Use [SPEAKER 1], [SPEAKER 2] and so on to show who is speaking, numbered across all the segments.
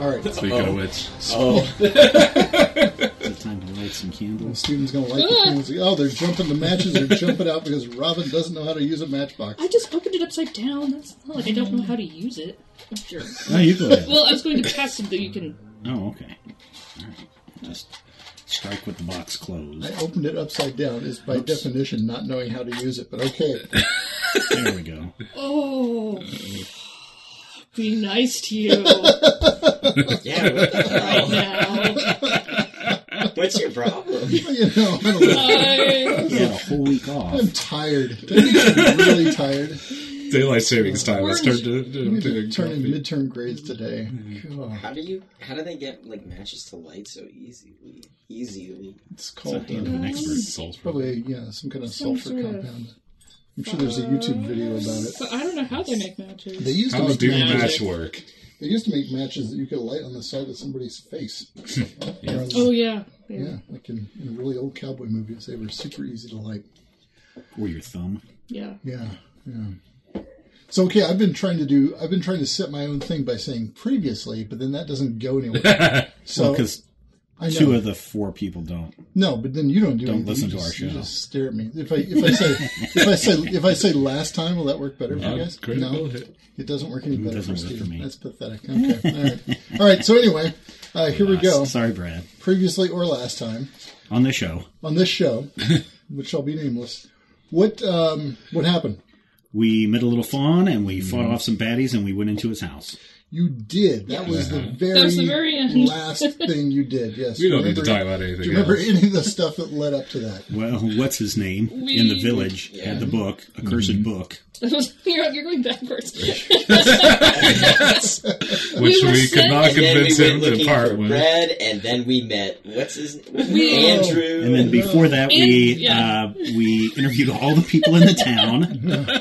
[SPEAKER 1] All right.
[SPEAKER 2] Speaking of which,
[SPEAKER 3] Oh,
[SPEAKER 4] Is it time to light some candles?
[SPEAKER 1] Steven's going to like the candles. Oh, they're jumping the matches. They're jumping out because Robin doesn't know how to use a matchbox.
[SPEAKER 5] I just opened it upside down. That's not like I don't know how to use it. Sure.
[SPEAKER 4] No, you go ahead.
[SPEAKER 5] Well, I was going to pass something you can.
[SPEAKER 4] Oh, okay. All right. Just strike with the box closed.
[SPEAKER 1] I opened it upside down is by definition not knowing how to use it, but okay.
[SPEAKER 4] There we go.
[SPEAKER 5] Oh. Be nice to you
[SPEAKER 3] yeah. What the
[SPEAKER 5] right
[SPEAKER 3] hell?
[SPEAKER 5] now.
[SPEAKER 3] What's your problem?
[SPEAKER 1] you know, I don't know.
[SPEAKER 5] I-
[SPEAKER 4] You had a whole week off.
[SPEAKER 1] I'm tired. I'm really tired.
[SPEAKER 2] daylight savings time has turned to, to,
[SPEAKER 1] We've
[SPEAKER 2] to
[SPEAKER 1] been turning
[SPEAKER 2] coffee.
[SPEAKER 1] midterm grades today.
[SPEAKER 2] Mm-hmm.
[SPEAKER 1] God,
[SPEAKER 3] How do you? How do they get like matches to light so easily? Easily.
[SPEAKER 1] it's called
[SPEAKER 4] Hand of
[SPEAKER 1] uh,
[SPEAKER 4] an expert.
[SPEAKER 1] probably yeah some kind of
[SPEAKER 5] Some
[SPEAKER 1] sulfur
[SPEAKER 5] sort of-
[SPEAKER 1] compound. I'm sure there's a YouTube video about it.
[SPEAKER 5] But I don't know how they make matches.
[SPEAKER 1] They used to
[SPEAKER 2] How
[SPEAKER 1] make
[SPEAKER 2] do
[SPEAKER 1] matches-
[SPEAKER 2] match work?
[SPEAKER 1] They used to make matches that you could light on the side of somebody's face. Or on the-
[SPEAKER 5] Oh yeah. yeah.
[SPEAKER 1] yeah, like in, in really old cowboy movies, they were super easy to light.
[SPEAKER 4] Or your thumb.
[SPEAKER 5] Yeah.
[SPEAKER 1] Yeah, yeah. So okay, I've been trying to do. I've been trying to set my own thing by saying previously, but then that doesn't go anywhere. So
[SPEAKER 4] Because
[SPEAKER 1] I know.
[SPEAKER 4] two of the four people don't.
[SPEAKER 1] No, but then you don't do
[SPEAKER 4] Don't
[SPEAKER 1] anything.
[SPEAKER 4] listen
[SPEAKER 1] you
[SPEAKER 4] to our
[SPEAKER 1] just, you
[SPEAKER 4] show.
[SPEAKER 1] just stare at me. If I if I say if I say if I say last time, will that work better for you guys?
[SPEAKER 2] great.
[SPEAKER 1] No, it doesn't work any better
[SPEAKER 4] doesn't
[SPEAKER 1] for
[SPEAKER 4] work for
[SPEAKER 1] Steven.
[SPEAKER 4] me.
[SPEAKER 1] That's pathetic. Okay, all right, all right. So anyway, uh, here we go.
[SPEAKER 4] Sorry, Brad.
[SPEAKER 1] Previously or last time
[SPEAKER 4] On the show,
[SPEAKER 1] on this show, which shall be nameless. What um what happened?
[SPEAKER 4] we met a little fawn and we fought
[SPEAKER 2] Mm-hmm.
[SPEAKER 4] off some baddies and we went into his house.
[SPEAKER 1] You did. That was the very,
[SPEAKER 5] That was the very end.
[SPEAKER 1] last thing you did. Yes.
[SPEAKER 2] We don't need to
[SPEAKER 1] Remember-
[SPEAKER 2] talk about
[SPEAKER 1] Do you
[SPEAKER 2] anything
[SPEAKER 1] remember
[SPEAKER 2] else.
[SPEAKER 1] any of the stuff that led up to that?
[SPEAKER 4] Well, what's his name
[SPEAKER 5] We-
[SPEAKER 4] in the village had the book, a cursed
[SPEAKER 3] Mm-hmm.
[SPEAKER 4] book.
[SPEAKER 5] you're, you're going backwards.
[SPEAKER 2] Which
[SPEAKER 5] We were
[SPEAKER 2] we could
[SPEAKER 5] saying-
[SPEAKER 2] not
[SPEAKER 5] And
[SPEAKER 3] And then we went
[SPEAKER 2] convince him to
[SPEAKER 3] looking
[SPEAKER 2] part
[SPEAKER 3] for
[SPEAKER 2] with.
[SPEAKER 3] Brad, and then we met. What's his name?
[SPEAKER 5] We-
[SPEAKER 3] Andrew.
[SPEAKER 4] And then before that,
[SPEAKER 5] And-
[SPEAKER 4] we
[SPEAKER 5] yeah.
[SPEAKER 4] uh, we interviewed all the people in the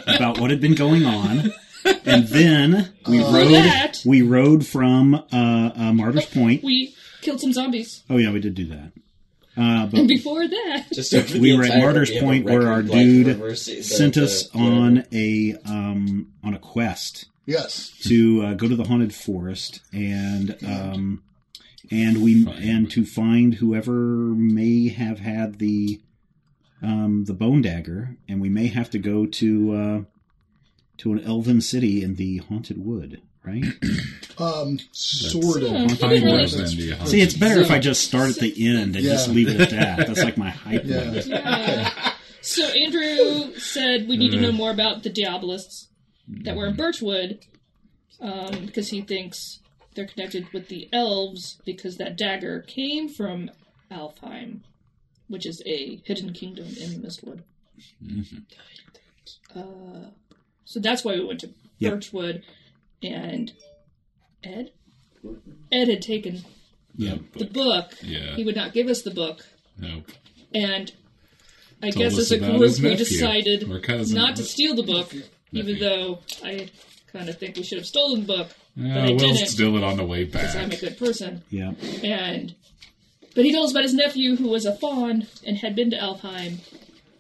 [SPEAKER 4] town about what had been going on, and then we rode
[SPEAKER 5] that-
[SPEAKER 4] we rode from uh, uh, Martyrs Point.
[SPEAKER 5] we killed some zombies.
[SPEAKER 4] Oh yeah, we did do that. Uh, but
[SPEAKER 5] And before that,
[SPEAKER 3] Just over
[SPEAKER 4] we
[SPEAKER 3] the
[SPEAKER 4] were at
[SPEAKER 3] entire-
[SPEAKER 4] Martyrs
[SPEAKER 3] we have a
[SPEAKER 4] Point where
[SPEAKER 3] record,
[SPEAKER 4] our
[SPEAKER 3] like,
[SPEAKER 4] dude
[SPEAKER 3] reverse- the-
[SPEAKER 4] sent
[SPEAKER 3] the-
[SPEAKER 4] us
[SPEAKER 3] the- Oh,
[SPEAKER 4] on a um, on a quest
[SPEAKER 1] Yes.
[SPEAKER 4] to uh, go to the haunted forest and um, and we and to find whoever may have had the um, the bone dagger, and we may have to go to uh, to an elven city in the haunted wood. Right.
[SPEAKER 1] Um, sort
[SPEAKER 5] Yeah.
[SPEAKER 1] of.
[SPEAKER 5] Well, we really-
[SPEAKER 2] Worse than the
[SPEAKER 4] See, it's better if I just start at the end and just
[SPEAKER 1] Yeah.
[SPEAKER 4] leave it at that. That's like my hype.
[SPEAKER 1] Yeah.
[SPEAKER 4] Yeah.
[SPEAKER 5] yeah. so Andrew said we need to know more about the Diabolists that were in Birchwood um, because he thinks they're connected with the elves because that dagger came from Alfheim, which is a hidden kingdom in Mistwood. Uh, so that's why we went to
[SPEAKER 4] Yep.
[SPEAKER 5] Birchwood, and Ed, Ed had taken
[SPEAKER 4] yeah.
[SPEAKER 5] the book.
[SPEAKER 2] Yeah.
[SPEAKER 5] He would not give us the book.
[SPEAKER 2] Nope.
[SPEAKER 5] And I
[SPEAKER 2] Told
[SPEAKER 5] guess
[SPEAKER 2] us
[SPEAKER 5] as a
[SPEAKER 2] about
[SPEAKER 5] group,
[SPEAKER 2] his
[SPEAKER 5] we
[SPEAKER 2] nephew,
[SPEAKER 5] decided
[SPEAKER 2] or cousin,
[SPEAKER 5] not to
[SPEAKER 2] but-
[SPEAKER 5] steal the book, even
[SPEAKER 2] Nephew.
[SPEAKER 5] though I kind of think we should have stolen the book.
[SPEAKER 2] Uh,
[SPEAKER 5] I
[SPEAKER 2] we'll
[SPEAKER 5] didn't.
[SPEAKER 2] steal it on the way back.
[SPEAKER 5] I'm a good person.
[SPEAKER 4] Yeah.
[SPEAKER 5] And but he told us about his nephew who was a fawn and had been to Alfheim,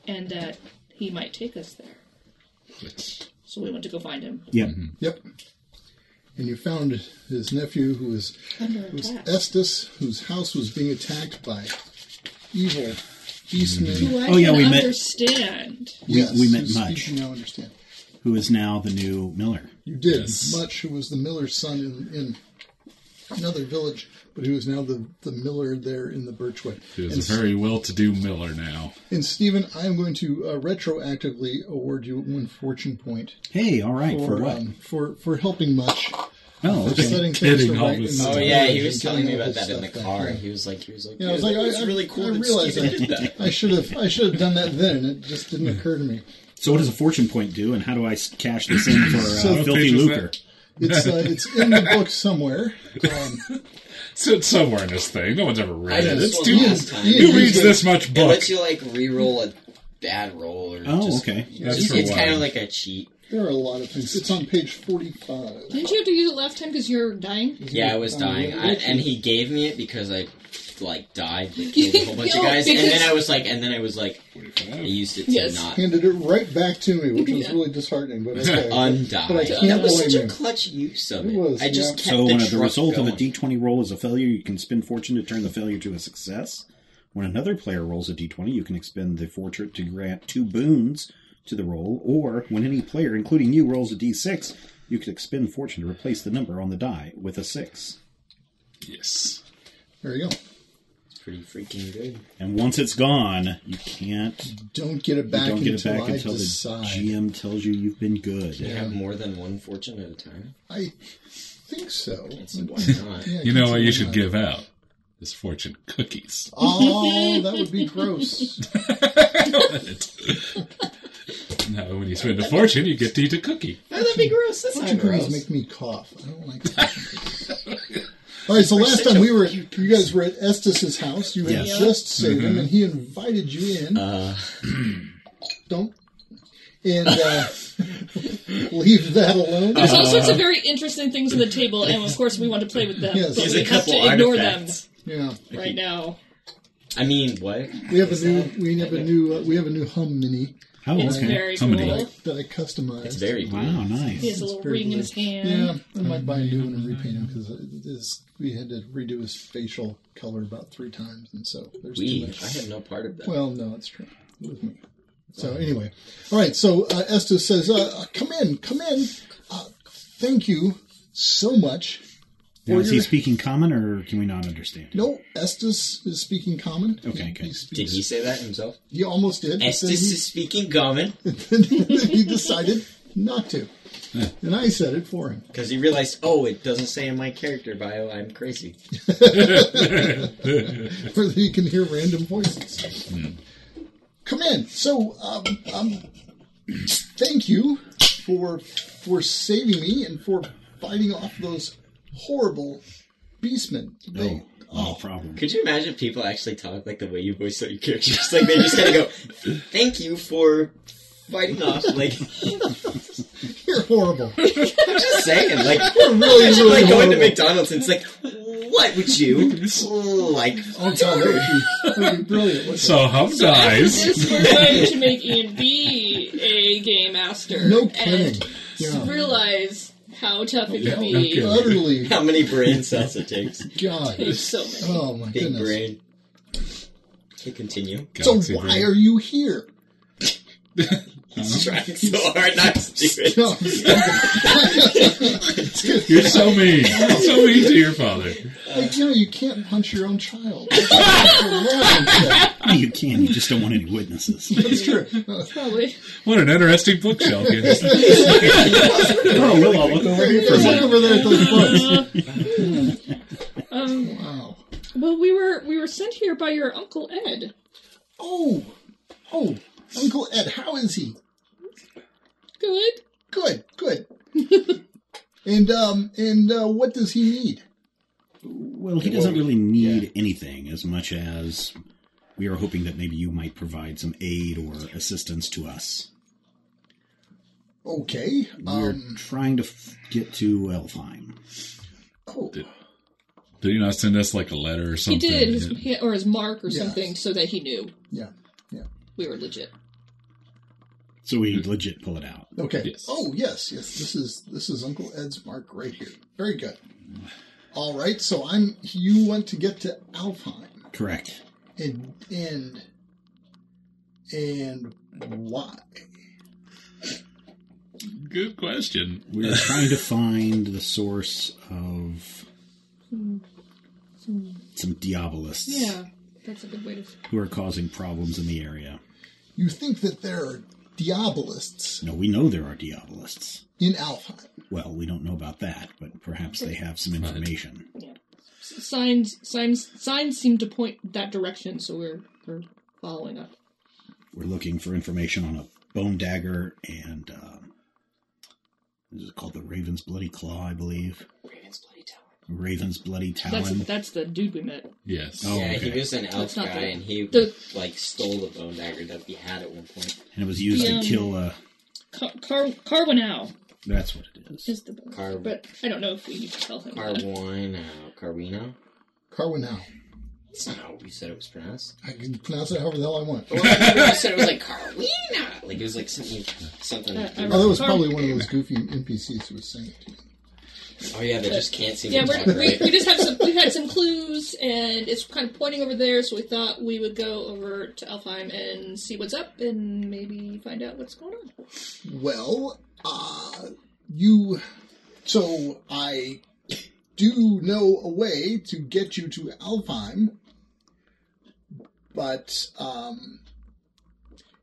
[SPEAKER 5] and that he might take us there.
[SPEAKER 2] Which-
[SPEAKER 5] So we went to go find him.
[SPEAKER 4] Yeah.
[SPEAKER 1] Yep. And you found his nephew, who was,
[SPEAKER 5] Under
[SPEAKER 1] was
[SPEAKER 5] attack.
[SPEAKER 1] Estes, whose house was being attacked by evil beastmen.
[SPEAKER 5] Who I
[SPEAKER 4] Oh, yeah,
[SPEAKER 5] can
[SPEAKER 4] we met-
[SPEAKER 5] understand.
[SPEAKER 1] Yes,
[SPEAKER 4] we met
[SPEAKER 1] whose
[SPEAKER 4] Much.
[SPEAKER 1] speech You now understand.
[SPEAKER 4] Who is now the new Miller?
[SPEAKER 1] You did.
[SPEAKER 2] Yes.
[SPEAKER 1] Much, who was the miller's son in, in another village, but who is now the, the miller there in the Birchwood.
[SPEAKER 2] He
[SPEAKER 1] And
[SPEAKER 2] was a very well-to-do miller now.
[SPEAKER 1] And Stephen, I am going to uh, retroactively award you one fortune point
[SPEAKER 4] Hey, all right. For, what?
[SPEAKER 1] um, for for helping much,
[SPEAKER 4] oh,
[SPEAKER 1] for
[SPEAKER 4] okay.
[SPEAKER 1] setting things
[SPEAKER 2] Kidding,
[SPEAKER 1] to right. in
[SPEAKER 2] Elvis.
[SPEAKER 1] the
[SPEAKER 2] Oh,
[SPEAKER 3] Oh
[SPEAKER 1] village
[SPEAKER 3] yeah, he
[SPEAKER 1] and
[SPEAKER 3] was telling
[SPEAKER 1] getting
[SPEAKER 3] me
[SPEAKER 1] all
[SPEAKER 3] about
[SPEAKER 1] this
[SPEAKER 3] that in the
[SPEAKER 1] stuff back.
[SPEAKER 3] car.
[SPEAKER 1] Yeah.
[SPEAKER 3] He was like, he was like,
[SPEAKER 1] Yeah,
[SPEAKER 3] yeah,
[SPEAKER 1] I was like,
[SPEAKER 3] that was
[SPEAKER 1] I,
[SPEAKER 3] really cool.
[SPEAKER 1] I, I
[SPEAKER 3] that
[SPEAKER 1] realized
[SPEAKER 3] Steven did that.
[SPEAKER 1] I, I should have I should have done that then, and it just
[SPEAKER 4] Hmm.
[SPEAKER 1] didn't occur to me.
[SPEAKER 4] So, what does a fortune point do, and how do I s- cash this in for uh,
[SPEAKER 1] So-
[SPEAKER 4] filthy
[SPEAKER 2] Page is
[SPEAKER 4] lucre?
[SPEAKER 2] that-
[SPEAKER 1] It's uh, it's in the book somewhere. Um,
[SPEAKER 2] It's, it's somewhere in this thing. No one's ever read
[SPEAKER 3] know
[SPEAKER 2] it.
[SPEAKER 3] this
[SPEAKER 2] It's
[SPEAKER 3] one
[SPEAKER 2] too,
[SPEAKER 3] last time.
[SPEAKER 1] you
[SPEAKER 2] who
[SPEAKER 1] read
[SPEAKER 2] reads
[SPEAKER 1] it.
[SPEAKER 2] this much
[SPEAKER 3] It
[SPEAKER 2] book?
[SPEAKER 3] lets you like re-roll a bad roll or
[SPEAKER 4] Oh,
[SPEAKER 3] just,
[SPEAKER 4] okay.
[SPEAKER 3] it's
[SPEAKER 2] That's
[SPEAKER 3] just-
[SPEAKER 2] for
[SPEAKER 3] it's kind
[SPEAKER 2] why.
[SPEAKER 3] of like a cheat.
[SPEAKER 1] there are a lot of things. It's on page forty-five.
[SPEAKER 5] Didn't you have to use it last time because you're dying?
[SPEAKER 3] Yeah, I was dying, I, and he gave me it because I like died that killed a whole bunch of
[SPEAKER 5] No,
[SPEAKER 3] guys, and then
[SPEAKER 5] because-
[SPEAKER 3] I was like, and then I was like, I used it to
[SPEAKER 5] Yes.
[SPEAKER 3] not
[SPEAKER 1] handed it right back to me, which was
[SPEAKER 5] Yeah.
[SPEAKER 1] really disheartening. But okay,
[SPEAKER 3] undie.
[SPEAKER 1] But I can't
[SPEAKER 3] That was such
[SPEAKER 1] blame
[SPEAKER 3] a
[SPEAKER 1] him.
[SPEAKER 3] clutch use of it.
[SPEAKER 1] It was,
[SPEAKER 3] I just kept
[SPEAKER 4] So
[SPEAKER 3] the
[SPEAKER 4] when the
[SPEAKER 3] truck
[SPEAKER 4] result
[SPEAKER 3] going.
[SPEAKER 4] of a d20 roll is a failure, you can spend fortune to turn the failure to a success. When another player rolls a d20, you can expend the fortune to grant two boons to the roll, or when any player, including you, rolls a d6, you can expend fortune to replace the number on the die with a six.
[SPEAKER 2] Yes.
[SPEAKER 1] there you go.
[SPEAKER 3] It's pretty freaking good.
[SPEAKER 4] And once it's gone, you can't.
[SPEAKER 1] Don't get it
[SPEAKER 4] You
[SPEAKER 1] back
[SPEAKER 4] don't
[SPEAKER 1] until
[SPEAKER 4] get it back
[SPEAKER 1] I
[SPEAKER 4] until the
[SPEAKER 1] decide.
[SPEAKER 4] GM tells you you've been good.
[SPEAKER 3] You have more than one fortune at a time.
[SPEAKER 1] I think so.
[SPEAKER 3] It's why not?
[SPEAKER 1] Yeah,
[SPEAKER 2] You know what you
[SPEAKER 1] considering
[SPEAKER 2] should
[SPEAKER 1] that.
[SPEAKER 2] give out? Is fortune cookies.
[SPEAKER 1] Oh, that would be gross.
[SPEAKER 2] no, when you spend a fortune, you get to eat a cookie.
[SPEAKER 3] Oh, that'd be gross. That's not
[SPEAKER 1] Fortune cookies
[SPEAKER 3] gross.
[SPEAKER 1] make me cough. I don't like. fortune cookies. All right, so last time we were, you guys were at Estes's house. You had
[SPEAKER 4] Yes. Mm-hmm.
[SPEAKER 1] just saved him, and he invited you in.
[SPEAKER 3] Uh,
[SPEAKER 1] don't and uh, leave that alone.
[SPEAKER 4] Uh,
[SPEAKER 5] There's all
[SPEAKER 3] Uh,
[SPEAKER 5] sorts of very interesting things on the table, and of course we want to play with them,
[SPEAKER 1] Yes.
[SPEAKER 5] but
[SPEAKER 1] Here's
[SPEAKER 5] we
[SPEAKER 3] a
[SPEAKER 5] have
[SPEAKER 3] couple
[SPEAKER 5] to ignore
[SPEAKER 3] artifacts.
[SPEAKER 1] Yeah,
[SPEAKER 5] them right now.
[SPEAKER 3] I mean, what?
[SPEAKER 1] we have a new we have a new uh, we have a new hum mini
[SPEAKER 4] Oh,
[SPEAKER 5] It's
[SPEAKER 4] okay.
[SPEAKER 5] very
[SPEAKER 2] How many?
[SPEAKER 5] cool.
[SPEAKER 1] that I customized.
[SPEAKER 3] It's very
[SPEAKER 4] Wow,
[SPEAKER 3] blue.
[SPEAKER 5] He
[SPEAKER 4] nice.
[SPEAKER 5] has a little
[SPEAKER 1] very
[SPEAKER 5] ring in his
[SPEAKER 1] blue.
[SPEAKER 5] hand.
[SPEAKER 1] Yeah, I might buy a new one and repaint him because we had to redo his facial color about three times, and so there's too
[SPEAKER 3] We.
[SPEAKER 1] much.
[SPEAKER 3] I had no part of that.
[SPEAKER 1] Well, no, it's true. It was me. So anyway, all right. So uh, Estes says, uh, uh, "Come in, come in. Uh, thank you so much."
[SPEAKER 4] Now, is he
[SPEAKER 1] your-
[SPEAKER 4] speaking common or can we not understand?
[SPEAKER 1] No, Estes is speaking common.
[SPEAKER 4] Okay,
[SPEAKER 1] He-
[SPEAKER 4] good.
[SPEAKER 1] he
[SPEAKER 3] Did
[SPEAKER 1] speaks-
[SPEAKER 3] he say that himself?
[SPEAKER 1] He almost did. but then
[SPEAKER 3] Estes
[SPEAKER 1] he-
[SPEAKER 3] is speaking common
[SPEAKER 1] then he decided not to. And I said it for him.
[SPEAKER 3] because he realized, oh, it doesn't say in my character bio, I'm crazy.
[SPEAKER 1] So that you can hear random voices.
[SPEAKER 2] Hmm.
[SPEAKER 1] Come in. So, um, um, thank you for for saving me and for fighting off those horrible beastmen.
[SPEAKER 2] Oh.
[SPEAKER 1] They,
[SPEAKER 4] Oh, No problem.
[SPEAKER 3] Could you imagine if people actually talk like the way you voice out your characters? Like they just kind of go, "Thank you for fighting off." Like
[SPEAKER 1] You're horrible.
[SPEAKER 3] I'm just saying, like
[SPEAKER 1] really,
[SPEAKER 3] imagine
[SPEAKER 1] really
[SPEAKER 3] like going
[SPEAKER 1] horrible.
[SPEAKER 3] to McDonald's and it's like, "What would you like?"
[SPEAKER 1] Oh, God, that would be, that would be brilliant. wouldn't it?
[SPEAKER 2] So Hum dies.
[SPEAKER 5] This we're going to make Ian be a game master.
[SPEAKER 1] No
[SPEAKER 5] and
[SPEAKER 1] kidding. Yeah.
[SPEAKER 5] Realize how tough it
[SPEAKER 2] Yeah,
[SPEAKER 5] can
[SPEAKER 2] no
[SPEAKER 5] be.
[SPEAKER 2] kidding.
[SPEAKER 1] Utterly,
[SPEAKER 3] How many brain cells it takes?
[SPEAKER 1] God.
[SPEAKER 5] There's so many.
[SPEAKER 1] Oh, my
[SPEAKER 3] Big
[SPEAKER 1] goodness.
[SPEAKER 3] brain. Okay, continue.
[SPEAKER 1] So,
[SPEAKER 2] Galaxy
[SPEAKER 1] why
[SPEAKER 2] brain.
[SPEAKER 1] are you here?
[SPEAKER 3] He's trying so hard not to do it.
[SPEAKER 1] No.
[SPEAKER 2] You're so mean. so mean to your father.
[SPEAKER 1] Like, you know, you can't punch your own child. For love and stuff.
[SPEAKER 4] Ah, You can, you just don't want any witnesses.
[SPEAKER 1] That's true.
[SPEAKER 5] Probably.
[SPEAKER 2] What an interesting bookshelf. you have.
[SPEAKER 4] oh, Will, I'll look over here for a
[SPEAKER 1] There's one
[SPEAKER 4] minute.
[SPEAKER 1] over there at those books.
[SPEAKER 5] Um,
[SPEAKER 1] Wow.
[SPEAKER 5] well, we were we were sent here by your uncle Ed.
[SPEAKER 1] Oh, oh, Uncle Ed, how is he?
[SPEAKER 5] Good.
[SPEAKER 1] Good, good. and um, and uh, what does he need?
[SPEAKER 4] Well, he doesn't really need anything as much as we are hoping that maybe you might provide some aid or assistance to us.
[SPEAKER 1] Okay.
[SPEAKER 4] We're
[SPEAKER 1] Um.
[SPEAKER 4] trying to f- get to Elfheim.
[SPEAKER 1] Oh,
[SPEAKER 2] Did he not send us like a letter or
[SPEAKER 5] He
[SPEAKER 2] something?
[SPEAKER 5] did, his, he- or his mark or
[SPEAKER 1] Yeah.
[SPEAKER 5] something, so that he knew
[SPEAKER 1] yeah.
[SPEAKER 5] we were legit.
[SPEAKER 4] So we legit pull it out.
[SPEAKER 1] Okay.
[SPEAKER 2] Yes.
[SPEAKER 1] Oh, yes, yes. This is this is Uncle Ed's mark right here. Very good. All right. So I'm. You want to get to Alpine.
[SPEAKER 4] Correct.
[SPEAKER 1] and and and why?
[SPEAKER 2] Good question.
[SPEAKER 4] We are trying to find the source of some Diabolists
[SPEAKER 5] Yeah, that's a good way to.
[SPEAKER 4] who are causing problems in the area.
[SPEAKER 1] You think that there are diabolists
[SPEAKER 4] No, we know there are Diabolists.
[SPEAKER 1] in Alfheim?
[SPEAKER 4] Well, we don't know about that, but perhaps they have some information.
[SPEAKER 5] Signs, signs, signs seem to point that direction, so we're we're following up.
[SPEAKER 4] We're looking for information on a bone dagger and um, this is called the Raven's Bloody Claw, I believe.
[SPEAKER 5] Raven's bloody tower.
[SPEAKER 4] Raven's Bloody
[SPEAKER 5] That's
[SPEAKER 4] Talon.
[SPEAKER 5] that's the dude we met.
[SPEAKER 2] Yes.
[SPEAKER 4] Oh.
[SPEAKER 3] Yeah,
[SPEAKER 4] okay.
[SPEAKER 3] he was an elf
[SPEAKER 5] That's not
[SPEAKER 3] guy,
[SPEAKER 5] the-
[SPEAKER 3] and he
[SPEAKER 5] the-
[SPEAKER 3] like stole the bone dagger that we had at one point.
[SPEAKER 4] and it was used
[SPEAKER 5] Yeah.
[SPEAKER 4] to kill a.
[SPEAKER 5] Car Car Carwinow
[SPEAKER 4] That's what it is.
[SPEAKER 5] is the boss,
[SPEAKER 3] Car- uh,
[SPEAKER 5] but I don't know if we need to tell him. that.
[SPEAKER 3] Carwino, Carwino,
[SPEAKER 1] Carwin now.
[SPEAKER 3] That's not how you said it was pronounced.
[SPEAKER 1] I can pronounce it however the hell I want.
[SPEAKER 3] Well, I remember you said it was like Carlina. Like it was like something, something.
[SPEAKER 5] Uh, I
[SPEAKER 1] Oh, that was probably one of those goofy NPCs who was saying it to me.
[SPEAKER 3] oh yeah, they just can't seem
[SPEAKER 5] Yeah,
[SPEAKER 3] to talk
[SPEAKER 5] we're, we,
[SPEAKER 3] right.
[SPEAKER 5] we just have some. We had some clues, and it's kind of pointing over there. So we thought we would go over to Elfheim and see what's up, and maybe find out what's going on.
[SPEAKER 1] Well, uh, you. So I do know a way to get you to Alfheim, but um,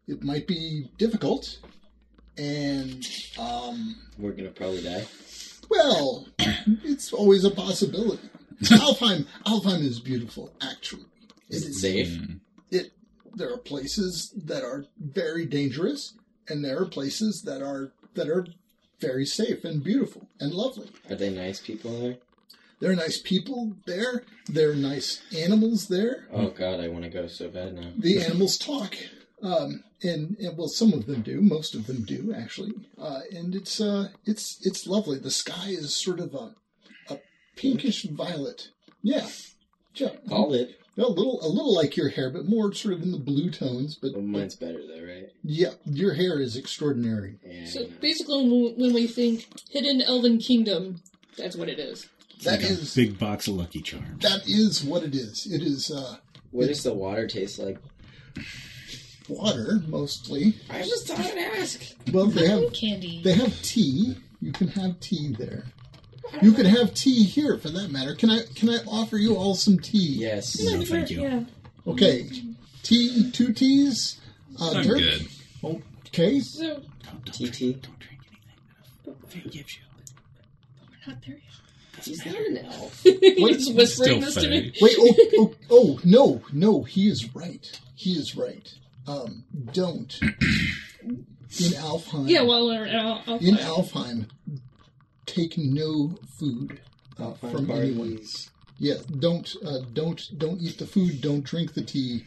[SPEAKER 1] it might be difficult. And um,
[SPEAKER 3] We're gonna probably die.
[SPEAKER 1] well, it's always a possibility. Alfheim, Alfheim is beautiful. Actually,
[SPEAKER 3] Is it safe?
[SPEAKER 2] Mm.
[SPEAKER 1] it there are places that are very dangerous, and there are places that are that are very safe and beautiful and lovely.
[SPEAKER 3] Are they nice people in there?
[SPEAKER 1] There are nice people there. There are nice animals there.
[SPEAKER 3] Oh god, I want to go so bad now.
[SPEAKER 1] The animals talk, um, and, and well, some of them do. Most of them do actually, uh, and it's uh, it's it's lovely. The sky is sort of a a pinkish violet. Yeah, yeah.
[SPEAKER 3] Call it.
[SPEAKER 1] A little a little like your hair, but more sort of in the blue tones. But
[SPEAKER 3] Well, mine's better though, right? uh,
[SPEAKER 1] yeah, your hair is extraordinary.
[SPEAKER 3] Yeah.
[SPEAKER 5] So
[SPEAKER 3] I know.
[SPEAKER 5] basically, when we- when we think hidden elven kingdom, that's what it is.
[SPEAKER 1] That
[SPEAKER 4] Like a
[SPEAKER 1] is
[SPEAKER 4] big box of Lucky Charms.
[SPEAKER 1] that is what it is. It is uh,
[SPEAKER 3] what does the water taste like?
[SPEAKER 1] water mostly.
[SPEAKER 3] I just thought I'd ask.
[SPEAKER 1] Well, they have
[SPEAKER 5] Candy.
[SPEAKER 1] they have tea. You can have tea there. You could have tea here, for that matter. Can I can I offer you all some tea?
[SPEAKER 3] Yes.
[SPEAKER 4] No, thank you.
[SPEAKER 5] Yeah.
[SPEAKER 1] Okay, tea, two teas. Uh,
[SPEAKER 2] I'm
[SPEAKER 1] Dirk?
[SPEAKER 2] good.
[SPEAKER 1] Okay,
[SPEAKER 5] So
[SPEAKER 4] Don't, don't,
[SPEAKER 3] TT.
[SPEAKER 4] drink, don't drink anything. that Fate gives you.
[SPEAKER 5] we're not there yet.
[SPEAKER 3] He's not an elf.
[SPEAKER 1] What?
[SPEAKER 5] He's whispering
[SPEAKER 2] Still
[SPEAKER 5] this to me.
[SPEAKER 2] fake.
[SPEAKER 1] wait. Oh, oh, oh no, no. He is right. He is right. Um, don't in Alfheim.
[SPEAKER 5] Yeah, well, we're out. out-
[SPEAKER 1] in Alfheim, take no food uh, from anyone.
[SPEAKER 3] Barbies.
[SPEAKER 1] Yeah, don't uh, don't don't eat the food. Don't drink the tea.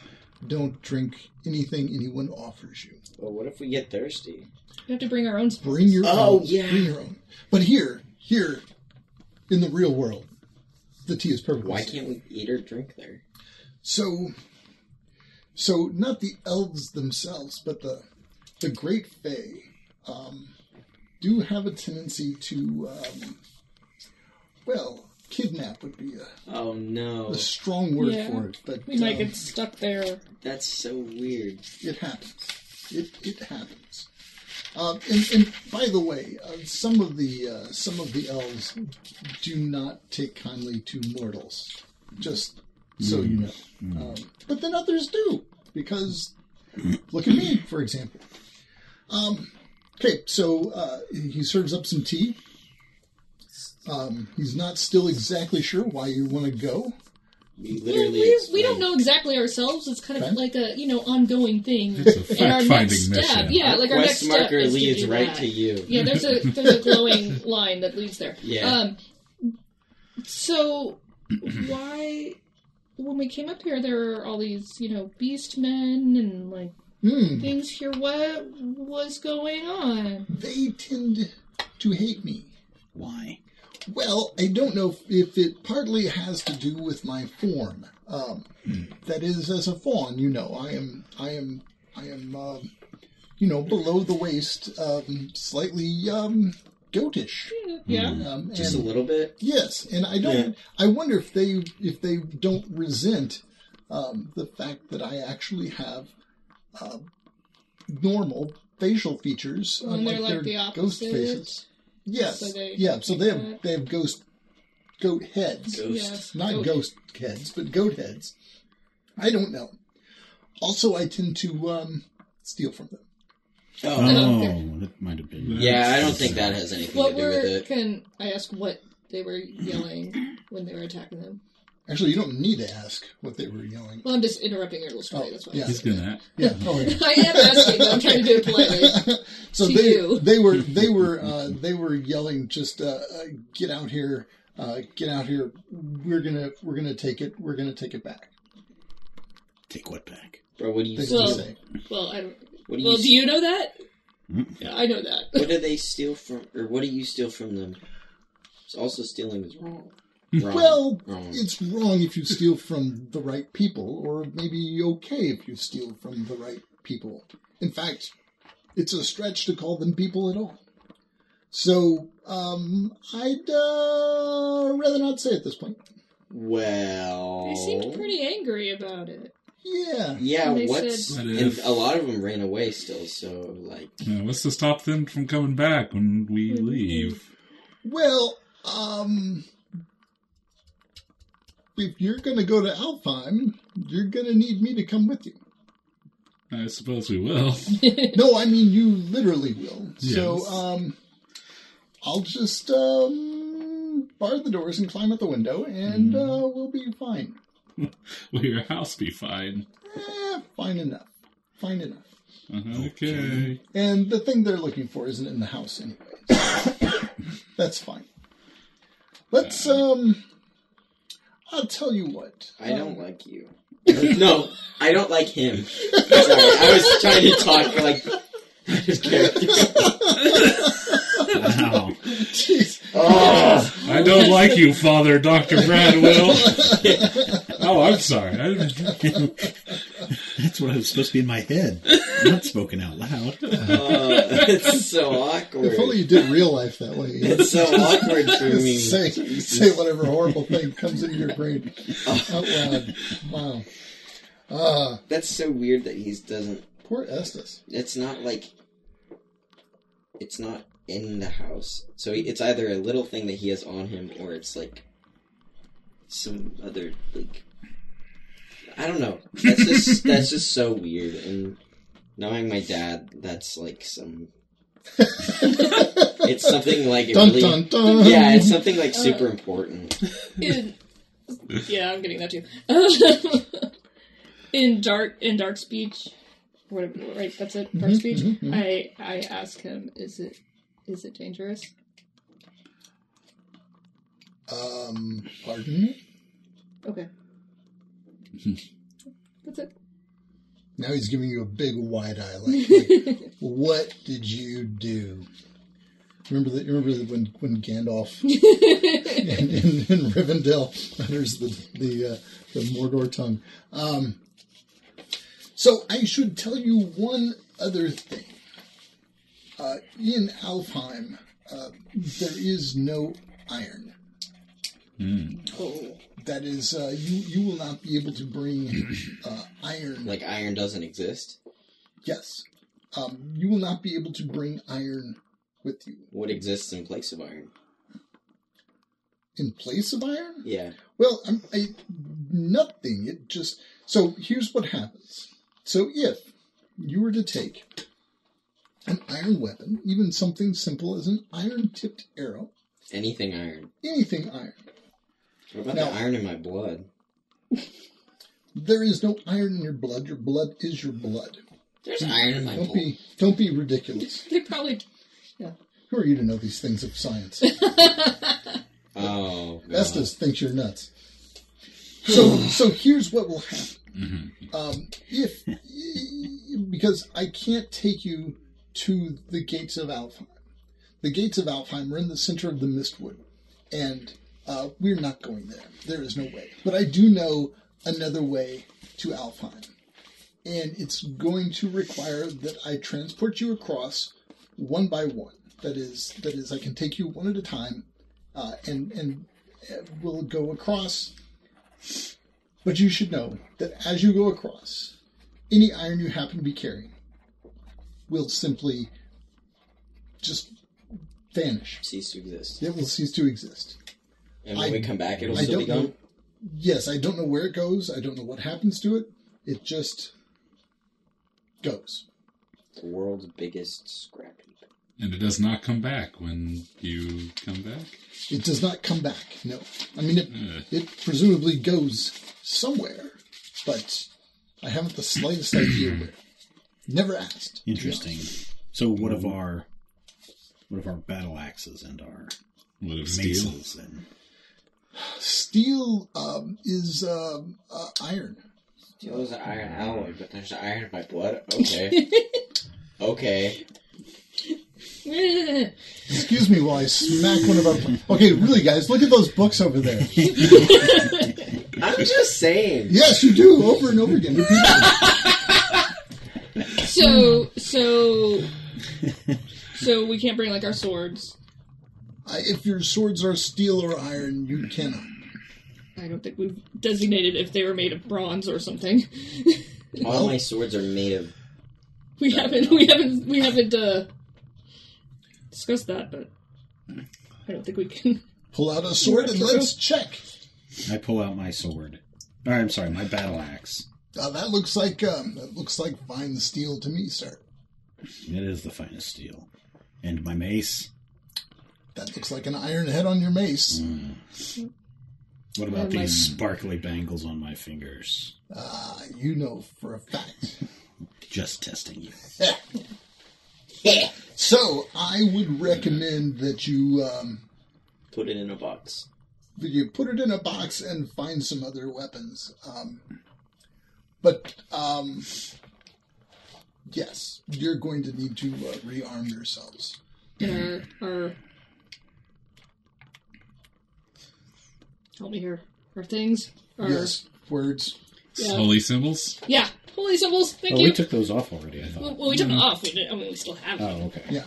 [SPEAKER 1] Don't drink anything anyone offers you.
[SPEAKER 3] Well, what if we get thirsty?
[SPEAKER 5] we have to bring our own. Spice.
[SPEAKER 1] Bring your
[SPEAKER 3] Oh,
[SPEAKER 1] own.
[SPEAKER 3] yeah.
[SPEAKER 1] Bring your own. But here, here, in the real world, the tea is perfect.
[SPEAKER 3] Why can't we eat or drink there?
[SPEAKER 1] So, so not the elves themselves, but the the great fae um, do have a tendency to, um, well, kidnap would be a,
[SPEAKER 3] Oh no,
[SPEAKER 1] a strong word
[SPEAKER 5] Yeah.
[SPEAKER 1] for it, but
[SPEAKER 5] We might
[SPEAKER 1] um,
[SPEAKER 5] get stuck there.
[SPEAKER 3] that's so weird.
[SPEAKER 1] it happens. It it happens. Uh, and, and by the way, uh, some of the uh, some of the elves do not take kindly to mortals. Just so you know, um, but then others do because look at me, for example. Um, okay, so uh, he serves up some tea. Um, he's not still exactly sure why you want to go.
[SPEAKER 3] We
[SPEAKER 5] We,
[SPEAKER 3] literally.
[SPEAKER 5] we, we
[SPEAKER 3] explained-
[SPEAKER 5] don't know exactly ourselves. It's kind of
[SPEAKER 1] Okay.
[SPEAKER 5] like a you know ongoing thing.
[SPEAKER 2] It's a
[SPEAKER 5] And our
[SPEAKER 2] fact-finding
[SPEAKER 5] next step,
[SPEAKER 2] mission.
[SPEAKER 5] yeah, like our next
[SPEAKER 3] Quest
[SPEAKER 5] step
[SPEAKER 3] marker
[SPEAKER 5] is to
[SPEAKER 3] leads
[SPEAKER 5] do
[SPEAKER 3] right
[SPEAKER 5] that.
[SPEAKER 3] to you.
[SPEAKER 5] Yeah, there's a there's a glowing line that leads there.
[SPEAKER 3] Yeah.
[SPEAKER 5] Um, so why when we came up here there were all these, you know, beast men and like
[SPEAKER 1] Hmm.
[SPEAKER 5] things here. What was going on?
[SPEAKER 1] They tend to hate me.
[SPEAKER 4] Why?
[SPEAKER 1] Well, I don't know if it partly has to do with my form. Um, That is, as a fawn, you know, I am, I am, I am, um, you know, below the waist, um, slightly um, goatish.
[SPEAKER 5] Yeah.
[SPEAKER 1] Um,
[SPEAKER 3] Just a
[SPEAKER 1] and-
[SPEAKER 3] little bit.
[SPEAKER 1] yes, and I don't. I wonder if they if they don't resent um, the fact that I actually have uh, normal facial features,
[SPEAKER 5] And they're
[SPEAKER 1] unlike
[SPEAKER 5] like
[SPEAKER 1] their
[SPEAKER 5] the
[SPEAKER 1] ghost
[SPEAKER 5] opposite.
[SPEAKER 1] faces. Yes.
[SPEAKER 5] So they-
[SPEAKER 1] yeah. So they have
[SPEAKER 5] that.
[SPEAKER 1] they have ghost goat heads,
[SPEAKER 5] Yes.
[SPEAKER 1] not
[SPEAKER 5] Goat.
[SPEAKER 1] ghost heads, but goat heads. I don't know. Also, I tend to um, steal from them.
[SPEAKER 4] Oh,
[SPEAKER 3] Oh.
[SPEAKER 5] okay.
[SPEAKER 4] that might have been.
[SPEAKER 3] Yeah, I don't think that has anything
[SPEAKER 5] What
[SPEAKER 3] to do with
[SPEAKER 5] were
[SPEAKER 3] it.
[SPEAKER 5] can I ask what they were yelling when they were attacking them?
[SPEAKER 1] Actually, you don't need to ask what they were yelling.
[SPEAKER 5] Well, I'm just interrupting your little story.
[SPEAKER 1] Oh,
[SPEAKER 5] that's why.
[SPEAKER 1] yeah.
[SPEAKER 2] He's gonna.
[SPEAKER 1] Yeah. Oh, yeah.
[SPEAKER 5] I am asking. though. I'm trying to do it politely.
[SPEAKER 1] so
[SPEAKER 5] To
[SPEAKER 1] they
[SPEAKER 5] you.
[SPEAKER 1] they were they were uh, they were yelling just uh, uh, get out here uh, get out here we're gonna we're gonna take it we're gonna take it back.
[SPEAKER 4] Take what back?
[SPEAKER 3] Bro, what do you
[SPEAKER 1] They
[SPEAKER 5] Well-
[SPEAKER 3] steal?
[SPEAKER 1] say.
[SPEAKER 5] Well, I don't.
[SPEAKER 3] What do
[SPEAKER 5] Well,
[SPEAKER 3] you?
[SPEAKER 5] do you know that?
[SPEAKER 4] Mm.
[SPEAKER 5] Yeah, I know that.
[SPEAKER 3] What do they steal from, or what do you steal from them? So also, stealing is wrong. Wrong.
[SPEAKER 1] Well,
[SPEAKER 3] Wrong.
[SPEAKER 1] it's wrong if you steal from the right people, or maybe okay if you steal from the right people. In fact, it's a stretch to call them people at all. So, um, I'd uh, rather not say at this point.
[SPEAKER 3] well,
[SPEAKER 5] They seemed pretty angry about it.
[SPEAKER 1] Yeah.
[SPEAKER 3] Yeah,
[SPEAKER 5] They
[SPEAKER 3] what's
[SPEAKER 2] said-
[SPEAKER 3] and a lot of them ran away still. So like,
[SPEAKER 2] Yeah, uh, what's to stop them from coming back when we leave?
[SPEAKER 1] Well, um, if you're going to go to Alfheim, you're going to need me to come with you.
[SPEAKER 2] I suppose we will.
[SPEAKER 1] No, I mean you literally will. So
[SPEAKER 2] Yes.
[SPEAKER 1] um, I'll just um, bar the doors and climb out the window, and uh, we'll be fine.
[SPEAKER 2] Will your house be fine?
[SPEAKER 1] Eh, fine enough. Fine enough.
[SPEAKER 2] Uh-huh, okay.
[SPEAKER 1] And the thing they're looking for isn't in the house anyways. That's fine. Let's um. I'll tell you what. Um,
[SPEAKER 3] I don't like you. no, I don't like him. Sorry, I was trying to talk for like. I just can't.
[SPEAKER 4] Wow.
[SPEAKER 1] Jeez.
[SPEAKER 3] Oh,
[SPEAKER 2] I don't like you, Father Dr. Bradwell. oh, I'm sorry. I didn't...
[SPEAKER 4] That's what I was supposed to be in my head. Not spoken out loud.
[SPEAKER 3] uh, it's so
[SPEAKER 1] If only
[SPEAKER 3] awkward.
[SPEAKER 1] you did real life that way.
[SPEAKER 3] It's so awkward for me.
[SPEAKER 1] say say whatever horrible thing comes into your brain out loud. Wow. Uh,
[SPEAKER 3] That's so weird that he doesn't.
[SPEAKER 1] poor Estes.
[SPEAKER 3] It's not like. It's not in the house, so he- it's either a little thing that he has on him, or it's like some other like. I don't know. That's just that's just so weird. And knowing my dad, that's like some. it's something like it
[SPEAKER 1] Dun
[SPEAKER 3] really.
[SPEAKER 1] dun dun.
[SPEAKER 3] Yeah, it's something like super important.
[SPEAKER 5] In, yeah, I'm getting that too. in dark, in dark speech, whatever, right? That's it.
[SPEAKER 1] Mm-hmm,
[SPEAKER 5] Dark speech. I I ask him, is it is it dangerous?
[SPEAKER 1] Um, pardon me.
[SPEAKER 5] Okay. That's it.
[SPEAKER 1] Now he's giving you a big wide eye. Like, like, what did you do? Remember that? Remember that when when Gandalf in, in, in Rivendell utters the the uh, the Mordor tongue. Um, so I should tell you one other thing. Uh, in Alfheim, uh, there is no iron.
[SPEAKER 5] Oh.
[SPEAKER 1] That is, uh, you you will not be able to bring uh, iron
[SPEAKER 3] Like iron doesn't exist.
[SPEAKER 1] Yes. Um, you will not be able to bring iron with you.
[SPEAKER 3] What exists in place of iron?
[SPEAKER 1] In place of iron?
[SPEAKER 3] Yeah.
[SPEAKER 1] Well, I'm, I, nothing. It just. So here's what happens. So if you were to take an iron weapon, even something simple as an iron tipped arrow,
[SPEAKER 3] Anything iron.
[SPEAKER 1] anything iron,
[SPEAKER 3] What about
[SPEAKER 1] No.
[SPEAKER 3] the iron in my blood?
[SPEAKER 1] there is no iron in your blood. Your blood is your blood.
[SPEAKER 3] There's iron in my
[SPEAKER 1] Hmm. Don't
[SPEAKER 3] blood.
[SPEAKER 1] be, don't be ridiculous.
[SPEAKER 5] They probably
[SPEAKER 1] Who are you to know these things of science?
[SPEAKER 3] Oh, God.
[SPEAKER 1] Estes thinks you're nuts. So, so here's what will happen. Um, if because I can't take you to the gates of Alfheim. The gates of Alfheim are in the center of the Mistwood, and uh, we're not going there. There is no way. But I do know another way to Alfheim, and it's going to require that I transport you across one by one. That is, that is, I can take you one at a time, uh, and and will go across. But you should know that as you go across, any iron you happen to be carrying will simply just vanish.
[SPEAKER 3] cease to exist.
[SPEAKER 1] It will cease to exist.
[SPEAKER 3] And when
[SPEAKER 1] I-
[SPEAKER 3] we come back, it'll
[SPEAKER 1] I
[SPEAKER 3] still be
[SPEAKER 1] don't know.
[SPEAKER 3] gone.
[SPEAKER 1] Yes, I don't know where it goes. I don't know what happens to it. It just goes.
[SPEAKER 3] The world's biggest scrap heap.
[SPEAKER 2] And it does not come back when you come back? Uh,
[SPEAKER 1] It does not come back. No, I mean it. It presumably goes somewhere, but I haven't the slightest idea where. Never asked.
[SPEAKER 4] Interesting. So what of our what of our battle axes and our
[SPEAKER 2] What if steel?
[SPEAKER 4] maces and
[SPEAKER 1] Steel um, is um, uh, iron.
[SPEAKER 3] Steel is an iron alloy, but there's iron in my blood? Okay. okay.
[SPEAKER 5] do.
[SPEAKER 1] Excuse me while I smack one of our. Okay, really, guys, look at those books over there.
[SPEAKER 3] I'm just saying.
[SPEAKER 1] Yes, you do over and over again. Repeat them.
[SPEAKER 5] So so so we can't bring like our swords.
[SPEAKER 1] I, if your swords are steel or iron, you cannot.
[SPEAKER 5] I don't think we've designated if they were made of bronze or something.
[SPEAKER 3] All my swords are made of.
[SPEAKER 5] We haven't we haven't we haven't uh, discussed that, but I don't think we can.
[SPEAKER 1] Pull out a sword and let's check.
[SPEAKER 4] I pull out my sword. Or, I'm sorry, my battle axe.
[SPEAKER 1] Uh, that looks like um, that looks like fine steel to me, sir.
[SPEAKER 4] It is the finest steel. And my mace.
[SPEAKER 1] That looks like an iron head on your mace.
[SPEAKER 4] Hmm. What about
[SPEAKER 5] And my-
[SPEAKER 4] these sparkly bangles on my fingers?
[SPEAKER 1] Uh, you know for a fact.
[SPEAKER 4] Just testing you.
[SPEAKER 1] So I would recommend that you um,
[SPEAKER 3] Put it in a box.
[SPEAKER 1] that you put it in a box and find some other weapons. Um, but um, yes, you're going to need to uh, rearm yourselves.
[SPEAKER 5] Our, our help me here. Our things. Our,
[SPEAKER 1] Yes, words.
[SPEAKER 5] Yeah.
[SPEAKER 2] Holy symbols?
[SPEAKER 5] Yeah. Holy symbols. Thank
[SPEAKER 4] Oh,
[SPEAKER 5] you.
[SPEAKER 4] we took those off already, I
[SPEAKER 5] well,
[SPEAKER 4] thought.
[SPEAKER 5] well, we
[SPEAKER 1] Mm-hmm.
[SPEAKER 5] took them off. We didn't, I mean, we still have them.
[SPEAKER 4] Oh, okay.
[SPEAKER 1] Yeah.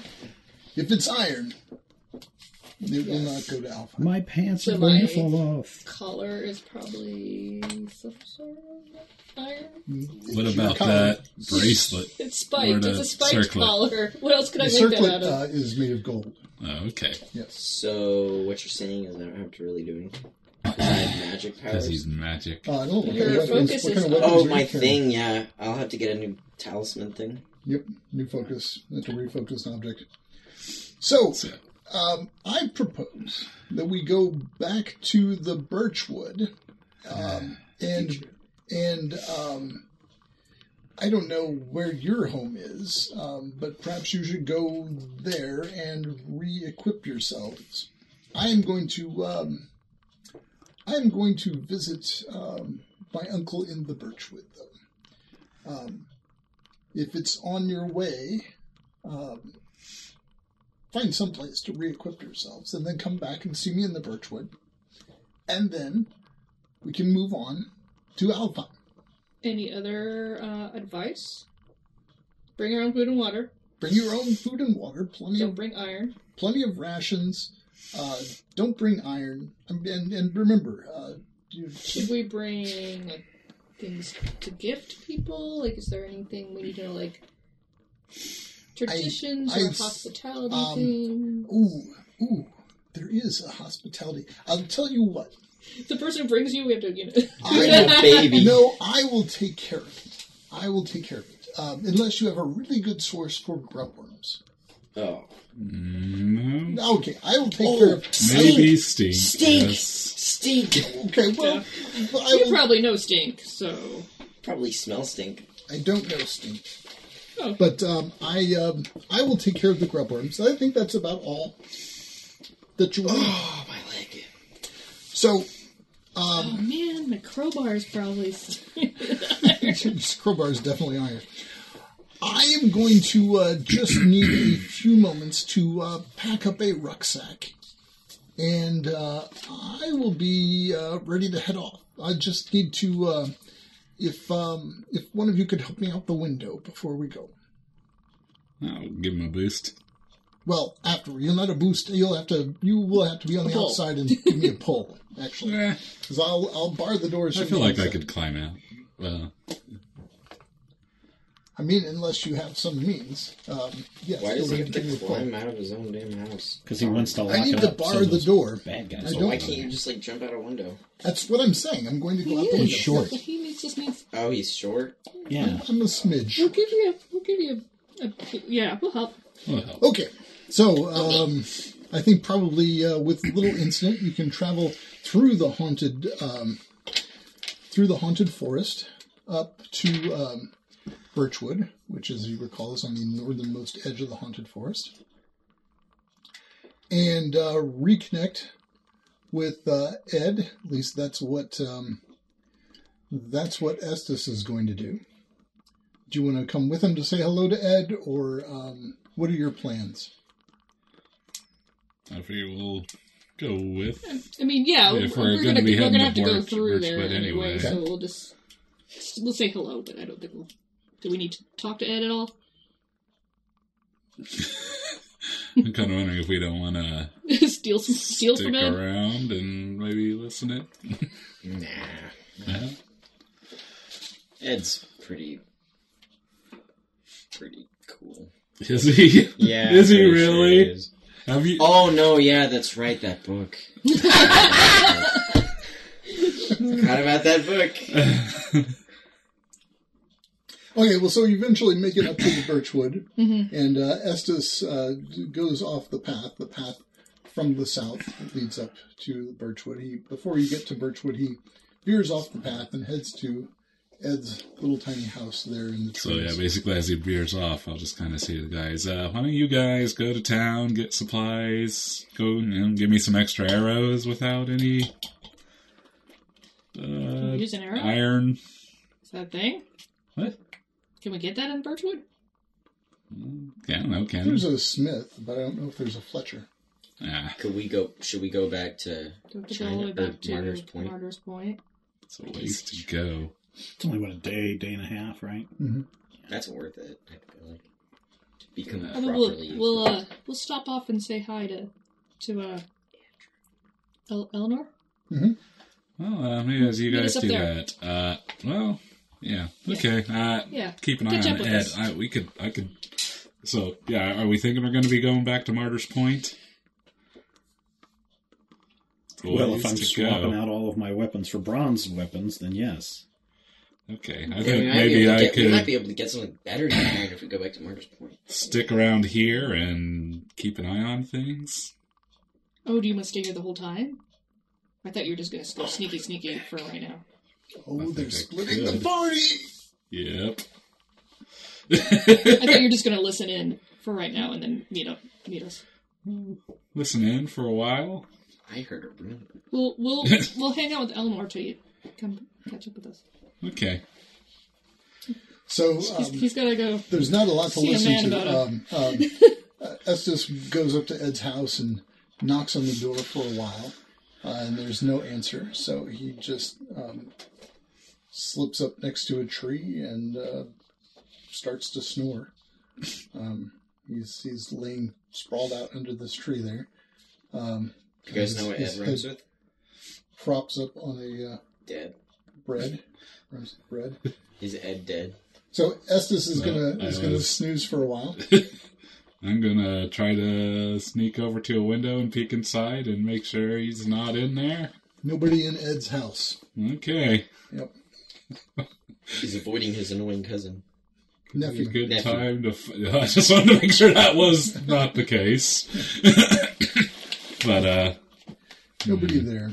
[SPEAKER 1] If it's iron, it will not go to alpha.
[SPEAKER 4] My pants
[SPEAKER 5] So
[SPEAKER 4] are going to
[SPEAKER 5] my-
[SPEAKER 4] fall off.
[SPEAKER 5] Collar is probably some sort of iron.
[SPEAKER 1] Mm,
[SPEAKER 2] What about
[SPEAKER 1] collar.
[SPEAKER 2] that bracelet?
[SPEAKER 5] It's spiked.
[SPEAKER 2] Or
[SPEAKER 5] It's
[SPEAKER 2] the
[SPEAKER 5] a spiked
[SPEAKER 2] circlet.
[SPEAKER 5] collar. What else could I
[SPEAKER 1] The
[SPEAKER 5] make that
[SPEAKER 1] circlet
[SPEAKER 5] out of?
[SPEAKER 1] uh, is made of gold.
[SPEAKER 2] Oh, okay.
[SPEAKER 1] Yes.
[SPEAKER 3] So what you're saying is I don't have to really do anything. 'Cause I have magic
[SPEAKER 2] Because he's
[SPEAKER 3] powers.
[SPEAKER 2] magic.
[SPEAKER 1] Uh, I don't know what
[SPEAKER 5] Your
[SPEAKER 1] kind of weapons.
[SPEAKER 5] focus
[SPEAKER 1] What
[SPEAKER 5] is
[SPEAKER 1] kind of
[SPEAKER 5] on-
[SPEAKER 1] weapons
[SPEAKER 3] Oh,
[SPEAKER 1] are you
[SPEAKER 3] my
[SPEAKER 1] carrying?
[SPEAKER 3] thing. Yeah, I'll have to get a new talisman thing.
[SPEAKER 1] Yep, new focus. That's a refocused object. So, um, I propose that we go back to the birchwood, um, and and um, I don't know where your home is, um, but perhaps you should go there and re-equip yourselves. I am going to um, I am going to visit um, my uncle in the birchwood, though Um, if it's on your way, um, find someplace to re-equip yourselves, and then come back and see me in the birchwood, and then we can move on to Alpine.
[SPEAKER 5] Any other uh, advice? Bring your own food and water.
[SPEAKER 1] Bring your own food and water, plenty
[SPEAKER 5] Don't
[SPEAKER 1] of
[SPEAKER 5] bring iron.
[SPEAKER 1] plenty of rations. Uh, don't bring iron, and and, and remember, uh, you,
[SPEAKER 5] Should we bring like things to gift people? Like, is there anything we need to know, like traditions
[SPEAKER 1] I-
[SPEAKER 5] or hospitality
[SPEAKER 1] um,
[SPEAKER 5] thing?
[SPEAKER 1] ooh ooh, there is a hospitality. I'll tell you what.
[SPEAKER 5] The person who brings you, we have to, you know.
[SPEAKER 1] I
[SPEAKER 3] Bring a baby.
[SPEAKER 1] No, I will take care of it. I will take care of it. Um, unless you have a really good source for grubworms.
[SPEAKER 3] Oh,
[SPEAKER 2] No.
[SPEAKER 1] Okay, I will take care of
[SPEAKER 2] Mm, Maybe stink.
[SPEAKER 3] Stink.
[SPEAKER 2] yes.
[SPEAKER 3] stink.
[SPEAKER 1] Okay, well, I,
[SPEAKER 5] You
[SPEAKER 1] will,
[SPEAKER 5] probably know stink, so
[SPEAKER 3] Probably smell stink.
[SPEAKER 1] I don't know stink.
[SPEAKER 5] Oh.
[SPEAKER 1] But um, I um, I will take care of the grubworms. I think that's about all that you want.
[SPEAKER 3] Oh my leg.
[SPEAKER 1] So,
[SPEAKER 5] Oh man, the crowbar is probably. s-
[SPEAKER 1] This crowbar is definitely iron. I am going to uh, just need a few moments to uh, pack up a rucksack, and uh, I will be uh, ready to head off. I just need to, uh, if um, if one of you could help me out the window before we go.
[SPEAKER 2] I'll give him a boost.
[SPEAKER 1] Well, after you'll not a boost. You'll have to. You will have to be on the
[SPEAKER 5] pull.
[SPEAKER 1] outside and give me a pull, actually,
[SPEAKER 2] Eh,
[SPEAKER 1] because I'll I'll bar the doors.
[SPEAKER 2] I
[SPEAKER 1] from
[SPEAKER 2] feel
[SPEAKER 1] the
[SPEAKER 2] like I
[SPEAKER 1] inside.
[SPEAKER 2] could climb out. Well,
[SPEAKER 1] I mean, unless you have some means. Um, yes,
[SPEAKER 3] Why
[SPEAKER 1] you'll
[SPEAKER 3] does he
[SPEAKER 1] have
[SPEAKER 3] have
[SPEAKER 1] to give me
[SPEAKER 3] to
[SPEAKER 1] a pull.
[SPEAKER 3] climb out of his own damn house?
[SPEAKER 4] Because he wants to lock
[SPEAKER 1] I need
[SPEAKER 4] it
[SPEAKER 1] to
[SPEAKER 4] up
[SPEAKER 1] bar
[SPEAKER 4] so
[SPEAKER 1] the
[SPEAKER 4] those
[SPEAKER 1] door.
[SPEAKER 4] Bad
[SPEAKER 1] I
[SPEAKER 4] guys.
[SPEAKER 1] don't-
[SPEAKER 4] don't
[SPEAKER 3] Why
[SPEAKER 4] come
[SPEAKER 3] can't you
[SPEAKER 4] in.
[SPEAKER 3] just like jump out a window?
[SPEAKER 1] That's what I'm saying. I'm going to go out the
[SPEAKER 5] He
[SPEAKER 1] window.
[SPEAKER 5] is.
[SPEAKER 4] short.
[SPEAKER 5] But he needs, just needs.
[SPEAKER 3] Oh, he's short.
[SPEAKER 4] Yeah.
[SPEAKER 1] I'm a smidge.
[SPEAKER 5] We'll give you. A, we'll give you. A, a, yeah, we'll help.
[SPEAKER 2] we'll help.
[SPEAKER 1] Okay, so um, I think probably uh, with little incident, you can travel through the haunted um, through the haunted forest up to um, Birchwood, which, as you recall, is on the northernmost edge of the haunted forest, and uh, reconnect with uh, Ed. At least that's what um, that's what Estes is going to do. Do you want to come with him to say hello to Ed, or um, what are your plans?
[SPEAKER 2] I figure we'll go with.
[SPEAKER 5] I mean, yeah,
[SPEAKER 2] Yeah,
[SPEAKER 5] we're,
[SPEAKER 2] if we're
[SPEAKER 5] we're
[SPEAKER 2] gonna
[SPEAKER 5] gonna,
[SPEAKER 2] be
[SPEAKER 5] we're
[SPEAKER 2] heading
[SPEAKER 5] gonna have to go
[SPEAKER 2] towards
[SPEAKER 5] through
[SPEAKER 2] Birchwood
[SPEAKER 5] there anyway,
[SPEAKER 2] anyway.
[SPEAKER 5] so we'll just we'll say hello. But I don't think we'll. Do we need to talk to Ed at all?
[SPEAKER 2] I'm kind of wondering if we don't want to
[SPEAKER 5] steal some steal
[SPEAKER 2] stick
[SPEAKER 5] from Ed.
[SPEAKER 2] around and maybe listen it.
[SPEAKER 3] Nah.
[SPEAKER 2] Uh-huh.
[SPEAKER 3] Ed's pretty. pretty cool.
[SPEAKER 2] Is he?
[SPEAKER 3] Yeah.
[SPEAKER 2] Is he
[SPEAKER 3] pretty sure
[SPEAKER 2] really?
[SPEAKER 3] he is.
[SPEAKER 2] Have you?
[SPEAKER 3] Oh no, yeah, that's right, that book. Forgot about that book.
[SPEAKER 5] Oh.
[SPEAKER 1] Okay, well, so you eventually make it up to the birchwood,
[SPEAKER 5] Mhm.
[SPEAKER 1] and uh, Estes uh, goes off the path. The path from the south leads up to the birchwood. He, before you get to birchwood, he veers off the path and heads to Ed's little tiny house there in the
[SPEAKER 2] So
[SPEAKER 1] trees.
[SPEAKER 2] yeah, basically as he veers off, I'll just kind of say to the guys, uh, "Why don't you guys go to town, get supplies, go and give me some extra arrows without any
[SPEAKER 5] Can we
[SPEAKER 2] uh,
[SPEAKER 5] use an arrow?
[SPEAKER 2] iron?
[SPEAKER 5] Is that a thing?
[SPEAKER 2] What?
[SPEAKER 5] Can we get that in Birchwood?
[SPEAKER 2] Yeah, I don't know, can
[SPEAKER 1] There's a Smith, but I don't know if there's a Fletcher.
[SPEAKER 2] ah,
[SPEAKER 3] Could we go? Should we go back to?
[SPEAKER 5] Do we have to go
[SPEAKER 3] China-
[SPEAKER 5] all the way back
[SPEAKER 3] or
[SPEAKER 5] to
[SPEAKER 3] Martyrs Point.
[SPEAKER 5] Martyrs Point?
[SPEAKER 2] it's a ways to go.
[SPEAKER 4] It's only what a day, day and a half, right?
[SPEAKER 3] That's worth it. I feel like to become
[SPEAKER 5] I mean, we'll
[SPEAKER 3] properly.
[SPEAKER 5] we'll uh, we'll stop off and say hi to to uh El- Eleanor.
[SPEAKER 2] Well, uh, maybe as you
[SPEAKER 5] Meet
[SPEAKER 2] guys
[SPEAKER 5] us up
[SPEAKER 2] do
[SPEAKER 5] there.
[SPEAKER 2] that, uh, well, yeah, okay. Uh,
[SPEAKER 5] Yeah,
[SPEAKER 2] keep an
[SPEAKER 5] Catch
[SPEAKER 2] eye
[SPEAKER 5] up
[SPEAKER 2] on
[SPEAKER 5] with
[SPEAKER 2] Ed.
[SPEAKER 5] us.
[SPEAKER 2] I, we could, I could. So yeah, are we thinking we're going to be going back to Martyr's Point?
[SPEAKER 4] Well, if
[SPEAKER 2] Ways
[SPEAKER 4] I'm
[SPEAKER 2] to
[SPEAKER 4] swapping
[SPEAKER 2] go.
[SPEAKER 4] out all of my weapons for bronze weapons, then yes.
[SPEAKER 2] Okay, I
[SPEAKER 3] Yeah,
[SPEAKER 2] think
[SPEAKER 3] we might be able
[SPEAKER 2] maybe
[SPEAKER 3] to
[SPEAKER 2] I
[SPEAKER 3] get- We might
[SPEAKER 2] could
[SPEAKER 3] be able to get something better than iron if we go back to Martyrs Point.
[SPEAKER 2] stick around here and keep an eye on things.
[SPEAKER 5] Oh, do you want to stay here the whole time? I thought you were just gonna go sneaky, sneaky for right now.
[SPEAKER 1] Oh,
[SPEAKER 2] think I
[SPEAKER 1] they're splitting
[SPEAKER 2] could.
[SPEAKER 1] the party!
[SPEAKER 2] Yep.
[SPEAKER 5] I thought you were just gonna listen in for right now and then meet up, meet us.
[SPEAKER 2] Listen in for a while.
[SPEAKER 3] I heard a rumor.
[SPEAKER 5] We'll we'll we'll hang out with Eleanor till you come catch up with us.
[SPEAKER 2] Okay.
[SPEAKER 1] So
[SPEAKER 5] He's,
[SPEAKER 1] um,
[SPEAKER 5] he's gotta go.
[SPEAKER 1] there's not a lot to
[SPEAKER 5] See a
[SPEAKER 1] listen
[SPEAKER 5] man
[SPEAKER 1] to.
[SPEAKER 5] about
[SPEAKER 1] Um, um, uh, Estes goes up to Ed's house and knocks on the door for a while, uh, and there's no answer. So he just um, slips up next to a tree and uh, starts to snore. Um, he's he's laying sprawled out under this tree there. Um,
[SPEAKER 3] You guys know what
[SPEAKER 1] his
[SPEAKER 3] Ed rhymes
[SPEAKER 1] head
[SPEAKER 3] with?
[SPEAKER 1] props up on a uh,
[SPEAKER 3] Dead.
[SPEAKER 1] bread, rhymes with bread.
[SPEAKER 3] Is Ed dead?
[SPEAKER 1] So Estes is gonna
[SPEAKER 2] I
[SPEAKER 1] is gonna
[SPEAKER 2] was-
[SPEAKER 1] snooze for a while.
[SPEAKER 2] I'm gonna try to sneak over to a window and peek inside and make sure he's not in there.
[SPEAKER 1] Nobody in Ed's house.
[SPEAKER 2] Okay.
[SPEAKER 1] Yep.
[SPEAKER 3] He's avoiding his annoying cousin.
[SPEAKER 2] It's a
[SPEAKER 1] Nephew.
[SPEAKER 2] good
[SPEAKER 3] Nephew.
[SPEAKER 2] time to. F- I just wanted to make sure that was not the case. but uh,
[SPEAKER 1] Nobody there.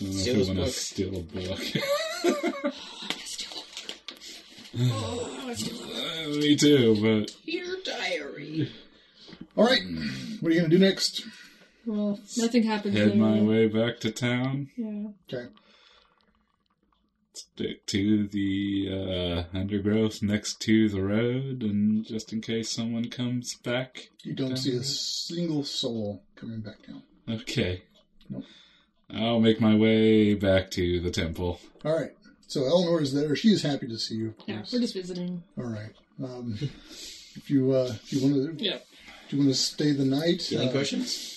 [SPEAKER 2] I don't know
[SPEAKER 3] Steal
[SPEAKER 2] if we
[SPEAKER 3] his
[SPEAKER 2] want to
[SPEAKER 3] book.
[SPEAKER 2] steal a book. Uh, me too, but
[SPEAKER 3] Your diary.
[SPEAKER 1] All right. What are you gonna do next?
[SPEAKER 5] Well, nothing happens.
[SPEAKER 2] head my
[SPEAKER 5] anyway.
[SPEAKER 2] way back to town.
[SPEAKER 5] Yeah.
[SPEAKER 1] Okay.
[SPEAKER 2] Stick to the uh, undergrowth next to the road, and just in case someone comes back.
[SPEAKER 1] You don't see a single soul coming back down.
[SPEAKER 2] Okay.
[SPEAKER 1] Nope.
[SPEAKER 2] I'll make my way back to the temple.
[SPEAKER 1] All right. So Eleanor is there. She is happy to see you. of
[SPEAKER 5] Yeah,
[SPEAKER 1] course.
[SPEAKER 5] we're just visiting.
[SPEAKER 1] All right. Um, if you uh, if you want to
[SPEAKER 5] Yeah.
[SPEAKER 1] do you want to stay the night?
[SPEAKER 3] Healing
[SPEAKER 1] Uh,
[SPEAKER 3] potions?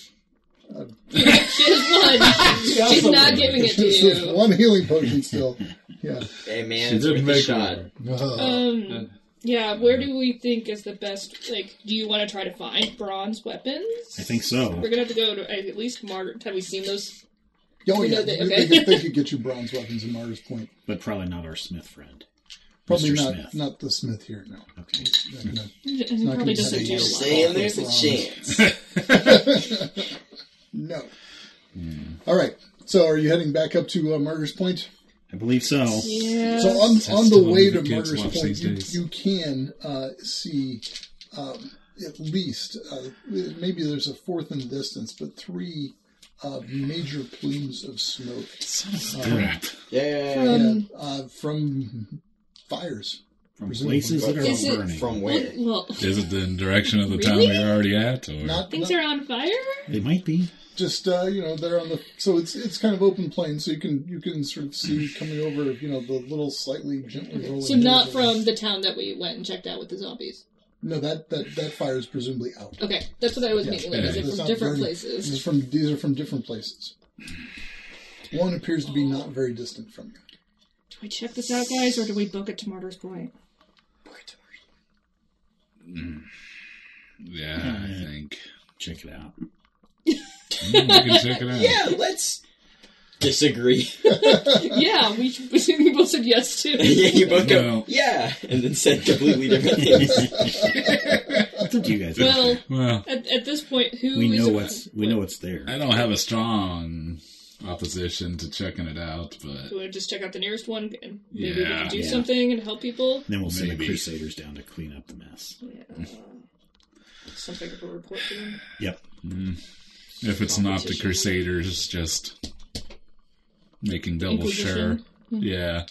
[SPEAKER 5] She has one.
[SPEAKER 1] yeah,
[SPEAKER 5] She's
[SPEAKER 1] so-
[SPEAKER 5] not giving it to uh,
[SPEAKER 1] Just
[SPEAKER 5] you.
[SPEAKER 1] One healing potion still. Yeah.
[SPEAKER 3] Hey man,
[SPEAKER 2] She
[SPEAKER 3] it's
[SPEAKER 2] didn't
[SPEAKER 3] worth a
[SPEAKER 2] make
[SPEAKER 3] shot.
[SPEAKER 2] that.
[SPEAKER 1] Uh,
[SPEAKER 5] Um, yeah, where do we think is the best? Like, do you want to try to find bronze weapons?
[SPEAKER 4] I think so.
[SPEAKER 5] We're gonna have to go to at least Martyr. Have we seen those?
[SPEAKER 1] oh
[SPEAKER 5] we
[SPEAKER 1] yeah.
[SPEAKER 5] know that-
[SPEAKER 1] They-
[SPEAKER 5] okay.
[SPEAKER 1] They, could, they could get you bronze weapons in Martyr's Point.
[SPEAKER 4] But probably not our Smith friend.
[SPEAKER 1] Probably
[SPEAKER 4] Mr.
[SPEAKER 1] not
[SPEAKER 4] Smith.
[SPEAKER 1] not the Smith here. No.
[SPEAKER 4] Okay.
[SPEAKER 1] No.
[SPEAKER 5] It
[SPEAKER 1] not gonna
[SPEAKER 5] probably doesn't
[SPEAKER 1] say
[SPEAKER 5] do a
[SPEAKER 1] yes.
[SPEAKER 5] lot.
[SPEAKER 3] Saying there's a chance.
[SPEAKER 1] No. All right. So are you heading back up to uh, Martyr's Point?
[SPEAKER 4] I believe so.
[SPEAKER 5] Yeah.
[SPEAKER 1] So oh, on, on
[SPEAKER 2] still
[SPEAKER 1] the
[SPEAKER 2] one
[SPEAKER 1] way
[SPEAKER 2] of the
[SPEAKER 1] to
[SPEAKER 2] kids
[SPEAKER 1] Murder's
[SPEAKER 2] watch
[SPEAKER 1] Point,
[SPEAKER 2] these
[SPEAKER 1] you,
[SPEAKER 2] days.
[SPEAKER 1] you can uh, see um, at least uh, maybe there's a fourth in the distance, but three uh, major plumes of smoke
[SPEAKER 2] Crap.
[SPEAKER 3] Yeah.
[SPEAKER 5] Um,
[SPEAKER 1] uh, from fires.
[SPEAKER 4] from
[SPEAKER 1] Presumably,
[SPEAKER 4] places
[SPEAKER 1] but
[SPEAKER 4] that
[SPEAKER 5] Is
[SPEAKER 4] are
[SPEAKER 5] it-
[SPEAKER 4] burning.
[SPEAKER 3] From where?
[SPEAKER 5] Well,
[SPEAKER 2] Is it the direction of the town
[SPEAKER 5] Really?
[SPEAKER 2] we were already at? Or
[SPEAKER 1] Not
[SPEAKER 5] things
[SPEAKER 1] not
[SPEAKER 5] are on fire.
[SPEAKER 4] They might be.
[SPEAKER 1] just uh, you know they're on the so it's it's kind of open plain, so you can you can sort of see coming over you know the little slightly gently rolling.
[SPEAKER 5] So not
[SPEAKER 1] hills.
[SPEAKER 5] from the town that we went and checked out with the zombies.
[SPEAKER 1] no that that that fire is presumably out.
[SPEAKER 5] Okay, that's what I was meaning. Like,
[SPEAKER 2] yeah,
[SPEAKER 5] is it
[SPEAKER 1] It's
[SPEAKER 5] from
[SPEAKER 1] not
[SPEAKER 5] different
[SPEAKER 1] burning. This
[SPEAKER 5] places?
[SPEAKER 1] is from these are from different places. One appears to be not very distant from you.
[SPEAKER 5] Do we check this out, guys, or do we book it to Martyr's Point?
[SPEAKER 2] yeah, I think.
[SPEAKER 4] Check it out.
[SPEAKER 2] Hmm, we can check it out.
[SPEAKER 3] Yeah, let's disagree.
[SPEAKER 5] yeah, we, we both said yes to.
[SPEAKER 3] yeah, you both go,
[SPEAKER 2] Well-
[SPEAKER 3] yeah, and then said completely different things.
[SPEAKER 4] That's up to you guys.
[SPEAKER 5] Well,
[SPEAKER 2] Well,
[SPEAKER 5] at, at this point, who
[SPEAKER 4] we
[SPEAKER 5] is
[SPEAKER 4] know
[SPEAKER 5] it-
[SPEAKER 4] what's we know what's there.
[SPEAKER 2] I don't have a strong opposition to checking it out,
[SPEAKER 5] Do
[SPEAKER 2] but
[SPEAKER 5] we just check out the nearest one and maybe we
[SPEAKER 2] Yeah.
[SPEAKER 5] can do
[SPEAKER 4] Yeah.
[SPEAKER 5] something and help people?
[SPEAKER 4] Then we'll send the
[SPEAKER 2] Maybe.
[SPEAKER 4] Crusaders down to clean up the mess.
[SPEAKER 5] Yeah. Something of a report to them.
[SPEAKER 4] Yep.
[SPEAKER 2] hmm. if it's not the
[SPEAKER 3] Competition.
[SPEAKER 2] Crusaders, just making double sure.
[SPEAKER 5] Inquisition.
[SPEAKER 2] Yeah.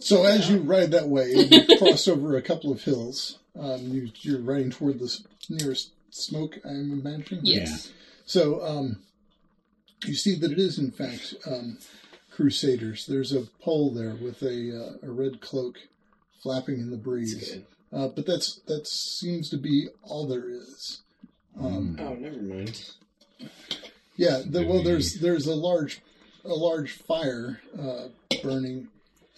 [SPEAKER 1] So as you ride that way, you cross over a couple of hills. Um, you, you're riding toward the s- nearest smoke. I'm imagining.
[SPEAKER 5] Yes.
[SPEAKER 1] So um, you see that it is, in fact, um, Crusaders. There's a pole there with a, uh, a red cloak flapping in the breeze.
[SPEAKER 3] good.
[SPEAKER 1] Uh, but that's that seems to be all there is. Um,
[SPEAKER 3] Oh, never mind.
[SPEAKER 1] Yeah. The, well, there's there's a large a large fire uh, burning,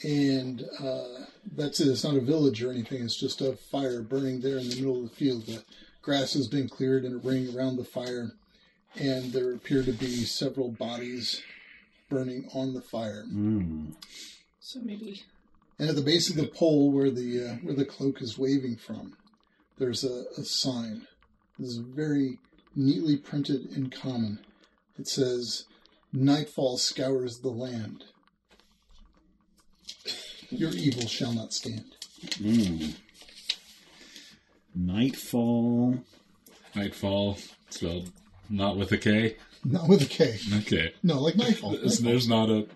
[SPEAKER 1] and uh, that's it. It's not a village or anything. It's just a fire burning there in the middle of the field. The grass has been cleared and a ring around the fire, and there appear to be several bodies burning on the fire.
[SPEAKER 4] Mm.
[SPEAKER 5] So maybe.
[SPEAKER 1] And at the base of the pole where the uh, where the cloak is waving from, there's a, a sign. This is very neatly printed in common. It says, "Nightfall scours the land. Your evil shall not stand."
[SPEAKER 4] Mm. Nightfall.
[SPEAKER 2] Nightfall, spelled not with a K.
[SPEAKER 1] Not with a K.
[SPEAKER 2] Okay.
[SPEAKER 1] No, like nightfall.
[SPEAKER 2] There's,
[SPEAKER 1] Nightfall.
[SPEAKER 2] there's not a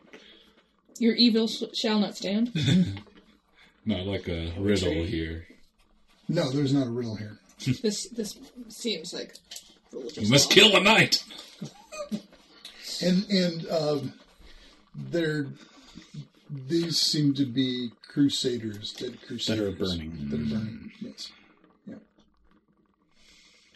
[SPEAKER 5] Your evil sh- shall not stand.
[SPEAKER 2] not like a riddle here.
[SPEAKER 1] No, there's not a riddle here.
[SPEAKER 5] this this seems like religious.
[SPEAKER 2] You must
[SPEAKER 5] law.
[SPEAKER 2] kill a knight.
[SPEAKER 1] And and um, there, these seem to be crusaders, dead crusaders
[SPEAKER 4] burning.
[SPEAKER 1] That are burning. Yes.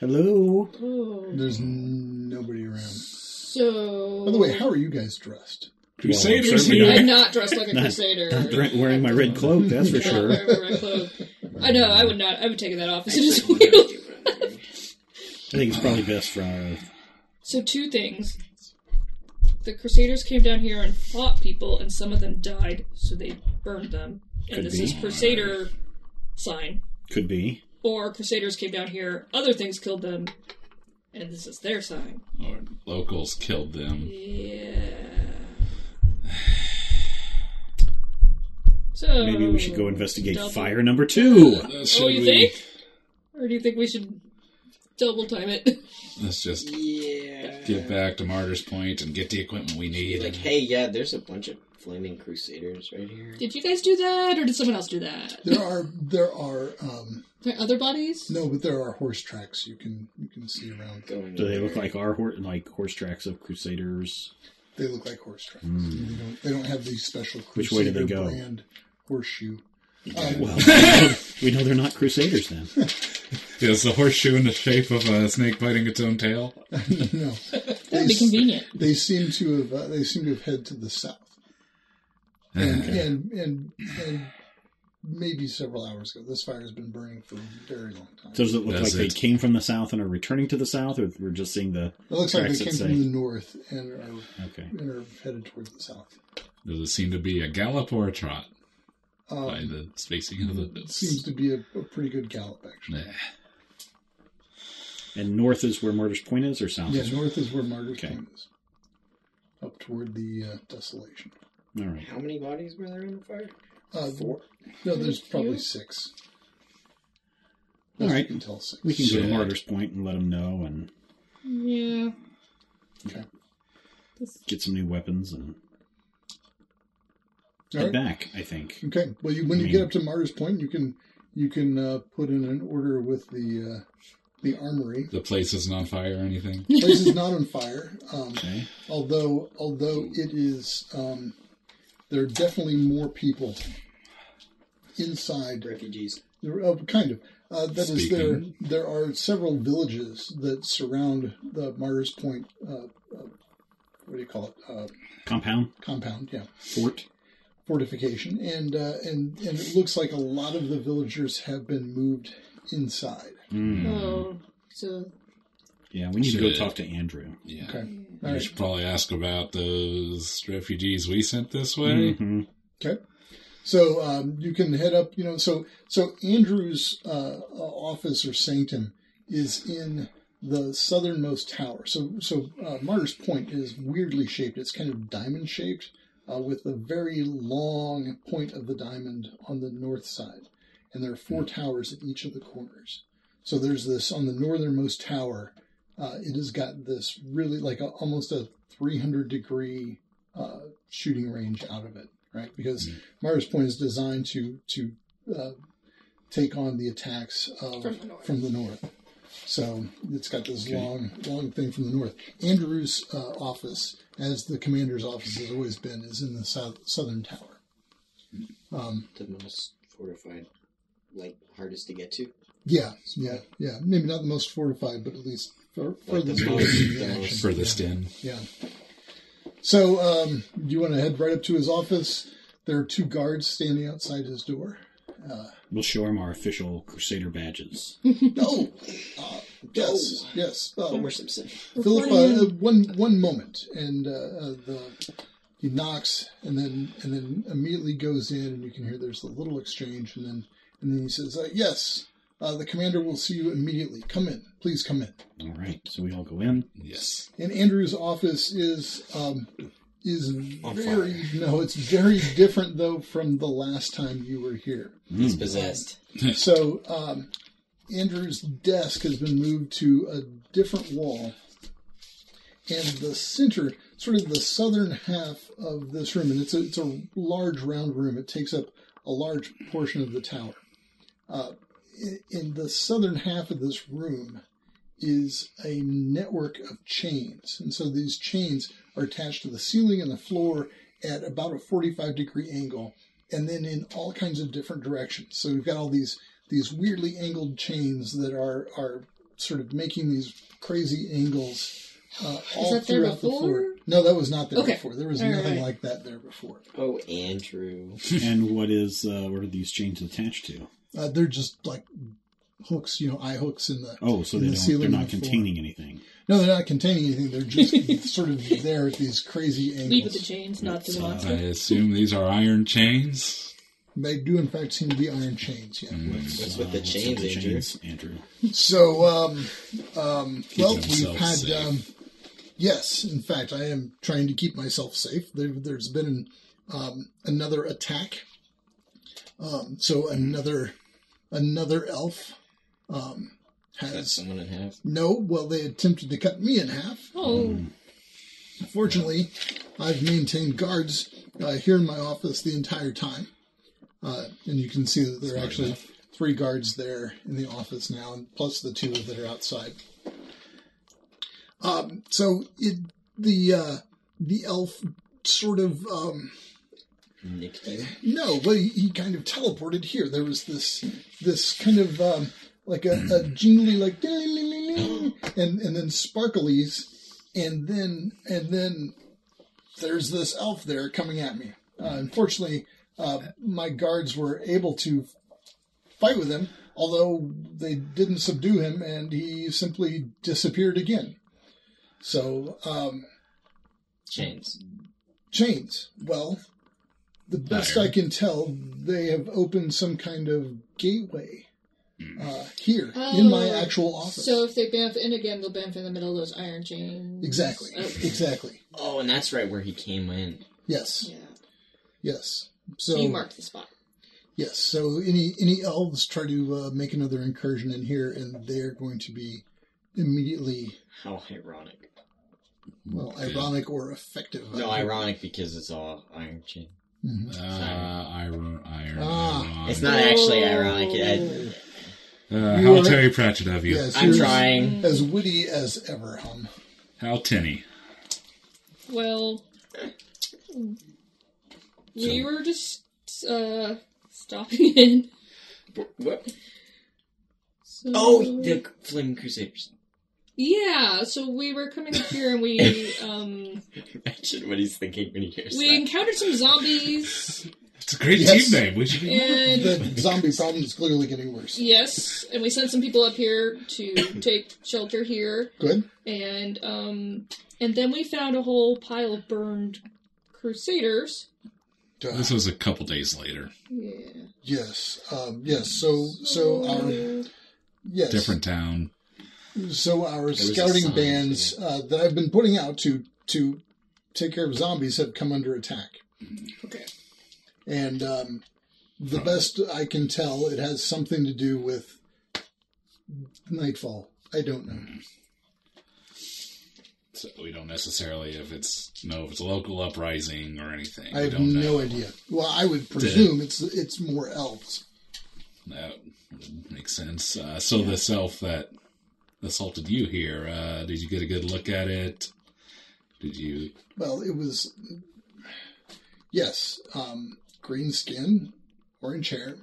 [SPEAKER 4] Hello.
[SPEAKER 5] Oh.
[SPEAKER 1] There's n- nobody around.
[SPEAKER 5] So.
[SPEAKER 1] By the way, how are you guys dressed?
[SPEAKER 2] Crusaders
[SPEAKER 4] certainly
[SPEAKER 2] here.
[SPEAKER 5] I'm not dressed like a crusader.
[SPEAKER 4] Dre- Wearing my red cloak, that's for
[SPEAKER 5] Not
[SPEAKER 4] sure.
[SPEAKER 5] wearing my clothes. I know. I would not. I would take that off. It's just
[SPEAKER 3] Wouldn't
[SPEAKER 5] weird.
[SPEAKER 3] do what I'm doing.
[SPEAKER 4] I think it's probably best for uh, our
[SPEAKER 5] So two things. The Crusaders came down here and fought people, and some of them died, so they burned them. And
[SPEAKER 4] Could
[SPEAKER 5] this
[SPEAKER 4] be.
[SPEAKER 5] is Crusader sign.
[SPEAKER 4] could be.
[SPEAKER 5] Or Crusaders came down here, other things killed them, and this is their sign.
[SPEAKER 2] Or locals killed them.
[SPEAKER 5] Yeah. So
[SPEAKER 4] Maybe we should go investigate
[SPEAKER 5] double-
[SPEAKER 4] fire number two.
[SPEAKER 2] Uh,
[SPEAKER 5] Oh,
[SPEAKER 2] should
[SPEAKER 5] you
[SPEAKER 2] we-
[SPEAKER 5] think? Or do you think we should double time it?
[SPEAKER 2] Let's just
[SPEAKER 3] Yeah.
[SPEAKER 2] get back to Martyr's Point and get the equipment we need.
[SPEAKER 3] Like, hey, yeah, there's a bunch of flaming crusaders right here.
[SPEAKER 5] did you guys do that, or did someone else do that?
[SPEAKER 1] There are there are um,
[SPEAKER 5] There are other bodies?
[SPEAKER 1] no, but there are horse tracks you can you can see around.
[SPEAKER 3] Going
[SPEAKER 4] Do they look
[SPEAKER 3] there.
[SPEAKER 4] like our hor- like horse tracks of crusaders?
[SPEAKER 1] They look like horse tracks. They don't they don't have the special
[SPEAKER 4] Hmm. Which way do they
[SPEAKER 1] Crusader
[SPEAKER 4] go?
[SPEAKER 1] brand horseshoe. Um,
[SPEAKER 4] Well, we know- we know they're not crusaders then.
[SPEAKER 2] Is the horseshoe in the shape of a snake biting its own tail?
[SPEAKER 1] no,
[SPEAKER 5] That would be convenient.
[SPEAKER 1] they seem to have uh, they seem to have head to the south, and and, and and maybe several hours ago. This fire has been burning for a very long time.
[SPEAKER 4] So does it look
[SPEAKER 2] That's
[SPEAKER 4] like they
[SPEAKER 2] it.
[SPEAKER 4] came from the south and are returning to the south, or we're just seeing the
[SPEAKER 1] it looks like they
[SPEAKER 4] tracks
[SPEAKER 1] came
[SPEAKER 4] that say-
[SPEAKER 1] from the north and are
[SPEAKER 4] Okay.
[SPEAKER 1] and are headed towards the south.
[SPEAKER 2] Does it seem to be a gallop or a trot
[SPEAKER 1] Um,
[SPEAKER 2] by the spacing of the
[SPEAKER 1] seems to be a, a pretty good gallop actually.
[SPEAKER 2] Nah.
[SPEAKER 4] And north is where Martyr's Point is, or south?
[SPEAKER 1] Yeah,
[SPEAKER 4] is
[SPEAKER 1] north is where Margaret
[SPEAKER 4] Okay.
[SPEAKER 1] Point is. Up toward the uh, desolation.
[SPEAKER 4] All right.
[SPEAKER 3] How many bodies were there in the fire?
[SPEAKER 1] Uh, No, there's probably six.
[SPEAKER 4] All
[SPEAKER 1] Best
[SPEAKER 4] right.
[SPEAKER 1] You can tell six.
[SPEAKER 4] We can go
[SPEAKER 2] Shit.
[SPEAKER 4] to Martyr's Point and let them know and
[SPEAKER 5] Yeah.
[SPEAKER 1] Okay.
[SPEAKER 5] This-
[SPEAKER 4] get some new weapons and
[SPEAKER 1] All
[SPEAKER 4] the
[SPEAKER 1] right.
[SPEAKER 4] back, I think.
[SPEAKER 1] Okay. Well, you when you get up to Martyrs Point, you can you can uh, put in an order with the uh, the armory.
[SPEAKER 2] The place isn't on fire or anything.
[SPEAKER 1] The place is not on fire. Um,
[SPEAKER 4] Okay.
[SPEAKER 1] although although it is um, there are definitely more people inside
[SPEAKER 3] Refugees.
[SPEAKER 1] there- oh, kind of uh, that is there
[SPEAKER 2] Speaking.
[SPEAKER 1] there are several villages that surround the martyrs point uh, uh, what do you call it uh,
[SPEAKER 4] Compound,
[SPEAKER 1] compound yeah
[SPEAKER 4] fort.
[SPEAKER 1] fortification and uh, and and it looks like a lot of the villagers have been moved inside
[SPEAKER 5] Oh, so
[SPEAKER 4] Hmm. Yeah, we need to go
[SPEAKER 2] Shit.
[SPEAKER 4] talk to Andrew.
[SPEAKER 2] Yeah.
[SPEAKER 1] okay all
[SPEAKER 2] You
[SPEAKER 1] right
[SPEAKER 2] should probably ask about those refugees we sent this way.
[SPEAKER 4] Mhm.
[SPEAKER 1] Okay. So um, you can head up, you know. So so Andrew's uh, office or sanctum is in the southernmost tower. So so uh, Martyr's Point is weirdly shaped. It's kind of diamond shaped, uh, with a very long point of the diamond on the north side, and there are four towers at each of the corners. So there's this on the northernmost tower. Uh, it has got this really like a, almost a 300 degree uh, shooting range out of it, right? Because Mars Point is designed to to uh, take on the attacks of,
[SPEAKER 5] From the north.
[SPEAKER 1] from the north. So it's got this long long thing from the north. Andrew's uh, office, as the commander's office has always been, is in the south, southern tower.
[SPEAKER 3] The most fortified, like, hardest to get to.
[SPEAKER 1] Yeah, yeah, yeah. Maybe not the most fortified, but at least fur- furthest away from the action.
[SPEAKER 2] For this den.
[SPEAKER 1] Yeah. So, um, you want to head right up to his office? There are two guards standing outside his door.
[SPEAKER 4] We'll show him our official Crusader badges.
[SPEAKER 1] No. Uh, yes. Yes. Uh,
[SPEAKER 3] Homer Simpson.
[SPEAKER 1] Philip, uh, one one moment, and uh, uh, the he knocks, and then and then immediately goes in, and you can hear there's a little exchange, and then and then he says, uh, "Yes, uh, the commander will see you immediately. Come in, please come in."
[SPEAKER 4] All right, so we all go in.
[SPEAKER 2] Yes.
[SPEAKER 1] And Andrew's office is um, is
[SPEAKER 3] On
[SPEAKER 1] very no, it's very different though from the last time you were here.
[SPEAKER 4] Hmm.
[SPEAKER 3] He's possessed.
[SPEAKER 1] So um, Andrew's desk has been moved to a different wall, and the center, sort of the southern half of this room, and it's a, it's a large round room. It takes up a large portion of the tower. Uh, i- in the southern half of this room is a network of chains, and so these chains are attached to the ceiling and the floor at about a 45 degree angle and then in all kinds of different directions. So we've got all these these weirdly angled chains that are are sort of making these crazy angles uh, all
[SPEAKER 5] that there
[SPEAKER 1] throughout the floor.
[SPEAKER 5] before?
[SPEAKER 1] No, that was not there
[SPEAKER 5] Okay.
[SPEAKER 1] before. There was
[SPEAKER 5] All
[SPEAKER 1] nothing
[SPEAKER 5] right.
[SPEAKER 1] like that there before.
[SPEAKER 3] Oh, Andrew.
[SPEAKER 4] and what is uh, what are these chains attached to?
[SPEAKER 1] Uh, they're just like hooks, you know, eye hooks in the
[SPEAKER 4] Oh, so
[SPEAKER 1] in
[SPEAKER 4] they
[SPEAKER 1] the
[SPEAKER 4] don't,
[SPEAKER 1] ceiling
[SPEAKER 4] they're
[SPEAKER 1] and
[SPEAKER 4] not
[SPEAKER 1] the floor.
[SPEAKER 4] containing anything.
[SPEAKER 1] No, they're not containing anything. They're just sort of there at these crazy angles.
[SPEAKER 5] leave with the chains, not to the
[SPEAKER 2] I
[SPEAKER 5] monster.
[SPEAKER 2] assume these are iron chains.
[SPEAKER 1] They do, in fact, seem to be iron chains. Yeah.
[SPEAKER 4] Mm.
[SPEAKER 3] What's with the
[SPEAKER 4] What's
[SPEAKER 3] chains,
[SPEAKER 4] with uh, the
[SPEAKER 3] Andrew?
[SPEAKER 4] chains, Andrew?
[SPEAKER 1] So, um, um, well, we've
[SPEAKER 2] himself
[SPEAKER 1] had,
[SPEAKER 2] safe.
[SPEAKER 1] um, yes, in fact, I am trying to keep myself safe. There, there's been an, um, another attack. Um, so
[SPEAKER 4] Mm-hmm.
[SPEAKER 1] another, another elf, um,
[SPEAKER 3] Cut
[SPEAKER 1] has
[SPEAKER 3] someone in half.
[SPEAKER 1] no, well, they attempted to cut me in half.
[SPEAKER 5] Oh,
[SPEAKER 1] Fortunately, I've maintained guards uh, here in my office the entire time. Uh, and you can see that there are actually three guards there in the office now, and plus the two that are outside. Um, so it, the uh, the elf sort of um,
[SPEAKER 3] Nicked you.
[SPEAKER 1] no, but he, he kind of teleported here. There was this this kind of um, like a, a jingly like ding, ding, ding, ding, and and then sparklies, and then and then there's this elf there coming at me. Uh, unfortunately, uh, my guards were able to fight with him, although they didn't subdue him, and he simply disappeared again. So um,
[SPEAKER 3] Chains.
[SPEAKER 1] chains. Well, the best I can tell, they have opened some kind of gateway uh, here in my
[SPEAKER 5] Oh,
[SPEAKER 1] actual office.
[SPEAKER 5] so if they bamf in again, they'll bamf in the middle of those iron chains.
[SPEAKER 1] exactly,
[SPEAKER 5] Okay.
[SPEAKER 1] exactly.
[SPEAKER 3] Oh, and that's right where he came in.
[SPEAKER 1] Yes,
[SPEAKER 5] Yeah.
[SPEAKER 1] yes. So
[SPEAKER 5] you marked the spot.
[SPEAKER 1] yes, so any any elves try to uh, make another incursion in here, and they're going to be immediately
[SPEAKER 3] How ironic.
[SPEAKER 1] well ironic or effective. Uh, mm-hmm.
[SPEAKER 3] No, ironic because it's all iron chain.
[SPEAKER 2] Uh, iron, iron,
[SPEAKER 1] Ah.
[SPEAKER 3] It's not actually ironic. I,
[SPEAKER 2] Uh,
[SPEAKER 1] You
[SPEAKER 2] how
[SPEAKER 1] are-
[SPEAKER 2] Terry Pratchett of you?
[SPEAKER 1] Yes,
[SPEAKER 3] I'm
[SPEAKER 1] you're
[SPEAKER 3] trying.
[SPEAKER 1] As witty as ever, um, hum.
[SPEAKER 2] How tinny?
[SPEAKER 5] Well, we were just uh stopping in.
[SPEAKER 3] What?
[SPEAKER 5] So,
[SPEAKER 3] Oh, the Flame Crusaders.
[SPEAKER 5] yeah. So we were coming up here and we um
[SPEAKER 3] Imagine what he's thinking when he hears
[SPEAKER 5] we encountered some zombies
[SPEAKER 2] It's a great
[SPEAKER 1] Yes.
[SPEAKER 2] team name. We should be.
[SPEAKER 5] and
[SPEAKER 1] The zombie problem is clearly getting worse.
[SPEAKER 5] yes, and we sent some people up here to take shelter here
[SPEAKER 1] Good.
[SPEAKER 5] and um and then we found a whole pile of burned crusaders.
[SPEAKER 1] Duh.
[SPEAKER 2] This was a couple days later.
[SPEAKER 5] Yeah.
[SPEAKER 1] Yes. Um, yes. So, so um, our yes.
[SPEAKER 2] Different town.
[SPEAKER 1] So our
[SPEAKER 3] was a
[SPEAKER 1] scouting
[SPEAKER 3] sign,
[SPEAKER 1] bands uh, that I've been putting out to to take care of zombies have come under attack,
[SPEAKER 5] Okay.
[SPEAKER 1] and um, the best I can tell, it has something to do with nightfall. I don't know.
[SPEAKER 2] Mm, So we don't necessarily if it's know if it's a local uprising or anything.
[SPEAKER 1] I
[SPEAKER 2] we
[SPEAKER 1] have
[SPEAKER 2] don't
[SPEAKER 1] no
[SPEAKER 2] know.
[SPEAKER 1] idea. Well, I would presume it's it's more elves.
[SPEAKER 2] That would make sense. Uh, so this elf that assaulted you here, uh, did you get a good look at it? Did you?
[SPEAKER 1] Well, it was yes, um, green skin, orange hair.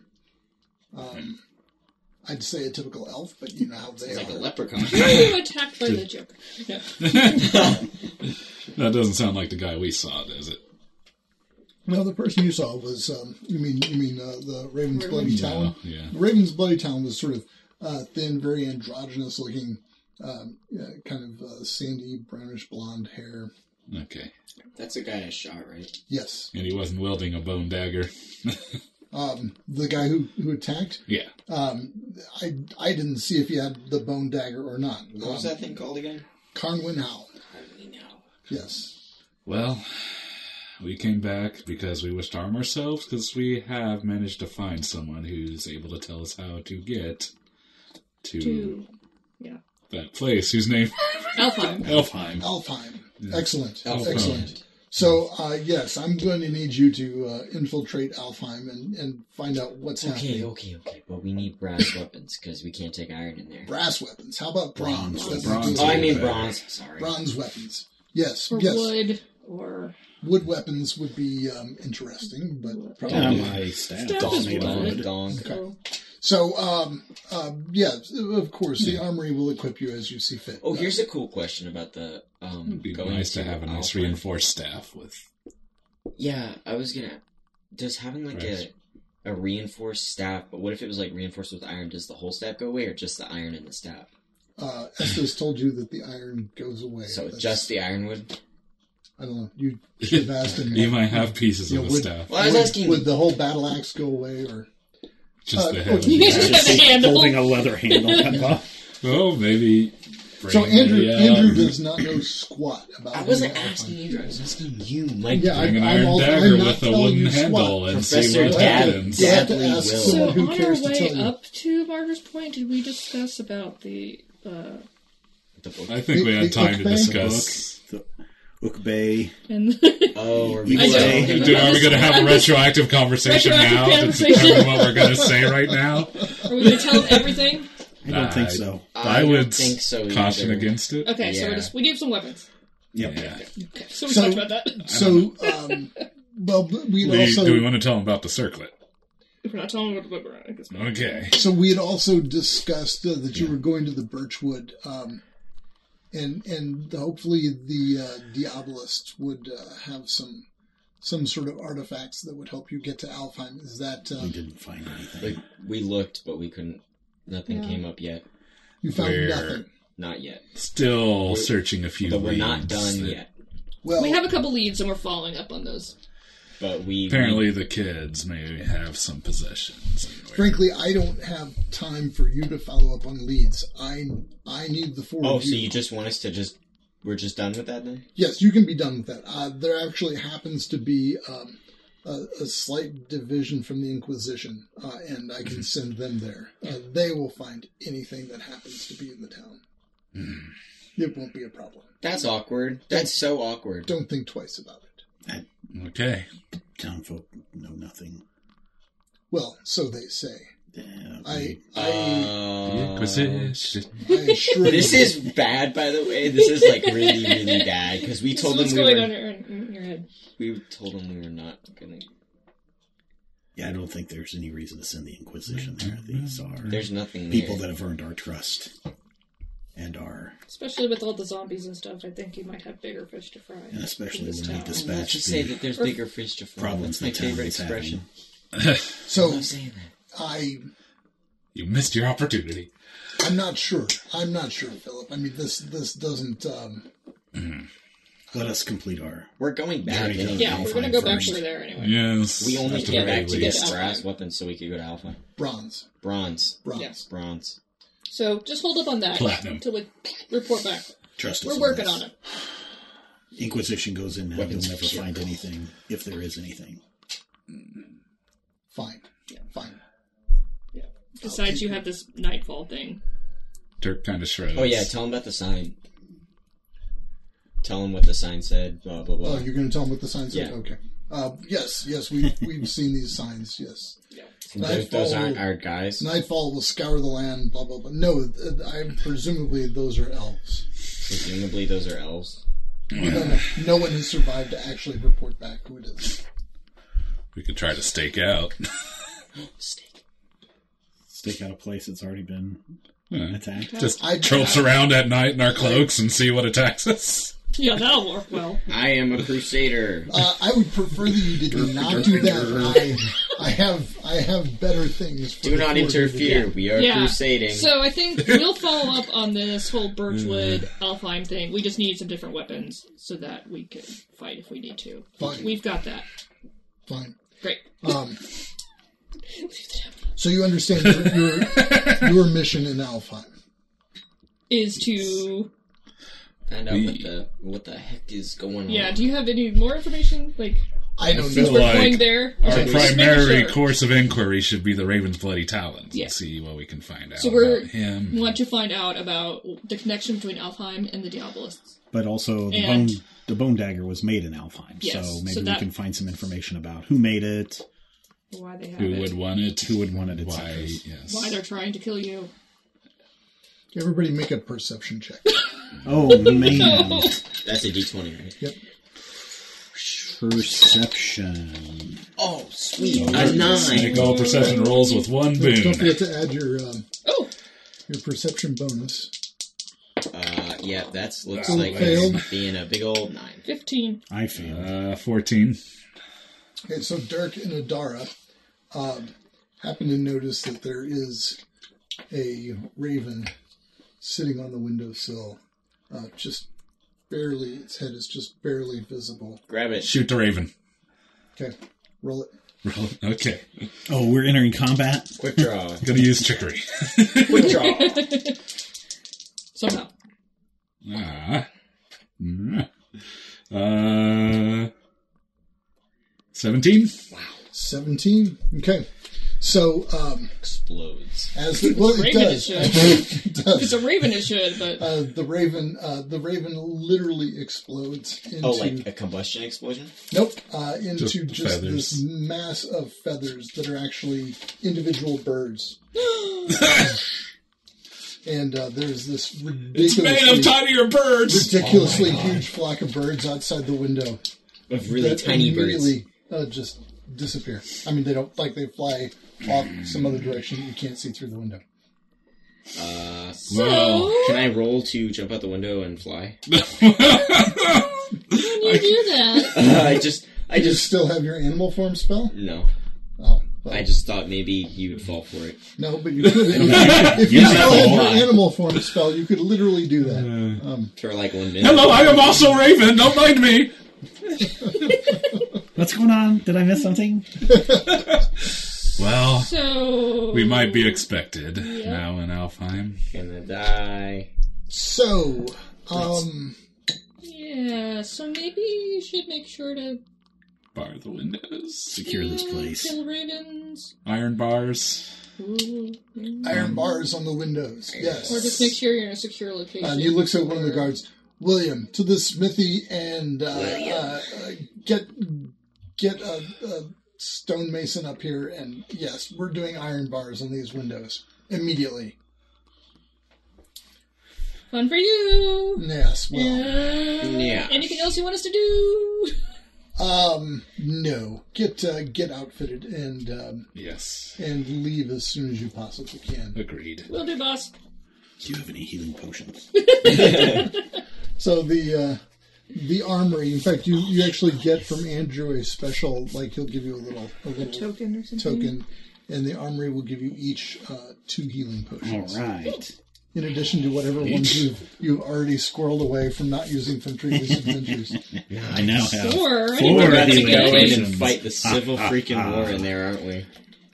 [SPEAKER 2] Hmm.
[SPEAKER 1] Um, I'd say a typical elf, but you know how they
[SPEAKER 3] It's like a
[SPEAKER 1] are.
[SPEAKER 3] leprechaun.
[SPEAKER 5] We were attacked by the Joker.
[SPEAKER 2] That doesn't sound like the guy we saw, does it?
[SPEAKER 1] No, the person you saw was um, you mean you mean uh, the Raven's Bloody Town.
[SPEAKER 2] yeah.
[SPEAKER 1] The Raven's Bloody Town was sort of uh, thin, very androgynous looking, um, yeah, kind of uh, sandy, brownish blonde hair.
[SPEAKER 2] Okay.
[SPEAKER 3] That's the guy I shot, right?
[SPEAKER 1] Yes,
[SPEAKER 2] And he wasn't wielding a bone dagger.
[SPEAKER 1] um, the guy who who attacked.
[SPEAKER 2] Yeah.
[SPEAKER 1] Um, I I didn't see if he had the bone dagger or not.
[SPEAKER 3] What was
[SPEAKER 1] Um,
[SPEAKER 3] that thing called again?
[SPEAKER 1] Carnwin Howe.
[SPEAKER 3] I don't really know.
[SPEAKER 1] Yes.
[SPEAKER 2] Well, we came back because we wished to arm ourselves because we have managed to find someone who's able to tell us how to get to
[SPEAKER 5] To
[SPEAKER 2] that place whose name
[SPEAKER 5] Alpine.
[SPEAKER 2] Elfheim.
[SPEAKER 1] Alfheim. Excellent.
[SPEAKER 3] Elf
[SPEAKER 1] Excellent.
[SPEAKER 3] Island.
[SPEAKER 1] So, uh, yes, I'm going to need you to uh, infiltrate Alfheim and, and find out what's
[SPEAKER 3] Okay,
[SPEAKER 1] happening.
[SPEAKER 3] okay, okay. But we need brass weapons because we can't take iron in there.
[SPEAKER 1] Brass weapons. How about bronze?
[SPEAKER 4] Bronze.
[SPEAKER 1] That's
[SPEAKER 2] Bronze.
[SPEAKER 1] good.
[SPEAKER 3] Oh, I mean
[SPEAKER 2] Better.
[SPEAKER 3] bronze. Sorry.
[SPEAKER 1] bronze weapons. Yes,
[SPEAKER 5] or
[SPEAKER 1] yes. Wood.
[SPEAKER 5] wood or
[SPEAKER 1] weapons would be um, interesting, but probably.
[SPEAKER 4] Yeah, my staff
[SPEAKER 5] Staff
[SPEAKER 4] is
[SPEAKER 5] is
[SPEAKER 4] made of
[SPEAKER 5] wood.
[SPEAKER 4] wood.
[SPEAKER 3] Gong.
[SPEAKER 5] so.
[SPEAKER 1] So, um, uh, yeah, of course, the armory will equip you as you see fit.
[SPEAKER 3] Oh, here's a cool question about the um.
[SPEAKER 2] It'd be
[SPEAKER 3] going
[SPEAKER 2] nice to have a nice
[SPEAKER 3] Alpine.
[SPEAKER 2] reinforced staff with.
[SPEAKER 3] Yeah, I was gonna. Does having like
[SPEAKER 2] Right.
[SPEAKER 3] a a reinforced staff? But what if it was like reinforced with iron? Does the whole staff go away, or just the iron and the staff?
[SPEAKER 1] Uh, Estes told you that the iron goes away.
[SPEAKER 3] So
[SPEAKER 1] That's-
[SPEAKER 3] just the ironwood.
[SPEAKER 1] I don't know. You should have asked him.
[SPEAKER 2] You might have pieces
[SPEAKER 1] Yeah,
[SPEAKER 2] of the
[SPEAKER 1] would-
[SPEAKER 2] staff.
[SPEAKER 3] Well, I was
[SPEAKER 1] would,
[SPEAKER 3] asking.
[SPEAKER 1] would the whole battle axe go away, or
[SPEAKER 2] Just
[SPEAKER 1] uh,
[SPEAKER 2] the head.
[SPEAKER 1] okay.
[SPEAKER 4] It's just
[SPEAKER 5] The handle.
[SPEAKER 4] holding a leather handle. above.
[SPEAKER 2] Oh, maybe.
[SPEAKER 1] So
[SPEAKER 2] bring
[SPEAKER 1] Andrew,
[SPEAKER 2] the, uh,
[SPEAKER 1] Andrew does not know squat about.
[SPEAKER 3] I
[SPEAKER 1] the
[SPEAKER 3] wasn't
[SPEAKER 1] Alpine.
[SPEAKER 3] asking you. I was asking you, Mike.
[SPEAKER 1] Yeah, I-
[SPEAKER 2] Bring an
[SPEAKER 1] I'm
[SPEAKER 2] iron
[SPEAKER 1] also- I'm
[SPEAKER 2] dagger
[SPEAKER 1] not
[SPEAKER 2] with a
[SPEAKER 1] telling
[SPEAKER 2] wooden
[SPEAKER 1] you
[SPEAKER 2] handle
[SPEAKER 1] squat.
[SPEAKER 2] and see
[SPEAKER 3] Professor
[SPEAKER 2] what
[SPEAKER 1] Dad-
[SPEAKER 2] happens.
[SPEAKER 1] You have to
[SPEAKER 3] Deadly
[SPEAKER 1] ask
[SPEAKER 3] will.
[SPEAKER 5] So
[SPEAKER 1] someone
[SPEAKER 5] on
[SPEAKER 1] who
[SPEAKER 5] our
[SPEAKER 1] cares to
[SPEAKER 5] way
[SPEAKER 1] tell you.
[SPEAKER 5] up to Barber's Point, did we discuss about the uh,
[SPEAKER 3] The book.
[SPEAKER 2] I think we
[SPEAKER 1] The-
[SPEAKER 2] had
[SPEAKER 1] the
[SPEAKER 2] time to
[SPEAKER 1] Oak Bay?
[SPEAKER 2] discuss.
[SPEAKER 4] Oak Bay.
[SPEAKER 5] and
[SPEAKER 3] Oh, or
[SPEAKER 4] You
[SPEAKER 3] we-
[SPEAKER 4] say-
[SPEAKER 5] know.
[SPEAKER 2] Do, are we going to have a retroactive conversation now
[SPEAKER 5] Retroactive
[SPEAKER 2] to
[SPEAKER 5] conversation.
[SPEAKER 2] determine what we're going to say right now?
[SPEAKER 5] are we going to tell him everything?
[SPEAKER 4] I don't
[SPEAKER 2] Uh,
[SPEAKER 4] think so.
[SPEAKER 2] I,
[SPEAKER 3] don't
[SPEAKER 2] would
[SPEAKER 3] think so.
[SPEAKER 2] caution
[SPEAKER 3] either.
[SPEAKER 2] against it.
[SPEAKER 5] Okay, so
[SPEAKER 3] Yeah.
[SPEAKER 5] we're just we gave some weapons.
[SPEAKER 4] Yep.
[SPEAKER 2] Yeah.
[SPEAKER 5] Okay, so we
[SPEAKER 1] So-
[SPEAKER 5] talked about that.
[SPEAKER 1] So, um, well, we
[SPEAKER 2] Do,
[SPEAKER 1] had
[SPEAKER 2] you-
[SPEAKER 1] also
[SPEAKER 2] do we want to tell them about the circlet?
[SPEAKER 5] If we're not telling him what to look around, I guess.
[SPEAKER 2] Okay.
[SPEAKER 1] so we had also discussed uh, that you were going to the Birchwood, um, and and hopefully the uh, Diabolists would uh, have some some sort of artifacts that would help you get to Alfheim. Is that
[SPEAKER 4] We
[SPEAKER 1] um,
[SPEAKER 4] didn't find anything.
[SPEAKER 3] Like we looked, but we couldn't. Nothing
[SPEAKER 5] Yeah.
[SPEAKER 3] came up yet.
[SPEAKER 1] you found
[SPEAKER 2] Where-
[SPEAKER 1] nothing?
[SPEAKER 3] Not yet.
[SPEAKER 2] Still
[SPEAKER 3] We're-
[SPEAKER 2] searching a few.
[SPEAKER 3] But we're not
[SPEAKER 2] leads
[SPEAKER 3] done
[SPEAKER 2] that-
[SPEAKER 3] yet.
[SPEAKER 1] Well,
[SPEAKER 5] We have a couple leads and we're following up on those.
[SPEAKER 3] But we
[SPEAKER 2] Apparently, the kids may have some possessions. anywhere.
[SPEAKER 1] frankly, I don't have time for you to follow up on leads. I I need the four
[SPEAKER 3] Oh,
[SPEAKER 1] of
[SPEAKER 3] so you just want us to just? We're just done with that then?
[SPEAKER 1] Yes, you can be done with that. Uh, there actually happens to be um, a, a slight division from the Inquisition, uh, and I
[SPEAKER 3] Mm-hmm.
[SPEAKER 1] can send them there. Uh, they will find anything that happens to be in the town.
[SPEAKER 3] Mm-hmm.
[SPEAKER 1] It won't be a problem.
[SPEAKER 3] That's awkward. That's so awkward.
[SPEAKER 1] Don't think twice about it.
[SPEAKER 2] Okay.
[SPEAKER 4] Townfolk know nothing.
[SPEAKER 1] Well, so they say.
[SPEAKER 4] Yeah,
[SPEAKER 1] I,
[SPEAKER 3] Uh,
[SPEAKER 1] I,
[SPEAKER 3] Um,
[SPEAKER 2] Inquisition.
[SPEAKER 1] I assure you.
[SPEAKER 3] this is bad, by the way. This is like really, really bad because we
[SPEAKER 5] This
[SPEAKER 3] told
[SPEAKER 5] is what's
[SPEAKER 3] them we
[SPEAKER 5] going
[SPEAKER 3] were.
[SPEAKER 5] on in, in your head.
[SPEAKER 3] We told them we were not gonna.
[SPEAKER 4] yeah, I don't think there's any reason to send the Inquisition there. These are
[SPEAKER 3] Mm-hmm. There's nothing there.
[SPEAKER 4] people that have earned our trust and our,
[SPEAKER 5] Especially with all the zombies and stuff, I think you might have bigger fish to fry.
[SPEAKER 4] and especially
[SPEAKER 5] in
[SPEAKER 4] when
[SPEAKER 5] this
[SPEAKER 4] we
[SPEAKER 5] town.
[SPEAKER 3] Oh, let's
[SPEAKER 4] dispatch
[SPEAKER 3] just say
[SPEAKER 4] the
[SPEAKER 3] that there's bigger fish to fry.
[SPEAKER 4] problems
[SPEAKER 3] That's
[SPEAKER 4] the
[SPEAKER 3] my
[SPEAKER 4] town
[SPEAKER 3] favorite
[SPEAKER 4] is having.
[SPEAKER 3] expression.
[SPEAKER 1] So
[SPEAKER 3] I'm saying that.
[SPEAKER 1] I,
[SPEAKER 2] You missed your opportunity.
[SPEAKER 1] I'm not sure. I'm not sure, Philip. I mean, this, this doesn't. Um,
[SPEAKER 4] Let us complete our.
[SPEAKER 3] We're going back
[SPEAKER 4] There you go.
[SPEAKER 3] anyway.
[SPEAKER 5] Yeah, we're gonna
[SPEAKER 4] Fine
[SPEAKER 5] go back
[SPEAKER 4] first.
[SPEAKER 5] over there anyway.
[SPEAKER 2] Yes.
[SPEAKER 3] We only
[SPEAKER 2] at the
[SPEAKER 3] came
[SPEAKER 2] very
[SPEAKER 3] back to get
[SPEAKER 2] least.
[SPEAKER 3] brass weapons so we could go to alpha.
[SPEAKER 1] bronze,
[SPEAKER 3] Bronze.
[SPEAKER 1] bronze.
[SPEAKER 5] Yeah.
[SPEAKER 3] Bronze.
[SPEAKER 5] So just hold up on that
[SPEAKER 2] Platinum.
[SPEAKER 5] until we report back.
[SPEAKER 4] Trust us
[SPEAKER 5] We're working
[SPEAKER 4] this.
[SPEAKER 5] on it.
[SPEAKER 4] Inquisition goes in now.
[SPEAKER 3] Weapons
[SPEAKER 4] You'll never
[SPEAKER 3] of
[SPEAKER 4] find anything if there is anything.
[SPEAKER 1] Fine, fine.
[SPEAKER 5] Besides, you have this nightfall thing.
[SPEAKER 2] Dirk kind of shrugs.
[SPEAKER 3] Oh yeah, tell him about the sign. Tell him what the sign said. Blah blah blah.
[SPEAKER 1] Oh, you're going to tell them what the signs
[SPEAKER 3] Yeah.
[SPEAKER 1] are. Okay. Uh, yes, yes, we we've seen these signs. Yes,
[SPEAKER 5] Yeah.
[SPEAKER 3] those, those
[SPEAKER 1] Nightfall
[SPEAKER 3] aren't
[SPEAKER 1] will-
[SPEAKER 3] our guys.
[SPEAKER 1] Nightfall will scour the land. Blah blah blah. No, uh, I presumably those are elves.
[SPEAKER 3] Presumably, those are elves.
[SPEAKER 1] No, no, no one has survived to actually report back who it is.
[SPEAKER 2] We could try to stake out.
[SPEAKER 3] Steak.
[SPEAKER 4] Stick out a place that's already been
[SPEAKER 2] Yeah.
[SPEAKER 4] attacked.
[SPEAKER 2] Just
[SPEAKER 1] I-
[SPEAKER 2] tropes around at night in our cloaks and see what attacks us.
[SPEAKER 5] Yeah, that'll work well.
[SPEAKER 3] I am a crusader.
[SPEAKER 1] Uh, I would prefer that you did not do that. I, I have I have better things. For
[SPEAKER 3] Do
[SPEAKER 1] the
[SPEAKER 3] not
[SPEAKER 1] court to do.
[SPEAKER 3] interfere. We are
[SPEAKER 5] Yeah.
[SPEAKER 3] crusading.
[SPEAKER 5] So I think we'll follow up on this whole Birchwood
[SPEAKER 2] Mm-hmm.
[SPEAKER 5] Alfheim thing. We just need some different weapons so that we could fight if we need to.
[SPEAKER 1] Fine.
[SPEAKER 5] We've got that.
[SPEAKER 1] Fine.
[SPEAKER 5] Great.
[SPEAKER 1] Um, so you understand your, your, your mission in Alfheim.
[SPEAKER 5] Is to
[SPEAKER 3] Find out
[SPEAKER 2] We-
[SPEAKER 3] what the what the heck is going
[SPEAKER 5] yeah.
[SPEAKER 3] on.
[SPEAKER 5] Do you have any more information? Like
[SPEAKER 1] I don't
[SPEAKER 5] since
[SPEAKER 1] know.
[SPEAKER 5] we're
[SPEAKER 2] Like,
[SPEAKER 5] going there,
[SPEAKER 2] Our
[SPEAKER 5] Okay, just making
[SPEAKER 2] primary
[SPEAKER 5] sure.
[SPEAKER 2] course of inquiry should be the Raven's Bloody Talons.
[SPEAKER 5] Yeah.
[SPEAKER 2] and See what we can find out
[SPEAKER 5] So we're-
[SPEAKER 2] about him.
[SPEAKER 5] We want to find out about the connection between Alfheim and the Diabolists.
[SPEAKER 4] But also, the
[SPEAKER 5] And-
[SPEAKER 4] bone the bone dagger was made in Alfheim,
[SPEAKER 5] Yes,
[SPEAKER 4] so
[SPEAKER 5] so
[SPEAKER 4] maybe we
[SPEAKER 5] that-
[SPEAKER 4] can find some information about who made it.
[SPEAKER 5] Why they have
[SPEAKER 2] Who
[SPEAKER 5] it.
[SPEAKER 2] would want it?
[SPEAKER 4] Who would want it, et
[SPEAKER 2] Why?
[SPEAKER 4] cetera.
[SPEAKER 2] Yes.
[SPEAKER 5] Why they're trying to kill you.
[SPEAKER 1] Everybody make a perception check.
[SPEAKER 4] Oh man,
[SPEAKER 3] That's a D twenty, right?
[SPEAKER 4] perception.
[SPEAKER 3] Oh, sweet.
[SPEAKER 2] We're
[SPEAKER 3] A
[SPEAKER 2] gonna
[SPEAKER 3] nine.
[SPEAKER 2] Make all perception rolls with one boon.
[SPEAKER 1] Don't forget to add your um,
[SPEAKER 5] Oh,
[SPEAKER 1] your perception bonus.
[SPEAKER 3] Uh, yeah, that's looks
[SPEAKER 2] Wow,
[SPEAKER 3] like
[SPEAKER 1] failed.
[SPEAKER 3] it's being a big old nine.
[SPEAKER 5] 15.
[SPEAKER 4] I failed.
[SPEAKER 2] Uh, fourteen.
[SPEAKER 1] Okay, so Dirk and Adara um, happen to notice that there is a raven sitting on the windowsill, uh, just barely, its head is just barely visible.
[SPEAKER 3] Grab it.
[SPEAKER 2] Shoot the Raven.
[SPEAKER 1] Okay, roll it.
[SPEAKER 2] Roll. Okay.
[SPEAKER 4] oh, we're entering combat.
[SPEAKER 3] Quick draw.
[SPEAKER 2] Gonna use trickery.
[SPEAKER 3] Quick draw.
[SPEAKER 5] Somehow.
[SPEAKER 2] Ah. Mm. Uh. Seventeen.
[SPEAKER 1] 17. Okay, so um,
[SPEAKER 3] Explodes.
[SPEAKER 1] as the, well, it
[SPEAKER 5] Raven it
[SPEAKER 1] does.
[SPEAKER 5] should.
[SPEAKER 1] It
[SPEAKER 5] If it's
[SPEAKER 1] does.
[SPEAKER 5] a raven, it should, but
[SPEAKER 1] Uh, the raven, uh, the raven, literally explodes into
[SPEAKER 3] Oh, like a combustion explosion?
[SPEAKER 1] Nope, uh, into just,
[SPEAKER 2] Just feathers.
[SPEAKER 1] this mass of feathers that are actually individual birds. and uh, there's this ridiculously,
[SPEAKER 2] tinier birds.
[SPEAKER 1] ridiculously huge flock of birds outside the window
[SPEAKER 3] Of really
[SPEAKER 1] that
[SPEAKER 3] tiny birds.
[SPEAKER 1] immediately uh, just disappear. I mean, they don't like they fly off some other direction that you can't see through the window.
[SPEAKER 3] Uh,
[SPEAKER 2] Wow.
[SPEAKER 5] Oh,
[SPEAKER 3] can I roll to jump out the window and fly?
[SPEAKER 5] you do that.
[SPEAKER 3] I just, I
[SPEAKER 1] You
[SPEAKER 3] just,
[SPEAKER 1] still have your animal form spell?
[SPEAKER 3] no.
[SPEAKER 1] Oh, well,
[SPEAKER 3] I just thought maybe you would fall for it.
[SPEAKER 1] no, but you could. if you
[SPEAKER 4] You
[SPEAKER 1] still
[SPEAKER 4] have
[SPEAKER 1] had
[SPEAKER 4] a
[SPEAKER 1] your
[SPEAKER 4] wand.
[SPEAKER 1] animal form spell, you could literally do that.
[SPEAKER 3] For like one minute.
[SPEAKER 2] Hello, I am also Raven. Don't mind me.
[SPEAKER 4] What's going on? Did I miss something?
[SPEAKER 2] Well,
[SPEAKER 5] So.
[SPEAKER 2] we might be expected now in Alfheim.
[SPEAKER 3] Gonna die.
[SPEAKER 1] So, um,
[SPEAKER 5] Yeah, so maybe you should make sure to
[SPEAKER 2] Bar the windows.
[SPEAKER 4] Secure this
[SPEAKER 5] uh,
[SPEAKER 4] place.
[SPEAKER 5] kill ravens.
[SPEAKER 2] Iron bars.
[SPEAKER 5] Ooh, yeah.
[SPEAKER 1] iron bars on the windows.
[SPEAKER 5] Mm. Or
[SPEAKER 1] Yes.
[SPEAKER 5] just make sure you're in a secure location.
[SPEAKER 1] And he looks at one of the guards. William, to the smithy and uh, uh, uh, get get a, a stonemason up here, and yes, we're doing iron bars on these windows immediately.
[SPEAKER 5] Fun for you.
[SPEAKER 1] Yes, well,
[SPEAKER 5] Yeah.
[SPEAKER 3] Yeah.
[SPEAKER 5] Anything else you want us to do?
[SPEAKER 1] um, no, get uh, get outfitted and um,
[SPEAKER 2] Yes.
[SPEAKER 1] and leave as soon as you possibly can.
[SPEAKER 2] Agreed.
[SPEAKER 5] Will do, boss.
[SPEAKER 4] Do you have any healing potions?
[SPEAKER 1] So the uh, the armory. In fact, you, you actually get from Andrew a special. Like he'll give you a little a little
[SPEAKER 6] Token or something?
[SPEAKER 1] token,
[SPEAKER 5] Mm-hmm.
[SPEAKER 1] and the armory will give you each uh, two healing
[SPEAKER 4] All
[SPEAKER 1] potions.
[SPEAKER 4] right.
[SPEAKER 1] In addition to whatever ones you've you've already squirreled away from not using from previous adventures.
[SPEAKER 4] I now have.
[SPEAKER 5] Or
[SPEAKER 4] Four.
[SPEAKER 3] We're about to
[SPEAKER 4] Anyway,
[SPEAKER 3] go in and
[SPEAKER 4] potions.
[SPEAKER 3] fight the civil
[SPEAKER 4] Ah, ah,
[SPEAKER 3] freaking
[SPEAKER 4] ah.
[SPEAKER 3] war in there, aren't we?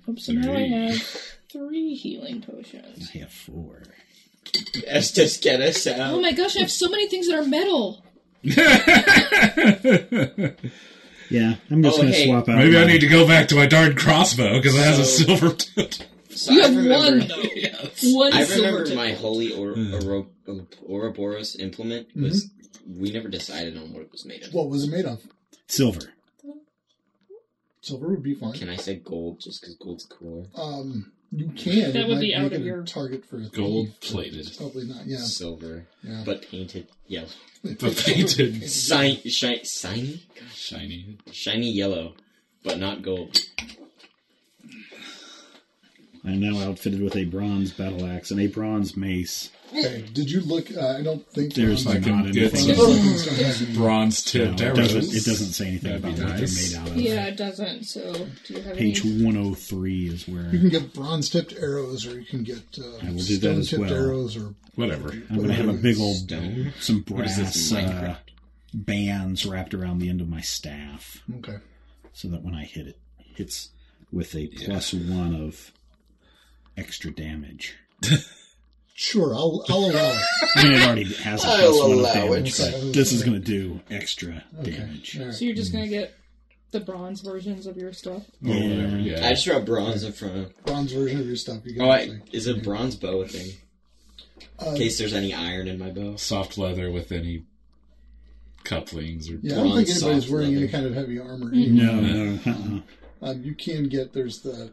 [SPEAKER 5] Oops, and now I
[SPEAKER 4] Three.
[SPEAKER 5] have three healing potions.
[SPEAKER 4] I have four.
[SPEAKER 3] Let's just get us out.
[SPEAKER 5] Oh my gosh, I have so many things that are metal.
[SPEAKER 4] Yeah, I'm just
[SPEAKER 3] Oh,
[SPEAKER 4] gonna
[SPEAKER 3] hey.
[SPEAKER 4] swap out.
[SPEAKER 2] Maybe I
[SPEAKER 4] my-
[SPEAKER 2] need to go back to my darn crossbow because it has a
[SPEAKER 3] So-
[SPEAKER 2] silver tip.
[SPEAKER 3] so
[SPEAKER 5] You
[SPEAKER 3] I
[SPEAKER 5] have
[SPEAKER 3] remember,
[SPEAKER 5] one though. One
[SPEAKER 3] I
[SPEAKER 5] silver
[SPEAKER 3] remember
[SPEAKER 5] tip.
[SPEAKER 3] my holy or- Oro- Ouroboros implement was. We never decided on what it was made of.
[SPEAKER 1] what was it made of?
[SPEAKER 4] silver.
[SPEAKER 1] Silver would be fine.
[SPEAKER 3] Can I say gold just because gold's cooler?
[SPEAKER 1] Um, you can.
[SPEAKER 5] That
[SPEAKER 1] It
[SPEAKER 5] would
[SPEAKER 1] might
[SPEAKER 5] be out
[SPEAKER 1] make
[SPEAKER 5] of
[SPEAKER 1] it a
[SPEAKER 5] your-
[SPEAKER 1] target for a
[SPEAKER 2] Gold
[SPEAKER 1] thief.
[SPEAKER 2] plated.
[SPEAKER 1] Probably not. Yeah.
[SPEAKER 3] Silver,
[SPEAKER 1] yeah.
[SPEAKER 3] but painted yellow.
[SPEAKER 2] But painted.
[SPEAKER 3] Shiny, shiny, shiny,
[SPEAKER 2] Shiny.
[SPEAKER 3] shiny yellow, but not gold.
[SPEAKER 4] I'm now outfitted with a bronze battle axe and a bronze mace.
[SPEAKER 1] Okay. Did you look? Uh, I don't think
[SPEAKER 4] There's
[SPEAKER 1] um,
[SPEAKER 2] I
[SPEAKER 4] like
[SPEAKER 2] can
[SPEAKER 4] not
[SPEAKER 2] get
[SPEAKER 4] anything. No,
[SPEAKER 2] some bronze tipped
[SPEAKER 4] it,
[SPEAKER 2] arrows.
[SPEAKER 4] doesn't, it doesn't say anything
[SPEAKER 2] That'd be
[SPEAKER 4] about what
[SPEAKER 2] nice.
[SPEAKER 4] they're made out of.
[SPEAKER 5] Yeah, it doesn't. So do you have
[SPEAKER 4] Page
[SPEAKER 5] any?
[SPEAKER 4] 103 is where
[SPEAKER 1] You can get bronze-tipped arrows, or you can get
[SPEAKER 4] I
[SPEAKER 1] uh,
[SPEAKER 4] will do that as
[SPEAKER 1] stone-tipped
[SPEAKER 4] well.
[SPEAKER 1] arrows, or
[SPEAKER 2] Whatever.
[SPEAKER 4] I'm going to have a big old
[SPEAKER 3] Stone.
[SPEAKER 4] some
[SPEAKER 3] What is this
[SPEAKER 4] brass uh,
[SPEAKER 3] Minecraft?
[SPEAKER 4] bands wrapped around the end of my staff,
[SPEAKER 1] okay.
[SPEAKER 4] so that when I hit it, hits with a plus one of extra damage.
[SPEAKER 1] Sure, I'll I'll allow it.
[SPEAKER 4] I mean, it already has a
[SPEAKER 3] I'll
[SPEAKER 4] plus one of
[SPEAKER 3] allow it.
[SPEAKER 4] damage, but this is going to do extra damage.
[SPEAKER 1] All right.
[SPEAKER 5] So you're just gonna get the bronze versions of your stuff.
[SPEAKER 2] Or whatever.
[SPEAKER 3] I
[SPEAKER 2] Yeah.
[SPEAKER 3] just wrote bronze in front of.
[SPEAKER 1] Bronze version of your stuff. You can
[SPEAKER 3] Oh, I,
[SPEAKER 1] actually-
[SPEAKER 3] is a bronze bow a thing?
[SPEAKER 1] Uh,
[SPEAKER 3] In case there's any iron in my bow.
[SPEAKER 2] Soft leather with any couplings or
[SPEAKER 1] yeah, uh, I don't think
[SPEAKER 3] bronze
[SPEAKER 1] anybody's
[SPEAKER 3] soft
[SPEAKER 1] wearing any
[SPEAKER 3] leather.
[SPEAKER 1] kind of heavy armor.
[SPEAKER 5] Mm-hmm.
[SPEAKER 1] anyway.
[SPEAKER 4] No, no, uh-uh.
[SPEAKER 1] Um, you can get there's the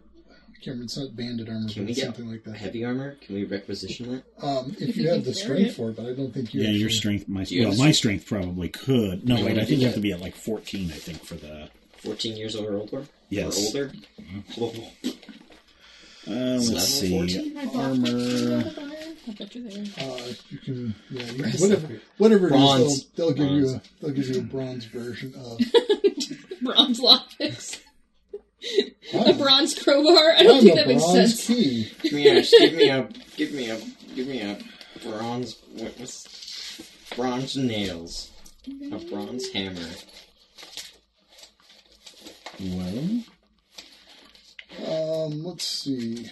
[SPEAKER 1] I can't remember it's not banded armor,
[SPEAKER 3] Can
[SPEAKER 1] but
[SPEAKER 3] we
[SPEAKER 1] it's
[SPEAKER 3] get
[SPEAKER 1] something like that.
[SPEAKER 3] Heavy armor? Can we requisition that?
[SPEAKER 1] Um, if
[SPEAKER 5] If
[SPEAKER 1] you
[SPEAKER 5] you
[SPEAKER 1] have
[SPEAKER 5] can
[SPEAKER 1] the
[SPEAKER 5] carry
[SPEAKER 1] strength
[SPEAKER 5] it.
[SPEAKER 1] for it, but I don't think you.
[SPEAKER 4] yeah, your
[SPEAKER 1] actually-
[SPEAKER 4] strength, my
[SPEAKER 3] You
[SPEAKER 4] well,
[SPEAKER 3] have-
[SPEAKER 4] my strength probably could. No,
[SPEAKER 3] You
[SPEAKER 4] wait,
[SPEAKER 3] wanna
[SPEAKER 4] I think
[SPEAKER 3] do
[SPEAKER 4] you have
[SPEAKER 3] that?
[SPEAKER 4] to be at like 14, I think, for the. uh,
[SPEAKER 3] 14 years old or older?
[SPEAKER 4] Yes.
[SPEAKER 3] Or older? Well,
[SPEAKER 4] Uh, let's
[SPEAKER 3] level
[SPEAKER 4] see,
[SPEAKER 3] 14?
[SPEAKER 4] armor.
[SPEAKER 5] I bet you there.
[SPEAKER 1] Uh, you can, yeah, you, whatever, whatever it
[SPEAKER 3] Bronze.
[SPEAKER 1] is, they'll, they'll give you a
[SPEAKER 3] Bronze.
[SPEAKER 1] they'll give you a bronze version of.
[SPEAKER 5] Bronze lockpicks.
[SPEAKER 1] I'm,
[SPEAKER 5] A bronze crowbar. I don't think that makes
[SPEAKER 1] bronze
[SPEAKER 5] sense.
[SPEAKER 1] key.
[SPEAKER 3] give me a, give me a, give me a, give me a bronze, what was, bronze nails. A bronze hammer.
[SPEAKER 4] Well,
[SPEAKER 1] Um, let's see.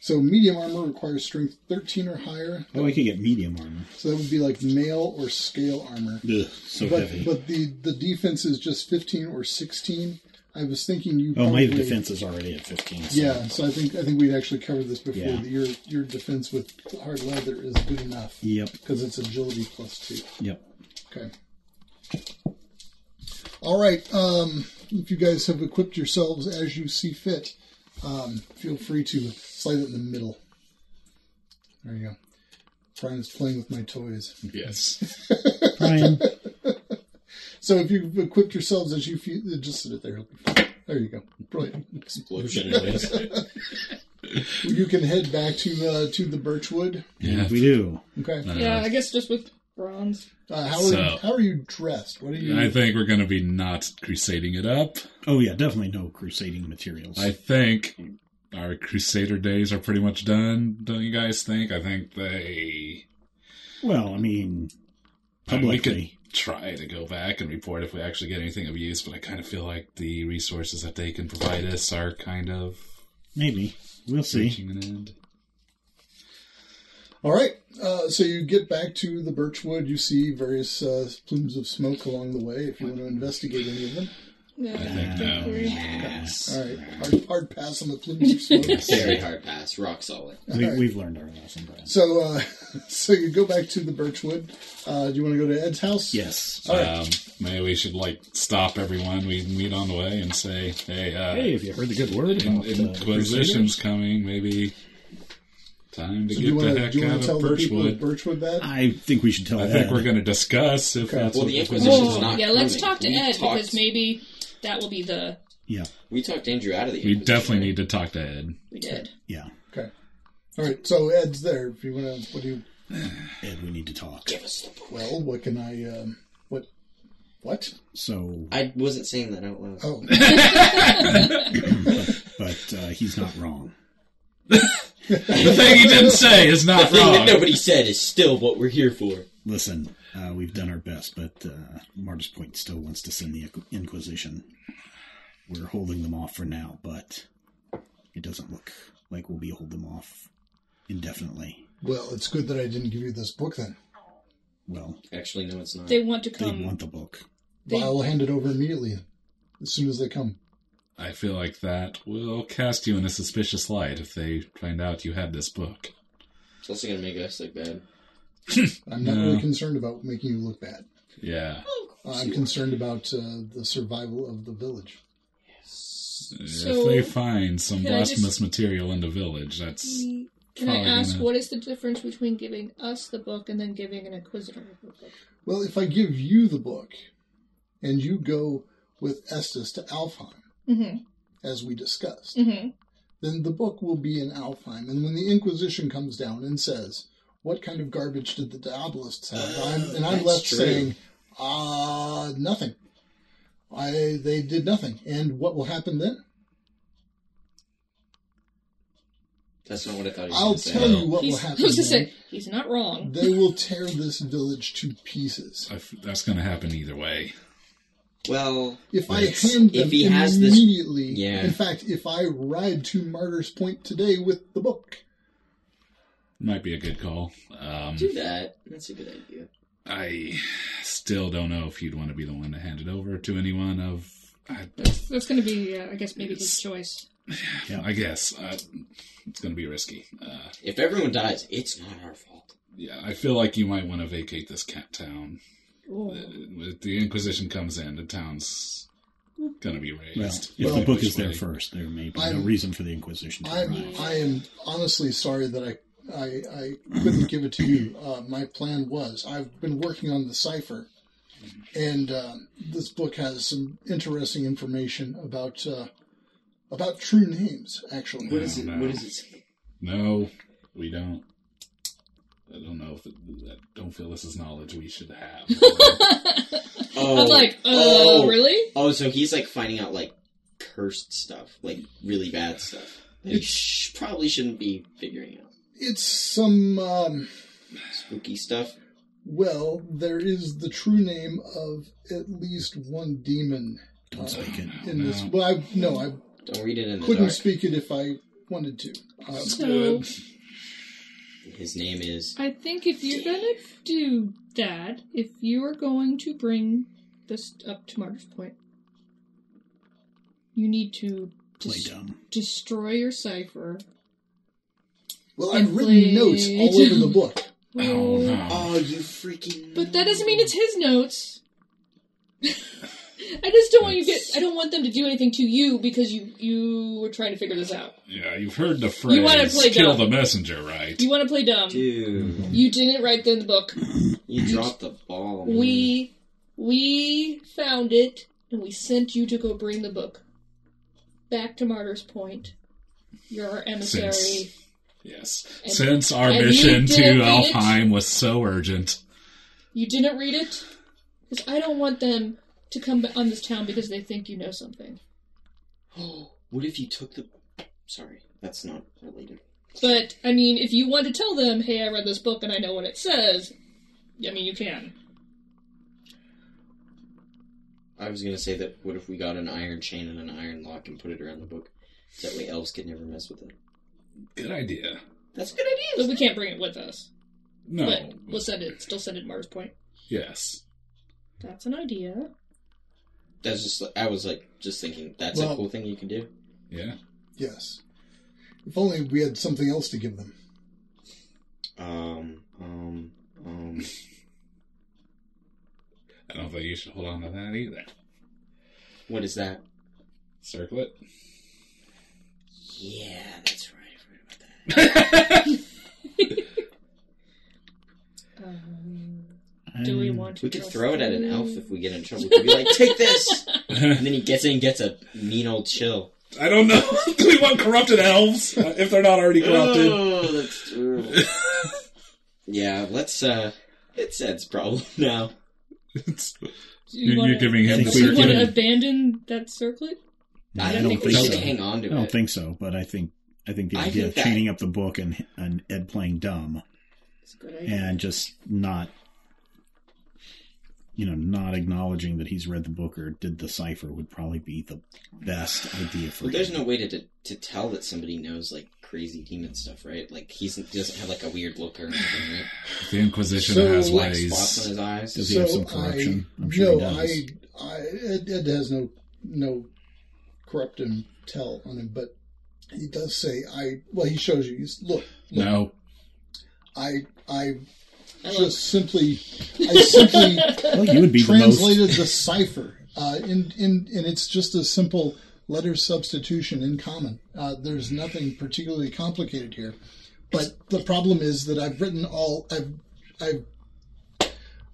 [SPEAKER 1] So medium armor requires strength 13 or higher.
[SPEAKER 4] oh, I could get medium armor.
[SPEAKER 1] So that would be like mail or scale armor.
[SPEAKER 4] Ugh, so
[SPEAKER 1] But
[SPEAKER 4] heavy.
[SPEAKER 1] but the the defense is just 15 or 16. I was thinking you.
[SPEAKER 4] oh, my
[SPEAKER 1] probably-
[SPEAKER 4] defense is already at 15. So.
[SPEAKER 1] Yeah, so I think I think we'd actually covered this before.
[SPEAKER 4] Yeah.
[SPEAKER 1] that Your your defense with hard leather is good enough
[SPEAKER 4] Yep.
[SPEAKER 1] because it's agility plus two.
[SPEAKER 4] Yep.
[SPEAKER 1] Okay. All right. Um, if you guys have equipped yourselves as you see fit, um, feel free to slide it in the middle. There you go. Brian's playing with my toys.
[SPEAKER 2] Yes.
[SPEAKER 4] Brian,
[SPEAKER 1] So if you've equipped yourselves as you feel, just sit it there. It'll be fine. There you go. Brilliant.
[SPEAKER 3] Explosion noise.
[SPEAKER 1] You can head back to uh, to the Birchwood.
[SPEAKER 2] Yeah.
[SPEAKER 4] we do.
[SPEAKER 1] Okay.
[SPEAKER 5] Yeah, I guess just with bronze.
[SPEAKER 1] Uh, how are
[SPEAKER 2] So-
[SPEAKER 1] you, how are you dressed? What are you?
[SPEAKER 2] I think we're going to be not crusading it up.
[SPEAKER 4] Oh yeah, definitely no crusading materials.
[SPEAKER 2] I think our crusader days are pretty much done. Don't you guys think? I think they.
[SPEAKER 4] well, I mean,
[SPEAKER 2] I mean, we could
[SPEAKER 4] publicly.
[SPEAKER 2] try to go back and report if we actually get anything of use, but I kind of feel like the resources that they can provide us are kind of
[SPEAKER 4] Maybe we'll see.
[SPEAKER 2] reaching an end.
[SPEAKER 1] All right. Uh, so you get back to the Birchwood. You see various uh, plumes of smoke along the way. If you want to investigate any of them,
[SPEAKER 5] No,
[SPEAKER 2] I think
[SPEAKER 5] don't
[SPEAKER 2] no.
[SPEAKER 5] worry.
[SPEAKER 1] All right, hard, hard pass on the plumes of smoke.
[SPEAKER 3] Very hard pass. Rock solid.
[SPEAKER 4] We, We've learned our lesson, Brian.
[SPEAKER 1] so, uh, so you go back to the Birchwood. Uh, do you want to go to Ed's house?
[SPEAKER 4] Yes.
[SPEAKER 1] All right.
[SPEAKER 2] Um, maybe we should like stop everyone we meet on the way and say, "Hey, uh,
[SPEAKER 6] Hey, have you heard the good word
[SPEAKER 2] in,
[SPEAKER 6] about uh,
[SPEAKER 2] Inquisition's coming. Maybe time to
[SPEAKER 1] So do
[SPEAKER 2] get
[SPEAKER 1] you want
[SPEAKER 2] the
[SPEAKER 1] to do you
[SPEAKER 2] heck
[SPEAKER 1] want
[SPEAKER 2] out
[SPEAKER 1] to tell
[SPEAKER 2] of
[SPEAKER 1] the people of
[SPEAKER 2] Birchwood."
[SPEAKER 1] Birchwood that?
[SPEAKER 4] I think we should tell
[SPEAKER 2] I
[SPEAKER 4] Ed.
[SPEAKER 2] think we're going to discuss if that's
[SPEAKER 3] Well,
[SPEAKER 2] what
[SPEAKER 3] the Inquisition's
[SPEAKER 2] we
[SPEAKER 5] Well,
[SPEAKER 3] not
[SPEAKER 5] yeah, let's
[SPEAKER 3] coming.
[SPEAKER 5] talk to
[SPEAKER 3] We
[SPEAKER 5] Ed
[SPEAKER 3] talked-
[SPEAKER 5] because maybe that will be the
[SPEAKER 4] Yeah.
[SPEAKER 3] We talked Andrew out of the.
[SPEAKER 2] We definitely need to talk to Ed.
[SPEAKER 5] we did.
[SPEAKER 4] Yeah.
[SPEAKER 1] Okay. All right. So Ed's there. If you want to, what do you?
[SPEAKER 4] Ed, we need to talk.
[SPEAKER 1] Well, what can I? Um, what? What?
[SPEAKER 4] So,
[SPEAKER 3] I wasn't saying that out loud.
[SPEAKER 1] Oh,
[SPEAKER 4] but uh, he's not wrong.
[SPEAKER 2] The thing he didn't say is not
[SPEAKER 3] Thing that
[SPEAKER 2] wrong.
[SPEAKER 3] nobody said is still what we're here for.
[SPEAKER 4] Listen, uh, we've done our best, but uh, Martyrs Point still wants to send the Inqu- Inquisition. We're holding them off for now, but it doesn't look like we'll be holding them off indefinitely.
[SPEAKER 1] well, it's good that I didn't give you this book then.
[SPEAKER 4] Well,
[SPEAKER 3] Actually, no, it's not.
[SPEAKER 5] They want to
[SPEAKER 4] they
[SPEAKER 5] come.
[SPEAKER 4] want the book.
[SPEAKER 5] They-
[SPEAKER 1] I'll hand it over immediately, as soon as they come.
[SPEAKER 2] I feel like that will cast you in a suspicious light if they find out you had this book.
[SPEAKER 3] It's also gonna make us look bad.
[SPEAKER 1] I'm not
[SPEAKER 2] No.
[SPEAKER 1] really concerned about making you look bad. Uh,
[SPEAKER 2] Yeah.
[SPEAKER 5] Oh,
[SPEAKER 1] I'm concerned about uh, the survival of the village.
[SPEAKER 5] So,
[SPEAKER 2] if they find some
[SPEAKER 5] can I just-
[SPEAKER 2] blasphemous material in the village, that's
[SPEAKER 5] Can I
[SPEAKER 2] Probably
[SPEAKER 5] ask
[SPEAKER 2] not.
[SPEAKER 5] what is the difference between giving us the book and then giving an inquisitor the book?
[SPEAKER 1] Well, if I give you the book, and you go with Estes to Alfheim,
[SPEAKER 5] Mm-hmm.
[SPEAKER 1] as we discussed,
[SPEAKER 5] Mm-hmm.
[SPEAKER 1] then the book will be in Alfheim. And when the Inquisition comes down and says, "What kind of garbage did the Diabolists have?" I'm, and I'm
[SPEAKER 3] Oh, That's
[SPEAKER 1] left
[SPEAKER 3] true.
[SPEAKER 1] saying, "Ah, nothing. I they did nothing." And what will happen then?
[SPEAKER 3] That's not what I thought. He was
[SPEAKER 1] I'll
[SPEAKER 3] gonna say.
[SPEAKER 1] tell you what will
[SPEAKER 5] He's,
[SPEAKER 1] happen.
[SPEAKER 5] I was gonna
[SPEAKER 1] then.
[SPEAKER 5] say he's not wrong.
[SPEAKER 1] They will tear this village to pieces.
[SPEAKER 2] I f- that's going to happen either way.
[SPEAKER 3] Well,
[SPEAKER 1] If I
[SPEAKER 2] Yes.
[SPEAKER 1] hand them
[SPEAKER 3] If he has this-
[SPEAKER 1] immediately,
[SPEAKER 3] Yeah.
[SPEAKER 1] in fact, if I ride to Martyr's Point today with the book,
[SPEAKER 2] Might be a good call. Um,
[SPEAKER 3] do that. That's a good idea.
[SPEAKER 2] I still don't know if you'd want to be the one to hand it over to anyone of. I,
[SPEAKER 5] That's, that's going to be, uh, I guess, maybe his choice.
[SPEAKER 2] I guess uh, it's going to be risky. Uh,
[SPEAKER 3] If everyone dies, it's not our fault.
[SPEAKER 2] yeah, I feel like you might want to vacate this cat town. Uh, if the Inquisition comes in, the town's going to be
[SPEAKER 4] Well,
[SPEAKER 2] raised.
[SPEAKER 4] if
[SPEAKER 1] Well,
[SPEAKER 4] the book is there
[SPEAKER 2] Which way?
[SPEAKER 4] first, there may be no
[SPEAKER 1] I'm-
[SPEAKER 4] reason for the Inquisition to
[SPEAKER 1] I'm
[SPEAKER 4] arrive.
[SPEAKER 1] I am honestly sorry that I I, I couldn't give it to you. Uh, my plan was I've been working on the cipher, and uh, this book has some interesting information about uh, about true names. Actually,
[SPEAKER 3] What is
[SPEAKER 2] No,
[SPEAKER 3] it?
[SPEAKER 2] no.
[SPEAKER 3] What is it? say?
[SPEAKER 2] No, we don't. I don't know if it, I don't feel this is knowledge we should have.
[SPEAKER 3] Oh,
[SPEAKER 5] I'm like, uh,
[SPEAKER 3] oh,
[SPEAKER 5] really?
[SPEAKER 3] Oh, so he's like finding out like cursed stuff, like really bad stuff. that He sh- probably shouldn't be figuring out
[SPEAKER 1] it's some um,
[SPEAKER 3] spooky stuff.
[SPEAKER 1] well. There is the true name of at least one demon
[SPEAKER 4] Don't speak it.
[SPEAKER 1] in this.
[SPEAKER 2] No.
[SPEAKER 1] Well, I, no, I
[SPEAKER 3] Don't read it in the
[SPEAKER 1] couldn't
[SPEAKER 3] dark.
[SPEAKER 1] speak it if I wanted to. Um,
[SPEAKER 5] So
[SPEAKER 3] His name is.
[SPEAKER 5] I think if you're going to do that, if you are going to bring this up to Martyrs Point, you need to
[SPEAKER 4] Play
[SPEAKER 5] des-
[SPEAKER 4] dumb.
[SPEAKER 5] destroy your cipher.
[SPEAKER 1] well, I've written notes all over the book.
[SPEAKER 2] oh no!
[SPEAKER 3] Oh, you freaking!
[SPEAKER 5] But that doesn't mean it's his notes. I just don't want you to get. I don't want them to do anything to you because you you were trying to figure this out.
[SPEAKER 2] Yeah, you've heard the phrase
[SPEAKER 5] You wanna play
[SPEAKER 2] "kill
[SPEAKER 5] dumb."
[SPEAKER 2] the messenger," right?
[SPEAKER 5] You want to play dumb.
[SPEAKER 3] dude,
[SPEAKER 5] You didn't write them the book.
[SPEAKER 3] you dropped the ball. man.
[SPEAKER 5] Mm-hmm. We we found it and we sent you to go bring the book back to Martyr's Point. You're our emissary.
[SPEAKER 2] Since- Yes.
[SPEAKER 5] And-
[SPEAKER 2] Since our
[SPEAKER 5] and you
[SPEAKER 2] mission to
[SPEAKER 5] didn't read it?
[SPEAKER 2] Alfheim was so urgent,
[SPEAKER 5] You didn't read it because I don't want them to come ba- on this town because they think you know something.
[SPEAKER 3] what if you took the? Sorry, that's not related.
[SPEAKER 5] But I mean, if you want to tell them, "Hey, I read this book and I know what it says," I mean, you can.
[SPEAKER 3] I was gonna say that. What if we got an iron chain and an iron lock and put it around the book? That way, elves could never mess with it.
[SPEAKER 2] good idea.
[SPEAKER 3] That's a good idea.
[SPEAKER 5] But we can't bring it with us.
[SPEAKER 2] No.
[SPEAKER 5] But we'll send it. Still send it to Mars Point.
[SPEAKER 2] yes.
[SPEAKER 5] That's an idea.
[SPEAKER 3] That's just. I was like, just thinking that's
[SPEAKER 1] Well-
[SPEAKER 3] a cool thing you can do.
[SPEAKER 2] Yeah.
[SPEAKER 1] Yes. If only we had something else to give them.
[SPEAKER 3] Um, um, um.
[SPEAKER 2] I don't think you should hold on to that either.
[SPEAKER 3] What is that?
[SPEAKER 2] Circle it.
[SPEAKER 3] Yeah, that's right. I forgot about that.
[SPEAKER 5] Um, do we want to?
[SPEAKER 3] Mm, We could
[SPEAKER 5] trust
[SPEAKER 3] throw it at an
[SPEAKER 5] you?
[SPEAKER 3] elf if we get in trouble. We could be like, take this, and then he gets it and gets a mean old chill.
[SPEAKER 2] I don't know. Do we want corrupted elves uh, if they're not already corrupted?
[SPEAKER 3] Oh, that's true. yeah, let's. uh It's Ed's problem now.
[SPEAKER 2] It's-
[SPEAKER 5] Do you
[SPEAKER 2] you're,
[SPEAKER 5] wanna-
[SPEAKER 2] you're giving him the
[SPEAKER 4] think we
[SPEAKER 5] Do you want to
[SPEAKER 2] circuit.
[SPEAKER 5] abandon that circlet?
[SPEAKER 3] I
[SPEAKER 4] I
[SPEAKER 3] don't,
[SPEAKER 4] don't
[SPEAKER 3] think we
[SPEAKER 4] think
[SPEAKER 3] should
[SPEAKER 2] so.
[SPEAKER 3] hang on to
[SPEAKER 4] I don't
[SPEAKER 3] it.
[SPEAKER 4] think so, but I think I think the
[SPEAKER 3] I
[SPEAKER 4] idea
[SPEAKER 3] think
[SPEAKER 4] of
[SPEAKER 3] that-
[SPEAKER 4] chaining up the book and and Ed playing dumb
[SPEAKER 5] It's a good idea.
[SPEAKER 4] and just not you know not acknowledging that he's read the book or did the cipher would probably be the best idea for
[SPEAKER 3] But there's
[SPEAKER 4] him.
[SPEAKER 3] no way to, to to tell that somebody knows like crazy demon stuff, right? Like he's, he doesn't have like a weird look or anything, right?
[SPEAKER 2] The Inquisition
[SPEAKER 1] So-
[SPEAKER 2] has
[SPEAKER 3] Black spots on
[SPEAKER 2] ways.
[SPEAKER 3] his eyes.
[SPEAKER 4] Does he have some corruption?
[SPEAKER 1] I,
[SPEAKER 4] I'm sure he
[SPEAKER 1] no,
[SPEAKER 4] does.
[SPEAKER 1] I, I, Ed, Ed has no no corrupt and tell on him, but he does say, "I." Well, he shows you. He's look, look.
[SPEAKER 2] No.
[SPEAKER 1] I, I
[SPEAKER 5] Hello.
[SPEAKER 1] just simply, I simply
[SPEAKER 4] Well, you would be the most
[SPEAKER 1] translated the cipher, uh, in, in, and it's just a simple letter substitution in common. Uh, there's nothing particularly complicated here, but the problem is that I've written all I've I've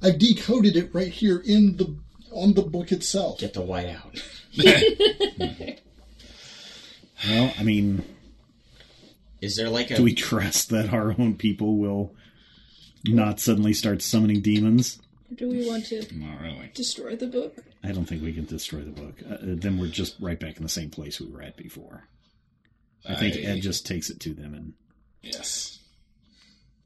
[SPEAKER 1] I've decoded it right here in the on the book itself.
[SPEAKER 3] Get the white out.
[SPEAKER 4] well. I mean,
[SPEAKER 3] Is there like a
[SPEAKER 4] do we trust that our own people will not suddenly start summoning demons?
[SPEAKER 5] Do we want to
[SPEAKER 2] Not really.
[SPEAKER 5] destroy the book?
[SPEAKER 4] I don't think we can destroy the book. Uh, then we're just right back in the same place we were at before. I think Ed just takes it to them and
[SPEAKER 2] Yes.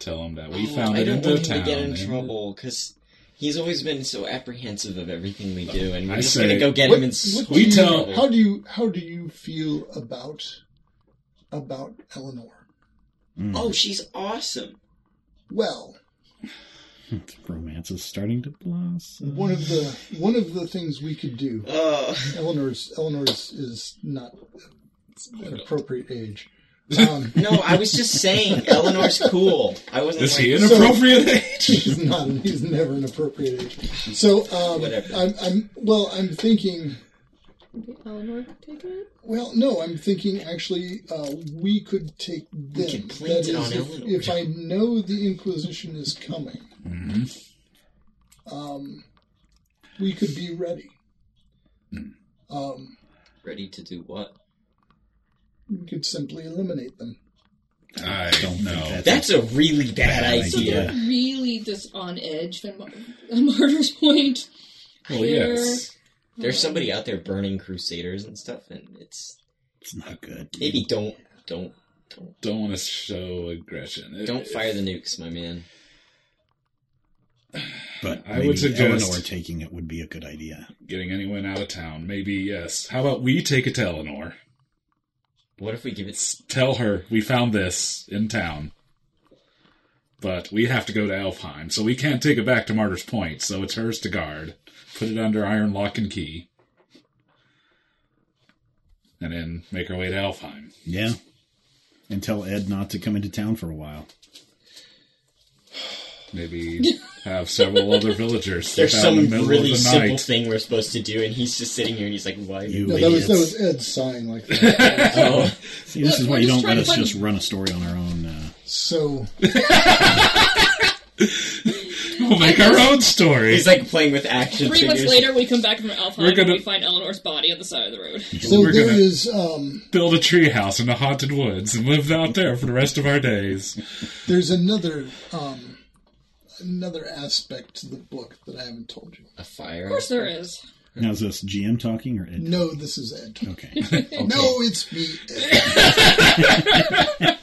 [SPEAKER 2] Tell him that we
[SPEAKER 3] Oh,
[SPEAKER 2] found
[SPEAKER 3] I
[SPEAKER 2] it in
[SPEAKER 3] don't want
[SPEAKER 2] the
[SPEAKER 3] him
[SPEAKER 2] town.
[SPEAKER 3] to get in
[SPEAKER 2] and-
[SPEAKER 3] trouble because he's always been so apprehensive of everything we do, and we're
[SPEAKER 2] I
[SPEAKER 3] just
[SPEAKER 2] say-
[SPEAKER 3] gonna go get
[SPEAKER 1] What-
[SPEAKER 3] him and
[SPEAKER 1] what
[SPEAKER 3] squish
[SPEAKER 1] do
[SPEAKER 2] we
[SPEAKER 1] you-
[SPEAKER 2] tell-
[SPEAKER 1] how do you how do you feel about about Eleanor?
[SPEAKER 4] Mm.
[SPEAKER 3] Oh, she's awesome.
[SPEAKER 1] Well,
[SPEAKER 4] hmm, romance is starting to blossom.
[SPEAKER 1] one of the one of the things we could do
[SPEAKER 3] Uh,
[SPEAKER 1] Eleanor's Eleanor's is not an appropriate age. Um,
[SPEAKER 3] no, I was just saying Eleanor's cool. I wasn't.
[SPEAKER 2] Is
[SPEAKER 3] like,
[SPEAKER 2] he inappropriate age?
[SPEAKER 1] he's not. He's never an appropriate age. So um,
[SPEAKER 3] Whatever.
[SPEAKER 1] I'm, I'm. Well, I'm thinking.
[SPEAKER 5] Maybe Eleanor could take it?
[SPEAKER 1] Well, no, I'm thinking actually uh, we could take them.
[SPEAKER 3] can plant
[SPEAKER 1] That
[SPEAKER 3] it
[SPEAKER 1] is,
[SPEAKER 3] on
[SPEAKER 1] if,
[SPEAKER 3] Eleanor.
[SPEAKER 1] if I know the Inquisition is coming,
[SPEAKER 2] Mm-hmm.
[SPEAKER 1] um, we could be ready. Um,
[SPEAKER 3] ready to do what?
[SPEAKER 1] we could simply eliminate them.
[SPEAKER 2] I
[SPEAKER 4] Don't
[SPEAKER 2] don't
[SPEAKER 4] think
[SPEAKER 2] know.
[SPEAKER 4] that-
[SPEAKER 3] That's a really bad
[SPEAKER 5] So
[SPEAKER 3] idea.
[SPEAKER 5] they're really just on edge from on Martyr's point.
[SPEAKER 2] Well,
[SPEAKER 5] They're-
[SPEAKER 2] yes.
[SPEAKER 3] There's somebody out there burning crusaders and stuff, and it's
[SPEAKER 4] It's not good.
[SPEAKER 3] maybe don't don't
[SPEAKER 2] Don't want to show aggression. It-
[SPEAKER 3] don't
[SPEAKER 2] it-
[SPEAKER 3] fire the nukes, my man.
[SPEAKER 4] But
[SPEAKER 2] I
[SPEAKER 4] maybe
[SPEAKER 2] would suggest-
[SPEAKER 4] Eleanor taking it would be a good idea.
[SPEAKER 2] Getting anyone out of town. Maybe, yes. How about we take it to Eleanor?
[SPEAKER 3] What if we give it?
[SPEAKER 2] S- Tell her we found this in town. But we have to go to Elfheim, so we can't take it back to Martyr's Point, so it's hers to guard. Put it under iron lock and key. And then make our way to Elfheim.
[SPEAKER 4] Yeah. And tell Ed not to come into town for a while.
[SPEAKER 2] Maybe have several other villagers.
[SPEAKER 3] There's
[SPEAKER 2] out
[SPEAKER 3] some
[SPEAKER 2] in the middle
[SPEAKER 3] really
[SPEAKER 2] of the
[SPEAKER 3] simple
[SPEAKER 2] night.
[SPEAKER 3] thing we're supposed to do, and he's just sitting here and he's like, "Why?"
[SPEAKER 4] You
[SPEAKER 1] No, that was
[SPEAKER 4] idiots.
[SPEAKER 1] that was Ed sighing like that.
[SPEAKER 3] Oh,
[SPEAKER 4] See, this
[SPEAKER 5] Look,
[SPEAKER 4] is why
[SPEAKER 5] we're
[SPEAKER 4] you
[SPEAKER 5] just
[SPEAKER 4] don't
[SPEAKER 5] trying
[SPEAKER 4] let us
[SPEAKER 5] to find-
[SPEAKER 4] just run a story on our own. Uh,
[SPEAKER 1] So
[SPEAKER 2] We'll make our own story.
[SPEAKER 3] he's like playing with action
[SPEAKER 5] Three
[SPEAKER 3] figures.
[SPEAKER 5] months later, we come back from Alpha
[SPEAKER 2] We're
[SPEAKER 5] and
[SPEAKER 2] gonna-
[SPEAKER 5] we find Eleanor's body on the side of the road.
[SPEAKER 1] so
[SPEAKER 2] We're
[SPEAKER 1] there
[SPEAKER 2] gonna-
[SPEAKER 1] is. Um,
[SPEAKER 2] build a treehouse in the haunted woods and live out there for the rest of our days.
[SPEAKER 1] There's another um, another aspect to the book that I haven't told you.
[SPEAKER 3] A fire.
[SPEAKER 5] Of course, there is.
[SPEAKER 4] now, is this GM talking or Ed?
[SPEAKER 1] No, this is Ed.
[SPEAKER 4] Okay. okay.
[SPEAKER 1] No, it's me. Ed.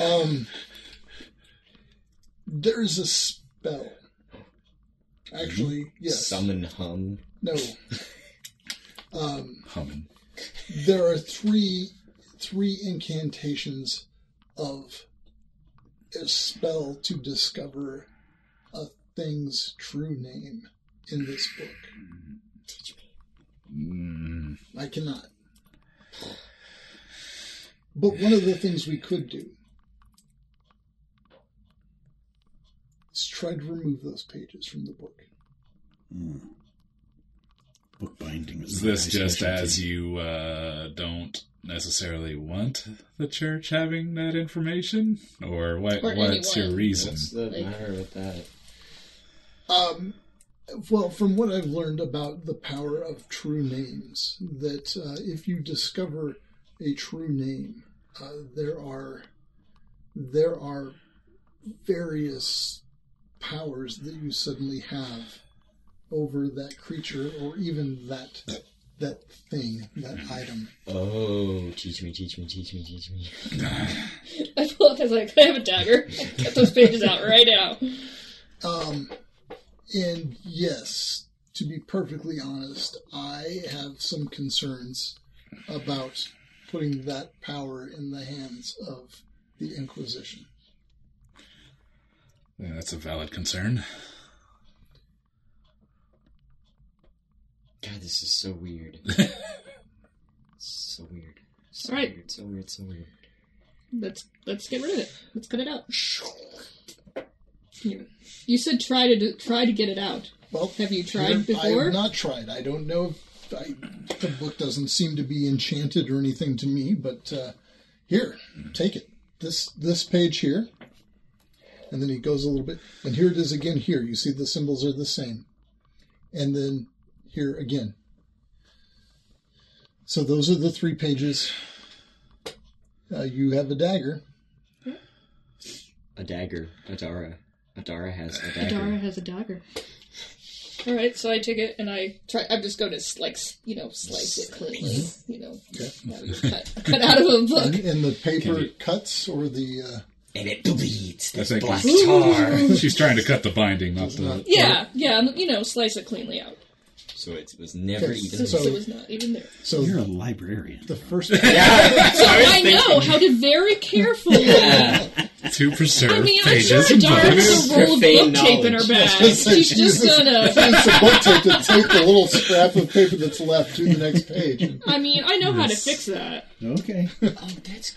[SPEAKER 1] um, there is a spell. Actually,
[SPEAKER 3] Mm-hmm.
[SPEAKER 1] yes.
[SPEAKER 3] Summon hum.
[SPEAKER 1] No. Um,
[SPEAKER 2] Humming.
[SPEAKER 1] there are three three incantations of a spell to discover a thing's true name in this book.
[SPEAKER 3] Teach me.
[SPEAKER 2] Mm,
[SPEAKER 1] I cannot. But one of the things we could do is try to remove those pages from the book.
[SPEAKER 4] Bookbinding
[SPEAKER 2] is
[SPEAKER 4] not
[SPEAKER 2] this
[SPEAKER 4] my
[SPEAKER 2] just
[SPEAKER 4] specialty.
[SPEAKER 2] as you uh, don't necessarily want the church having that information, or what?
[SPEAKER 5] Or
[SPEAKER 2] what's
[SPEAKER 5] anyone.
[SPEAKER 2] your reason?
[SPEAKER 3] What's the
[SPEAKER 5] Like-
[SPEAKER 3] matter with that?
[SPEAKER 1] Um, well, from what I've learned about the power of true names, that uh, if you discover a true name, uh, there are there are various powers that you suddenly have over that creature or even that that thing, that item.
[SPEAKER 3] Oh, teach me, teach me, teach me, teach me.
[SPEAKER 5] I pull up. I was like, I have a dagger. Get those pages out right now.
[SPEAKER 1] Um, and yes, to be perfectly honest, I have some concerns about putting that power in the hands of the Inquisition.
[SPEAKER 2] Yeah, that's a valid concern.
[SPEAKER 3] God, this is so weird. so weird. So
[SPEAKER 5] Alright.
[SPEAKER 3] weird, so weird, so weird.
[SPEAKER 5] Let's let's get rid of it. Let's cut it out. You- You said try to do, try to get it out.
[SPEAKER 1] Well,
[SPEAKER 5] Have you tried
[SPEAKER 1] I
[SPEAKER 5] before?
[SPEAKER 1] have not tried. I don't know. If I, the book doesn't seem to be enchanted or anything to me, but uh, here, take it. This this page here, and then he goes a little bit, and here it is again. Here, you see the symbols are the same, and then here again. So those are the three pages. Uh, you have a dagger.
[SPEAKER 3] A dagger. Adara. Adara has a dagger.
[SPEAKER 5] Adara has a dagger. All right, so I take it and I try. I'm just going to like s- you know slice it cleanly.
[SPEAKER 1] Mm-hmm.
[SPEAKER 5] You know, not even cut, cut out of a
[SPEAKER 1] And,
[SPEAKER 5] book.
[SPEAKER 1] and the paper
[SPEAKER 2] Can you-
[SPEAKER 1] cuts or the uh,
[SPEAKER 3] And it bleeds.
[SPEAKER 2] I
[SPEAKER 3] That's
[SPEAKER 2] think-
[SPEAKER 3] black tar.
[SPEAKER 2] She's trying to cut the binding, not the.
[SPEAKER 5] Yeah, yeah, I'm- you know, slice it cleanly out.
[SPEAKER 3] so it was never
[SPEAKER 1] Okay,
[SPEAKER 5] So,
[SPEAKER 3] even.
[SPEAKER 1] So-
[SPEAKER 5] so it was not even there.
[SPEAKER 1] so
[SPEAKER 4] You're a librarian.
[SPEAKER 1] the first
[SPEAKER 5] So I, know how to very carefully.
[SPEAKER 2] To preserve
[SPEAKER 5] I mean, I'm sure
[SPEAKER 2] pages and
[SPEAKER 5] Adara
[SPEAKER 2] books.
[SPEAKER 5] has a roll of book
[SPEAKER 3] Profane
[SPEAKER 5] tape in her
[SPEAKER 3] knowledge.
[SPEAKER 5] bag.
[SPEAKER 1] So
[SPEAKER 5] She's just
[SPEAKER 1] uses-
[SPEAKER 5] gonna.
[SPEAKER 1] takes the book tape to take the little scrap of paper that's left to the next page.
[SPEAKER 5] I mean, I know how to fix that.
[SPEAKER 4] Okay.
[SPEAKER 3] Oh, that's.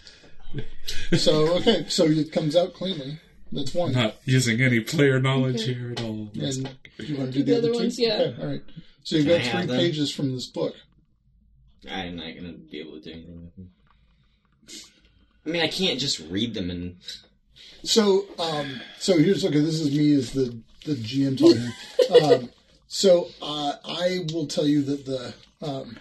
[SPEAKER 1] So okay, so it comes out cleanly. That's one.
[SPEAKER 3] Uh-huh.
[SPEAKER 2] Not using any player knowledge here at all.
[SPEAKER 1] And you want to do the,
[SPEAKER 5] Do the
[SPEAKER 1] other
[SPEAKER 5] other
[SPEAKER 1] two?
[SPEAKER 5] ones, yeah.
[SPEAKER 1] Okay, all right. So you've
[SPEAKER 3] Can
[SPEAKER 1] got
[SPEAKER 3] I have
[SPEAKER 1] three
[SPEAKER 3] them?
[SPEAKER 1] pages from this book.
[SPEAKER 3] I'm not gonna be able to do anything with them. I mean, I can't just read them and.
[SPEAKER 1] So um, so here's okay. This is me as the the GM talking. um, so uh, I will tell you that the um,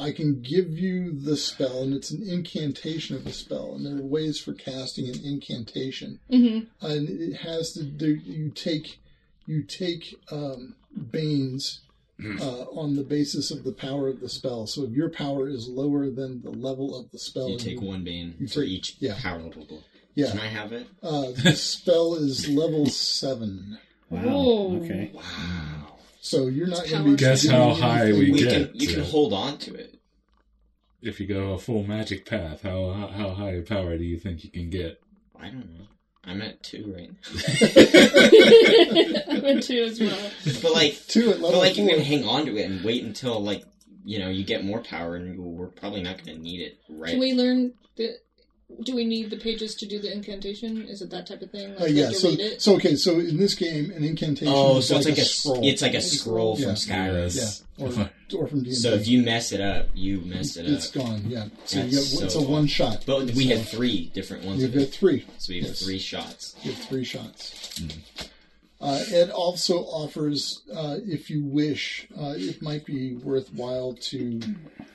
[SPEAKER 1] I can give you the spell, and it's an incantation of the spell, and there are ways for casting an incantation. Mm-hmm. And it has to do you take you take um, banes.
[SPEAKER 3] Mm-hmm.
[SPEAKER 1] Uh, on the basis of the power of the spell. So if your power is lower than the level of the spell,
[SPEAKER 3] You take one bane for
[SPEAKER 1] Um, take-
[SPEAKER 3] each
[SPEAKER 1] yeah.
[SPEAKER 3] power level book.
[SPEAKER 1] Yeah.
[SPEAKER 3] Can I have it?
[SPEAKER 1] Uh, the spell is level seven.
[SPEAKER 4] Wow.
[SPEAKER 5] Whoa.
[SPEAKER 4] Okay.
[SPEAKER 3] Wow.
[SPEAKER 1] So you're not going to be.
[SPEAKER 2] Guess
[SPEAKER 1] doing
[SPEAKER 2] how high
[SPEAKER 1] anything.
[SPEAKER 2] we
[SPEAKER 3] We
[SPEAKER 2] get.
[SPEAKER 3] can, you can
[SPEAKER 2] uh,
[SPEAKER 3] hold on to it.
[SPEAKER 2] if you go a full magic path, how how, how high a power do you think you can get?
[SPEAKER 3] I don't know. I'm at two right now.
[SPEAKER 5] I went to as well.
[SPEAKER 3] But like,
[SPEAKER 1] Two at
[SPEAKER 3] but
[SPEAKER 1] level
[SPEAKER 3] like, you
[SPEAKER 1] four.
[SPEAKER 3] can hang on to it and wait until like, you know, you get more power, and you- we're probably not going to need it right.
[SPEAKER 5] Can we learn the? Do we need the pages to do the incantation? Is it that type of thing? Like,
[SPEAKER 1] Uh,
[SPEAKER 5] we
[SPEAKER 1] yeah.
[SPEAKER 5] have to
[SPEAKER 1] So,
[SPEAKER 5] read it?
[SPEAKER 1] so okay. So in this game, an incantation.
[SPEAKER 3] oh,
[SPEAKER 1] is
[SPEAKER 3] so
[SPEAKER 1] like
[SPEAKER 3] it's like a,
[SPEAKER 1] a,
[SPEAKER 3] s-
[SPEAKER 1] scroll.
[SPEAKER 3] it's like a scroll from
[SPEAKER 1] Yeah.
[SPEAKER 3] Skyrim.
[SPEAKER 2] Yes.
[SPEAKER 1] yeah, or, or from D&D.
[SPEAKER 3] So if you mess it up, you messed it
[SPEAKER 1] it's
[SPEAKER 3] up.
[SPEAKER 1] gone. Yeah. So you get,
[SPEAKER 3] That's
[SPEAKER 1] it's
[SPEAKER 3] so
[SPEAKER 1] a one shot.
[SPEAKER 3] But we
[SPEAKER 1] So
[SPEAKER 3] had three different ones.
[SPEAKER 1] You've
[SPEAKER 3] Of
[SPEAKER 1] got
[SPEAKER 3] it.
[SPEAKER 1] three.
[SPEAKER 3] So we have
[SPEAKER 1] Yes.
[SPEAKER 3] three Mm-hmm. shots.
[SPEAKER 1] You have three shots. Uh, it also offers, uh, if you wish, uh, it might be worthwhile to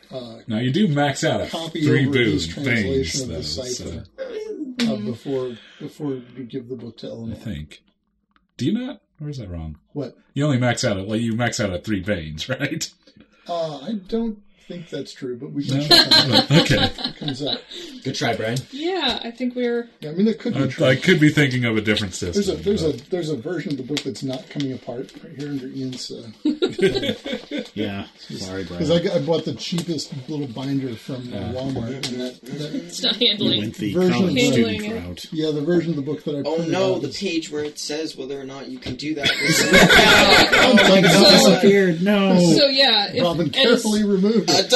[SPEAKER 1] uh,
[SPEAKER 2] Now you do max out at
[SPEAKER 1] copy
[SPEAKER 2] three
[SPEAKER 1] over his
[SPEAKER 2] boon
[SPEAKER 1] translation
[SPEAKER 2] things,
[SPEAKER 1] of
[SPEAKER 2] though.
[SPEAKER 1] the
[SPEAKER 2] So
[SPEAKER 1] cipher uh, before before you give the book to
[SPEAKER 2] Mm-hmm. I
[SPEAKER 1] Eleanor.
[SPEAKER 2] think. Do you not? Or is that wrong?
[SPEAKER 1] What?
[SPEAKER 2] You only max out at well, you max out at three veins, right?
[SPEAKER 1] Uh, I don't think that's true, but we
[SPEAKER 2] No?
[SPEAKER 1] can check on that.
[SPEAKER 2] okay.
[SPEAKER 1] Come comes up.
[SPEAKER 6] Good try, Brian.
[SPEAKER 5] Yeah, I think we're.
[SPEAKER 1] Yeah, I mean, there could be.
[SPEAKER 2] I, I could be thinking of a different system.
[SPEAKER 1] There's a there's a
[SPEAKER 2] but-
[SPEAKER 1] there's a version of the book that's not coming apart right here under Ian's. uh 'cause
[SPEAKER 4] Yeah. Sorry, Brian.
[SPEAKER 1] because I, got- I bought the cheapest little binder from uh, Walmart, and that, that
[SPEAKER 5] It's not
[SPEAKER 4] We
[SPEAKER 5] handling.
[SPEAKER 4] went the
[SPEAKER 1] Version
[SPEAKER 4] college
[SPEAKER 1] of-
[SPEAKER 4] student
[SPEAKER 5] Handling it.
[SPEAKER 4] route.
[SPEAKER 1] yeah, the version of the book that I
[SPEAKER 3] Oh
[SPEAKER 1] printed
[SPEAKER 3] no,
[SPEAKER 1] out
[SPEAKER 3] the
[SPEAKER 1] is-
[SPEAKER 3] page where it says whether or not you can do that. Was
[SPEAKER 1] Oh, my
[SPEAKER 4] It
[SPEAKER 1] God.
[SPEAKER 4] disappeared. No.
[SPEAKER 5] So yeah, if,
[SPEAKER 1] Robin
[SPEAKER 5] and it's-
[SPEAKER 1] carefully removed it.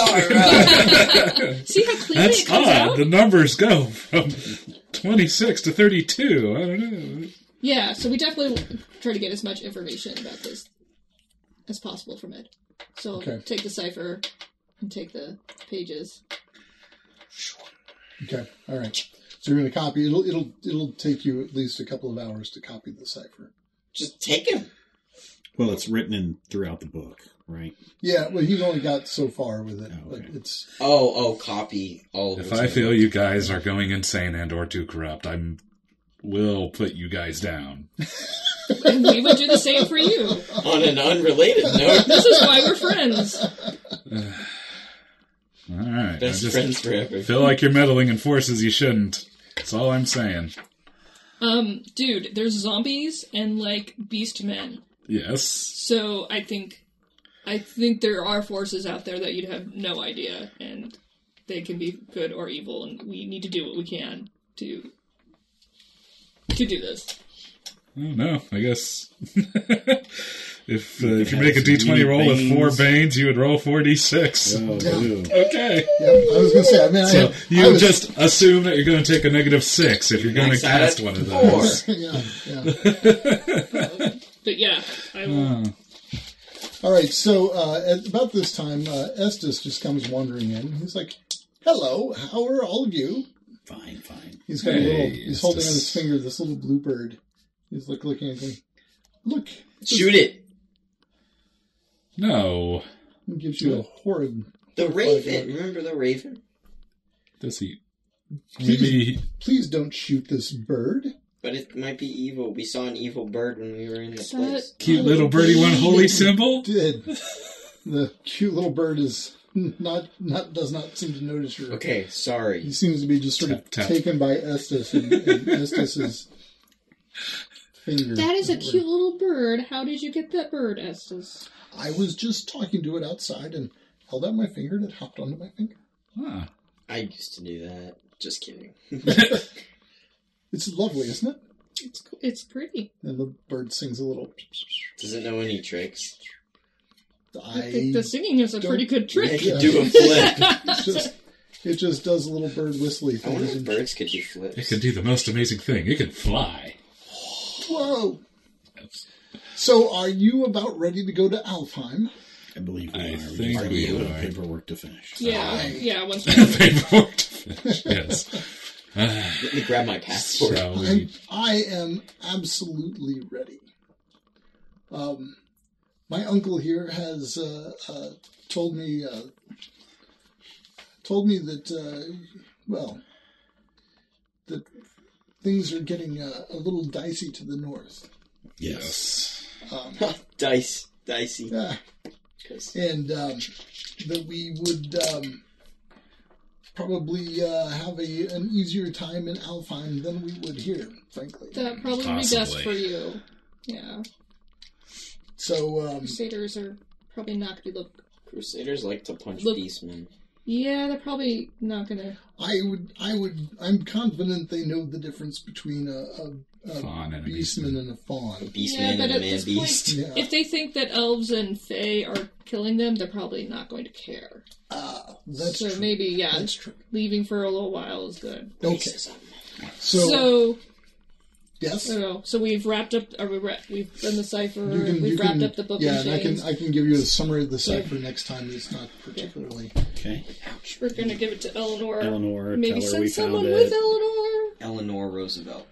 [SPEAKER 3] Adara.
[SPEAKER 5] see how cleanly it
[SPEAKER 2] That's
[SPEAKER 5] comes
[SPEAKER 2] odd.
[SPEAKER 5] out.
[SPEAKER 2] The numbers go from 26 to 32. I don't know.
[SPEAKER 5] Yeah, so we definitely will try to get as much information about this as possible from Ed. So
[SPEAKER 1] Okay.
[SPEAKER 5] take the cipher and take the pages.
[SPEAKER 1] Okay, all right. So you're going to copy. It'll it'll it'll take you at least a couple of hours to copy the cipher.
[SPEAKER 3] Just take him.
[SPEAKER 4] Well, it's written in throughout the book, right?
[SPEAKER 1] Yeah, well, he's only got so far with it,
[SPEAKER 4] Oh,
[SPEAKER 1] but
[SPEAKER 4] okay.
[SPEAKER 1] it's
[SPEAKER 3] Oh, oh, copy all of
[SPEAKER 2] If
[SPEAKER 3] those
[SPEAKER 2] I
[SPEAKER 3] notes.
[SPEAKER 2] feel you guys are going insane and or too corrupt, I am will put you guys down.
[SPEAKER 5] And we would do the same for you.
[SPEAKER 3] on an unrelated note,
[SPEAKER 5] This is why we're friends.
[SPEAKER 2] All right.
[SPEAKER 3] best
[SPEAKER 2] I just
[SPEAKER 3] friends forever.
[SPEAKER 2] feel like you're meddling in forces you shouldn't. That's all I'm saying.
[SPEAKER 5] Um, dude, there's zombies and like beast men.
[SPEAKER 2] Yes.
[SPEAKER 5] So I think I think there are forces out there that you'd have no idea and they can be good or evil and we need to do what we can to to do this.
[SPEAKER 2] I don't know. I guess if uh, if you make a d20 roll with four
[SPEAKER 4] Banes.
[SPEAKER 2] banes, you would roll four d6.
[SPEAKER 4] Oh,
[SPEAKER 1] Yeah.
[SPEAKER 4] ew.
[SPEAKER 2] Okay.
[SPEAKER 1] yeah. I was going to say. I mean, I,
[SPEAKER 2] So
[SPEAKER 1] had- I
[SPEAKER 2] you
[SPEAKER 1] was,
[SPEAKER 2] just assume that you're going to take a negative six if you're going
[SPEAKER 3] Max
[SPEAKER 2] to
[SPEAKER 3] out
[SPEAKER 2] cast
[SPEAKER 3] at
[SPEAKER 2] one of
[SPEAKER 3] four.
[SPEAKER 2] those.
[SPEAKER 1] yeah, yeah.
[SPEAKER 5] But yeah, I will
[SPEAKER 1] All right. So uh, at about this time, uh, Estes just comes wandering in. He's like, "Hello, how are all of you?"
[SPEAKER 4] Fine, fine.
[SPEAKER 1] He's got a
[SPEAKER 2] Hey,
[SPEAKER 1] little. He's holding on his
[SPEAKER 2] Estes.
[SPEAKER 1] finger this little blue bird. He's like looking at him. Look,
[SPEAKER 3] Shoot it.
[SPEAKER 2] No.
[SPEAKER 1] it gives you a horrid.
[SPEAKER 3] The raven. Remember the raven?
[SPEAKER 2] Does he? Maybe.
[SPEAKER 1] Please don't shoot this bird.
[SPEAKER 3] But it might be evil. We saw an evil bird when we were in this
[SPEAKER 5] Is that-
[SPEAKER 3] place.
[SPEAKER 2] Cute little birdie one holy symbol?
[SPEAKER 1] Did the cute little bird is not not does not seem to notice your
[SPEAKER 3] Okay,
[SPEAKER 1] He
[SPEAKER 3] sorry.
[SPEAKER 1] seems to be just sort of
[SPEAKER 2] Tap, tap.
[SPEAKER 1] taken by Estes and, and Estes's finger.
[SPEAKER 5] That is a cute little bird. How did you get that bird, Estes?
[SPEAKER 1] I was just talking to it outside and held out my finger and it hopped onto my finger.
[SPEAKER 2] Huh.
[SPEAKER 3] I used to do that. Just kidding.
[SPEAKER 1] It's lovely, isn't it?
[SPEAKER 5] It's co- it's pretty.
[SPEAKER 1] And the bird sings a little.
[SPEAKER 3] Doesn't know any tricks.
[SPEAKER 5] I,
[SPEAKER 1] I
[SPEAKER 5] think the singing is a
[SPEAKER 1] don't-
[SPEAKER 5] pretty good
[SPEAKER 3] They
[SPEAKER 5] trick.
[SPEAKER 1] Yeah.
[SPEAKER 3] could do a flip.
[SPEAKER 1] just it just does a little bird whistly
[SPEAKER 3] I wonder if
[SPEAKER 1] thing.
[SPEAKER 3] birds could do
[SPEAKER 2] It
[SPEAKER 3] flips.
[SPEAKER 2] can do the most amazing thing. It can fly.
[SPEAKER 1] Whoa! So, are you about ready to go to Alfheim?
[SPEAKER 4] I believe we
[SPEAKER 2] I
[SPEAKER 4] are.
[SPEAKER 2] think
[SPEAKER 4] we just
[SPEAKER 2] we
[SPEAKER 4] have a little
[SPEAKER 2] are.
[SPEAKER 4] paperwork to finish.
[SPEAKER 5] Yeah, yeah. Once
[SPEAKER 2] Paperwork to finish. Yes.
[SPEAKER 3] Let me grab my passport.
[SPEAKER 2] So
[SPEAKER 1] I,
[SPEAKER 2] we,
[SPEAKER 1] I am absolutely ready. Um, my uncle here has uh, uh, told me uh, told me that uh, well that things are getting uh, a little dicey to the north. Um,
[SPEAKER 4] Yes.
[SPEAKER 3] Dice. Dicey.
[SPEAKER 1] Ah, and um, that we would um, probably uh, have a, an easier time in Alfheim than we would here, frankly.
[SPEAKER 5] that probably would be best
[SPEAKER 2] Possibly.
[SPEAKER 5] for you. Yeah,
[SPEAKER 1] So um,
[SPEAKER 5] crusaders are probably not gonna be look.
[SPEAKER 3] Crusaders like to punch
[SPEAKER 5] Look-
[SPEAKER 3] beastmen.
[SPEAKER 5] Yeah, they're probably not gonna.
[SPEAKER 1] I would, I would, I'm confident they know the difference between a, a, a
[SPEAKER 2] Fawn and a
[SPEAKER 1] beastman
[SPEAKER 2] beastman.
[SPEAKER 1] and a fawn.
[SPEAKER 5] Yeah,
[SPEAKER 3] Beastman
[SPEAKER 5] but
[SPEAKER 3] and a
[SPEAKER 5] at
[SPEAKER 3] man
[SPEAKER 5] this
[SPEAKER 3] beast.
[SPEAKER 5] point,
[SPEAKER 1] Yeah.
[SPEAKER 5] if they think that elves and fae are killing them, they're probably not going to care.
[SPEAKER 1] uh, That's
[SPEAKER 5] so
[SPEAKER 1] true.
[SPEAKER 5] maybe yeah,
[SPEAKER 1] That's true.
[SPEAKER 5] leaving for a little while is good.
[SPEAKER 1] Okay. So,
[SPEAKER 5] So,
[SPEAKER 1] yes,
[SPEAKER 5] I don't know. So we've wrapped up. Are we wrap, We've done the cipher.
[SPEAKER 1] you can.
[SPEAKER 5] we've
[SPEAKER 1] you
[SPEAKER 5] wrapped
[SPEAKER 1] can,
[SPEAKER 5] up the book.
[SPEAKER 1] Yeah,
[SPEAKER 5] and
[SPEAKER 1] and I can,
[SPEAKER 5] chains.
[SPEAKER 1] I can give you a summary of the cipher next time. It's not particularly.
[SPEAKER 4] Okay.
[SPEAKER 5] We're gonna give it to Eleanor.
[SPEAKER 4] Eleanor, tell
[SPEAKER 5] Maybe
[SPEAKER 4] her
[SPEAKER 5] send
[SPEAKER 4] we
[SPEAKER 5] someone
[SPEAKER 4] found it.
[SPEAKER 5] with Eleanor.
[SPEAKER 3] Eleanor Roosevelt.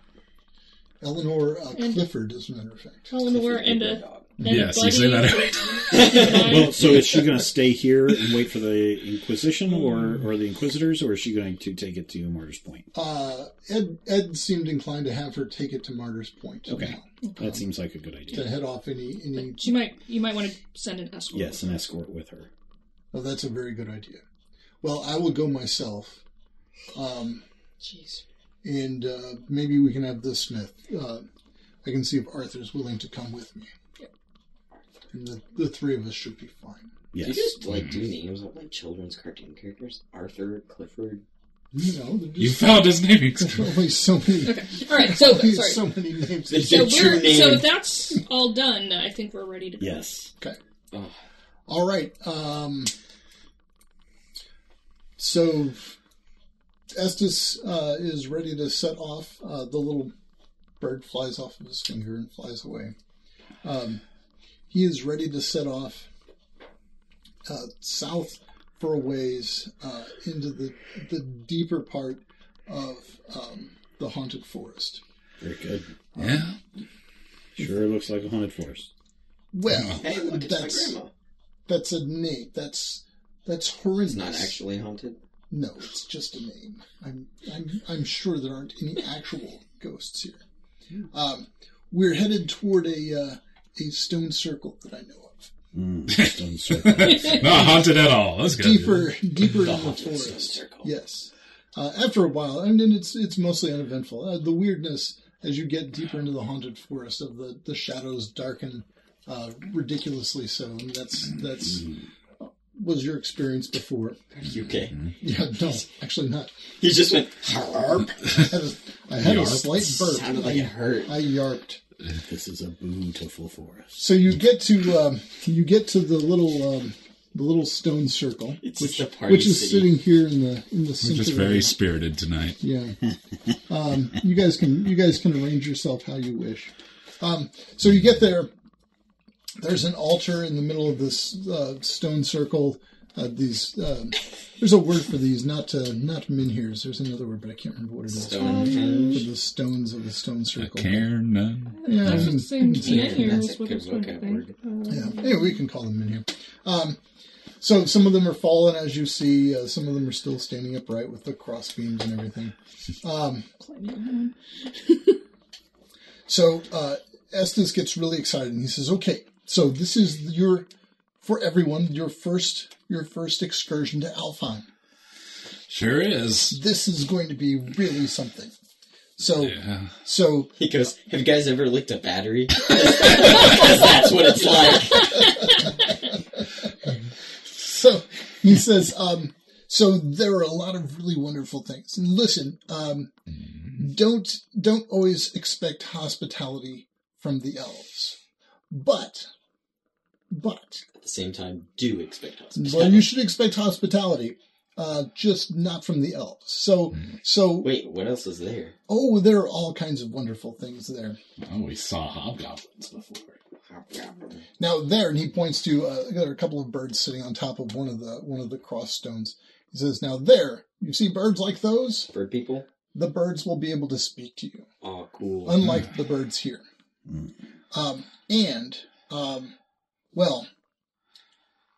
[SPEAKER 1] Eleanor uh, Clifford, as a matter of fact.
[SPEAKER 5] Eleanor and a
[SPEAKER 3] Dog.
[SPEAKER 5] and
[SPEAKER 2] yes,
[SPEAKER 5] a
[SPEAKER 2] you
[SPEAKER 5] buddy.
[SPEAKER 2] say that.
[SPEAKER 4] Well, so is she going to stay here and wait for the Inquisition or, or the Inquisitors, or is she going to take it to Martyr's Point?
[SPEAKER 1] Uh, Ed, Ed seemed inclined to have her take it to Martyr's Point.
[SPEAKER 4] Okay.
[SPEAKER 1] now,
[SPEAKER 4] That seems like a good
[SPEAKER 1] to
[SPEAKER 4] idea.
[SPEAKER 1] head off any any.
[SPEAKER 5] She might. You might want to send an escort.
[SPEAKER 4] Yes, an escort with her.
[SPEAKER 1] Oh, that's a very good idea. Well, I will go myself. Um,
[SPEAKER 3] Jeez.
[SPEAKER 1] and uh, maybe we can have this smith. Uh, I can see if Arthur's willing to come with me. And the, the three of us should be fine.
[SPEAKER 3] Do you
[SPEAKER 4] Yes.
[SPEAKER 3] guys like do names of like children's cartoon characters? Arthur, Clifford.
[SPEAKER 1] You know, there's
[SPEAKER 2] You found his naming scheme.
[SPEAKER 1] only so many,
[SPEAKER 5] Okay. All right. So
[SPEAKER 1] only
[SPEAKER 5] sorry.
[SPEAKER 1] so many names.
[SPEAKER 3] The
[SPEAKER 5] So,
[SPEAKER 3] Get your
[SPEAKER 5] we're, so
[SPEAKER 3] name.
[SPEAKER 5] that's all done. I think we're ready to.
[SPEAKER 4] Yes.
[SPEAKER 3] Oh,
[SPEAKER 1] All right. Um, so Estes uh, is ready to set off. Uh, the little bird flies off of his finger and flies away. Um, he is ready to set off uh, south for a ways uh, into the the deeper part of um, the haunted forest.
[SPEAKER 6] Very good.
[SPEAKER 2] Yeah.
[SPEAKER 6] Sure looks like a haunted forest.
[SPEAKER 1] Well,
[SPEAKER 3] hey, look, it's
[SPEAKER 1] that's
[SPEAKER 3] my grandma.
[SPEAKER 1] that's a name. That's that's
[SPEAKER 3] It's
[SPEAKER 1] horrendous.
[SPEAKER 3] not actually haunted.
[SPEAKER 1] No, it's just a name. I'm I'm I'm sure there aren't any actual ghosts here. Um, we're headed toward a uh, a stone circle that I know of,
[SPEAKER 4] Mm, stone circle.
[SPEAKER 2] Not haunted at all. That's good.
[SPEAKER 1] deeper deeper in the
[SPEAKER 3] haunted stone
[SPEAKER 1] forest.
[SPEAKER 3] circle.
[SPEAKER 1] Yes. Uh, after a while, and then it's it's mostly uneventful. Uh, the weirdness as you get deeper into the haunted forest of the the shadows darken uh, ridiculously so, and that's that's uh, was your experience before.
[SPEAKER 3] UK.
[SPEAKER 1] Yeah, no, actually not.
[SPEAKER 3] He just went harp.
[SPEAKER 1] I had a, I had a
[SPEAKER 2] Yarp.
[SPEAKER 1] slight burp.
[SPEAKER 3] Sounded like it hurt.
[SPEAKER 1] I yarped.
[SPEAKER 4] this is a beautiful forest.
[SPEAKER 1] So you get to um, you get to the little um, the little stone circle,
[SPEAKER 3] It's
[SPEAKER 1] which,
[SPEAKER 3] just a party
[SPEAKER 1] which is
[SPEAKER 3] city.
[SPEAKER 1] sitting here in the in the center.
[SPEAKER 2] Just
[SPEAKER 1] of
[SPEAKER 2] very
[SPEAKER 1] it.
[SPEAKER 2] spirited tonight.
[SPEAKER 1] yeah. Um, you guys can you guys can arrange yourself how you wish. Um, so you get there. There's an altar in the middle of this uh, stone circle. Uh, these um there's a word for these, not uh, not menhirs. There's another word, but I can't remember what it is. For
[SPEAKER 3] Stonehenge.
[SPEAKER 1] the stones of the stone
[SPEAKER 2] A
[SPEAKER 1] circle.
[SPEAKER 2] cairn.
[SPEAKER 1] Yeah, I mean,
[SPEAKER 7] Same
[SPEAKER 3] Yeah,
[SPEAKER 7] thing. Here's
[SPEAKER 3] that's a
[SPEAKER 7] what
[SPEAKER 3] good
[SPEAKER 7] it's going to
[SPEAKER 3] vocab
[SPEAKER 7] be.
[SPEAKER 3] word.
[SPEAKER 1] Yeah, yeah, we can call them in here. Um, so some of them are fallen, as you see. Uh, some of them are still standing upright with the cross beams and everything. Um, so uh, Estes gets really excited and he says, "Okay, so this is your for everyone your first your first excursion to Alfheim.
[SPEAKER 2] Sure is.
[SPEAKER 1] This is going to be really something." So
[SPEAKER 2] Yeah.
[SPEAKER 1] so
[SPEAKER 3] He goes, Have you guys ever licked a battery? 'Cause that's what it's like.
[SPEAKER 1] so he says, um, so there are a lot of really wonderful things. And listen, um, don't don't always expect hospitality from the elves, but but
[SPEAKER 3] At the same time, do expect
[SPEAKER 1] well,
[SPEAKER 3] hospitality.
[SPEAKER 1] you should expect hospitality, uh, just not from the elves. So so
[SPEAKER 3] Wait, what else is there?
[SPEAKER 1] oh, there are all kinds of wonderful things there.
[SPEAKER 2] Oh, we saw hobgoblins before.
[SPEAKER 1] Now there, and he points to uh, there are a couple of birds sitting on top of one of the one of the cross stones. He says, "Now there, you see birds like those."
[SPEAKER 3] Bird people?
[SPEAKER 1] the birds will be able to speak to you,
[SPEAKER 3] Oh, cool.
[SPEAKER 2] Mm-hmm.
[SPEAKER 1] unlike the birds here. Um, and, um, well,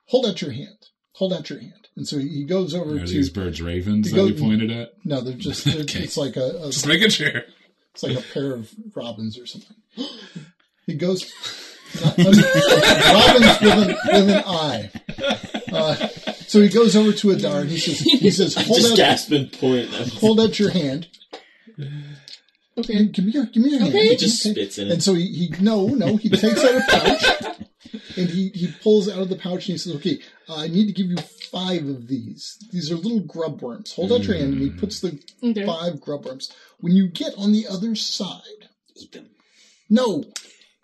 [SPEAKER 1] hold out your hand. Hold out your hand. And so he he goes over to.
[SPEAKER 2] Are these birds ravens
[SPEAKER 1] to
[SPEAKER 2] that
[SPEAKER 1] go-
[SPEAKER 2] you pointed at?
[SPEAKER 1] no, they're just. They're,
[SPEAKER 2] Okay.
[SPEAKER 1] It's like a, a
[SPEAKER 2] Just making sure.
[SPEAKER 1] it's like a pair of robins or something. He goes not- robins with an, with an eye. Uh, so he goes over to Adar and he says, he says, hold
[SPEAKER 3] Just
[SPEAKER 1] out,
[SPEAKER 3] gasp and point.
[SPEAKER 1] hold out your hand. Okay, give me your, give me your hand.
[SPEAKER 3] He just spits in
[SPEAKER 1] And
[SPEAKER 3] it.
[SPEAKER 1] so he, he no, no, he takes out a pouch and he, he pulls out of the pouch and he says, Okay, I need to give you five of these. These are little grub worms. Hold out your hand and he
[SPEAKER 3] Mm.
[SPEAKER 1] puts the
[SPEAKER 5] Okay.
[SPEAKER 1] five grub worms. When you get on the other side,
[SPEAKER 3] Eat them.
[SPEAKER 1] no.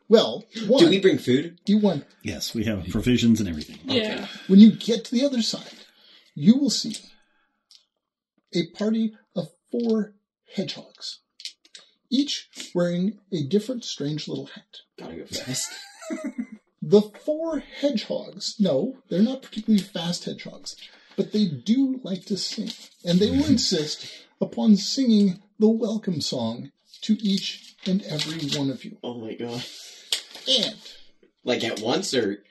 [SPEAKER 1] Well,
[SPEAKER 3] Do
[SPEAKER 1] one,
[SPEAKER 3] we bring food?
[SPEAKER 1] you won.
[SPEAKER 4] Yes, we have provisions and everything.
[SPEAKER 5] Yeah.
[SPEAKER 1] When you get to the other side, you will see a party of four hedgehogs, each wearing a different strange little hat.
[SPEAKER 3] Gotta go fast.
[SPEAKER 1] The four hedgehogs, no, they're not particularly fast hedgehogs, but they do like to sing, and they will insist upon singing the welcome song to each and every one of you.
[SPEAKER 3] Oh my god.
[SPEAKER 1] And
[SPEAKER 3] Like at once or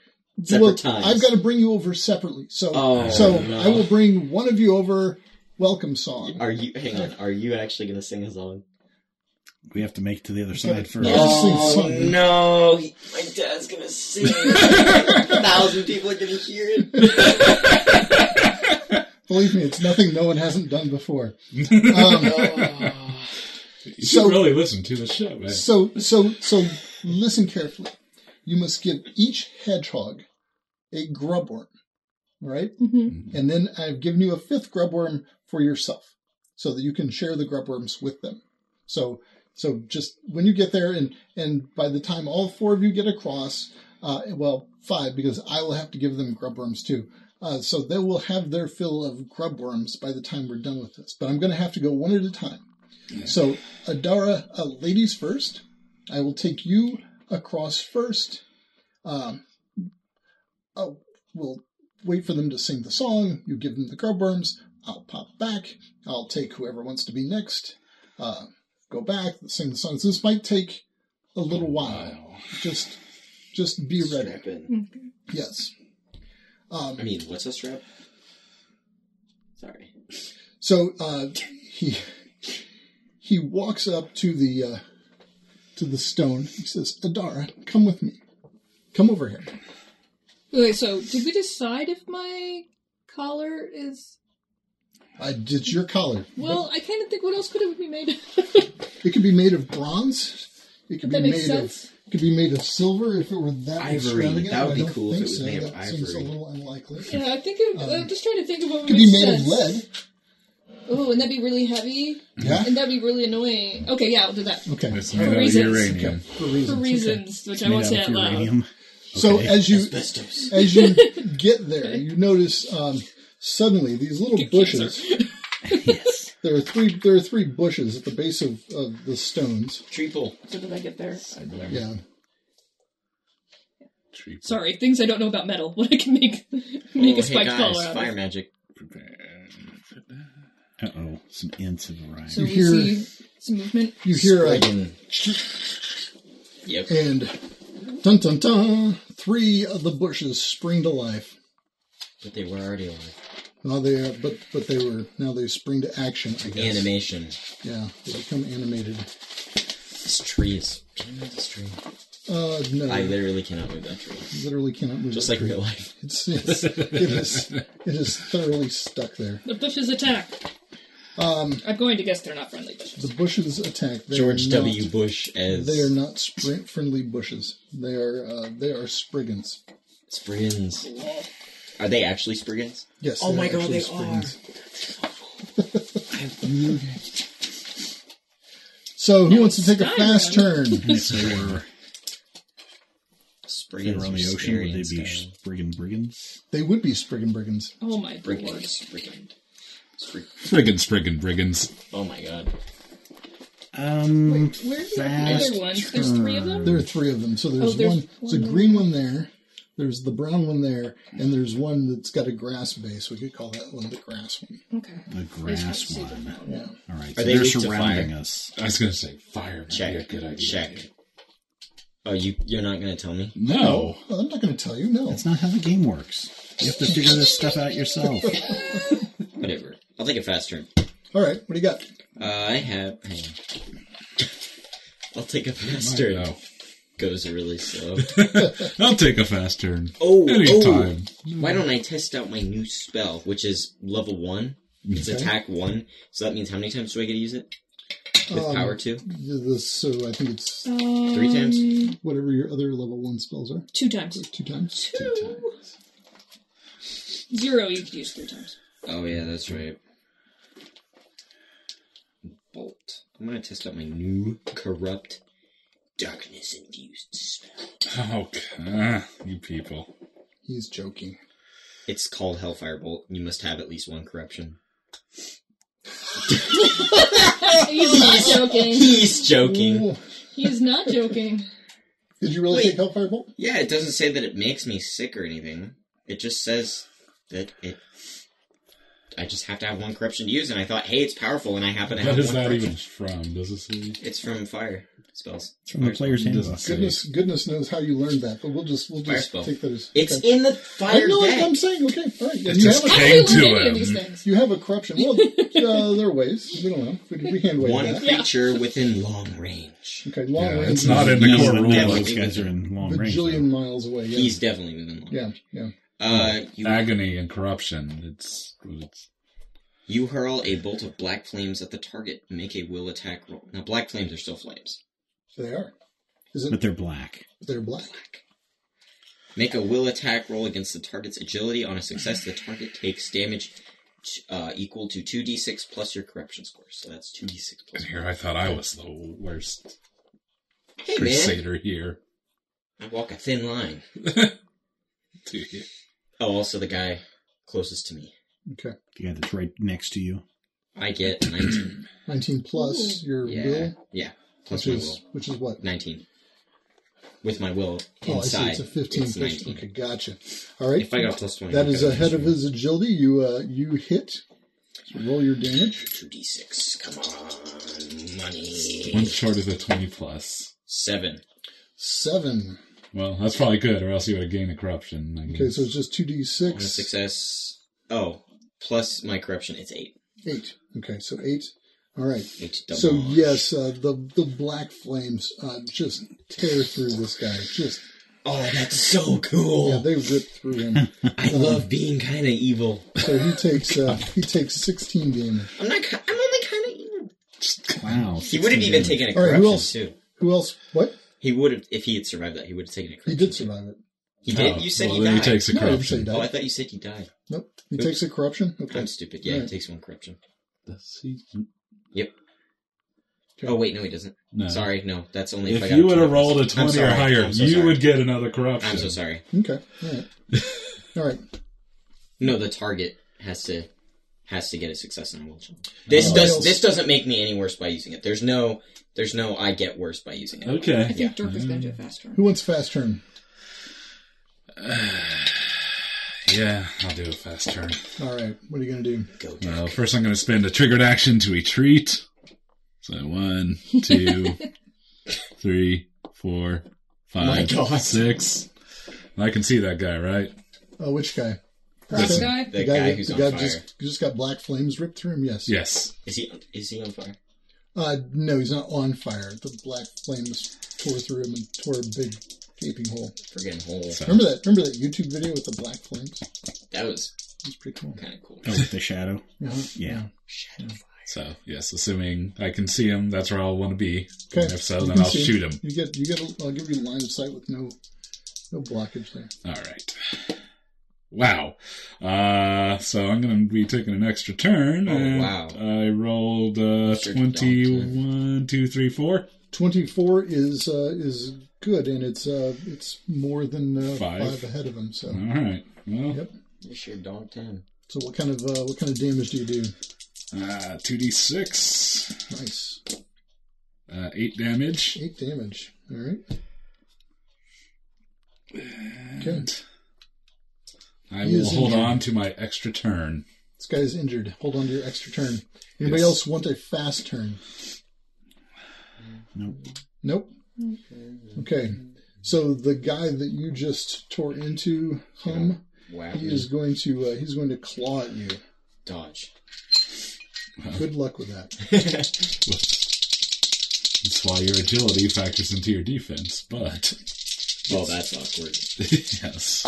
[SPEAKER 3] separate
[SPEAKER 1] well,
[SPEAKER 3] times?
[SPEAKER 1] I've got to bring you over separately, so
[SPEAKER 3] Oh,
[SPEAKER 1] so
[SPEAKER 3] no.
[SPEAKER 1] I will bring one of you over. Welcome song.
[SPEAKER 3] Are you hang on? Are you actually gonna sing a song?
[SPEAKER 4] We have to make it to the other side first.
[SPEAKER 1] Yeah. Oh, sing something.
[SPEAKER 3] no! My dad's gonna sing. A thousand people are gonna hear it.
[SPEAKER 1] Believe me, it's nothing no one hasn't done before. Um,
[SPEAKER 2] You
[SPEAKER 1] So-
[SPEAKER 2] should really listen to the show, man.
[SPEAKER 1] so, so, so, listen carefully. You must give each hedgehog a grub worm, right?
[SPEAKER 5] Mhm.
[SPEAKER 1] And then I've given you a fifth grub worm for yourself, so that you can share the grub worms with them. So, so just when you get there, and and by the time all four of you get across, uh, well, five because I will have to give them grub worms too. Uh, so they will have their fill of grub worms by the time we're done with this. But I'm going to have to go one at a time. So, Adara, uh, ladies first. I will take you across first. Um, oh, we'll wait for them to sing the song. You give them the grub worms. I'll pop back. I'll take whoever wants to be next. Uh, go back, sing the songs. This might take a little while. Just, just be ready.
[SPEAKER 3] Strap in.
[SPEAKER 1] Yes. Um,
[SPEAKER 3] I mean, what's a strap? Sorry.
[SPEAKER 1] So uh, he he walks up to the uh, to the stone. He says, "Adara, come with me. Come over here."
[SPEAKER 5] Okay, so did we decide if my collar is?
[SPEAKER 1] I did your collar.
[SPEAKER 5] Well, I kind of think what else could it be made? of?
[SPEAKER 1] It could be made of bronze. It could be
[SPEAKER 5] That
[SPEAKER 1] made
[SPEAKER 5] makes sense.
[SPEAKER 1] of. It could be made of silver if it were that
[SPEAKER 3] Ivory.
[SPEAKER 1] extravagant.
[SPEAKER 3] That would
[SPEAKER 1] but I
[SPEAKER 3] be
[SPEAKER 1] don't
[SPEAKER 3] cool if
[SPEAKER 1] think
[SPEAKER 3] it was
[SPEAKER 1] so.
[SPEAKER 3] made of
[SPEAKER 1] that seems a
[SPEAKER 3] ivory.
[SPEAKER 1] little unlikely.
[SPEAKER 5] Yeah, I think it, I'm just trying to think of what
[SPEAKER 1] It
[SPEAKER 5] would
[SPEAKER 1] Um, could
[SPEAKER 5] make
[SPEAKER 1] be made
[SPEAKER 5] sense.
[SPEAKER 1] of lead.
[SPEAKER 5] Oh, and that'd be really heavy,
[SPEAKER 1] Yeah.
[SPEAKER 5] and that'd be really annoying. Okay, yeah, I'll do that
[SPEAKER 1] Okay.
[SPEAKER 2] It's made out of
[SPEAKER 5] reasons.
[SPEAKER 2] uranium.
[SPEAKER 1] For reasons.
[SPEAKER 5] for
[SPEAKER 1] okay.
[SPEAKER 5] reasons, which I won't say out loud.
[SPEAKER 4] uranium.
[SPEAKER 1] So as you
[SPEAKER 3] Asbestos.
[SPEAKER 1] as you get there, you notice um, suddenly these little bushes. There are three. There are three bushes at the base of, of the stones.
[SPEAKER 3] Triple.
[SPEAKER 5] So did I get there?
[SPEAKER 1] Yeah.
[SPEAKER 2] Tree
[SPEAKER 5] Sorry, things I don't know about metal. What I can make make
[SPEAKER 3] Oh,
[SPEAKER 5] a spiked
[SPEAKER 3] hey guys,
[SPEAKER 5] collar out
[SPEAKER 3] fire
[SPEAKER 5] of.
[SPEAKER 3] magic.
[SPEAKER 4] Uh oh, some ants have arrived.
[SPEAKER 5] So
[SPEAKER 1] You
[SPEAKER 5] we
[SPEAKER 1] hear-
[SPEAKER 5] see some movement.
[SPEAKER 1] You hear a
[SPEAKER 3] Friggin- Yep.
[SPEAKER 1] and dun dun dun. Three of the bushes spring to life.
[SPEAKER 3] But they were already alive.
[SPEAKER 1] Now they are, but but they were now they spring to action. I guess.
[SPEAKER 3] Animation.
[SPEAKER 1] Yeah, they become animated.
[SPEAKER 3] This tree is. Can you move this tree?
[SPEAKER 1] Uh, no,
[SPEAKER 3] I literally cannot move that tree.
[SPEAKER 1] literally cannot move.
[SPEAKER 3] Just
[SPEAKER 1] it.
[SPEAKER 3] like real life.
[SPEAKER 1] it's, it's it is it is thoroughly stuck there.
[SPEAKER 5] The bushes attack. Um, I'm going to guess they're not friendly bushes.
[SPEAKER 1] The bushes attack. They are
[SPEAKER 3] George
[SPEAKER 1] not-
[SPEAKER 3] W. Bush as
[SPEAKER 1] They are not sprint friendly bushes. They are uh, they are spriggans.
[SPEAKER 3] Spriggans. Are they actually Spriggans?
[SPEAKER 1] Yes.
[SPEAKER 3] Oh
[SPEAKER 1] they
[SPEAKER 3] my
[SPEAKER 1] are
[SPEAKER 3] God,
[SPEAKER 1] actually
[SPEAKER 3] they
[SPEAKER 1] spriggans. So who wants to take a
[SPEAKER 5] Stein,
[SPEAKER 1] fast turn?
[SPEAKER 4] if they were, if they
[SPEAKER 3] Spriggans
[SPEAKER 4] were on
[SPEAKER 3] are
[SPEAKER 4] the ocean,
[SPEAKER 3] scary
[SPEAKER 4] would they be
[SPEAKER 3] and scary.
[SPEAKER 4] Spriggan Brigands?
[SPEAKER 1] They would be spriggin briggins.
[SPEAKER 5] Oh my
[SPEAKER 3] Brigand.
[SPEAKER 5] lord!
[SPEAKER 3] Brigand. Sprig-
[SPEAKER 2] Friggin' spriggin' briggins.
[SPEAKER 3] Oh my god.
[SPEAKER 4] Um,
[SPEAKER 5] Where's the
[SPEAKER 4] Fast
[SPEAKER 5] other ones? There's three of them.
[SPEAKER 1] There are three of them. So there's,
[SPEAKER 5] Oh, there's
[SPEAKER 1] one. There's a
[SPEAKER 5] one.
[SPEAKER 1] green one there. There's the brown one there, and there's one that's got a grass base. We could call that one the grass one.
[SPEAKER 5] Okay.
[SPEAKER 4] the grass
[SPEAKER 5] see
[SPEAKER 4] one.
[SPEAKER 1] Yeah.
[SPEAKER 4] All right,
[SPEAKER 3] Are
[SPEAKER 4] so
[SPEAKER 3] they
[SPEAKER 4] they are
[SPEAKER 3] weak to
[SPEAKER 4] surrounding
[SPEAKER 3] fire?
[SPEAKER 4] us.
[SPEAKER 2] I was gonna say fire. might be a
[SPEAKER 3] Check.
[SPEAKER 2] good idea.
[SPEAKER 3] Check. Oh, you you're not gonna tell me?
[SPEAKER 2] No.
[SPEAKER 1] Well, I'm not going to tell you. No.
[SPEAKER 4] That's not how the game works. You have to figure this stuff out yourself.
[SPEAKER 3] Whatever. I'll take a fast turn.
[SPEAKER 1] All right. What do you got?
[SPEAKER 3] Uh, I have. Hang on. I'll take a fast turn.
[SPEAKER 2] No.
[SPEAKER 3] Goes really slow.
[SPEAKER 2] I'll take a fast turn.
[SPEAKER 3] Oh,
[SPEAKER 2] Anytime.
[SPEAKER 3] oh. Why don't I test out my new spell, which is level one? It's attack one, so that means how many times do I get to use it? With
[SPEAKER 1] Um,
[SPEAKER 3] power two?
[SPEAKER 1] This, so I think it's
[SPEAKER 3] Three times?
[SPEAKER 1] whatever your other level one spells are.
[SPEAKER 5] Two times.
[SPEAKER 1] Two times.
[SPEAKER 5] Two. Zero. You could use three times.
[SPEAKER 3] Oh, yeah, that's right. Bolt. I'm gonna test out my new corrupt darkness infused spell.
[SPEAKER 2] Oh, God. you people.
[SPEAKER 1] He's joking.
[SPEAKER 3] It's called Hellfire Bolt. You must have at least one corruption.
[SPEAKER 5] He's not joking.
[SPEAKER 3] He's joking.
[SPEAKER 1] Ooh.
[SPEAKER 5] He's not joking.
[SPEAKER 1] Did you really
[SPEAKER 3] Wait.
[SPEAKER 1] take Hellfire Bolt?
[SPEAKER 3] Yeah, it doesn't say that it makes me sick or anything. It just says that it. I just have to have one corruption to use, and I thought, hey, it's powerful, and I happen to have
[SPEAKER 2] What is
[SPEAKER 3] one
[SPEAKER 2] that
[SPEAKER 3] corruption.
[SPEAKER 2] even from? Does it say?
[SPEAKER 3] It's from fire spells.
[SPEAKER 4] It's from the player's
[SPEAKER 2] Doesn't
[SPEAKER 4] handbook.
[SPEAKER 2] say.
[SPEAKER 1] Goodness, goodness knows how you learned that, but we'll just we'll
[SPEAKER 3] Fire
[SPEAKER 1] just
[SPEAKER 3] spell.
[SPEAKER 1] take that as
[SPEAKER 3] It's
[SPEAKER 1] okay.
[SPEAKER 3] in the fire
[SPEAKER 1] I know
[SPEAKER 3] deck.
[SPEAKER 1] what I'm saying. Okay, all right.
[SPEAKER 2] It
[SPEAKER 1] you,
[SPEAKER 2] just
[SPEAKER 1] have a,
[SPEAKER 5] How do you
[SPEAKER 2] came
[SPEAKER 5] learn any
[SPEAKER 2] to
[SPEAKER 5] of these
[SPEAKER 2] him.
[SPEAKER 5] things?
[SPEAKER 1] you have a corruption. Well, uh, there are ways. We don't know. We, we hand wave
[SPEAKER 3] One
[SPEAKER 1] that.
[SPEAKER 3] creature within long range.
[SPEAKER 1] Okay, long
[SPEAKER 2] Yeah,
[SPEAKER 1] range.
[SPEAKER 2] it's not in the
[SPEAKER 4] No,
[SPEAKER 2] core
[SPEAKER 4] no,
[SPEAKER 2] rules.
[SPEAKER 4] those guys are in long range.
[SPEAKER 1] bajillion
[SPEAKER 4] though.
[SPEAKER 1] miles away. Yeah,
[SPEAKER 3] He's definitely within long.
[SPEAKER 1] yeah, yeah.
[SPEAKER 3] Uh, you,
[SPEAKER 2] Agony and corruption. It's, it's
[SPEAKER 3] You hurl a bolt of black flames at the target. Make a will attack roll. Now, black flames are still flames.
[SPEAKER 1] They are. Is
[SPEAKER 4] but
[SPEAKER 1] it?
[SPEAKER 4] they're black.
[SPEAKER 1] They're black.
[SPEAKER 3] Black. Make a will attack roll against the target's agility. On a success, the target takes damage t- uh, equal to 2d6 plus your corruption score. So that's 2d6 plus.
[SPEAKER 2] And here I thought I was the worst
[SPEAKER 3] Hey, man.
[SPEAKER 2] crusader here.
[SPEAKER 3] I walk a thin line.
[SPEAKER 2] Dude, yeah.
[SPEAKER 3] Oh, also the guy closest to me.
[SPEAKER 1] Okay.
[SPEAKER 4] Yeah, that's right next to you.
[SPEAKER 3] I get 19.
[SPEAKER 1] 19 plus your
[SPEAKER 3] yeah.
[SPEAKER 1] will,
[SPEAKER 3] Yeah. Plus
[SPEAKER 1] which
[SPEAKER 3] my
[SPEAKER 1] is
[SPEAKER 3] will.
[SPEAKER 1] which is what?
[SPEAKER 3] 19. With my will
[SPEAKER 1] Oh, I
[SPEAKER 3] inside.
[SPEAKER 1] see. It's a 15.
[SPEAKER 3] It's
[SPEAKER 1] plus-
[SPEAKER 3] 19.
[SPEAKER 1] Okay, gotcha. All right.
[SPEAKER 3] If I got plus 20.
[SPEAKER 1] that
[SPEAKER 3] I'd
[SPEAKER 1] is
[SPEAKER 3] go
[SPEAKER 1] ahead of his agility. You uh, you hit. So roll your damage.
[SPEAKER 3] 2d6. Come on. Money.
[SPEAKER 2] One short of the 20 plus.
[SPEAKER 3] Seven.
[SPEAKER 1] Seven.
[SPEAKER 2] Well, that's probably good, or else you would have gained the corruption. I
[SPEAKER 1] Okay,
[SPEAKER 2] guess.
[SPEAKER 1] so it's just
[SPEAKER 3] On a
[SPEAKER 1] 2d6.
[SPEAKER 3] success. Oh, plus my corruption, it's eight.
[SPEAKER 1] Eight. Okay, so eight. All right.
[SPEAKER 3] Eight to double.
[SPEAKER 1] So yes, uh, the the black flames uh, just tear through this guy. Just
[SPEAKER 3] Oh, that's so
[SPEAKER 1] yeah,
[SPEAKER 3] cool.
[SPEAKER 1] they rip through him.
[SPEAKER 3] I love being kind of evil.
[SPEAKER 1] So he takes uh, he takes sixteen damage.
[SPEAKER 3] I'm not. ki- I'm only kind of evil.
[SPEAKER 4] Wow.
[SPEAKER 3] He would have even taken a
[SPEAKER 1] All right,
[SPEAKER 3] corruption
[SPEAKER 1] who else?
[SPEAKER 3] too.
[SPEAKER 1] Who else? What?
[SPEAKER 3] He would have if he had survived that. He would have taken a corruption.
[SPEAKER 1] He did survive it.
[SPEAKER 3] He did.
[SPEAKER 2] Oh,
[SPEAKER 3] you said
[SPEAKER 2] well,
[SPEAKER 3] he
[SPEAKER 2] then
[SPEAKER 3] died.
[SPEAKER 2] He takes the
[SPEAKER 1] No, I didn't say
[SPEAKER 2] corruption.
[SPEAKER 1] he died.
[SPEAKER 3] oh, I thought you said he died.
[SPEAKER 1] Nope. He
[SPEAKER 3] Oops.
[SPEAKER 1] takes a corruption. Okay.
[SPEAKER 3] I'm stupid. Yeah,
[SPEAKER 1] Right.
[SPEAKER 3] he takes one corruption.
[SPEAKER 2] Does he-
[SPEAKER 3] Oh wait, no, he doesn't.
[SPEAKER 2] No.
[SPEAKER 3] Sorry, no. That's only if, I
[SPEAKER 2] If
[SPEAKER 3] got
[SPEAKER 2] you
[SPEAKER 3] a
[SPEAKER 2] would have
[SPEAKER 3] 20.
[SPEAKER 2] rolled a
[SPEAKER 3] I'm
[SPEAKER 2] 20 or
[SPEAKER 3] sorry,
[SPEAKER 2] higher,
[SPEAKER 3] I'm so
[SPEAKER 2] you
[SPEAKER 3] sorry.
[SPEAKER 2] would get another corruption.
[SPEAKER 3] I'm so sorry.
[SPEAKER 1] Okay. All right. All right.
[SPEAKER 3] No, the target has to has to get a success on a will challenge. This
[SPEAKER 1] Oh.
[SPEAKER 3] does this doesn't make me any worse by using it. There's no there's no I get worse by using it.
[SPEAKER 7] I
[SPEAKER 2] Okay.
[SPEAKER 7] think Dirk is going to do it faster.
[SPEAKER 1] Who wants fast turn?
[SPEAKER 2] Yeah, I'll do a fast turn.
[SPEAKER 1] All right. What are you gonna do?
[SPEAKER 3] Go Jack.
[SPEAKER 2] Well, first I'm going to spend a triggered action to retreat. So one, two, three, four,
[SPEAKER 3] My
[SPEAKER 2] five,
[SPEAKER 3] God.
[SPEAKER 2] six. I can see that guy, right?
[SPEAKER 1] Oh, which guy?
[SPEAKER 7] This
[SPEAKER 1] Okay.
[SPEAKER 7] guy?
[SPEAKER 3] The, guy,
[SPEAKER 1] that-
[SPEAKER 3] who's
[SPEAKER 1] the
[SPEAKER 3] on
[SPEAKER 1] guy
[SPEAKER 3] fire.
[SPEAKER 1] just just got black flames ripped through him. Yes.
[SPEAKER 2] Yes.
[SPEAKER 3] Is he is he on fire?
[SPEAKER 1] Uh, no, he's not on fire. The black flames tore through him and tore a big gaping hole.
[SPEAKER 3] Friggin' hole.
[SPEAKER 1] Remember that? Remember that YouTube video with the black flames?
[SPEAKER 3] That was
[SPEAKER 1] It's pretty cool.
[SPEAKER 3] kind of cool.
[SPEAKER 4] Oh, with the shadow.
[SPEAKER 1] Uh-huh.
[SPEAKER 4] Yeah.
[SPEAKER 2] So yes, assuming I can see him, that's where I'll want to be.
[SPEAKER 1] Okay.
[SPEAKER 2] And if so,
[SPEAKER 1] You
[SPEAKER 2] then
[SPEAKER 1] can
[SPEAKER 2] I'll
[SPEAKER 1] see
[SPEAKER 2] shoot him.
[SPEAKER 1] You get you get. A, I'll give you line of sight with no no blockage there.
[SPEAKER 2] All right. Wow. Uh, so I'm going to be taking an extra turn.
[SPEAKER 3] Oh,
[SPEAKER 2] and
[SPEAKER 3] wow.
[SPEAKER 2] I rolled uh,
[SPEAKER 3] Sure, don't, man.
[SPEAKER 2] 21, 2, 3, 4.
[SPEAKER 1] Twenty four is uh, is good, and it's uh, it's more than uh,
[SPEAKER 2] Five.
[SPEAKER 1] five. ahead of him. So
[SPEAKER 3] Mm-hmm.
[SPEAKER 2] All right. Well,
[SPEAKER 1] yep.
[SPEAKER 3] This your dog ten.
[SPEAKER 1] So what kind of uh, what kind of damage do you do?
[SPEAKER 2] uh, 2d6,
[SPEAKER 1] Nice
[SPEAKER 2] uh, 8 damage.
[SPEAKER 1] eight damage. All right. Okay.
[SPEAKER 2] And I
[SPEAKER 1] He
[SPEAKER 2] will
[SPEAKER 1] is
[SPEAKER 2] hold
[SPEAKER 1] injured.
[SPEAKER 2] on to my extra turn.
[SPEAKER 1] This guy's injured. Hold on to your extra turn. Anybody
[SPEAKER 2] Yes.
[SPEAKER 1] else want a fast turn?
[SPEAKER 4] Nope.
[SPEAKER 1] Nope. Okay. So the guy that you just tore into, him,
[SPEAKER 3] Wow.
[SPEAKER 1] he is going to uh, he's going to claw at you.
[SPEAKER 3] Dodge.
[SPEAKER 1] Good luck with that.
[SPEAKER 2] That's why your agility factors into your defense, but
[SPEAKER 3] Well, that's awkward.
[SPEAKER 2] yes.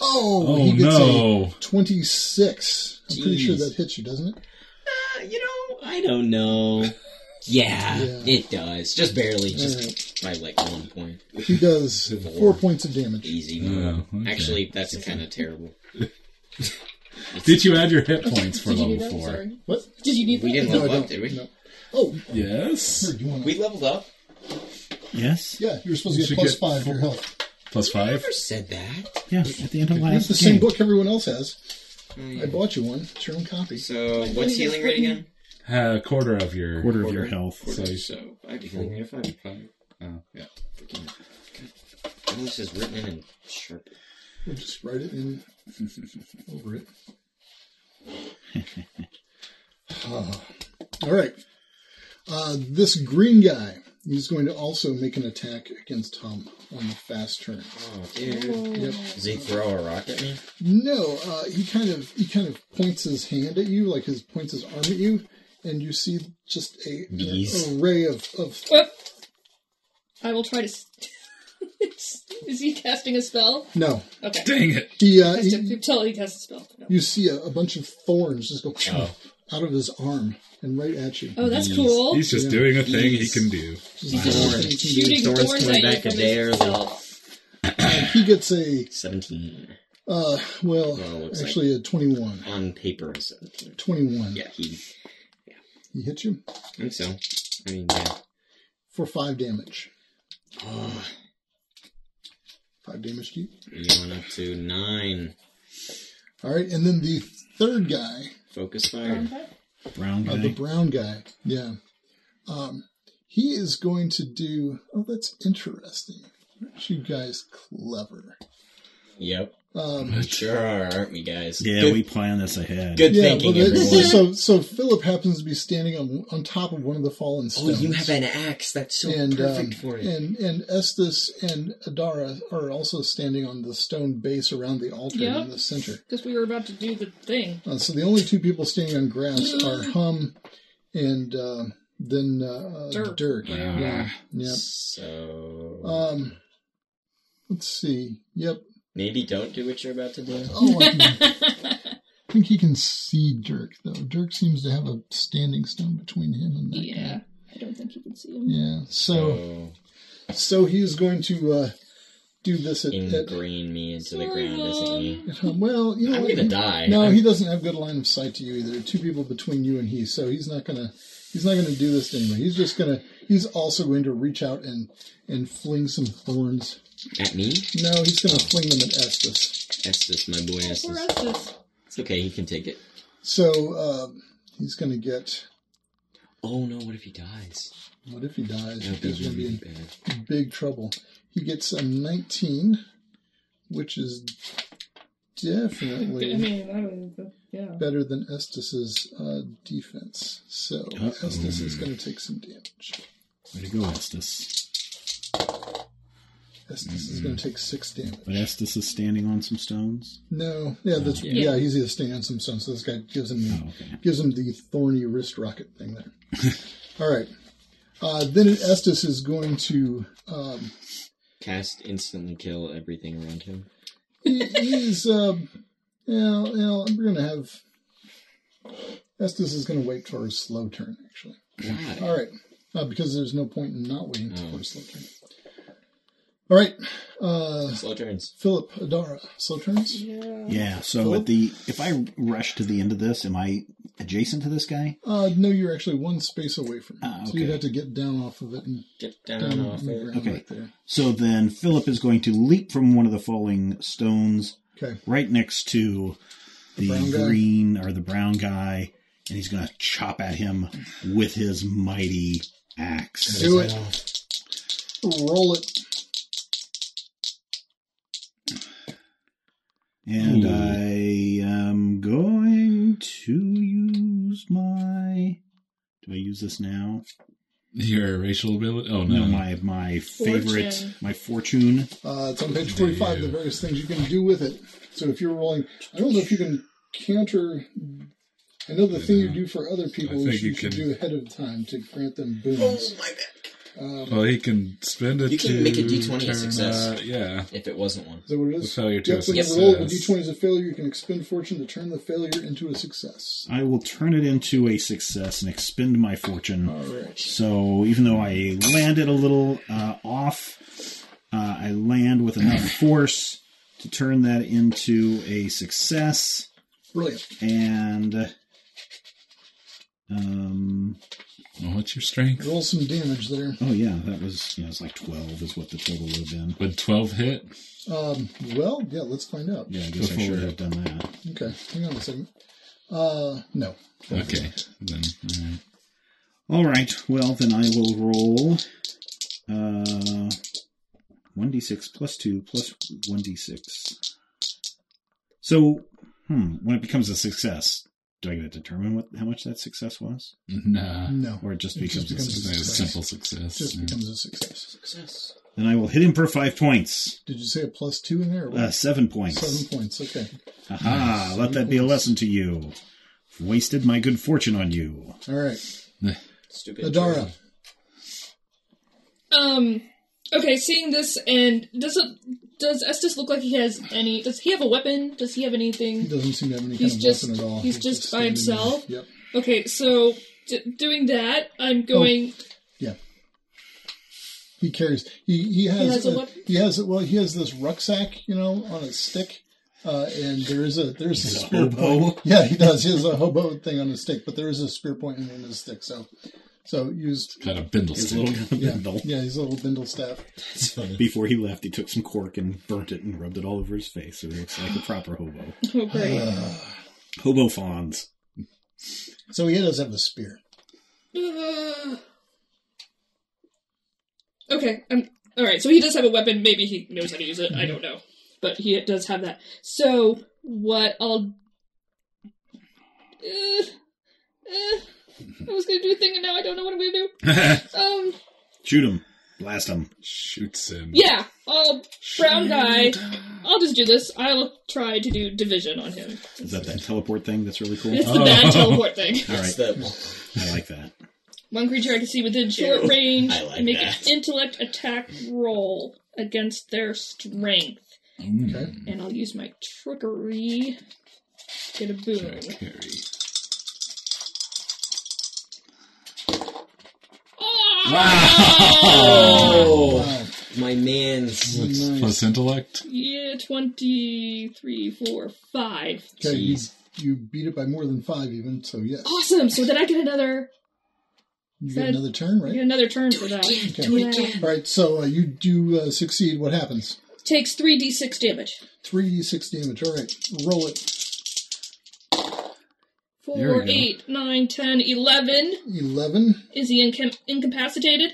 [SPEAKER 1] Oh,
[SPEAKER 2] Oh,
[SPEAKER 1] he gets
[SPEAKER 2] no.
[SPEAKER 1] a twenty-six. I'm pretty
[SPEAKER 3] Jeez.
[SPEAKER 1] sure that hits you, doesn't it?
[SPEAKER 3] Uh, you know, I don't know. Yeah,
[SPEAKER 1] Yeah.
[SPEAKER 3] it does. Just barely.
[SPEAKER 1] Alright.
[SPEAKER 3] Just by like one point.
[SPEAKER 1] He does four points of damage.
[SPEAKER 3] Easy.
[SPEAKER 2] Oh, okay.
[SPEAKER 3] Actually, that's kind of terrible.
[SPEAKER 2] Did you add your hit points for
[SPEAKER 7] Did you do
[SPEAKER 2] level
[SPEAKER 7] that?
[SPEAKER 2] four?
[SPEAKER 7] Sorry.
[SPEAKER 1] What?
[SPEAKER 7] Did you do that?
[SPEAKER 3] We didn't
[SPEAKER 1] No, I
[SPEAKER 3] level up,
[SPEAKER 1] don't.
[SPEAKER 3] did we?
[SPEAKER 1] No. Oh,
[SPEAKER 2] Yes.
[SPEAKER 1] you want to?
[SPEAKER 3] We leveled up.
[SPEAKER 4] Yes.
[SPEAKER 1] Yeah, you were supposed
[SPEAKER 2] You
[SPEAKER 1] to
[SPEAKER 2] should
[SPEAKER 1] get plus
[SPEAKER 2] get
[SPEAKER 1] five
[SPEAKER 2] four-
[SPEAKER 1] your health.
[SPEAKER 2] Plus five.
[SPEAKER 3] Never said that.
[SPEAKER 4] Yeah. At the end of
[SPEAKER 1] That's
[SPEAKER 4] last
[SPEAKER 1] the same
[SPEAKER 4] game.
[SPEAKER 1] book everyone else has.
[SPEAKER 3] Hmm.
[SPEAKER 1] I bought you one. It's your own copy.
[SPEAKER 3] So what's healing rate again?
[SPEAKER 2] A quarter of your.
[SPEAKER 4] Quarter of your health.
[SPEAKER 2] So you-
[SPEAKER 3] So I healing rate five. five.
[SPEAKER 2] oh, yeah.
[SPEAKER 3] All this is written in and sharp.
[SPEAKER 1] We'll just write it in over it. Ah. all right. Uh, this green guy, he's going to also make an attack against Hum on the fast turn.
[SPEAKER 3] Oh, dude.
[SPEAKER 1] Yep.
[SPEAKER 3] Does he throw a rock at me?
[SPEAKER 1] No, uh, he kind of he kind of points his hand at you, like his points his arm at you, and you see just a
[SPEAKER 3] Bees.
[SPEAKER 1] an array of, of
[SPEAKER 5] Whoop. I will try to. s- Is he casting a spell?
[SPEAKER 1] No,
[SPEAKER 5] Okay.
[SPEAKER 2] Dang it!
[SPEAKER 1] he, uh,
[SPEAKER 5] Has to-
[SPEAKER 1] he-
[SPEAKER 5] you tell he casts a spell. No.
[SPEAKER 1] you see a, a bunch of thorns just go
[SPEAKER 2] Oh.
[SPEAKER 1] out of his arm and right at you.
[SPEAKER 5] Oh, that's cool.
[SPEAKER 2] He's just doing a thing he can do.
[SPEAKER 1] Just-
[SPEAKER 3] Thorn.
[SPEAKER 5] Shooting
[SPEAKER 3] Thorn's
[SPEAKER 5] thorns
[SPEAKER 3] coming
[SPEAKER 5] at you
[SPEAKER 3] back a
[SPEAKER 5] from
[SPEAKER 3] dare.
[SPEAKER 5] his-
[SPEAKER 3] Well,
[SPEAKER 1] and he gets a
[SPEAKER 3] seventeen
[SPEAKER 1] uh, well,
[SPEAKER 3] Well, it looks like-
[SPEAKER 1] actually a twenty-one.
[SPEAKER 3] on paper. is Seventeen.
[SPEAKER 1] Twenty-one.
[SPEAKER 3] Yeah, he.
[SPEAKER 1] He hits you
[SPEAKER 3] I think so. I mean, yeah.
[SPEAKER 1] for five damage.
[SPEAKER 3] Oh,
[SPEAKER 1] Five damage to you.
[SPEAKER 3] you went up to nine.
[SPEAKER 1] All right, and then the third guy,
[SPEAKER 3] Focus fire.
[SPEAKER 4] Brown
[SPEAKER 1] uh,
[SPEAKER 4] guy.
[SPEAKER 1] the brown guy. Yeah, um, he is going to do. Oh, that's interesting. Aren't you guys clever?
[SPEAKER 3] Yep.
[SPEAKER 1] Um,
[SPEAKER 3] Sure are, aren't we guys?
[SPEAKER 4] yeah,
[SPEAKER 3] good,
[SPEAKER 4] we planned this ahead.
[SPEAKER 3] good
[SPEAKER 1] yeah,
[SPEAKER 3] thinking,
[SPEAKER 1] but it- so
[SPEAKER 3] everyone.
[SPEAKER 1] so Philip happens to be standing on on top of one of the fallen
[SPEAKER 3] oh,
[SPEAKER 1] stones.
[SPEAKER 3] you have an axe. That's so
[SPEAKER 1] and um,
[SPEAKER 3] perfect for you.
[SPEAKER 1] and and Estes and Adara are also standing on the stone base around the altar
[SPEAKER 5] Yeah.
[SPEAKER 1] in the center.
[SPEAKER 5] Because we were about to do the thing.
[SPEAKER 1] Uh, so the only two people standing on grass are Hum and uh, then uh, uh,
[SPEAKER 5] Dirk.
[SPEAKER 1] Dirk.
[SPEAKER 2] Yeah.
[SPEAKER 1] Yeah. Yep.
[SPEAKER 3] So
[SPEAKER 1] Um, let's see. Yep.
[SPEAKER 3] maybe don't do what you're about to do.
[SPEAKER 1] Oh, I, I think he can see Dirk though. Dirk seems to have a standing stone between him and that guy.
[SPEAKER 5] Yeah. I don't think you can see him.
[SPEAKER 1] Yeah. So
[SPEAKER 3] So
[SPEAKER 1] so he is going to uh, do this at, at,
[SPEAKER 3] ingrain me into the
[SPEAKER 5] So
[SPEAKER 3] ground, isn't he?
[SPEAKER 1] at home. Well, you know
[SPEAKER 3] I'm
[SPEAKER 1] what?
[SPEAKER 3] gonna die.
[SPEAKER 1] Oh No,
[SPEAKER 3] I'm-
[SPEAKER 1] he doesn't have good line of sight to you either. Two people between you and he, so he's not gonna he's not gonna do this to anybody. He's just gonna he's also going to reach out and and fling some thorns.
[SPEAKER 3] at me.
[SPEAKER 1] No, he's gonna fling them at Estes.
[SPEAKER 3] Estes, my boy
[SPEAKER 5] Poor
[SPEAKER 3] Estes.
[SPEAKER 5] Estes.
[SPEAKER 3] It's okay. He can take it.
[SPEAKER 1] So um, he's gonna get
[SPEAKER 3] Oh no! What if he dies?
[SPEAKER 1] what if he dies?
[SPEAKER 3] That would
[SPEAKER 1] He's
[SPEAKER 3] be
[SPEAKER 1] gonna be
[SPEAKER 3] really
[SPEAKER 1] in
[SPEAKER 3] bad.
[SPEAKER 1] big trouble. He gets a nineteen, which is
[SPEAKER 5] I
[SPEAKER 1] definitely
[SPEAKER 5] mean, I don't know. Yeah.
[SPEAKER 1] better than Estes's uh, defense. So Estes is gonna take some damage.
[SPEAKER 4] Way to go, Estes.
[SPEAKER 1] Estes is going to take six damage.
[SPEAKER 4] But Estes is standing on some stones.
[SPEAKER 1] No, yeah, that's yeah. he's either staying on some stone. So this guy gives him the,
[SPEAKER 4] Oh, okay.
[SPEAKER 1] gives him the thorny wrist rocket thing there. All right, uh, then Estes is going to um,
[SPEAKER 3] Cast instantly kill everything around him.
[SPEAKER 1] he, he's um, you know, you know, we're going to have Estes is going to wait for his slow turn actually.
[SPEAKER 3] Why?
[SPEAKER 1] All right, uh, because there's no point in not waiting
[SPEAKER 3] Oh.
[SPEAKER 1] for his slow turn. All right, uh,
[SPEAKER 3] Slow turns.
[SPEAKER 1] Philip Adara, slow turns.
[SPEAKER 4] Yeah. So at the if I rush to the end of this, am I adjacent to this guy?
[SPEAKER 1] Uh, no, you're actually one space away from it.
[SPEAKER 4] Ah,
[SPEAKER 1] So you'd
[SPEAKER 4] okay.
[SPEAKER 1] have to get down off of it and
[SPEAKER 3] Get down
[SPEAKER 1] down
[SPEAKER 3] off
[SPEAKER 1] on the
[SPEAKER 3] it.
[SPEAKER 1] ground
[SPEAKER 4] Okay.
[SPEAKER 1] right there.
[SPEAKER 4] So then Philip is going to leap from one of the falling stones
[SPEAKER 1] Okay.
[SPEAKER 4] right next to the,
[SPEAKER 1] brown guy?
[SPEAKER 4] green or the brown guy, and he's going to chop at him with his mighty axe.
[SPEAKER 1] Do it. Roll it.
[SPEAKER 4] And
[SPEAKER 2] Ooh.
[SPEAKER 4] I am going to use my. Do I use this now?
[SPEAKER 2] Your racial ability? Oh no,
[SPEAKER 4] No, my my favorite,
[SPEAKER 5] Fortune.
[SPEAKER 4] my fortune.
[SPEAKER 1] Uh, it's on page 45, the various things you can do with it. So if you're rolling, I don't know if you can counter. I know the thing you do for other people
[SPEAKER 2] I
[SPEAKER 1] is
[SPEAKER 2] think
[SPEAKER 1] you,
[SPEAKER 2] you
[SPEAKER 1] should
[SPEAKER 2] can-
[SPEAKER 1] do ahead of time to grant them boons.
[SPEAKER 3] my back.
[SPEAKER 1] Um,
[SPEAKER 2] Well, he can spend it.
[SPEAKER 3] You can
[SPEAKER 2] to
[SPEAKER 3] make a D20 a
[SPEAKER 2] turn,
[SPEAKER 3] success.
[SPEAKER 2] uh, yeah.
[SPEAKER 3] If it wasn't one.
[SPEAKER 1] is that what it
[SPEAKER 2] The
[SPEAKER 1] is?
[SPEAKER 2] failure to
[SPEAKER 1] Yep,
[SPEAKER 2] a
[SPEAKER 1] when you roll a
[SPEAKER 2] success.
[SPEAKER 1] d20 is a failure, you can expend fortune to turn the failure into a success.
[SPEAKER 4] I will turn it into a success and expend my fortune.
[SPEAKER 1] All right.
[SPEAKER 4] So even though I landed a little uh, off, uh, I land with enough force to turn that into a success.
[SPEAKER 1] Brilliant.
[SPEAKER 4] And um,
[SPEAKER 2] Well, what's your strength?
[SPEAKER 1] Roll some damage there.
[SPEAKER 4] oh yeah, that was yeah, it's like twelve is what the total would have been.
[SPEAKER 2] Would twelve hit?
[SPEAKER 1] Um, well, yeah, let's find out.
[SPEAKER 4] Yeah, I guess I
[SPEAKER 2] Before-
[SPEAKER 4] should have done that.
[SPEAKER 1] Okay, hang on a second. Uh, no.
[SPEAKER 2] Okay. Then
[SPEAKER 4] All
[SPEAKER 2] all right.
[SPEAKER 4] right. Well, then I will roll uh, 1d6 plus 2 plus 1d6. So, hmm, when it becomes a success, do I get to determine what how much that success was?
[SPEAKER 2] nah.
[SPEAKER 1] No.
[SPEAKER 4] Or it just
[SPEAKER 1] It
[SPEAKER 4] becomes
[SPEAKER 1] just
[SPEAKER 4] a
[SPEAKER 1] becomes
[SPEAKER 2] It's
[SPEAKER 1] a
[SPEAKER 2] a
[SPEAKER 4] success?
[SPEAKER 1] success.
[SPEAKER 2] simple success.
[SPEAKER 1] just
[SPEAKER 2] yeah.
[SPEAKER 1] becomes a success.
[SPEAKER 3] Success.
[SPEAKER 4] Then I will hit him for 5 points.
[SPEAKER 1] Did you say a plus two in there? Or what?
[SPEAKER 4] Uh, 7 points.
[SPEAKER 1] Seven points. Okay.
[SPEAKER 4] Aha!
[SPEAKER 1] Nice.
[SPEAKER 4] Let that be a lesson to you. Wasted my good fortune on you.
[SPEAKER 1] All right.
[SPEAKER 3] Stupid.
[SPEAKER 1] Adara.
[SPEAKER 5] Um. Okay, seeing this and does it does Estes look like he has any? Does he have a weapon? Does he have
[SPEAKER 1] He
[SPEAKER 5] anything?
[SPEAKER 1] doesn't seem to have any
[SPEAKER 5] He's
[SPEAKER 1] kind of
[SPEAKER 5] just-
[SPEAKER 1] weapon at all.
[SPEAKER 5] he's just by
[SPEAKER 1] standing there.
[SPEAKER 5] himself?
[SPEAKER 1] Yep.
[SPEAKER 5] Okay, so d- doing that, I'm going.
[SPEAKER 1] He carries. He he has.
[SPEAKER 5] has a weapon?
[SPEAKER 1] he has well. He has this rucksack, you know, on a stick, uh, and there is a there is a spear point. Yeah, he does. He has a hobo thing on a stick, but there is a spear point in his stick. So, so used.
[SPEAKER 2] Got a bindle
[SPEAKER 4] His
[SPEAKER 2] stick.
[SPEAKER 4] little bindle.
[SPEAKER 1] Yeah, his little bindle staff.
[SPEAKER 7] That's funny.
[SPEAKER 4] Before he left, he took some cork and burnt it and rubbed it all over his face, so he looks like a proper hobo.
[SPEAKER 5] Oh great!
[SPEAKER 4] Hobo fawns.
[SPEAKER 1] So he does have a spear.
[SPEAKER 5] Uh, okay, I'm all right. So he does have a weapon. Maybe he knows how to use it. I don't know, but he does have that. So what I'll. Uh, uh, I was gonna do a thing and now I don't know what I'm gonna do. Um,
[SPEAKER 4] Shoot him. Blast him.
[SPEAKER 2] Shoots him.
[SPEAKER 5] yeah, I'll brown guy. I'll just do this. I'll try to do division on him.
[SPEAKER 4] Is that that teleport thing that's really cool?
[SPEAKER 5] It's the bad teleport thing.
[SPEAKER 4] All
[SPEAKER 7] It's
[SPEAKER 4] right,
[SPEAKER 7] the
[SPEAKER 4] I like that.
[SPEAKER 5] One creature I can see within short range
[SPEAKER 7] I like
[SPEAKER 5] make
[SPEAKER 7] that.
[SPEAKER 5] an intellect attack roll against their strength.
[SPEAKER 2] Mm.
[SPEAKER 1] Okay.
[SPEAKER 5] And I'll use my trickery. to Get a boon.
[SPEAKER 2] Jack Harry.
[SPEAKER 5] Oh!
[SPEAKER 1] Wow.
[SPEAKER 3] My man's.
[SPEAKER 2] What's
[SPEAKER 1] Nice.
[SPEAKER 2] plus intellect?
[SPEAKER 5] Yeah, 23, 4, 5.
[SPEAKER 1] Okay, you,
[SPEAKER 3] Jeez.
[SPEAKER 1] you beat it by more than five, even. So yes,
[SPEAKER 5] Awesome! So then I get another
[SPEAKER 1] you get
[SPEAKER 5] Said-
[SPEAKER 1] another turn,
[SPEAKER 5] I
[SPEAKER 1] right?
[SPEAKER 5] get another turn for that.
[SPEAKER 1] Okay.
[SPEAKER 5] Yeah.
[SPEAKER 1] All right. So uh, you do uh, succeed. What happens?
[SPEAKER 5] Takes 3d6 damage.
[SPEAKER 1] Three d six damage. All right, roll it.
[SPEAKER 5] 4,
[SPEAKER 2] we go.
[SPEAKER 5] 8, 9, 10, 11.
[SPEAKER 1] Eleven.
[SPEAKER 5] Is he incam- incapacitated?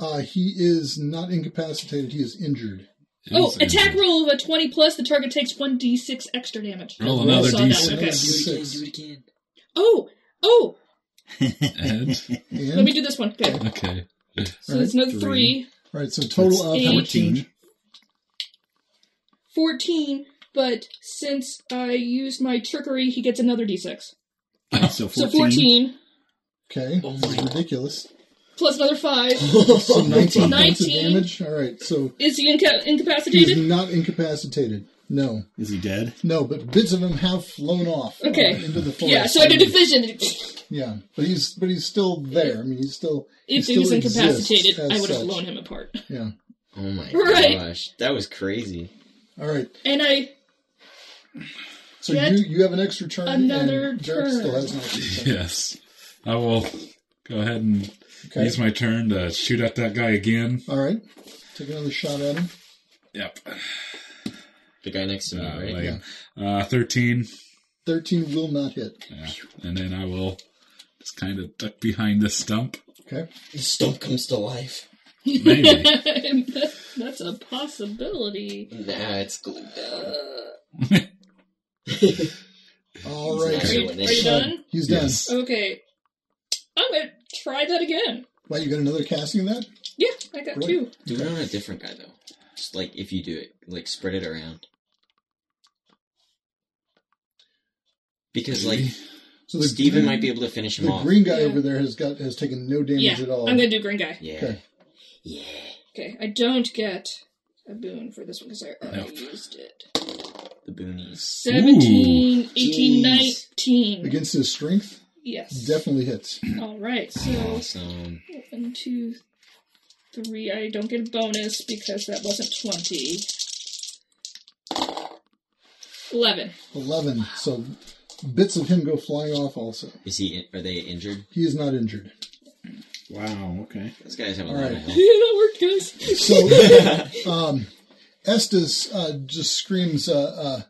[SPEAKER 1] Uh, he is not incapacitated. He is injured.
[SPEAKER 5] Oh,
[SPEAKER 2] Is
[SPEAKER 5] attack
[SPEAKER 2] injured.
[SPEAKER 5] roll of a 20 plus, the target takes 1d6 extra damage.
[SPEAKER 2] Roll
[SPEAKER 5] I
[SPEAKER 2] another
[SPEAKER 5] saw that
[SPEAKER 2] D6.
[SPEAKER 5] one,
[SPEAKER 3] Do
[SPEAKER 5] okay.
[SPEAKER 3] it again,
[SPEAKER 1] Six.
[SPEAKER 3] do it again.
[SPEAKER 5] Oh, oh,
[SPEAKER 2] Ed?
[SPEAKER 5] let me
[SPEAKER 1] And
[SPEAKER 5] do this one. Okay.
[SPEAKER 2] Okay.
[SPEAKER 5] So there's another
[SPEAKER 4] Three.
[SPEAKER 5] 3,
[SPEAKER 1] all right. So total of
[SPEAKER 5] That's
[SPEAKER 1] how much
[SPEAKER 4] Fourteen.
[SPEAKER 1] damage?
[SPEAKER 5] 14, but since I used my trickery, he gets another d6.
[SPEAKER 4] So
[SPEAKER 5] So
[SPEAKER 4] fourteen.
[SPEAKER 5] 14,
[SPEAKER 1] Okay.
[SPEAKER 3] Oh
[SPEAKER 1] this is
[SPEAKER 3] my-
[SPEAKER 1] ridiculous.
[SPEAKER 5] plus another 5.
[SPEAKER 1] So nineteen points of
[SPEAKER 5] 19.
[SPEAKER 1] damage. All right. So
[SPEAKER 5] Is he inca-
[SPEAKER 1] he's
[SPEAKER 5] incapacitated?
[SPEAKER 1] not incapacitated. No,
[SPEAKER 4] Is he dead?
[SPEAKER 1] no, but bits of him have flown off uh,
[SPEAKER 5] Okay.
[SPEAKER 1] into the forest.
[SPEAKER 5] Yeah, so I did division.
[SPEAKER 1] Yeah, but he's but he's still there. I mean, he's still
[SPEAKER 5] If
[SPEAKER 1] he
[SPEAKER 5] he was
[SPEAKER 1] still exists
[SPEAKER 5] incapacitated,
[SPEAKER 1] as
[SPEAKER 5] I would have
[SPEAKER 1] such.
[SPEAKER 5] blown him apart.
[SPEAKER 1] Yeah.
[SPEAKER 3] Oh my
[SPEAKER 5] Right.
[SPEAKER 3] gosh. That was crazy.
[SPEAKER 1] All right.
[SPEAKER 5] And I
[SPEAKER 1] So
[SPEAKER 5] Yet
[SPEAKER 1] you you have an extra turn.
[SPEAKER 5] another
[SPEAKER 1] and
[SPEAKER 5] turn.
[SPEAKER 1] Jarek still has an extra turn.
[SPEAKER 2] Yes. I will go ahead and
[SPEAKER 1] Okay.
[SPEAKER 2] use my turn to shoot at that guy again.
[SPEAKER 1] All right. Take another shot at him.
[SPEAKER 2] Yep.
[SPEAKER 3] The guy next to me,
[SPEAKER 2] Uh,
[SPEAKER 3] right?
[SPEAKER 2] like, uh, 13.
[SPEAKER 1] Thirteen will not hit.
[SPEAKER 2] Yeah. And then I will just kind of duck behind the stump.
[SPEAKER 1] Okay.
[SPEAKER 7] the stump comes to life.
[SPEAKER 2] Maybe.
[SPEAKER 5] That's a possibility. Uh,
[SPEAKER 3] Nah, it's glued down.
[SPEAKER 1] All
[SPEAKER 3] He's
[SPEAKER 1] right.
[SPEAKER 5] Are
[SPEAKER 3] not
[SPEAKER 1] so-
[SPEAKER 5] you,
[SPEAKER 3] Sure, when they-
[SPEAKER 5] are you done?
[SPEAKER 1] He's done.
[SPEAKER 2] Yes.
[SPEAKER 5] Okay. I'm gonna try that again.
[SPEAKER 1] Why you got another casting of that?
[SPEAKER 5] Yeah, I got two.
[SPEAKER 3] Do it on a different guy, though. Just like if you do it, like spread it around. Because, like,
[SPEAKER 1] So
[SPEAKER 3] Steven
[SPEAKER 1] green-
[SPEAKER 3] might be able to finish him
[SPEAKER 1] the
[SPEAKER 3] off.
[SPEAKER 1] green guy
[SPEAKER 5] Yeah.
[SPEAKER 1] over there has got has taken no damage
[SPEAKER 5] Yeah,
[SPEAKER 1] at all.
[SPEAKER 5] I'm gonna do green guy.
[SPEAKER 3] Yeah.
[SPEAKER 1] Okay.
[SPEAKER 3] Yeah.
[SPEAKER 5] Okay, I don't get a boon for this one because I already
[SPEAKER 2] Nope.
[SPEAKER 5] used it.
[SPEAKER 3] The boonies.
[SPEAKER 5] 17, 18,
[SPEAKER 3] Jeez.
[SPEAKER 5] 19.
[SPEAKER 1] Against his strength,
[SPEAKER 5] Yes.
[SPEAKER 1] definitely hits.
[SPEAKER 5] All right, so
[SPEAKER 3] Awesome.
[SPEAKER 5] one, two, three. I don't get a bonus because that wasn't 20. 11.
[SPEAKER 1] Eleven. So bits of him go flying off. Also,
[SPEAKER 3] Is he? In, are they injured?
[SPEAKER 1] he is not injured.
[SPEAKER 4] Wow. Okay.
[SPEAKER 3] Those guys have a
[SPEAKER 1] All
[SPEAKER 3] lot of
[SPEAKER 1] right.
[SPEAKER 3] health.
[SPEAKER 5] that worked, guys.
[SPEAKER 1] So, um, Estes uh, just screams, uh, uh,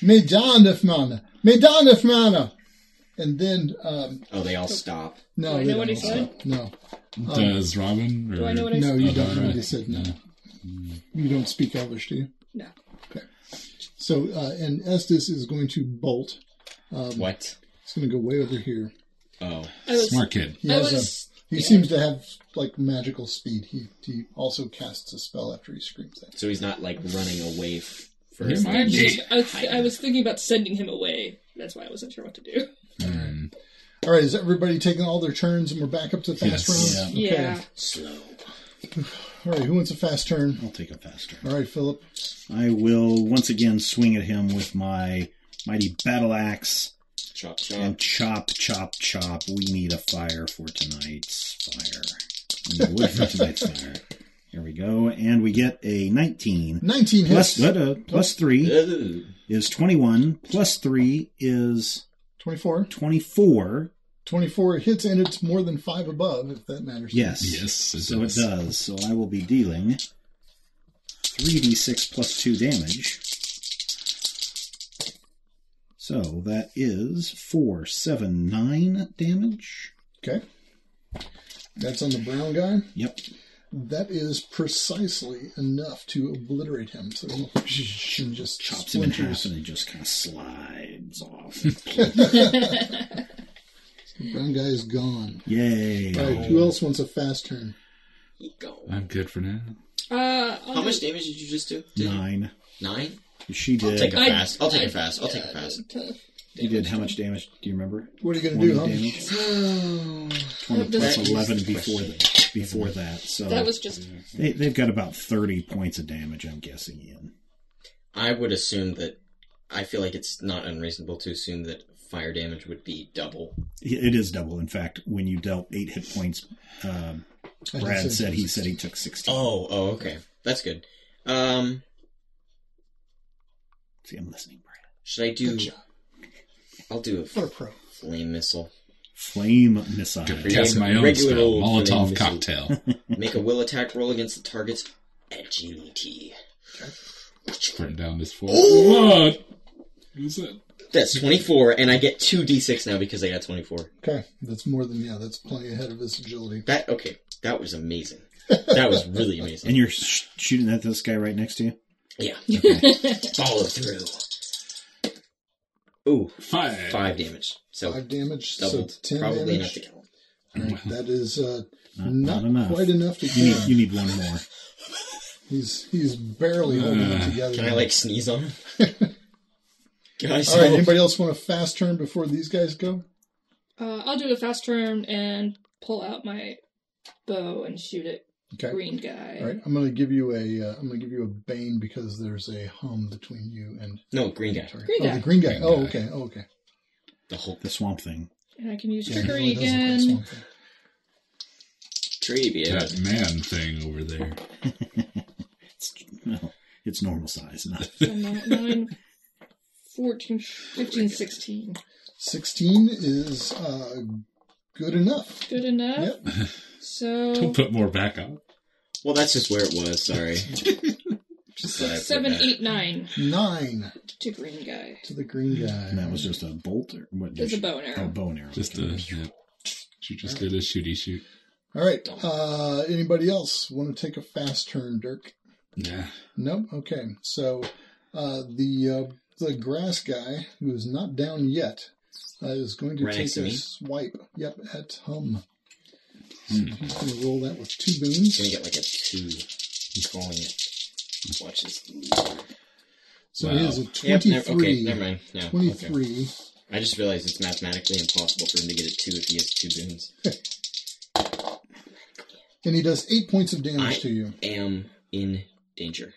[SPEAKER 1] Medanifmana! Medanifmana! And then, um,
[SPEAKER 3] Oh, they all stop.
[SPEAKER 1] no.
[SPEAKER 5] Do I
[SPEAKER 1] they
[SPEAKER 5] know what he
[SPEAKER 1] don't
[SPEAKER 5] said?
[SPEAKER 1] stop. No.
[SPEAKER 2] Does Robin? Or...
[SPEAKER 5] Do I know what I
[SPEAKER 1] No, you
[SPEAKER 2] Oh,
[SPEAKER 1] don't know
[SPEAKER 2] alright.
[SPEAKER 1] what he said. No. You don't speak Elvish, do you?
[SPEAKER 5] No.
[SPEAKER 1] So, uh, and Estes is going to bolt.
[SPEAKER 3] What?
[SPEAKER 1] He's going to go way over here.
[SPEAKER 3] Oh,
[SPEAKER 5] I was,
[SPEAKER 2] Smart kid.
[SPEAKER 1] He,
[SPEAKER 5] I
[SPEAKER 1] has
[SPEAKER 5] was,
[SPEAKER 1] a, he seems to have, like, magical speed. He, he also casts a spell after he screams that.
[SPEAKER 3] so he's not like running away f- for
[SPEAKER 2] He
[SPEAKER 3] his
[SPEAKER 2] might
[SPEAKER 3] life.
[SPEAKER 2] be.
[SPEAKER 5] actually, I, was I was thinking about sending him away. That's why I wasn't sure what to do.
[SPEAKER 2] Mm.
[SPEAKER 1] All right, is everybody taking all their turns and we're back up to fast
[SPEAKER 2] Yes.
[SPEAKER 1] rounds?
[SPEAKER 5] Yeah.
[SPEAKER 1] Okay. All right, who wants a fast turn?
[SPEAKER 4] I'll take a faster.
[SPEAKER 1] All right, Philip.
[SPEAKER 4] I will once again swing at him with my mighty battle axe
[SPEAKER 3] Chop,
[SPEAKER 4] and
[SPEAKER 3] chop.
[SPEAKER 4] chop, chop, chop. We need a fire for tonight's fire. We need wood for tonight's fire. Here we go, and we get a 19.
[SPEAKER 1] 19 hits.
[SPEAKER 4] Plus, what, uh, plus three
[SPEAKER 3] Ooh.
[SPEAKER 4] is 21. Plus three is
[SPEAKER 1] 24.
[SPEAKER 4] 24.
[SPEAKER 1] 24 hits, and it's more than 5 above, if that matters.
[SPEAKER 4] Yes.
[SPEAKER 2] Yes, it
[SPEAKER 4] So
[SPEAKER 2] does.
[SPEAKER 4] it does. So I will be dealing 3d6 plus 2 damage. So that is 4, 7, 9 damage.
[SPEAKER 1] Okay. That's on the brown guy.
[SPEAKER 4] Yep.
[SPEAKER 1] That is precisely enough to obliterate him. So he and just
[SPEAKER 4] Chops him in half
[SPEAKER 1] splinters.
[SPEAKER 4] and it just kind of slides off.
[SPEAKER 1] Brown guy is gone.
[SPEAKER 4] Yay.
[SPEAKER 1] All right, who else wants a fast turn?
[SPEAKER 3] You go.
[SPEAKER 2] I'm good for now.
[SPEAKER 5] Uh,
[SPEAKER 3] How much damage did you just do? Did you-
[SPEAKER 4] 9.
[SPEAKER 3] Nine?
[SPEAKER 4] She
[SPEAKER 7] I'll take
[SPEAKER 4] did.
[SPEAKER 7] a
[SPEAKER 5] I-
[SPEAKER 7] fast.
[SPEAKER 3] I'll take it fast. I'll take it fast.
[SPEAKER 4] You did how much damage? Do you remember?
[SPEAKER 1] What are you going to
[SPEAKER 4] 20
[SPEAKER 1] do, huh?
[SPEAKER 4] damage.
[SPEAKER 3] Oh.
[SPEAKER 5] That
[SPEAKER 4] 20 plus
[SPEAKER 5] doesn't-
[SPEAKER 4] 11 before, the, before that. So
[SPEAKER 5] That was just
[SPEAKER 4] they, they've got about 30 points of damage, I'm guessing, Ian.
[SPEAKER 3] I would assume that. I feel like it's not unreasonable to assume that fire damage would be double.
[SPEAKER 4] It is double. In fact, when you dealt eight hit points, um,
[SPEAKER 1] I didn't
[SPEAKER 4] Brad
[SPEAKER 1] say-
[SPEAKER 4] said he said he took sixteen.
[SPEAKER 3] Oh, oh, okay. That's good. Um,
[SPEAKER 4] See, I'm listening, Brad.
[SPEAKER 3] should I do.
[SPEAKER 1] Good job.
[SPEAKER 3] I'll do
[SPEAKER 1] What
[SPEAKER 3] a
[SPEAKER 1] a pro.
[SPEAKER 3] flame missile.
[SPEAKER 4] Flame missile.
[SPEAKER 3] you.
[SPEAKER 2] Cast my own
[SPEAKER 3] Regular
[SPEAKER 2] spell,
[SPEAKER 3] old
[SPEAKER 2] Molotov
[SPEAKER 3] flame
[SPEAKER 2] cocktail.
[SPEAKER 3] Make a will attack roll against the target's agility.
[SPEAKER 2] Putting down this four. What? Who's that?
[SPEAKER 3] That's 24, and I get 2d6 now because I got 24.
[SPEAKER 1] Okay, that's more than, yeah, that's plenty ahead of his agility.
[SPEAKER 3] That, okay, that was amazing. That was really
[SPEAKER 4] And
[SPEAKER 3] amazing.
[SPEAKER 4] you're sh- shooting at this guy right next to you.
[SPEAKER 3] Yeah,
[SPEAKER 4] Okay.
[SPEAKER 3] follow through. Ooh,
[SPEAKER 2] Five.
[SPEAKER 3] five damage. So,
[SPEAKER 1] Five damage,
[SPEAKER 3] doubled.
[SPEAKER 1] so ten
[SPEAKER 3] Probably enough
[SPEAKER 1] damage.
[SPEAKER 3] to kill.
[SPEAKER 1] All right, that is uh,
[SPEAKER 4] Not-
[SPEAKER 1] not,
[SPEAKER 4] not enough.
[SPEAKER 1] quite enough to
[SPEAKER 4] you,
[SPEAKER 1] kill.
[SPEAKER 4] need, you need one more.
[SPEAKER 1] He's he's barely holding it
[SPEAKER 4] Hmm.
[SPEAKER 1] together.
[SPEAKER 3] Can I, like, sneeze on him? Guys,
[SPEAKER 1] All right,
[SPEAKER 3] help.
[SPEAKER 1] anybody else want a fast turn before these guys go?
[SPEAKER 5] Uh, I'll do a fast turn and pull out my bow and shoot at
[SPEAKER 1] Okay.
[SPEAKER 5] green guy.
[SPEAKER 1] All right, I'm going to give you a uh, I'm going to give you a bane because there's a hum between you and
[SPEAKER 3] No, green guy.
[SPEAKER 1] sorry.
[SPEAKER 5] Green
[SPEAKER 1] oh,
[SPEAKER 5] guy.
[SPEAKER 1] the green guy.
[SPEAKER 2] Green
[SPEAKER 1] oh,
[SPEAKER 2] guy.
[SPEAKER 1] okay. Oh, okay.
[SPEAKER 3] The Hulk.
[SPEAKER 4] The swamp thing.
[SPEAKER 5] And I can use
[SPEAKER 1] Yeah, he
[SPEAKER 5] trickery
[SPEAKER 1] really doesn't like
[SPEAKER 5] again.
[SPEAKER 1] Swamp Thing.
[SPEAKER 3] Trivia.
[SPEAKER 2] That man thing over there.
[SPEAKER 4] It's well, it's normal size. Not
[SPEAKER 5] So nine, nine, 14, 15, 16.
[SPEAKER 1] Sixteen is uh, good enough.
[SPEAKER 5] Good enough.
[SPEAKER 1] Yep.
[SPEAKER 5] So
[SPEAKER 2] Don't put more back up.
[SPEAKER 3] Well, that's just where it was, sorry. Just thought I'd put
[SPEAKER 5] seven,
[SPEAKER 3] that. uh,
[SPEAKER 5] eight, nine
[SPEAKER 1] Nine
[SPEAKER 5] to green guy.
[SPEAKER 1] to the green guy.
[SPEAKER 4] and Hmm. that was just a bolt or what?
[SPEAKER 5] There's a bow and
[SPEAKER 4] Oh,
[SPEAKER 5] arrow.
[SPEAKER 4] bow and arrow.
[SPEAKER 2] Just a. Yeah. She just did a shooty shoot.
[SPEAKER 1] All right. Uh, anybody else want to take a fast turn, Dirk?
[SPEAKER 2] Yeah.
[SPEAKER 1] No. Okay. So uh, the uh, the grass guy who is not down yet uh, is going to
[SPEAKER 3] Right next
[SPEAKER 1] take
[SPEAKER 3] to
[SPEAKER 1] a
[SPEAKER 3] me?
[SPEAKER 1] swipe. Yep, at hum.
[SPEAKER 3] Hmm.
[SPEAKER 1] So he's going to roll that with two boons.
[SPEAKER 3] gonna get like a two. He's calling it. Watch this.
[SPEAKER 1] So
[SPEAKER 2] Wow.
[SPEAKER 1] he has a
[SPEAKER 3] Yep,
[SPEAKER 1] twenty-three.
[SPEAKER 3] never, okay, never mind. No, okay.
[SPEAKER 1] Twenty-three.
[SPEAKER 3] I just realized it's mathematically impossible for him to get a two if he has two boons.
[SPEAKER 1] And he does eight points of damage
[SPEAKER 3] I-
[SPEAKER 1] to you.
[SPEAKER 3] Am in danger.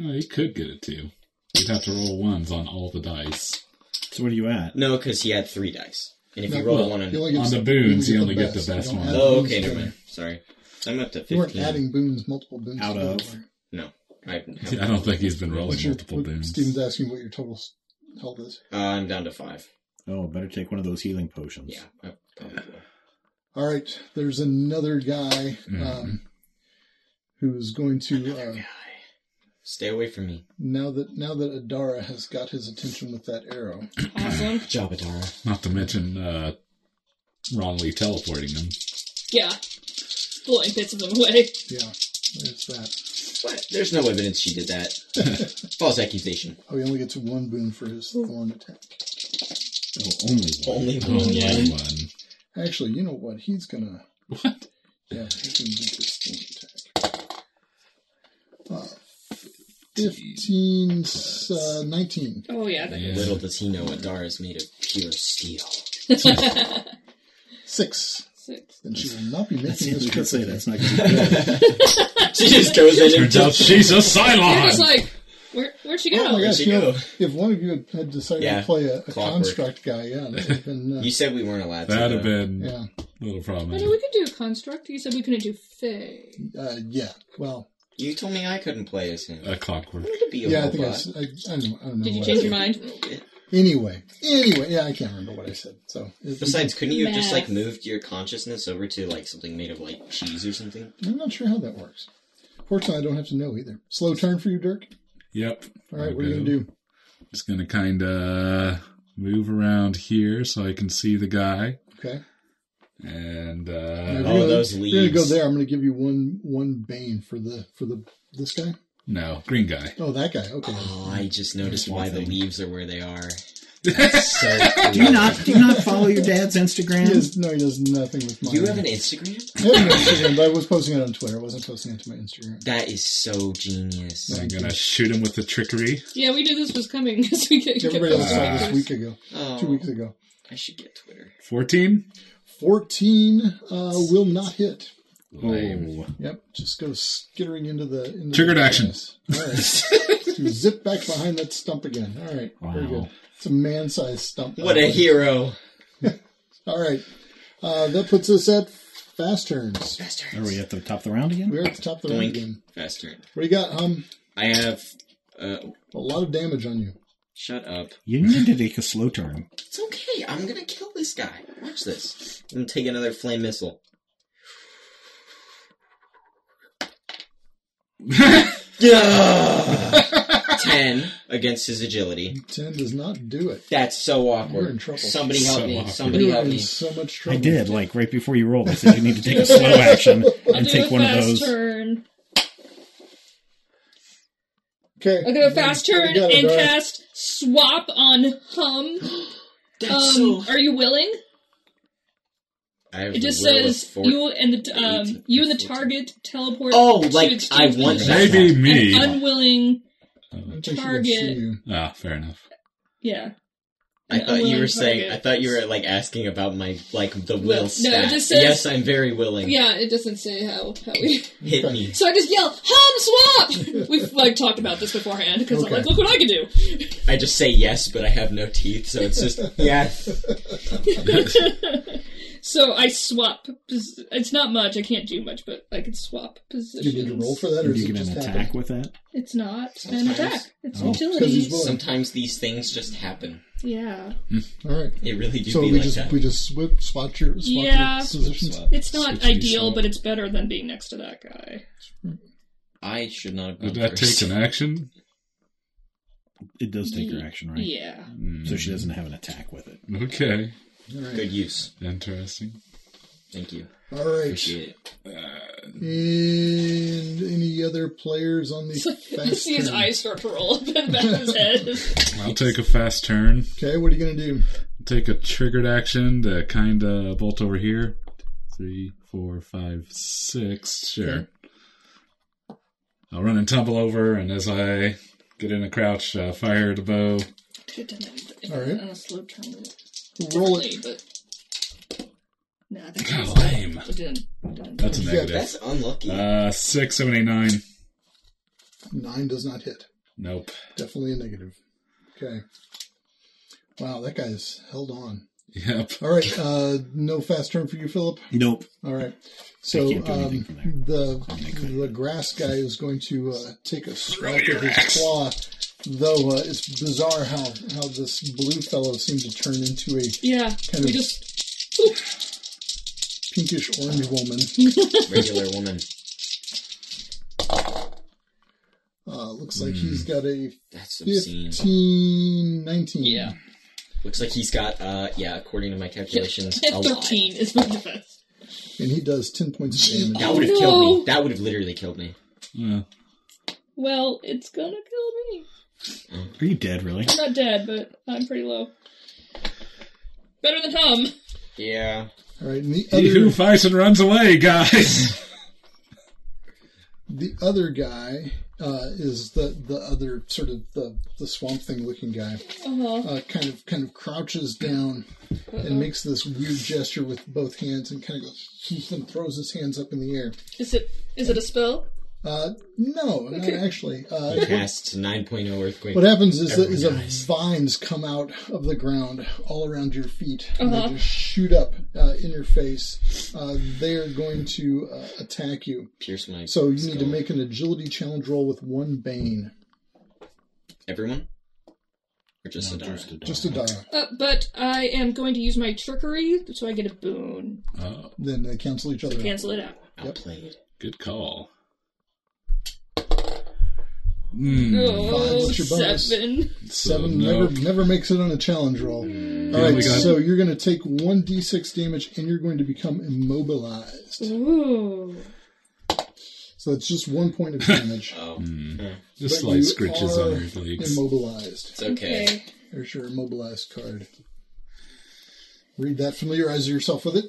[SPEAKER 2] Oh, you could get it too. You'd have to roll ones on all the dice.
[SPEAKER 4] So what are you at?
[SPEAKER 3] No, because he had three dice. And if
[SPEAKER 1] No,
[SPEAKER 3] you roll
[SPEAKER 1] well,
[SPEAKER 3] a one on.
[SPEAKER 1] he only
[SPEAKER 2] On
[SPEAKER 1] gets-
[SPEAKER 2] the boons,
[SPEAKER 1] he
[SPEAKER 2] you
[SPEAKER 1] only
[SPEAKER 2] only get the
[SPEAKER 1] You
[SPEAKER 2] best
[SPEAKER 1] don't
[SPEAKER 2] one.
[SPEAKER 1] add
[SPEAKER 3] Oh,
[SPEAKER 1] boons
[SPEAKER 3] okay, never
[SPEAKER 1] together.
[SPEAKER 3] mind. Sorry. So I'm up to
[SPEAKER 1] You weren't
[SPEAKER 3] 15.
[SPEAKER 1] adding boons, multiple boons.
[SPEAKER 4] Out
[SPEAKER 1] together.
[SPEAKER 4] of-
[SPEAKER 3] No. I haven't.
[SPEAKER 2] I don't think he's been rolling
[SPEAKER 1] What's your,
[SPEAKER 2] multiple
[SPEAKER 1] what,
[SPEAKER 2] boons.
[SPEAKER 1] Steven's asking what your total s- health is.
[SPEAKER 3] Uh, I'm down to five.
[SPEAKER 4] Oh, better take one of those healing potions.
[SPEAKER 3] Yeah. Oh, I probably will.
[SPEAKER 1] All right, there's another guy
[SPEAKER 6] Mm-hmm.
[SPEAKER 1] um, who's going to. Uh,
[SPEAKER 3] Stay away from me.
[SPEAKER 1] now that now that Adara has got his attention with that arrow,
[SPEAKER 5] Awesome.
[SPEAKER 3] Jabadara.
[SPEAKER 2] Not to mention uh, wrongly teleporting them.
[SPEAKER 5] Yeah. Blowing bits of them away.
[SPEAKER 1] yeah, there's that.
[SPEAKER 3] What? There's no evidence she did that. False accusation.
[SPEAKER 1] Oh, he only gets one boon for his thorn attack.
[SPEAKER 4] Oh, only one.
[SPEAKER 3] Only one.
[SPEAKER 2] Only
[SPEAKER 5] yeah.
[SPEAKER 2] one.
[SPEAKER 1] Actually, you know what? He's gonna
[SPEAKER 2] What?
[SPEAKER 1] yeah, he's gonna get this thorn attack. Uh, 15, uh, 19.
[SPEAKER 5] Oh, yeah. That,
[SPEAKER 2] Yeah.
[SPEAKER 3] Little does he know Adara is made of pure steel.
[SPEAKER 1] Six.
[SPEAKER 5] Six.
[SPEAKER 1] Then she will not be
[SPEAKER 6] That's,
[SPEAKER 1] making this
[SPEAKER 6] you
[SPEAKER 1] trip.
[SPEAKER 6] could say
[SPEAKER 1] with me.
[SPEAKER 6] that's not going to be
[SPEAKER 7] She just goes in and
[SPEAKER 2] Turns out
[SPEAKER 7] just.
[SPEAKER 2] she's a
[SPEAKER 5] You're just
[SPEAKER 2] Cylon.
[SPEAKER 5] like, where, where'd she go?
[SPEAKER 1] Oh my gosh,
[SPEAKER 7] she
[SPEAKER 1] you know,
[SPEAKER 7] go?
[SPEAKER 1] if one of you had decided
[SPEAKER 3] Yeah,
[SPEAKER 1] to play a, a
[SPEAKER 3] clockwork.
[SPEAKER 1] construct guy, yeah, that would have been, uh,
[SPEAKER 3] You said we weren't allowed to.
[SPEAKER 2] That'd have
[SPEAKER 3] though.
[SPEAKER 2] been
[SPEAKER 1] yeah,
[SPEAKER 2] a little
[SPEAKER 5] I
[SPEAKER 2] problem.
[SPEAKER 5] know we could do a construct. You said we couldn't do Fae.
[SPEAKER 1] uh, yeah. Well,
[SPEAKER 3] You told me I couldn't play as him.
[SPEAKER 2] A clockwork.
[SPEAKER 3] I wanted to be a
[SPEAKER 1] yeah, I
[SPEAKER 3] robot.
[SPEAKER 1] think I, s- I- I don't, I don't know.
[SPEAKER 5] Did you
[SPEAKER 1] what
[SPEAKER 5] change
[SPEAKER 1] I-
[SPEAKER 5] your mind?
[SPEAKER 1] Anyway, anyway, yeah, I can't remember what I said. So it-
[SPEAKER 3] Besides, couldn't you have just like
[SPEAKER 5] Math.
[SPEAKER 3] moved your consciousness over to like something made of like cheese or something?
[SPEAKER 1] I'm not sure how that works. Fortunately, I don't have to know either. Slow turn for you, Dirk.
[SPEAKER 2] Yep.
[SPEAKER 1] All right,
[SPEAKER 2] I'll
[SPEAKER 1] what are you
[SPEAKER 2] go.
[SPEAKER 1] gonna do?
[SPEAKER 2] Just gonna kind of move around here so I can see the guy.
[SPEAKER 1] Okay.
[SPEAKER 2] And
[SPEAKER 1] Now, if
[SPEAKER 2] uh,
[SPEAKER 3] Oh,
[SPEAKER 1] you're gonna-
[SPEAKER 3] those
[SPEAKER 1] if You're gonna go
[SPEAKER 3] leaves.
[SPEAKER 1] there. I'm gonna give you one one bane for the for the this guy.
[SPEAKER 2] no, green guy.
[SPEAKER 1] Oh, that guy. Okay.
[SPEAKER 5] Um,
[SPEAKER 3] Oh, I just noticed why the leaves are where they are. So
[SPEAKER 4] Do you not do you not follow your dad's Instagram?
[SPEAKER 1] He does, no, he does nothing with mine.
[SPEAKER 3] You have an Instagram?
[SPEAKER 1] I have an Instagram, but I was posting it on Twitter. I wasn't posting it to my Instagram.
[SPEAKER 3] That is so genius.
[SPEAKER 2] I'm gonna shoot him with the trickery.
[SPEAKER 5] Yeah, we knew this was coming because we get
[SPEAKER 1] Everybody else saw
[SPEAKER 2] Uh,
[SPEAKER 1] this week ago,
[SPEAKER 3] Oh,
[SPEAKER 1] two weeks ago.
[SPEAKER 3] I should get Twitter.
[SPEAKER 2] Fourteen.
[SPEAKER 1] 14 uh, will not hit.
[SPEAKER 4] Oh,
[SPEAKER 2] Lame.
[SPEAKER 1] Yep, just go skittering into the. Into
[SPEAKER 2] Triggered
[SPEAKER 1] the
[SPEAKER 2] action.
[SPEAKER 1] All right. So you zip back behind that stump again. All right, very
[SPEAKER 4] Wow.
[SPEAKER 1] good. It's a man sized stump.
[SPEAKER 3] What a hero!
[SPEAKER 1] All right, uh, that puts us at fast turns.
[SPEAKER 4] Are we at the top of the round again?
[SPEAKER 1] We're at the top of the round
[SPEAKER 3] Blink.
[SPEAKER 1] again.
[SPEAKER 3] Fast turn.
[SPEAKER 1] What do you got, Hum?
[SPEAKER 3] I have. Uh,
[SPEAKER 1] A lot of damage on you.
[SPEAKER 3] shut up.
[SPEAKER 4] You need to take a slow turn.
[SPEAKER 3] It's okay. I'm gonna kill this guy. Watch this. I'm gonna take another flame missile. Ten against his agility.
[SPEAKER 1] 10 does not do it.
[SPEAKER 3] That's so awkward.
[SPEAKER 1] You're in trouble.
[SPEAKER 3] Somebody help
[SPEAKER 2] So
[SPEAKER 3] me.
[SPEAKER 2] awkward.
[SPEAKER 3] Somebody
[SPEAKER 1] You are
[SPEAKER 3] help
[SPEAKER 1] in
[SPEAKER 3] me.
[SPEAKER 1] so much trouble.
[SPEAKER 4] I did, like right before you rolled. I said you need to take a slow action
[SPEAKER 5] I'll
[SPEAKER 4] and
[SPEAKER 5] do
[SPEAKER 4] take
[SPEAKER 5] a
[SPEAKER 4] one of
[SPEAKER 5] fast
[SPEAKER 4] those.
[SPEAKER 5] turn.
[SPEAKER 1] Okay.
[SPEAKER 5] I'll do a fast turn
[SPEAKER 1] You got it,
[SPEAKER 5] and
[SPEAKER 1] Dara.
[SPEAKER 5] cast swap on hum.
[SPEAKER 3] That's
[SPEAKER 5] Um,
[SPEAKER 3] so.
[SPEAKER 5] are you willing?
[SPEAKER 3] I have
[SPEAKER 5] It just
[SPEAKER 3] will of
[SPEAKER 5] says
[SPEAKER 3] four-
[SPEAKER 5] you and the um,
[SPEAKER 3] Eighteen.
[SPEAKER 5] you and the target teleport.
[SPEAKER 3] Oh,
[SPEAKER 5] to
[SPEAKER 3] like, I
[SPEAKER 5] extinguish
[SPEAKER 3] want that.
[SPEAKER 2] Maybe me.
[SPEAKER 5] An unwilling,
[SPEAKER 1] I don't think she would
[SPEAKER 5] Target.
[SPEAKER 1] see you.
[SPEAKER 2] Ah, fair enough.
[SPEAKER 5] yeah.
[SPEAKER 3] I
[SPEAKER 5] an
[SPEAKER 3] thought you
[SPEAKER 5] unwilling
[SPEAKER 3] were saying. I
[SPEAKER 5] target.
[SPEAKER 3] thought you were like asking about my like the
[SPEAKER 5] Well,
[SPEAKER 3] will
[SPEAKER 5] no, it
[SPEAKER 3] stat.
[SPEAKER 5] just says-
[SPEAKER 3] yes, I'm very willing.
[SPEAKER 5] Yeah, it doesn't say how how we.
[SPEAKER 3] Hit me.
[SPEAKER 5] So I just yell, "Hum swap!" We've like talked about this beforehand because
[SPEAKER 1] Okay.
[SPEAKER 5] I'm like, "Look what I can do!"
[SPEAKER 3] I just say yes, but I have no teeth, so it's just yes.
[SPEAKER 5] So I swap. Pos- it's not much. I can't do much, but I can swap
[SPEAKER 1] Do
[SPEAKER 5] positions.
[SPEAKER 1] you need to roll for that, or
[SPEAKER 4] Do
[SPEAKER 1] is it
[SPEAKER 4] you get
[SPEAKER 1] just
[SPEAKER 4] an attack
[SPEAKER 1] happen?
[SPEAKER 4] with that?
[SPEAKER 5] It's not an
[SPEAKER 3] Sometimes.
[SPEAKER 5] attack. It's
[SPEAKER 4] Oh.
[SPEAKER 1] Because he's
[SPEAKER 5] utilities.
[SPEAKER 1] willing.
[SPEAKER 3] Sometimes these things just happen.
[SPEAKER 5] Yeah,
[SPEAKER 1] All right.
[SPEAKER 3] It really do
[SPEAKER 1] So
[SPEAKER 3] be
[SPEAKER 1] we
[SPEAKER 3] like
[SPEAKER 1] just
[SPEAKER 3] that.
[SPEAKER 1] we just swip, swap your swap
[SPEAKER 5] Yeah.
[SPEAKER 1] your positions.
[SPEAKER 5] it's not
[SPEAKER 2] Switch these
[SPEAKER 5] ideal,
[SPEAKER 2] up.
[SPEAKER 5] but it's better than being next to that guy.
[SPEAKER 3] I should not have
[SPEAKER 2] Did
[SPEAKER 3] gone
[SPEAKER 2] that
[SPEAKER 3] first.
[SPEAKER 2] take an action?
[SPEAKER 4] It does take your action, right?
[SPEAKER 5] Yeah,
[SPEAKER 1] Mm-hmm.
[SPEAKER 4] So she doesn't have an attack with it.
[SPEAKER 2] Okay.
[SPEAKER 1] All right.
[SPEAKER 3] Good use.
[SPEAKER 2] Interesting.
[SPEAKER 3] Thank you.
[SPEAKER 1] All right.
[SPEAKER 3] Appreciate it.
[SPEAKER 1] And any other players on the
[SPEAKER 5] I
[SPEAKER 1] fast
[SPEAKER 5] see his
[SPEAKER 1] turn?
[SPEAKER 5] eyes start to roll up in the back of his head.
[SPEAKER 2] I'll take a fast turn.
[SPEAKER 1] Okay, what are you gonna do?
[SPEAKER 2] Take a triggered action to kind of bolt over here. Three, four, five, six. Sure. I'll run and tumble over, and as I get in a crouch, uh, fire the bow.
[SPEAKER 5] Could have done that if-
[SPEAKER 1] All right.
[SPEAKER 5] on a slow turn.
[SPEAKER 1] Roll
[SPEAKER 5] Really,
[SPEAKER 1] it.
[SPEAKER 5] but nah,
[SPEAKER 2] God,
[SPEAKER 5] that's
[SPEAKER 2] lame.
[SPEAKER 5] it didn't. It didn't.
[SPEAKER 2] That's a
[SPEAKER 1] Yeah,
[SPEAKER 2] negative.
[SPEAKER 3] That's unlucky.
[SPEAKER 2] Uh, six, seven, eight, nine.
[SPEAKER 1] Nine does not hit.
[SPEAKER 2] Nope.
[SPEAKER 1] Definitely a negative. Okay. Wow, that guy's held on.
[SPEAKER 2] Yep.
[SPEAKER 1] All right. Uh, no fast turn for you, Philip.
[SPEAKER 4] Nope.
[SPEAKER 1] All right. So
[SPEAKER 4] can't do anything
[SPEAKER 1] um,
[SPEAKER 4] from
[SPEAKER 1] the the grass guy is going to uh, take a swipe
[SPEAKER 2] your
[SPEAKER 1] with his
[SPEAKER 2] axe.
[SPEAKER 1] claw. Though uh, it's bizarre how how this blue fellow seemed to turn into a
[SPEAKER 5] Yeah,
[SPEAKER 1] Kind
[SPEAKER 5] we
[SPEAKER 1] of-
[SPEAKER 5] just
[SPEAKER 1] pinkish orange woman.
[SPEAKER 3] Regular woman.
[SPEAKER 1] Uh, looks like he's got a
[SPEAKER 3] That's obscene.
[SPEAKER 1] 15, 19.
[SPEAKER 5] yeah.
[SPEAKER 3] Looks like he's got, uh, yeah, according to my calculations, a lot.
[SPEAKER 5] Thirteen is my defense.
[SPEAKER 1] And he does 10 points of damage.
[SPEAKER 3] That would have
[SPEAKER 5] No.
[SPEAKER 3] killed me. That would have literally killed me.
[SPEAKER 2] Yeah.
[SPEAKER 5] Well, it's gonna kill me.
[SPEAKER 4] Are you dead, really?
[SPEAKER 5] I'm not dead, but I'm pretty low. Better than hum.
[SPEAKER 3] Yeah.
[SPEAKER 1] All right. And the
[SPEAKER 2] Ew,
[SPEAKER 1] other,
[SPEAKER 2] Bison runs away, guys.
[SPEAKER 1] the other guy uh, is the the other sort of the the swamp thing looking guy.
[SPEAKER 5] Uh-huh.
[SPEAKER 1] Uh, kind of kind of crouches down and makes this weird gesture with both hands and kind of goes and throws his hands up in the air.
[SPEAKER 5] Is it is it a spell?
[SPEAKER 1] Uh, no, not actually. Uh,
[SPEAKER 7] Casts 9.0 earthquake.
[SPEAKER 1] What happens is that
[SPEAKER 7] Everyone
[SPEAKER 1] is that
[SPEAKER 7] dies.
[SPEAKER 1] vines come out of the ground all around your feet.
[SPEAKER 5] Uh-huh.
[SPEAKER 1] And they just shoot up uh, in your face. Uh, they are going to uh, attack you.
[SPEAKER 7] Pierce my.
[SPEAKER 1] So you need to
[SPEAKER 7] skull.
[SPEAKER 1] make an agility challenge roll with one bane.
[SPEAKER 7] everyone, or just
[SPEAKER 4] No,
[SPEAKER 7] Adara?
[SPEAKER 4] just a
[SPEAKER 1] Just a die.
[SPEAKER 5] Uh, but I am going to use my trickery, so I get a boon.
[SPEAKER 2] Oh,
[SPEAKER 1] Then they cancel each other out.
[SPEAKER 5] Cancel it out.
[SPEAKER 7] Outplayed.
[SPEAKER 2] good call. Mm.
[SPEAKER 5] Oh,
[SPEAKER 1] Hmm, what's your bonus?
[SPEAKER 5] seven.
[SPEAKER 2] so
[SPEAKER 1] Seven
[SPEAKER 2] no. Mm.
[SPEAKER 1] never never makes it on a challenge roll. All
[SPEAKER 2] we
[SPEAKER 1] right,
[SPEAKER 2] got-
[SPEAKER 1] so you're going to take one d6 damage and you're going to become immobilized.
[SPEAKER 5] Ooh.
[SPEAKER 1] So it's just one point of damage.
[SPEAKER 7] Oh,
[SPEAKER 2] Just
[SPEAKER 1] But
[SPEAKER 2] slight
[SPEAKER 1] you
[SPEAKER 2] scritches
[SPEAKER 1] are
[SPEAKER 2] on your legs.
[SPEAKER 1] Immobilized.
[SPEAKER 7] it's okay.
[SPEAKER 5] Okay.
[SPEAKER 1] Here's your immobilized card. Read that, familiarize yourself with it.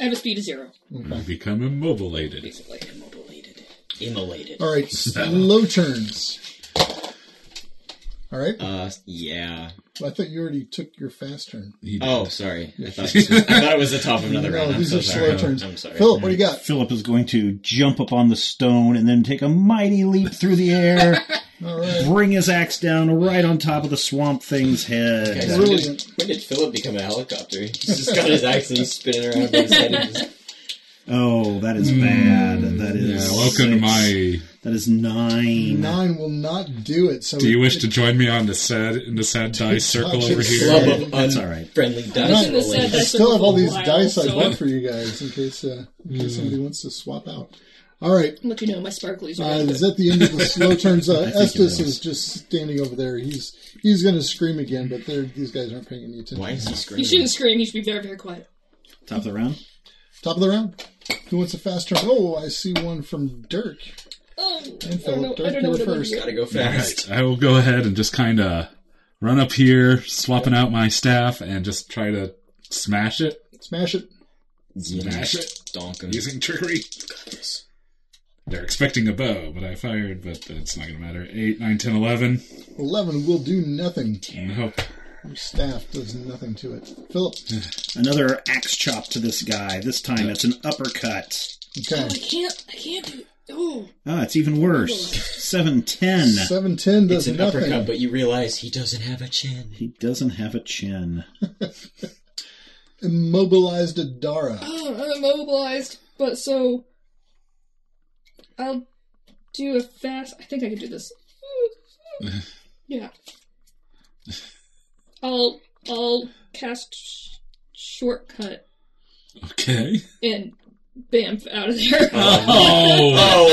[SPEAKER 5] I have a speed of zero,
[SPEAKER 2] You become immobilated.
[SPEAKER 7] Basically, immobilated, immolated.
[SPEAKER 1] All right, slow turns. All right,
[SPEAKER 7] Uh, yeah.
[SPEAKER 1] I thought you already took your fast turn.
[SPEAKER 2] He
[SPEAKER 7] Oh, sorry. I thought, this was, I thought it was the top of another
[SPEAKER 1] No,
[SPEAKER 7] round. I'm
[SPEAKER 1] these
[SPEAKER 7] so
[SPEAKER 1] are
[SPEAKER 7] sorry.
[SPEAKER 1] slow turns.
[SPEAKER 7] I'm sorry.
[SPEAKER 1] Philip, what do you got?
[SPEAKER 4] Philip is going to jump up on the stone and then take a mighty leap through the air,
[SPEAKER 1] All right,
[SPEAKER 4] bring his axe down right on top of the swamp thing's head.
[SPEAKER 7] Guys, when, did,
[SPEAKER 1] brilliant.
[SPEAKER 7] when did Philip become a helicopter? He's just got his axe and he's spinning around on his head. And just,
[SPEAKER 4] Oh, that is bad. That is.
[SPEAKER 2] Yeah,
[SPEAKER 4] six.
[SPEAKER 2] welcome to my.
[SPEAKER 4] That is nine.
[SPEAKER 1] Nine will not do it. So
[SPEAKER 2] Do you wish to join me on the sad in the sad die circle
[SPEAKER 7] club
[SPEAKER 2] over here?
[SPEAKER 7] of
[SPEAKER 4] That's all right.
[SPEAKER 7] unfriendly
[SPEAKER 5] was
[SPEAKER 7] dice
[SPEAKER 5] gonna say
[SPEAKER 7] rolling.
[SPEAKER 1] I
[SPEAKER 5] That's
[SPEAKER 1] still have all these
[SPEAKER 5] wild,
[SPEAKER 1] dice I
[SPEAKER 5] so-
[SPEAKER 1] bought for you guys in case uh, in
[SPEAKER 7] Hmm.
[SPEAKER 1] case somebody wants to swap out. All right,
[SPEAKER 5] Let you know my sparklies are.
[SPEAKER 1] uh,
[SPEAKER 5] out.
[SPEAKER 1] is that the end of the slow turns? Uh,
[SPEAKER 4] think it
[SPEAKER 1] Estes
[SPEAKER 4] is.
[SPEAKER 1] is just standing over there. He's he's going to scream again, but they're- these guys aren't paying any attention.
[SPEAKER 7] Why is he
[SPEAKER 5] you
[SPEAKER 7] screaming?
[SPEAKER 5] shouldn't scream. You should be very, very quiet.
[SPEAKER 4] Top of the round.
[SPEAKER 1] Top of the round. Who wants a fast turn? Oh, I see one from Dirk.
[SPEAKER 5] Oh, I
[SPEAKER 1] And
[SPEAKER 5] don't know.
[SPEAKER 1] Philip,
[SPEAKER 5] I don't know
[SPEAKER 1] Dirk,
[SPEAKER 5] what
[SPEAKER 1] you
[SPEAKER 5] I'm
[SPEAKER 1] were
[SPEAKER 5] gonna
[SPEAKER 1] first.
[SPEAKER 5] do.
[SPEAKER 7] Gotta go fast.
[SPEAKER 2] I will go ahead and just kind of run up here, swapping out my staff, and just try to smash it
[SPEAKER 1] Smash it.
[SPEAKER 2] Smash it.
[SPEAKER 7] Donk him.
[SPEAKER 2] using trickery. They're expecting a bow, but I fired, but that's not going to matter. 8, 9, 10, 11.
[SPEAKER 1] 11 will do nothing.
[SPEAKER 2] Nope.
[SPEAKER 1] Your staff does nothing to it. Philip.
[SPEAKER 4] Another axe chop to this guy. This time it's an uppercut.
[SPEAKER 1] Okay.
[SPEAKER 5] I can't. I can't do. Oh,
[SPEAKER 4] Ah, it's even worse. Seven ten.
[SPEAKER 1] 710
[SPEAKER 7] It's
[SPEAKER 1] does
[SPEAKER 7] an
[SPEAKER 1] nothing.
[SPEAKER 7] uppercut, but you realize he doesn't have a chin.
[SPEAKER 4] He doesn't have a chin.
[SPEAKER 1] Immobilized Adara.
[SPEAKER 5] oh, I'm immobilized. But so, I'll do a fast. I think I can do this. Yeah. I'll I'll cast sh- shortcut
[SPEAKER 2] Okay.
[SPEAKER 5] and bam out of there.
[SPEAKER 2] Oh,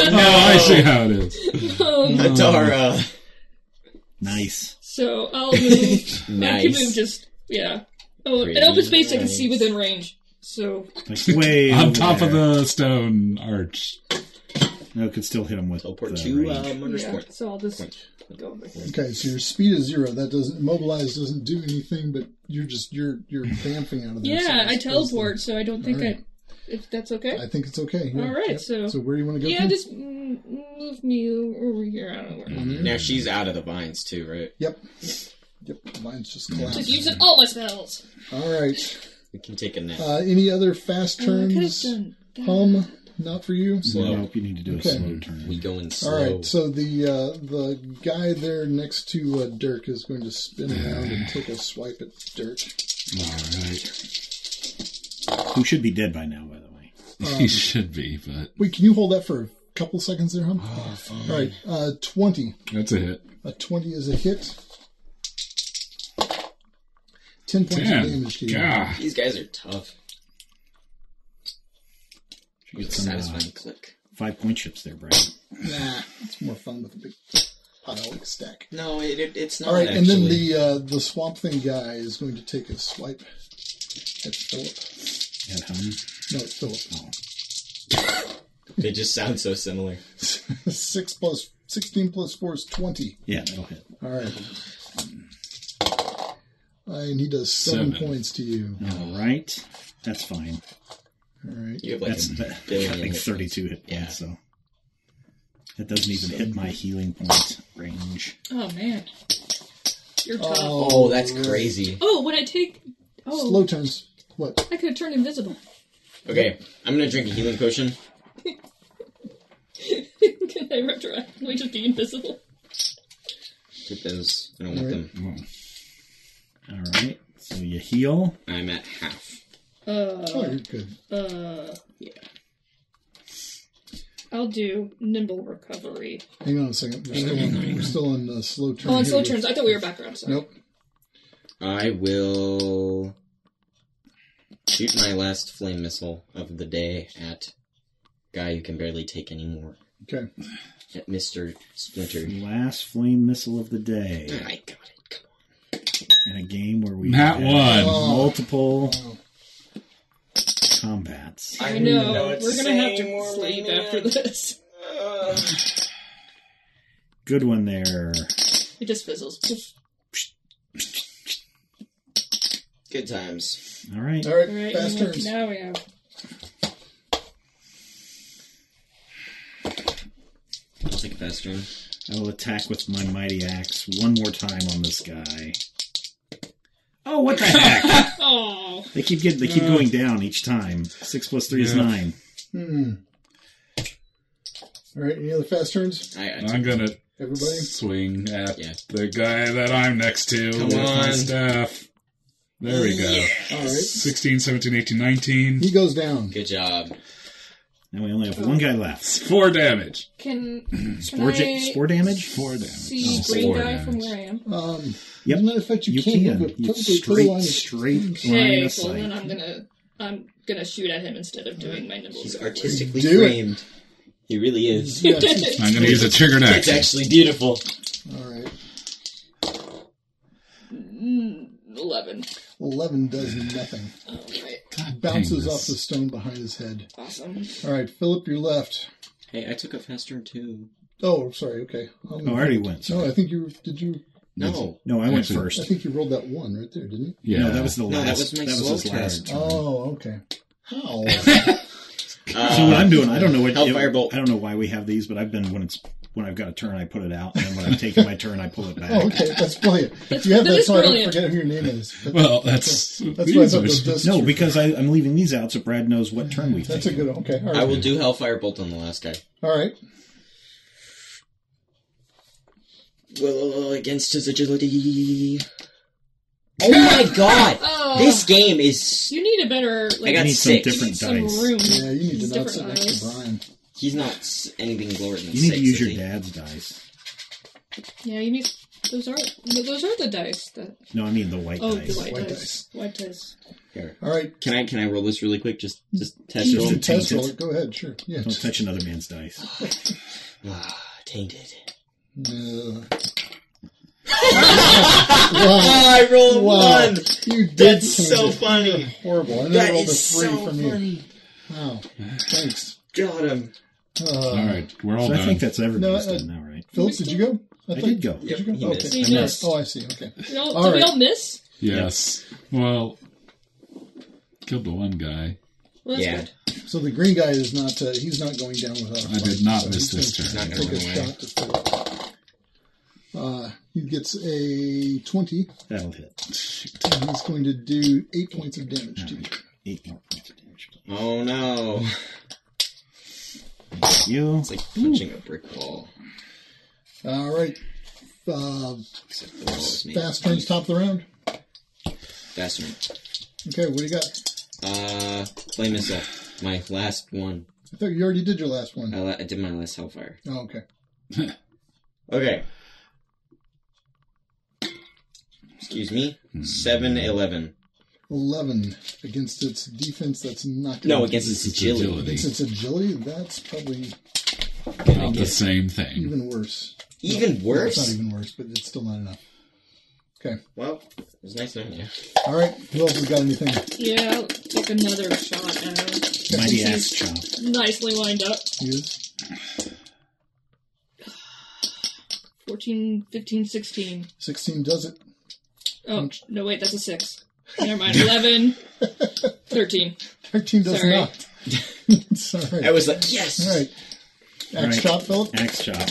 [SPEAKER 7] Oh
[SPEAKER 2] no, I see how it is.
[SPEAKER 5] Um,
[SPEAKER 7] Adara.
[SPEAKER 4] Nice.
[SPEAKER 5] so I'll move. I can move
[SPEAKER 7] Nice.
[SPEAKER 5] just yeah. Oh, an
[SPEAKER 7] Pretty
[SPEAKER 5] open space I can see
[SPEAKER 7] nice.
[SPEAKER 5] within range. So
[SPEAKER 4] Like way
[SPEAKER 2] On
[SPEAKER 4] over
[SPEAKER 2] top of
[SPEAKER 4] there.
[SPEAKER 2] the stone arch.
[SPEAKER 4] No, it could still hit him with
[SPEAKER 7] Teleport
[SPEAKER 4] the
[SPEAKER 7] to
[SPEAKER 4] range.
[SPEAKER 5] um,
[SPEAKER 7] uh, Murder
[SPEAKER 5] yeah.
[SPEAKER 7] Sport.
[SPEAKER 5] So I'll just go over here.
[SPEAKER 1] Okay, so your speed is zero. That doesn't immobilized doesn't do anything, but you're just you're you're vamping out of there.
[SPEAKER 5] Yeah,
[SPEAKER 1] So
[SPEAKER 5] I
[SPEAKER 1] it's-
[SPEAKER 5] teleport, so I don't think
[SPEAKER 1] Alright.
[SPEAKER 5] I. If that's okay.
[SPEAKER 1] I think it's okay. yeah.
[SPEAKER 5] All right,
[SPEAKER 1] Yep.
[SPEAKER 5] so-
[SPEAKER 1] so where do you want to go?
[SPEAKER 5] yeah,
[SPEAKER 1] from?
[SPEAKER 5] just mm, move me over here. I don't know where.
[SPEAKER 7] Now she's out of the vines too, right?
[SPEAKER 1] yep. Yep. Mine's just
[SPEAKER 5] Just
[SPEAKER 1] collapsed.
[SPEAKER 5] using all my spells.
[SPEAKER 1] All right.
[SPEAKER 7] We can take a nap.
[SPEAKER 1] Uh, any other fast
[SPEAKER 5] Oh, I could have
[SPEAKER 1] turns?
[SPEAKER 5] done that.
[SPEAKER 1] Hum, not for you.
[SPEAKER 7] Slow.
[SPEAKER 4] Nope, you need to do
[SPEAKER 1] Okay.
[SPEAKER 4] a slow
[SPEAKER 7] We
[SPEAKER 4] turn.
[SPEAKER 7] go in
[SPEAKER 1] All
[SPEAKER 7] slow.
[SPEAKER 1] right, so the uh, the guy there next to uh, Dirk is going to spin around and take a swipe at Dirk.
[SPEAKER 2] Alright.
[SPEAKER 4] Who should be dead by now, by the way.
[SPEAKER 2] he should be, but
[SPEAKER 1] Wait, can you hold that for a couple seconds there, Hum?
[SPEAKER 2] Oh,
[SPEAKER 1] All right, uh, twenty.
[SPEAKER 2] that's a hit.
[SPEAKER 1] A twenty is a hit. Ten points of
[SPEAKER 2] Damn.
[SPEAKER 1] damage to you.
[SPEAKER 2] God.
[SPEAKER 7] These guys are tough. Use a satisfying click.
[SPEAKER 4] Five point chips there, Brian.
[SPEAKER 1] Nah, it's more fun with a big pile stack.
[SPEAKER 7] No, it, it, it's not.
[SPEAKER 1] All right,
[SPEAKER 7] actually.
[SPEAKER 1] and then the uh, the swamp thing guy is going to take a swipe at Philip.
[SPEAKER 4] At home.
[SPEAKER 1] No, it's Philip.
[SPEAKER 7] they just sound so similar.
[SPEAKER 1] Six plus sixteen plus four is twenty.
[SPEAKER 4] Yeah, that'll hit.
[SPEAKER 1] All right. Uh, and he does seven,
[SPEAKER 2] Seven.
[SPEAKER 1] points to you.
[SPEAKER 4] All right. That's fine.
[SPEAKER 1] All right.
[SPEAKER 7] You have like
[SPEAKER 4] That's
[SPEAKER 7] a
[SPEAKER 4] that,
[SPEAKER 7] billion
[SPEAKER 4] I think
[SPEAKER 7] hit
[SPEAKER 4] 32 hit points,
[SPEAKER 7] Yeah.
[SPEAKER 4] so. That doesn't even hit my healing point range.
[SPEAKER 5] Oh man, you're tough. Oh,
[SPEAKER 1] Oh,
[SPEAKER 3] Oh, that's crazy.
[SPEAKER 5] when I take, oh,
[SPEAKER 1] slow turns. What?
[SPEAKER 5] I could have turned invisible.
[SPEAKER 3] Okay, I'm gonna drink a healing potion.
[SPEAKER 5] Can I retroactively just be invisible?
[SPEAKER 3] Get those. I don't want them.
[SPEAKER 4] All right. So you heal.
[SPEAKER 3] I'm at half.
[SPEAKER 1] Oh,
[SPEAKER 5] Uh,
[SPEAKER 1] you're good.
[SPEAKER 5] uh,
[SPEAKER 3] Yeah.
[SPEAKER 5] I'll do nimble recovery.
[SPEAKER 1] Hang on a second. We're still on, we're still on uh, slow turn.
[SPEAKER 5] Oh, and
[SPEAKER 1] here.
[SPEAKER 5] slow turns. I thought we were back around. Sorry.
[SPEAKER 1] Nope.
[SPEAKER 3] I will shoot my last flame missile of the day at guy who can barely take any more.
[SPEAKER 1] Okay.
[SPEAKER 3] At Mr. Splinter.
[SPEAKER 7] Mm.
[SPEAKER 4] Last flame missile of the day
[SPEAKER 3] I got it. Come on.
[SPEAKER 4] in a game where we
[SPEAKER 2] Nat
[SPEAKER 4] had
[SPEAKER 2] one.
[SPEAKER 1] Oh.
[SPEAKER 4] multiple combats.
[SPEAKER 5] I,
[SPEAKER 3] I
[SPEAKER 5] know.
[SPEAKER 3] know, it's
[SPEAKER 5] We're gonna have
[SPEAKER 3] saying
[SPEAKER 5] to
[SPEAKER 3] more
[SPEAKER 5] sleep
[SPEAKER 3] money.
[SPEAKER 5] after this.
[SPEAKER 4] Good one there.
[SPEAKER 5] It just fizzles. Poof.
[SPEAKER 3] Good times.
[SPEAKER 4] All right.
[SPEAKER 1] All right.
[SPEAKER 5] All right,
[SPEAKER 1] fast
[SPEAKER 5] now-
[SPEAKER 1] turns.
[SPEAKER 5] now we have.
[SPEAKER 3] I'll take a fast turn.
[SPEAKER 4] I will attack with my mighty axe one more time on this guy. Oh, what the heck!
[SPEAKER 5] Oh,
[SPEAKER 4] they keep getting, they keep going down each time. Six plus three is
[SPEAKER 2] Yeah.
[SPEAKER 4] nine.
[SPEAKER 1] Hmm. All right. Any other fast turns,
[SPEAKER 3] I, I took-
[SPEAKER 2] I'm gonna
[SPEAKER 1] everybody?
[SPEAKER 2] swing at
[SPEAKER 3] Yeah.
[SPEAKER 2] the guy that I'm next to
[SPEAKER 3] Come
[SPEAKER 2] with my
[SPEAKER 3] on.
[SPEAKER 2] staff. There we go.
[SPEAKER 1] All right.
[SPEAKER 2] 16, 17, 18, 19.
[SPEAKER 1] He goes down.
[SPEAKER 3] Good job.
[SPEAKER 4] Now we only have one guy left.
[SPEAKER 2] Four damage.
[SPEAKER 5] can
[SPEAKER 4] Spore,
[SPEAKER 5] can
[SPEAKER 4] ja-
[SPEAKER 5] I
[SPEAKER 4] spore damage.
[SPEAKER 2] Four damage.
[SPEAKER 5] see
[SPEAKER 4] Oh,
[SPEAKER 5] green
[SPEAKER 2] four
[SPEAKER 5] guy
[SPEAKER 2] damage.
[SPEAKER 5] from where I am?
[SPEAKER 1] Um,
[SPEAKER 4] Yep.
[SPEAKER 1] Doesn't that affect you?
[SPEAKER 4] You
[SPEAKER 1] can't
[SPEAKER 4] can.
[SPEAKER 1] move a
[SPEAKER 4] You
[SPEAKER 1] perfectly straight
[SPEAKER 4] straight,
[SPEAKER 1] line.
[SPEAKER 4] straight line
[SPEAKER 5] Okay,
[SPEAKER 4] of
[SPEAKER 5] well then
[SPEAKER 4] sight.
[SPEAKER 5] I'm gonna I'm gonna shoot at him instead of doing my nimble.
[SPEAKER 3] He's
[SPEAKER 5] recovery.
[SPEAKER 3] artistically
[SPEAKER 1] Do it.
[SPEAKER 3] framed. He really is.
[SPEAKER 1] Yeah.
[SPEAKER 2] I'm going to use a triggered
[SPEAKER 3] It's
[SPEAKER 2] action.
[SPEAKER 3] actually beautiful.
[SPEAKER 1] All right.
[SPEAKER 5] Eleven.
[SPEAKER 1] Eleven does nothing.
[SPEAKER 5] All right,
[SPEAKER 1] Bounces
[SPEAKER 2] Dang,
[SPEAKER 1] off
[SPEAKER 2] this-
[SPEAKER 1] the stone behind his head.
[SPEAKER 5] awesome.
[SPEAKER 1] All right, Philip, you're left.
[SPEAKER 3] Hey, I took a fast turn too.
[SPEAKER 1] Oh, sorry. Okay. Um,
[SPEAKER 4] Oh, I already went.
[SPEAKER 1] No, I think you did. You.
[SPEAKER 3] No.
[SPEAKER 4] No, I went
[SPEAKER 2] Actually-
[SPEAKER 1] I
[SPEAKER 4] first.
[SPEAKER 1] think you rolled that one right there, didn't you?
[SPEAKER 2] Yeah.
[SPEAKER 4] No, that was the
[SPEAKER 3] No,
[SPEAKER 4] last.
[SPEAKER 3] that was my slow
[SPEAKER 4] his
[SPEAKER 3] turn.
[SPEAKER 4] last turn.
[SPEAKER 1] Oh, okay. How?
[SPEAKER 4] So
[SPEAKER 3] Uh,
[SPEAKER 4] what I'm doing, I don't know what.
[SPEAKER 3] Hellfire bolt.
[SPEAKER 4] I don't know why we have these, but I've been when it's when I've got a turn, I put it out, and then when I've taken my turn, I pull it back.
[SPEAKER 1] oh, okay. That's brilliant. You have
[SPEAKER 5] that
[SPEAKER 1] that,
[SPEAKER 5] is
[SPEAKER 1] so I don't
[SPEAKER 5] brilliant.
[SPEAKER 1] forget who your name is. That-
[SPEAKER 2] Well, that's.
[SPEAKER 1] that's why I
[SPEAKER 2] these
[SPEAKER 1] thought
[SPEAKER 2] are-
[SPEAKER 1] those, those
[SPEAKER 4] No, because I, I'm leaving these out so Brad knows what turn we've
[SPEAKER 1] That's a
[SPEAKER 4] taken.
[SPEAKER 1] good. Okay. All right.
[SPEAKER 3] I will do Hellfire Bolt on the last guy.
[SPEAKER 1] All right.
[SPEAKER 3] Well, uh, against his agility. Oh my god!
[SPEAKER 5] Oh,
[SPEAKER 3] This game is.
[SPEAKER 5] you need a better like
[SPEAKER 3] I
[SPEAKER 4] I
[SPEAKER 3] got
[SPEAKER 4] need
[SPEAKER 3] six.
[SPEAKER 4] some different
[SPEAKER 5] some
[SPEAKER 4] dice.
[SPEAKER 5] room.
[SPEAKER 1] Yeah, you need
[SPEAKER 5] It's
[SPEAKER 1] to not
[SPEAKER 5] different
[SPEAKER 1] sit next to
[SPEAKER 5] eyes.
[SPEAKER 1] Brian.
[SPEAKER 3] He's not s- anything lower than
[SPEAKER 4] You need
[SPEAKER 3] six,
[SPEAKER 4] to use
[SPEAKER 3] is
[SPEAKER 4] your
[SPEAKER 3] he?
[SPEAKER 4] dad's dice.
[SPEAKER 5] Yeah, you need those are those are the dice that
[SPEAKER 4] No, I mean the white
[SPEAKER 5] oh
[SPEAKER 4] dice.
[SPEAKER 5] the white,
[SPEAKER 1] White
[SPEAKER 5] dice.
[SPEAKER 1] dice.
[SPEAKER 5] white dice.
[SPEAKER 3] Here.
[SPEAKER 1] All right.
[SPEAKER 3] Can I can I roll this really quick? Just just test
[SPEAKER 1] Just
[SPEAKER 3] roll.
[SPEAKER 1] a test
[SPEAKER 4] tainted.
[SPEAKER 1] roll. Go ahead. Sure. Yeah.
[SPEAKER 4] Don't touch another man's dice.
[SPEAKER 3] Ah, tainted.
[SPEAKER 1] No.
[SPEAKER 3] Oh, I rolled
[SPEAKER 1] Wow.
[SPEAKER 3] one.
[SPEAKER 1] You did
[SPEAKER 3] That's
[SPEAKER 1] taint
[SPEAKER 3] so
[SPEAKER 1] it.
[SPEAKER 3] funny.
[SPEAKER 1] You're horrible. I never
[SPEAKER 3] That
[SPEAKER 1] rolled a
[SPEAKER 3] is
[SPEAKER 1] three
[SPEAKER 3] so
[SPEAKER 1] from you.
[SPEAKER 3] funny.
[SPEAKER 1] Wow. Thanks.
[SPEAKER 3] Got him.
[SPEAKER 1] Uh,
[SPEAKER 2] All right, we're all
[SPEAKER 4] So I
[SPEAKER 2] done.
[SPEAKER 4] think that's everybody's
[SPEAKER 1] No, uh,
[SPEAKER 4] done now, right?
[SPEAKER 1] Philip, did you go?
[SPEAKER 4] I
[SPEAKER 1] thought-
[SPEAKER 4] did go.
[SPEAKER 1] Did you
[SPEAKER 3] Yep, he
[SPEAKER 1] go?
[SPEAKER 3] missed.
[SPEAKER 5] He
[SPEAKER 1] Okay.
[SPEAKER 5] missed.
[SPEAKER 1] Oh, I see. Okay.
[SPEAKER 5] We all,
[SPEAKER 1] All
[SPEAKER 5] did we
[SPEAKER 1] right.
[SPEAKER 5] all miss?
[SPEAKER 2] yes. Well, killed the one guy.
[SPEAKER 5] Well, that's
[SPEAKER 3] Yeah.
[SPEAKER 5] good.
[SPEAKER 1] So the green guy is not. Uh, he's not going down without.
[SPEAKER 2] I did not miss this turn.
[SPEAKER 3] Not gonna
[SPEAKER 1] Take a
[SPEAKER 3] run away.
[SPEAKER 1] shot. To Philip. Uh, he gets a twenty.
[SPEAKER 4] That'll hit.
[SPEAKER 1] And he's going to do eight points of damage to you.
[SPEAKER 4] Eight more points of damage.
[SPEAKER 3] Oh no!
[SPEAKER 4] You.
[SPEAKER 3] It's like punching a brick wall.
[SPEAKER 1] All right. Uh,
[SPEAKER 3] Except the wall is made.
[SPEAKER 1] fast turns, top of the round.
[SPEAKER 3] Faster.
[SPEAKER 1] Okay, what do you got?
[SPEAKER 3] Uh, flame missile. My last one.
[SPEAKER 1] I thought you already did your last one.
[SPEAKER 3] I, la- I did my last hellfire.
[SPEAKER 1] Oh, okay.
[SPEAKER 3] Okay. Excuse me. Seven eleven.
[SPEAKER 1] 11 against its defense. That's not gonna
[SPEAKER 3] No,
[SPEAKER 1] be-
[SPEAKER 3] against its
[SPEAKER 2] It's
[SPEAKER 3] agility.
[SPEAKER 2] agility.
[SPEAKER 1] against its agility. That's probably
[SPEAKER 2] Not the same thing.
[SPEAKER 1] even worse.
[SPEAKER 3] Even
[SPEAKER 1] No, it's not
[SPEAKER 3] worse.
[SPEAKER 1] even worse, but it's still not enough. Okay.
[SPEAKER 3] Well, it was nice knowing you.
[SPEAKER 1] All right. Who else has got anything?
[SPEAKER 5] Yeah, I'll take another shot at him.
[SPEAKER 4] Mighty axe chop.
[SPEAKER 5] Nicely lined up.
[SPEAKER 1] You?
[SPEAKER 5] 14, 15, 16.
[SPEAKER 1] 16 does it.
[SPEAKER 5] Oh, no, wait, that's a 6. Never mind. 11, 13.
[SPEAKER 1] 13 does
[SPEAKER 5] Sorry.
[SPEAKER 1] not. Sorry.
[SPEAKER 3] I was like, yes.
[SPEAKER 1] All right. Axe
[SPEAKER 4] Right.
[SPEAKER 1] chop, Philip.
[SPEAKER 4] Axe chop.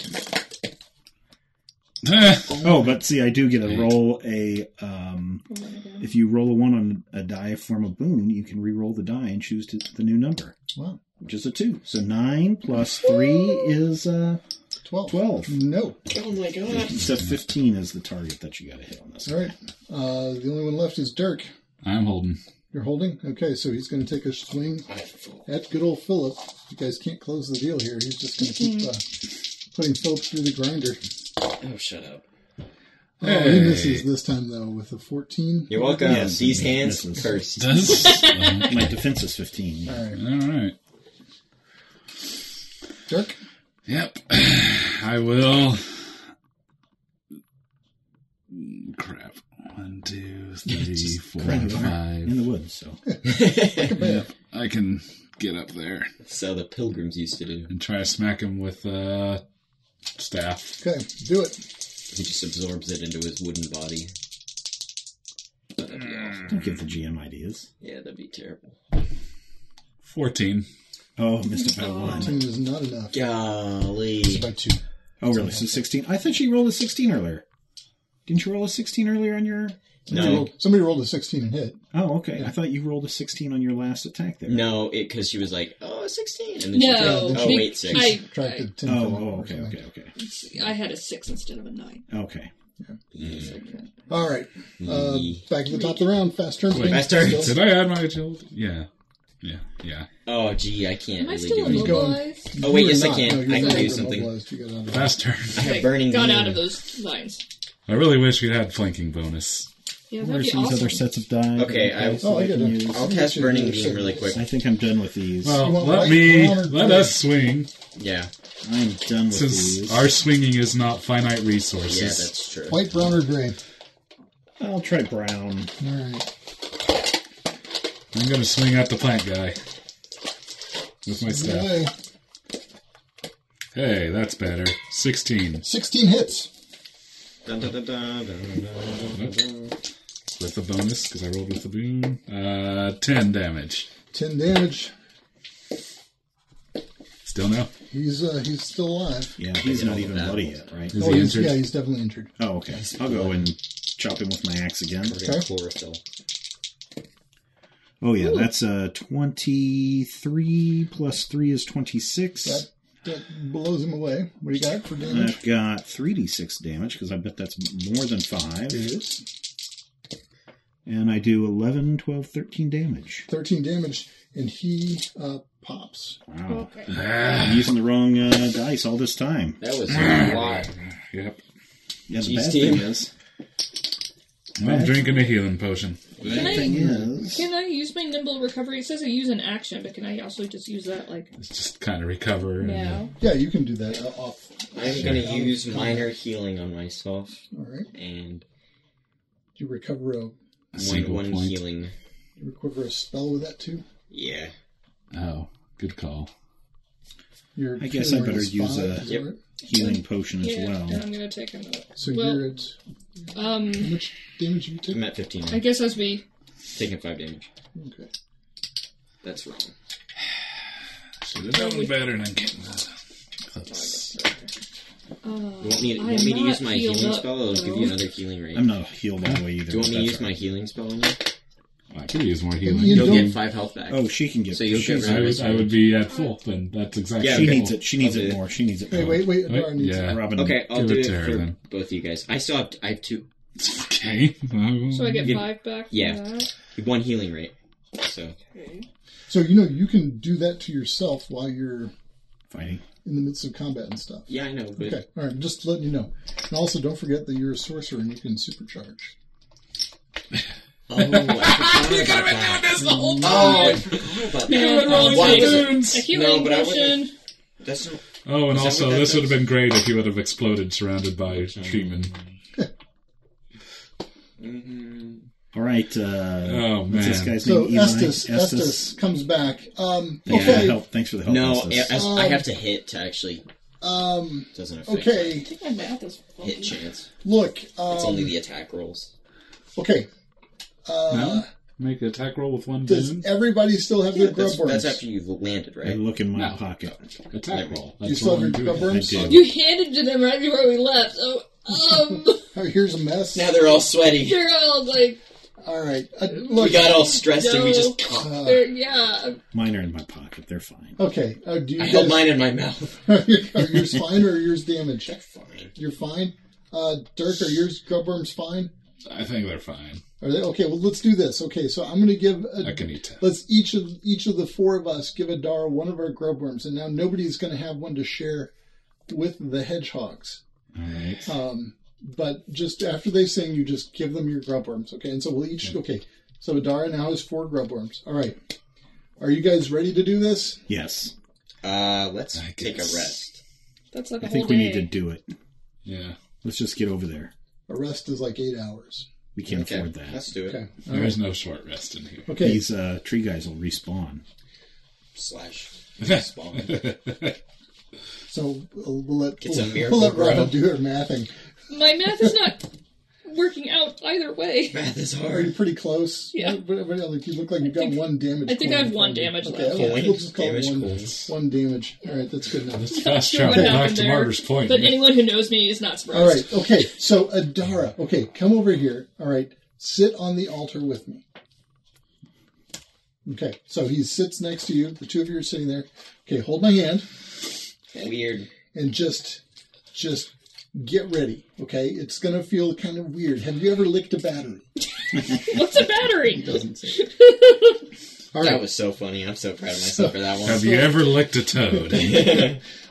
[SPEAKER 2] Eh,
[SPEAKER 4] Oh, but see, I do get a roll a. Um,
[SPEAKER 5] Oh, my God.
[SPEAKER 4] if you roll a one on a die from a boon, you can re-roll the die and choose to, the new number,
[SPEAKER 1] Wow.
[SPEAKER 4] which is a two. So nine plus three is uh,
[SPEAKER 1] 12.
[SPEAKER 4] twelve.
[SPEAKER 1] No.
[SPEAKER 8] Oh my god.
[SPEAKER 4] So fifteen is the target that you got to hit on this.
[SPEAKER 1] All right. Uh, the only one left is Dirk.
[SPEAKER 2] I'm holding.
[SPEAKER 1] You're holding? Okay, so he's going to take a swing at good old Philip. You guys can't close the deal here. He's just going to keep uh, putting Philip through the grinder.
[SPEAKER 8] Oh, shut up.
[SPEAKER 1] Oh, he
[SPEAKER 2] Hey.
[SPEAKER 1] misses this time, though, with a 14.
[SPEAKER 3] You're welcome.
[SPEAKER 4] Yes.
[SPEAKER 3] These hands
[SPEAKER 4] Misses.
[SPEAKER 3] cursed.
[SPEAKER 2] Does um,
[SPEAKER 4] My defense is fifteen.
[SPEAKER 1] All right.
[SPEAKER 2] all right.
[SPEAKER 1] Dirk?
[SPEAKER 2] Yep, I will. Crap. One, two, three,
[SPEAKER 4] Just
[SPEAKER 2] four,
[SPEAKER 4] crap, right? in
[SPEAKER 2] five.
[SPEAKER 4] the woods. So
[SPEAKER 2] Yep, I can get up there
[SPEAKER 3] So the pilgrims used to do.
[SPEAKER 2] and try to smack him with uh, staff.
[SPEAKER 1] Okay, do it.
[SPEAKER 3] He just absorbs it into his wooden body.
[SPEAKER 4] don't give the GM ideas.
[SPEAKER 3] Yeah, that'd be terrible.
[SPEAKER 2] Fourteen.
[SPEAKER 4] Oh, missed it by one.
[SPEAKER 1] 14 is not enough.
[SPEAKER 3] Golly.
[SPEAKER 1] By two.
[SPEAKER 4] Oh, really? So sixteen. I thought she rolled a sixteen earlier. Didn't you roll a sixteen earlier on your?
[SPEAKER 1] Somebody
[SPEAKER 3] No,
[SPEAKER 1] rolled- Somebody rolled a 16 and hit.
[SPEAKER 4] Oh, okay. I thought you rolled a sixteen on your last attack there.
[SPEAKER 3] no, it because she was like, oh, 16. And then she
[SPEAKER 5] No.
[SPEAKER 3] drank-
[SPEAKER 1] Yeah,
[SPEAKER 3] oh,
[SPEAKER 5] be-
[SPEAKER 3] wait, six.
[SPEAKER 5] I, I,
[SPEAKER 1] Attracted 10
[SPEAKER 4] Oh,
[SPEAKER 1] from
[SPEAKER 4] oh,
[SPEAKER 1] or
[SPEAKER 4] okay,
[SPEAKER 1] something.
[SPEAKER 4] okay, okay,
[SPEAKER 5] I had a six instead of a nine.
[SPEAKER 4] okay.
[SPEAKER 1] All right. Uh, back to the top of the round. Fast turn.
[SPEAKER 2] Wait.
[SPEAKER 1] Fast turn.
[SPEAKER 2] Did I add my agility? Yeah, yeah, yeah.
[SPEAKER 3] Oh, gee, I can't
[SPEAKER 5] Am I
[SPEAKER 3] really
[SPEAKER 5] still
[SPEAKER 3] do
[SPEAKER 1] He's
[SPEAKER 3] anything.
[SPEAKER 5] immobilized?
[SPEAKER 3] Oh, wait, yes, I can. I can do
[SPEAKER 5] not
[SPEAKER 3] something.
[SPEAKER 2] Fast turn.
[SPEAKER 3] have burning
[SPEAKER 5] Got
[SPEAKER 3] hand.
[SPEAKER 5] out of those lines.
[SPEAKER 2] I really wish we had flanking bonus.
[SPEAKER 5] Yeah,
[SPEAKER 4] Where's
[SPEAKER 5] that'd be
[SPEAKER 4] these
[SPEAKER 5] awesome.
[SPEAKER 4] other sets of die?
[SPEAKER 3] Okay,
[SPEAKER 4] that I
[SPEAKER 3] I-
[SPEAKER 4] can
[SPEAKER 1] Oh, I get
[SPEAKER 4] use?
[SPEAKER 1] it.
[SPEAKER 3] I'll cast Burning Beam really quick.
[SPEAKER 4] I think I'm done with these.
[SPEAKER 2] Well,
[SPEAKER 1] You want
[SPEAKER 2] let
[SPEAKER 1] light,
[SPEAKER 2] me
[SPEAKER 1] brown, or
[SPEAKER 2] let
[SPEAKER 1] blue?
[SPEAKER 2] us swing
[SPEAKER 3] Yeah,
[SPEAKER 4] I'm done with
[SPEAKER 2] since
[SPEAKER 4] these.
[SPEAKER 2] our swinging is not finite
[SPEAKER 3] yeah,
[SPEAKER 2] resources.
[SPEAKER 3] that's true.
[SPEAKER 1] White, brown, or gray?
[SPEAKER 4] I'll try brown.
[SPEAKER 1] All right.
[SPEAKER 2] I'm gonna swing at the plant guy with my staff.
[SPEAKER 1] Okay.
[SPEAKER 2] Hey, that's better. 16
[SPEAKER 1] 16 hits.
[SPEAKER 3] Dun, dun, dun, dun, dun, dun, dun, dun.
[SPEAKER 2] with the bonus because I rolled with the boon. Uh, 10 damage.
[SPEAKER 1] 10 damage.
[SPEAKER 2] Still no.
[SPEAKER 1] He's uh, he's still alive.
[SPEAKER 4] Yeah, he's not
[SPEAKER 3] all
[SPEAKER 4] even
[SPEAKER 3] of that.
[SPEAKER 4] bloody yet, right?
[SPEAKER 2] Is
[SPEAKER 1] Oh,
[SPEAKER 2] he
[SPEAKER 1] he's,
[SPEAKER 2] injured?
[SPEAKER 1] yeah, he's definitely injured.
[SPEAKER 4] Oh, okay. I'll go and chop him with my axe again.
[SPEAKER 3] We're gonna chlorophyll.
[SPEAKER 4] Oh yeah, that's uh, twenty-three plus three is
[SPEAKER 1] That,
[SPEAKER 4] twenty-six.
[SPEAKER 1] that blows him away. What do you got for damage?
[SPEAKER 4] I've got three d six damage because I bet that's more than five.
[SPEAKER 1] Here it is.
[SPEAKER 4] And I do 11, 12, 13 damage.
[SPEAKER 1] 13 damage, and he uh, pops.
[SPEAKER 4] Wow.
[SPEAKER 2] Ah,
[SPEAKER 4] I'm using the wrong uh, dice all this time.
[SPEAKER 3] That was a lot.
[SPEAKER 2] yep.
[SPEAKER 4] Yeah, the
[SPEAKER 3] Jeez,
[SPEAKER 4] bad
[SPEAKER 3] team.
[SPEAKER 4] thing is,
[SPEAKER 2] I'm drinking a healing potion.
[SPEAKER 5] Can I-
[SPEAKER 4] thing is,
[SPEAKER 5] Can I use my nimble recovery? It says I use an action, but can I also just use that like
[SPEAKER 2] It's just kind of recover. uh,
[SPEAKER 5] now?
[SPEAKER 1] Yeah, you can do that uh, off.
[SPEAKER 3] I'm gonna use minor healing on myself
[SPEAKER 1] All right.
[SPEAKER 3] and
[SPEAKER 1] You recover a
[SPEAKER 2] And a
[SPEAKER 3] one
[SPEAKER 2] single
[SPEAKER 3] one
[SPEAKER 2] point.
[SPEAKER 3] healing.
[SPEAKER 1] you recover a spell with that too.
[SPEAKER 3] Yeah,
[SPEAKER 2] Oh, good call.
[SPEAKER 1] Your
[SPEAKER 4] I guess I
[SPEAKER 1] healing
[SPEAKER 4] better
[SPEAKER 1] is
[SPEAKER 4] use
[SPEAKER 1] five,
[SPEAKER 4] a-
[SPEAKER 1] is that
[SPEAKER 3] Yep.
[SPEAKER 1] right?
[SPEAKER 4] healing potion as
[SPEAKER 5] Yeah, and
[SPEAKER 4] well.
[SPEAKER 5] I'm gonna take another.
[SPEAKER 1] So
[SPEAKER 5] well,
[SPEAKER 1] you're at
[SPEAKER 5] um,
[SPEAKER 1] how much damage you
[SPEAKER 3] I'm
[SPEAKER 1] take?
[SPEAKER 3] at 15.
[SPEAKER 5] I
[SPEAKER 3] now.
[SPEAKER 5] guess as we
[SPEAKER 3] Taking five damage.
[SPEAKER 1] Okay.
[SPEAKER 3] That's wrong.
[SPEAKER 2] Should have known better than getting that. Close.
[SPEAKER 5] uh,
[SPEAKER 3] You want me, you
[SPEAKER 5] I
[SPEAKER 3] want me
[SPEAKER 5] am
[SPEAKER 3] to use
[SPEAKER 5] not
[SPEAKER 3] my
[SPEAKER 5] healed
[SPEAKER 3] healing
[SPEAKER 5] up,
[SPEAKER 3] spell? I'll give
[SPEAKER 5] though.
[SPEAKER 3] you another healing ring.
[SPEAKER 4] I'm not healed all the way either.
[SPEAKER 3] Do you want me
[SPEAKER 4] but
[SPEAKER 3] to
[SPEAKER 4] that's
[SPEAKER 3] use my healing spell on you?
[SPEAKER 2] I could use more
[SPEAKER 1] And
[SPEAKER 2] healing.
[SPEAKER 1] you
[SPEAKER 3] You'll
[SPEAKER 1] don't,
[SPEAKER 3] get five health back.
[SPEAKER 4] all right. Oh, she can get.
[SPEAKER 3] So you'll
[SPEAKER 4] she's-
[SPEAKER 3] get rid
[SPEAKER 2] I
[SPEAKER 3] of
[SPEAKER 2] would,
[SPEAKER 3] it.
[SPEAKER 2] I would be at full then. That's exactly.
[SPEAKER 3] Yeah,
[SPEAKER 4] she
[SPEAKER 3] okay.
[SPEAKER 4] needs it. She needs
[SPEAKER 3] I'll do
[SPEAKER 4] it
[SPEAKER 3] it.
[SPEAKER 4] more. She needs it.
[SPEAKER 1] Wait,
[SPEAKER 4] more.
[SPEAKER 1] wait, wait.
[SPEAKER 2] Wait,
[SPEAKER 1] Nora needs
[SPEAKER 2] yeah.
[SPEAKER 1] it.
[SPEAKER 4] Robin.
[SPEAKER 3] Okay, I'll
[SPEAKER 2] Give
[SPEAKER 3] do
[SPEAKER 2] it
[SPEAKER 3] it
[SPEAKER 2] to her,
[SPEAKER 3] for
[SPEAKER 2] then.
[SPEAKER 3] both of you guys. I still have I have two
[SPEAKER 2] Okay.
[SPEAKER 5] So I get
[SPEAKER 3] You-
[SPEAKER 5] five back. From
[SPEAKER 3] yeah.
[SPEAKER 5] That.
[SPEAKER 3] one healing rate. So
[SPEAKER 1] So you know you can do that to yourself while you're
[SPEAKER 4] Fighting.
[SPEAKER 1] in the midst of combat and stuff.
[SPEAKER 3] yeah, I know, but
[SPEAKER 1] Okay, all right, just letting you know. And also, don't forget that you're a sorcerer and you can supercharge.
[SPEAKER 3] oh, I forgot about that.
[SPEAKER 2] this the whole
[SPEAKER 3] Oh, I forgot about that.
[SPEAKER 5] And uh, I'll
[SPEAKER 3] Why
[SPEAKER 5] take
[SPEAKER 3] was it-
[SPEAKER 5] a healing
[SPEAKER 3] No, but I
[SPEAKER 5] potion.
[SPEAKER 3] That's not,
[SPEAKER 2] Oh, and
[SPEAKER 3] Is that
[SPEAKER 2] also,
[SPEAKER 3] what that
[SPEAKER 2] this would have
[SPEAKER 3] does?
[SPEAKER 2] been great if you would have exploded surrounded by treatment.
[SPEAKER 3] mm,
[SPEAKER 4] All right. Uh,
[SPEAKER 2] Oh,
[SPEAKER 4] what's this
[SPEAKER 2] man.
[SPEAKER 4] guy's
[SPEAKER 1] So
[SPEAKER 4] name? Eli?
[SPEAKER 1] Estes, Estes, comes back. Um,
[SPEAKER 4] Thanks for the
[SPEAKER 1] okay,
[SPEAKER 4] help. Thanks for the help.
[SPEAKER 3] no,
[SPEAKER 4] Estes.
[SPEAKER 3] I, I- I have to hit to actually
[SPEAKER 1] um,
[SPEAKER 3] doesn't affect
[SPEAKER 1] okay.
[SPEAKER 5] I think my math is
[SPEAKER 3] my
[SPEAKER 5] faulty.
[SPEAKER 3] hit chance.
[SPEAKER 1] Look,
[SPEAKER 3] It's only
[SPEAKER 1] um,
[SPEAKER 3] the attack rolls.
[SPEAKER 1] okay.
[SPEAKER 2] no? make an attack roll with one
[SPEAKER 1] Does
[SPEAKER 2] boon?
[SPEAKER 1] everybody still have their grub
[SPEAKER 3] That's,
[SPEAKER 1] worms?
[SPEAKER 3] that's after you've landed,
[SPEAKER 4] I
[SPEAKER 3] right?
[SPEAKER 4] look in my
[SPEAKER 2] No.
[SPEAKER 4] pocket.
[SPEAKER 2] attack roll.
[SPEAKER 1] you
[SPEAKER 2] That's
[SPEAKER 1] still have
[SPEAKER 2] one
[SPEAKER 1] your
[SPEAKER 2] boon.
[SPEAKER 1] grub worms?
[SPEAKER 4] I do.
[SPEAKER 5] You handed to them right before we left, so um,
[SPEAKER 1] Oh, here's a mess.
[SPEAKER 7] Now they're all sweaty.
[SPEAKER 5] they're all like,
[SPEAKER 1] All right. Uh,
[SPEAKER 7] We
[SPEAKER 1] look.
[SPEAKER 7] got all stressed and we just.
[SPEAKER 1] uh,
[SPEAKER 5] they're, yeah.
[SPEAKER 4] Mine are in my pocket. They're fine.
[SPEAKER 1] okay. Uh, do you
[SPEAKER 7] I held
[SPEAKER 1] guys,
[SPEAKER 7] mine in my mouth.
[SPEAKER 1] are yours fine or are yours damaged?
[SPEAKER 7] Fine.
[SPEAKER 1] You're fine. Uh, Dirk, are yours grub worms fine?
[SPEAKER 2] I think they're fine.
[SPEAKER 1] Are they okay? Well, let's do this. Okay, so I'm going to give. A,
[SPEAKER 2] I can eat ten.
[SPEAKER 1] Let's each of each of the four of us give Adara one of our grub worms, and now nobody's going to have one to share with the hedgehogs.
[SPEAKER 2] All right.
[SPEAKER 1] Um, but just after they sing, you just give them your grub worms, okay? And so we'll each okay. So Adara now has four grub worms. All right, are you guys ready to do this?
[SPEAKER 4] Yes.
[SPEAKER 7] Uh, let's
[SPEAKER 2] I
[SPEAKER 7] take a
[SPEAKER 2] guess.
[SPEAKER 7] rest.
[SPEAKER 5] That's like a
[SPEAKER 4] I think
[SPEAKER 5] whole
[SPEAKER 4] we
[SPEAKER 5] day.
[SPEAKER 4] need to do it.
[SPEAKER 2] Yeah.
[SPEAKER 4] Let's just get over there.
[SPEAKER 1] A rest is like eight hours.
[SPEAKER 4] We can't
[SPEAKER 7] Okay,
[SPEAKER 4] afford that.
[SPEAKER 7] let's do it.
[SPEAKER 1] Okay. All
[SPEAKER 2] There
[SPEAKER 1] right.
[SPEAKER 2] is no short rest in here.
[SPEAKER 1] Okay.
[SPEAKER 4] These uh, tree guys will respawn.
[SPEAKER 7] Slash. Spawn.
[SPEAKER 1] So we'll we'll let
[SPEAKER 7] It's a
[SPEAKER 1] we'll,
[SPEAKER 7] miracle
[SPEAKER 1] we'll let Robin
[SPEAKER 7] grow.
[SPEAKER 1] do her mathing.
[SPEAKER 5] My math is not working out either way.
[SPEAKER 7] Math is
[SPEAKER 1] Are you
[SPEAKER 7] hard.
[SPEAKER 1] pretty close?
[SPEAKER 5] Yeah.
[SPEAKER 1] But, but, like, you look like you've got
[SPEAKER 5] think-
[SPEAKER 1] one damage.
[SPEAKER 5] I think
[SPEAKER 1] coin
[SPEAKER 5] I have
[SPEAKER 1] in
[SPEAKER 5] one
[SPEAKER 1] front of you.
[SPEAKER 5] damage
[SPEAKER 1] okay,
[SPEAKER 5] left.
[SPEAKER 1] Okay,
[SPEAKER 7] Coin,
[SPEAKER 1] we'll just call
[SPEAKER 7] damage
[SPEAKER 1] it one,
[SPEAKER 7] coins.
[SPEAKER 1] one damage. All right, that's good enough.
[SPEAKER 2] Fast
[SPEAKER 5] Sure,
[SPEAKER 2] travel
[SPEAKER 5] what
[SPEAKER 2] back
[SPEAKER 5] happened
[SPEAKER 2] to
[SPEAKER 5] there.
[SPEAKER 2] Martyr's Point.
[SPEAKER 5] But anyone who knows me is not surprised.
[SPEAKER 1] All right, okay. So Adara, okay, come over here. All right, sit on the altar with me. Okay, so he sits next to you. The two of you are sitting there. Okay, hold my hand
[SPEAKER 7] Weird.
[SPEAKER 1] and just, just get ready. Okay, it's gonna feel kind of weird. Have you ever licked a battery?
[SPEAKER 5] What's a battery?
[SPEAKER 1] All
[SPEAKER 7] That
[SPEAKER 1] right,
[SPEAKER 7] was so funny. I'm so proud of myself for that one.
[SPEAKER 2] Have you ever licked a toad?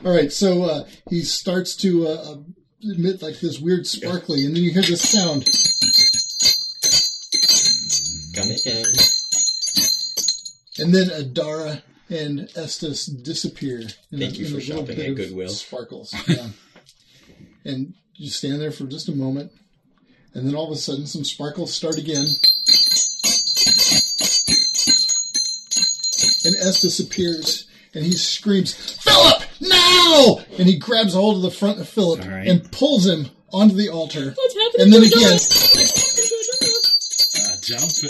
[SPEAKER 1] All right, so uh, he starts to uh, emit like this weird sparkly, and then you hear this sound.
[SPEAKER 7] Come in.
[SPEAKER 1] And then Adara and Estes disappear. In
[SPEAKER 7] Thank you for
[SPEAKER 1] little
[SPEAKER 7] shopping
[SPEAKER 1] bit
[SPEAKER 7] at
[SPEAKER 1] of
[SPEAKER 7] Goodwill.
[SPEAKER 1] Sparkles. Yeah. and you stand there for just a moment, and then all of a sudden, some sparkles start again. And Estes appears, and he screams, "Philip, now!" And he grabs a hold of the front of Philip
[SPEAKER 4] All right.
[SPEAKER 1] and pulls him onto the altar.
[SPEAKER 5] What's happening
[SPEAKER 1] And then
[SPEAKER 5] to Adora?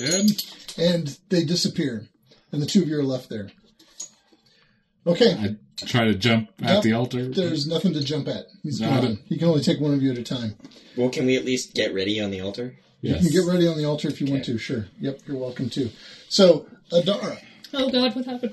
[SPEAKER 1] again,
[SPEAKER 2] Uh, jump in.
[SPEAKER 1] and they disappear, and the two of you are left there. Okay.
[SPEAKER 2] I try to jump at
[SPEAKER 1] Yep.
[SPEAKER 2] the altar.
[SPEAKER 1] There's nothing to jump at. He's
[SPEAKER 2] Got
[SPEAKER 1] gone.
[SPEAKER 2] it.
[SPEAKER 1] He can only take one of you at a time.
[SPEAKER 7] Well, can we at least get ready on the altar?
[SPEAKER 2] Yes.
[SPEAKER 1] You can get ready on the altar if you want to. Sure. Yep. You're welcome to. So Adara,
[SPEAKER 5] Oh god, what happened?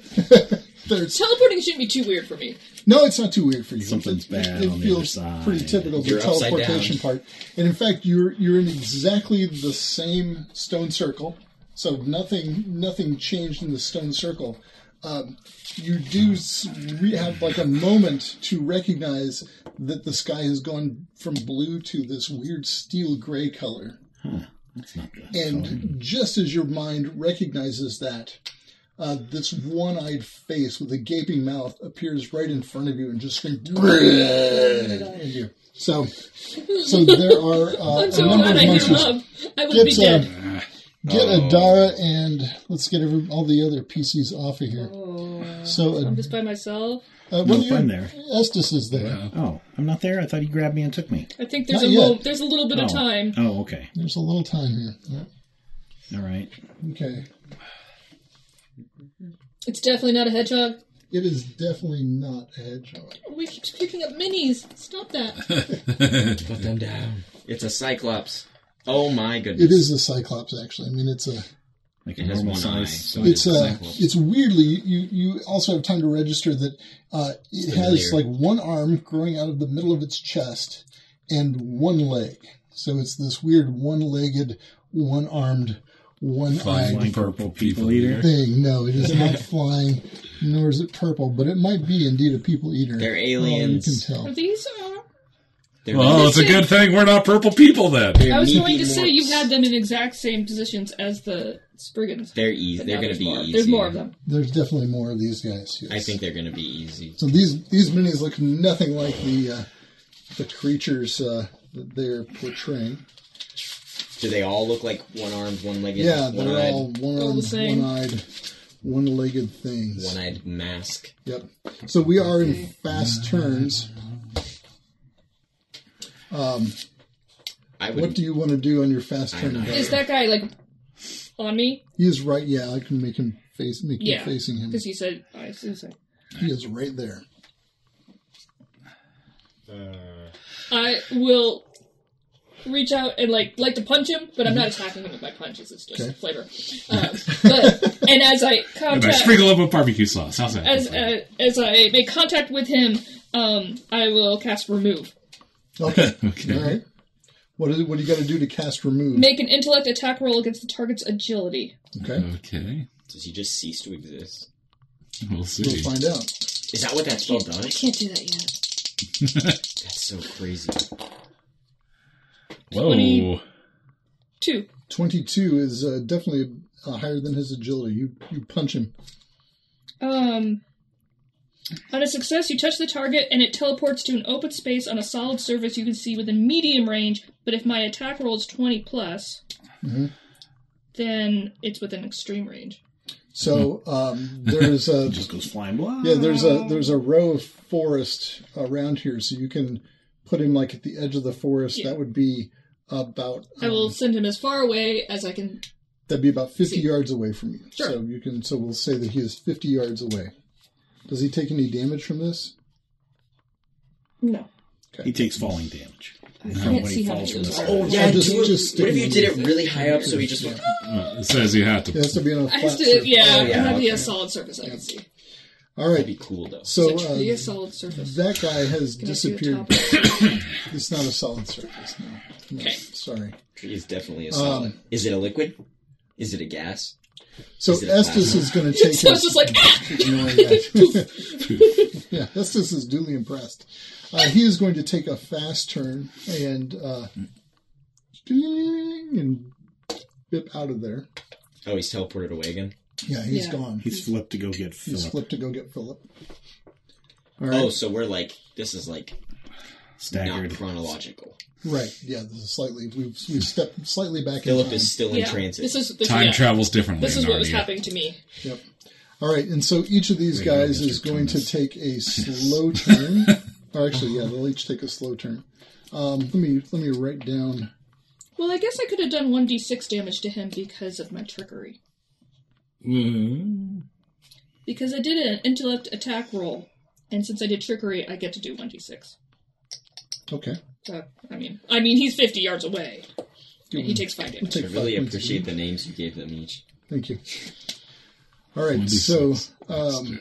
[SPEAKER 1] there's
[SPEAKER 5] Teleporting shouldn't be too weird for me.
[SPEAKER 1] no. It's not too weird for you.
[SPEAKER 4] Something's
[SPEAKER 1] It- it-
[SPEAKER 4] bad
[SPEAKER 1] It
[SPEAKER 4] on the
[SPEAKER 1] feels
[SPEAKER 4] other side.
[SPEAKER 1] pretty typical the
[SPEAKER 7] You're upside
[SPEAKER 1] teleportation
[SPEAKER 7] down.
[SPEAKER 1] part. And in fact, you're you're in exactly the same stone circle. So nothing nothing changed in the stone circle. Um, you do s- re- have like a moment to recognize that the sky has gone from blue to this weird steel gray color.
[SPEAKER 4] That's not good.
[SPEAKER 1] And just as your mind recognizes that, uh, this one eyed face with a gaping mouth appears right in front of you and just screams at you. So, so there are uh,
[SPEAKER 5] I'm so
[SPEAKER 1] a number
[SPEAKER 5] glad I
[SPEAKER 1] of
[SPEAKER 5] gave
[SPEAKER 1] monsters.
[SPEAKER 5] up. I would be
[SPEAKER 1] Get, uh,
[SPEAKER 5] dead.
[SPEAKER 1] get Adara and let's get every, all the other PCs off of here. So, uh,
[SPEAKER 5] I'm Oh, just by myself.
[SPEAKER 1] uh,
[SPEAKER 4] No,
[SPEAKER 1] well,
[SPEAKER 4] I'm
[SPEAKER 1] you-
[SPEAKER 4] there.
[SPEAKER 1] Estes is there.
[SPEAKER 4] Oh, I'm not there. I thought he grabbed me and took me.
[SPEAKER 5] I think there's
[SPEAKER 1] Not
[SPEAKER 5] a mo-
[SPEAKER 1] yet.
[SPEAKER 5] there's a little bit of
[SPEAKER 4] Oh.
[SPEAKER 5] time.
[SPEAKER 4] Oh, okay.
[SPEAKER 1] There's a little time here. Yeah.
[SPEAKER 4] All right.
[SPEAKER 1] Okay.
[SPEAKER 5] It's definitely not a hedgehog.
[SPEAKER 1] It is definitely not a hedgehog.
[SPEAKER 5] We keep picking up minis. Stop that.
[SPEAKER 7] Put them down. It's a cyclops. Oh my goodness.
[SPEAKER 1] It is a cyclops, actually. I mean, it's a.
[SPEAKER 4] Like a
[SPEAKER 7] It has
[SPEAKER 4] normal
[SPEAKER 7] one eye.
[SPEAKER 4] size.
[SPEAKER 7] So
[SPEAKER 1] it's
[SPEAKER 7] a
[SPEAKER 1] uh,
[SPEAKER 7] cyclops.
[SPEAKER 1] it's weirdly you you also have time to register that uh, it has
[SPEAKER 7] layer.
[SPEAKER 1] like one arm growing out of the middle of its chest and one leg. So it's this weird one-legged, one-armed, one-eyed
[SPEAKER 4] Flying purple people eater.
[SPEAKER 1] thing. No, it is not flying, nor is it purple, but it might be indeed a people eater.
[SPEAKER 7] They're
[SPEAKER 1] you
[SPEAKER 7] aliens.
[SPEAKER 1] can tell.
[SPEAKER 5] Are these? Uh,
[SPEAKER 7] They're
[SPEAKER 2] Well, Oh, it's a
[SPEAKER 5] Listen.
[SPEAKER 2] good thing we're not purple people then.
[SPEAKER 7] they're
[SPEAKER 5] I was
[SPEAKER 7] meaty
[SPEAKER 5] going to say you
[SPEAKER 7] morts.
[SPEAKER 5] had them in exact same positions as the Spriggans.
[SPEAKER 7] They're easy.
[SPEAKER 5] But
[SPEAKER 7] They're
[SPEAKER 5] now
[SPEAKER 7] going
[SPEAKER 5] there's
[SPEAKER 7] to be
[SPEAKER 5] more.
[SPEAKER 7] easy.
[SPEAKER 5] There's more of them.
[SPEAKER 1] There's definitely more of these guys. Yes.
[SPEAKER 7] I think they're going to be easy.
[SPEAKER 1] So these these minis look nothing like the uh, the creatures uh, that they're portraying.
[SPEAKER 7] Do they all look like one-armed, one-legged,
[SPEAKER 1] Yeah, they're
[SPEAKER 7] one-eyed,
[SPEAKER 1] all one
[SPEAKER 5] All the same.
[SPEAKER 1] one-eyed, one-legged things.
[SPEAKER 7] one-eyed mask?
[SPEAKER 1] Yep. So we are in fast turns.
[SPEAKER 7] I would.
[SPEAKER 1] What do you want to do on your fast turn?
[SPEAKER 7] know.
[SPEAKER 1] Adara?
[SPEAKER 5] Is that guy like on me
[SPEAKER 1] He is right. Yeah, I can make him face. Make
[SPEAKER 5] Yeah.
[SPEAKER 1] you facing him.
[SPEAKER 5] because he said I see so.
[SPEAKER 1] He is right there.
[SPEAKER 5] I will reach out and like like to punch him, but I'm not
[SPEAKER 7] Mm-hmm.
[SPEAKER 5] attacking him with my punches. It's just
[SPEAKER 1] Okay.
[SPEAKER 5] flavor. Um, but and as I
[SPEAKER 2] And I
[SPEAKER 5] contact
[SPEAKER 2] sprinkle him with barbecue sauce. How's that?
[SPEAKER 5] as uh, as I make contact with him, um, I will cast remove.
[SPEAKER 1] Okay.
[SPEAKER 2] Okay.
[SPEAKER 1] All right. What is? What do you got to do to cast remove?
[SPEAKER 5] Make an intellect attack roll against the target's agility.
[SPEAKER 7] Mm-hmm.
[SPEAKER 1] okay.
[SPEAKER 2] okay.
[SPEAKER 3] Does he just cease to exist?
[SPEAKER 2] We'll
[SPEAKER 1] We'll
[SPEAKER 2] see.
[SPEAKER 1] find out.
[SPEAKER 3] Is that what that spell does?
[SPEAKER 5] Can't do that yet.
[SPEAKER 3] That's so crazy.
[SPEAKER 2] Whoa.
[SPEAKER 5] Two.
[SPEAKER 1] Twenty-two is uh, definitely uh, higher than his agility. You you punch him.
[SPEAKER 5] Um, on a success, you touch the target and it teleports to an open space on a solid surface you can see within medium range. But if my attack roll is 20 plus,
[SPEAKER 1] Mhm.
[SPEAKER 5] then it's within extreme range.
[SPEAKER 1] So
[SPEAKER 7] Mm-hmm.
[SPEAKER 1] um, there's a
[SPEAKER 4] Just goes flying. Blah.
[SPEAKER 1] yeah there's a
[SPEAKER 5] Oh.
[SPEAKER 1] there's a row of forest around here, so you can put him like at the edge of the forest.
[SPEAKER 5] Yeah.
[SPEAKER 1] That would be about
[SPEAKER 5] I will
[SPEAKER 1] um,
[SPEAKER 5] send him as far away as I can.
[SPEAKER 1] that'd be about fifty
[SPEAKER 5] see.
[SPEAKER 1] yards away from you.
[SPEAKER 5] Sure.
[SPEAKER 1] So you can so we'll say that he is fifty yards away. Does he take any damage from this?
[SPEAKER 5] No.
[SPEAKER 4] He takes falling damage.
[SPEAKER 5] I
[SPEAKER 4] when
[SPEAKER 5] can't
[SPEAKER 4] he
[SPEAKER 5] see how
[SPEAKER 4] falls
[SPEAKER 5] many
[SPEAKER 4] from
[SPEAKER 5] those
[SPEAKER 4] the
[SPEAKER 5] are.
[SPEAKER 4] sky.
[SPEAKER 1] Yeah, just-
[SPEAKER 3] Oh, dude,
[SPEAKER 1] just stick
[SPEAKER 3] what if you
[SPEAKER 1] him
[SPEAKER 3] did it
[SPEAKER 1] in.
[SPEAKER 3] really high up so he just went,
[SPEAKER 2] Uh, it says you have to.
[SPEAKER 1] It has to be on a
[SPEAKER 5] I
[SPEAKER 1] flat
[SPEAKER 5] have to,
[SPEAKER 1] surface.
[SPEAKER 5] yeah,
[SPEAKER 3] Oh,
[SPEAKER 5] it
[SPEAKER 3] yeah,
[SPEAKER 5] might be a solid surface I can see.
[SPEAKER 1] All right.
[SPEAKER 3] that'd be cool though.
[SPEAKER 1] So
[SPEAKER 5] it's actually
[SPEAKER 1] uh,
[SPEAKER 5] a solid surface.
[SPEAKER 1] that guy has
[SPEAKER 5] Can I see the
[SPEAKER 1] disappeared.
[SPEAKER 5] top?
[SPEAKER 1] It's not a solid surface. No. no
[SPEAKER 5] Okay.
[SPEAKER 1] Sorry.
[SPEAKER 3] It's definitely a solid. Is it a liquid? Is it a gas?
[SPEAKER 1] So
[SPEAKER 3] Is it a
[SPEAKER 1] Estes is going to take
[SPEAKER 5] so
[SPEAKER 1] his.
[SPEAKER 5] it's just like,
[SPEAKER 1] No, yeah. yeah, Estes is duly impressed. Uh, he is going to take a fast turn and uh, ding, and bip out of there.
[SPEAKER 3] Oh, he's teleported away again.
[SPEAKER 1] Yeah, he's
[SPEAKER 5] Yeah.
[SPEAKER 1] gone.
[SPEAKER 4] He's flipped to go get
[SPEAKER 1] He's
[SPEAKER 4] Philip.
[SPEAKER 1] flipped to go get Philip. All right.
[SPEAKER 3] Oh, so we're like, this is like not
[SPEAKER 4] Staggered.
[SPEAKER 3] chronological.
[SPEAKER 1] Right. Yeah. This is slightly. We've we've stepped slightly back. in
[SPEAKER 3] Philip
[SPEAKER 1] time.
[SPEAKER 3] is still in
[SPEAKER 5] yeah,
[SPEAKER 3] transit.
[SPEAKER 5] this is, this,
[SPEAKER 2] Time
[SPEAKER 5] yeah,
[SPEAKER 2] travels differently.
[SPEAKER 5] this is
[SPEAKER 2] in
[SPEAKER 5] what was
[SPEAKER 2] Narnia.
[SPEAKER 5] happening to me.
[SPEAKER 1] Yep. All right, and so each of these
[SPEAKER 2] go,
[SPEAKER 1] guys
[SPEAKER 2] Mr.
[SPEAKER 1] is going
[SPEAKER 2] Thomas.
[SPEAKER 1] to take a slow turn. or actually, yeah, they'll each take a slow turn. Um, let me let me write down.
[SPEAKER 5] Well, I guess I could have done 1d6 damage to him because of my trickery. Mm-hmm.
[SPEAKER 2] Mm.
[SPEAKER 5] Because I did an intellect attack roll, and since I did trickery, I get to do 1d6.
[SPEAKER 1] Okay,
[SPEAKER 5] So, I mean, I mean, he's 50 yards away. And he takes 5
[SPEAKER 1] we'll
[SPEAKER 5] damage.
[SPEAKER 1] take
[SPEAKER 3] I
[SPEAKER 1] five
[SPEAKER 3] really
[SPEAKER 1] points.
[SPEAKER 3] appreciate the names you gave them each.
[SPEAKER 1] Thank you. All right,
[SPEAKER 2] 1d6.
[SPEAKER 1] so
[SPEAKER 2] That's
[SPEAKER 1] um,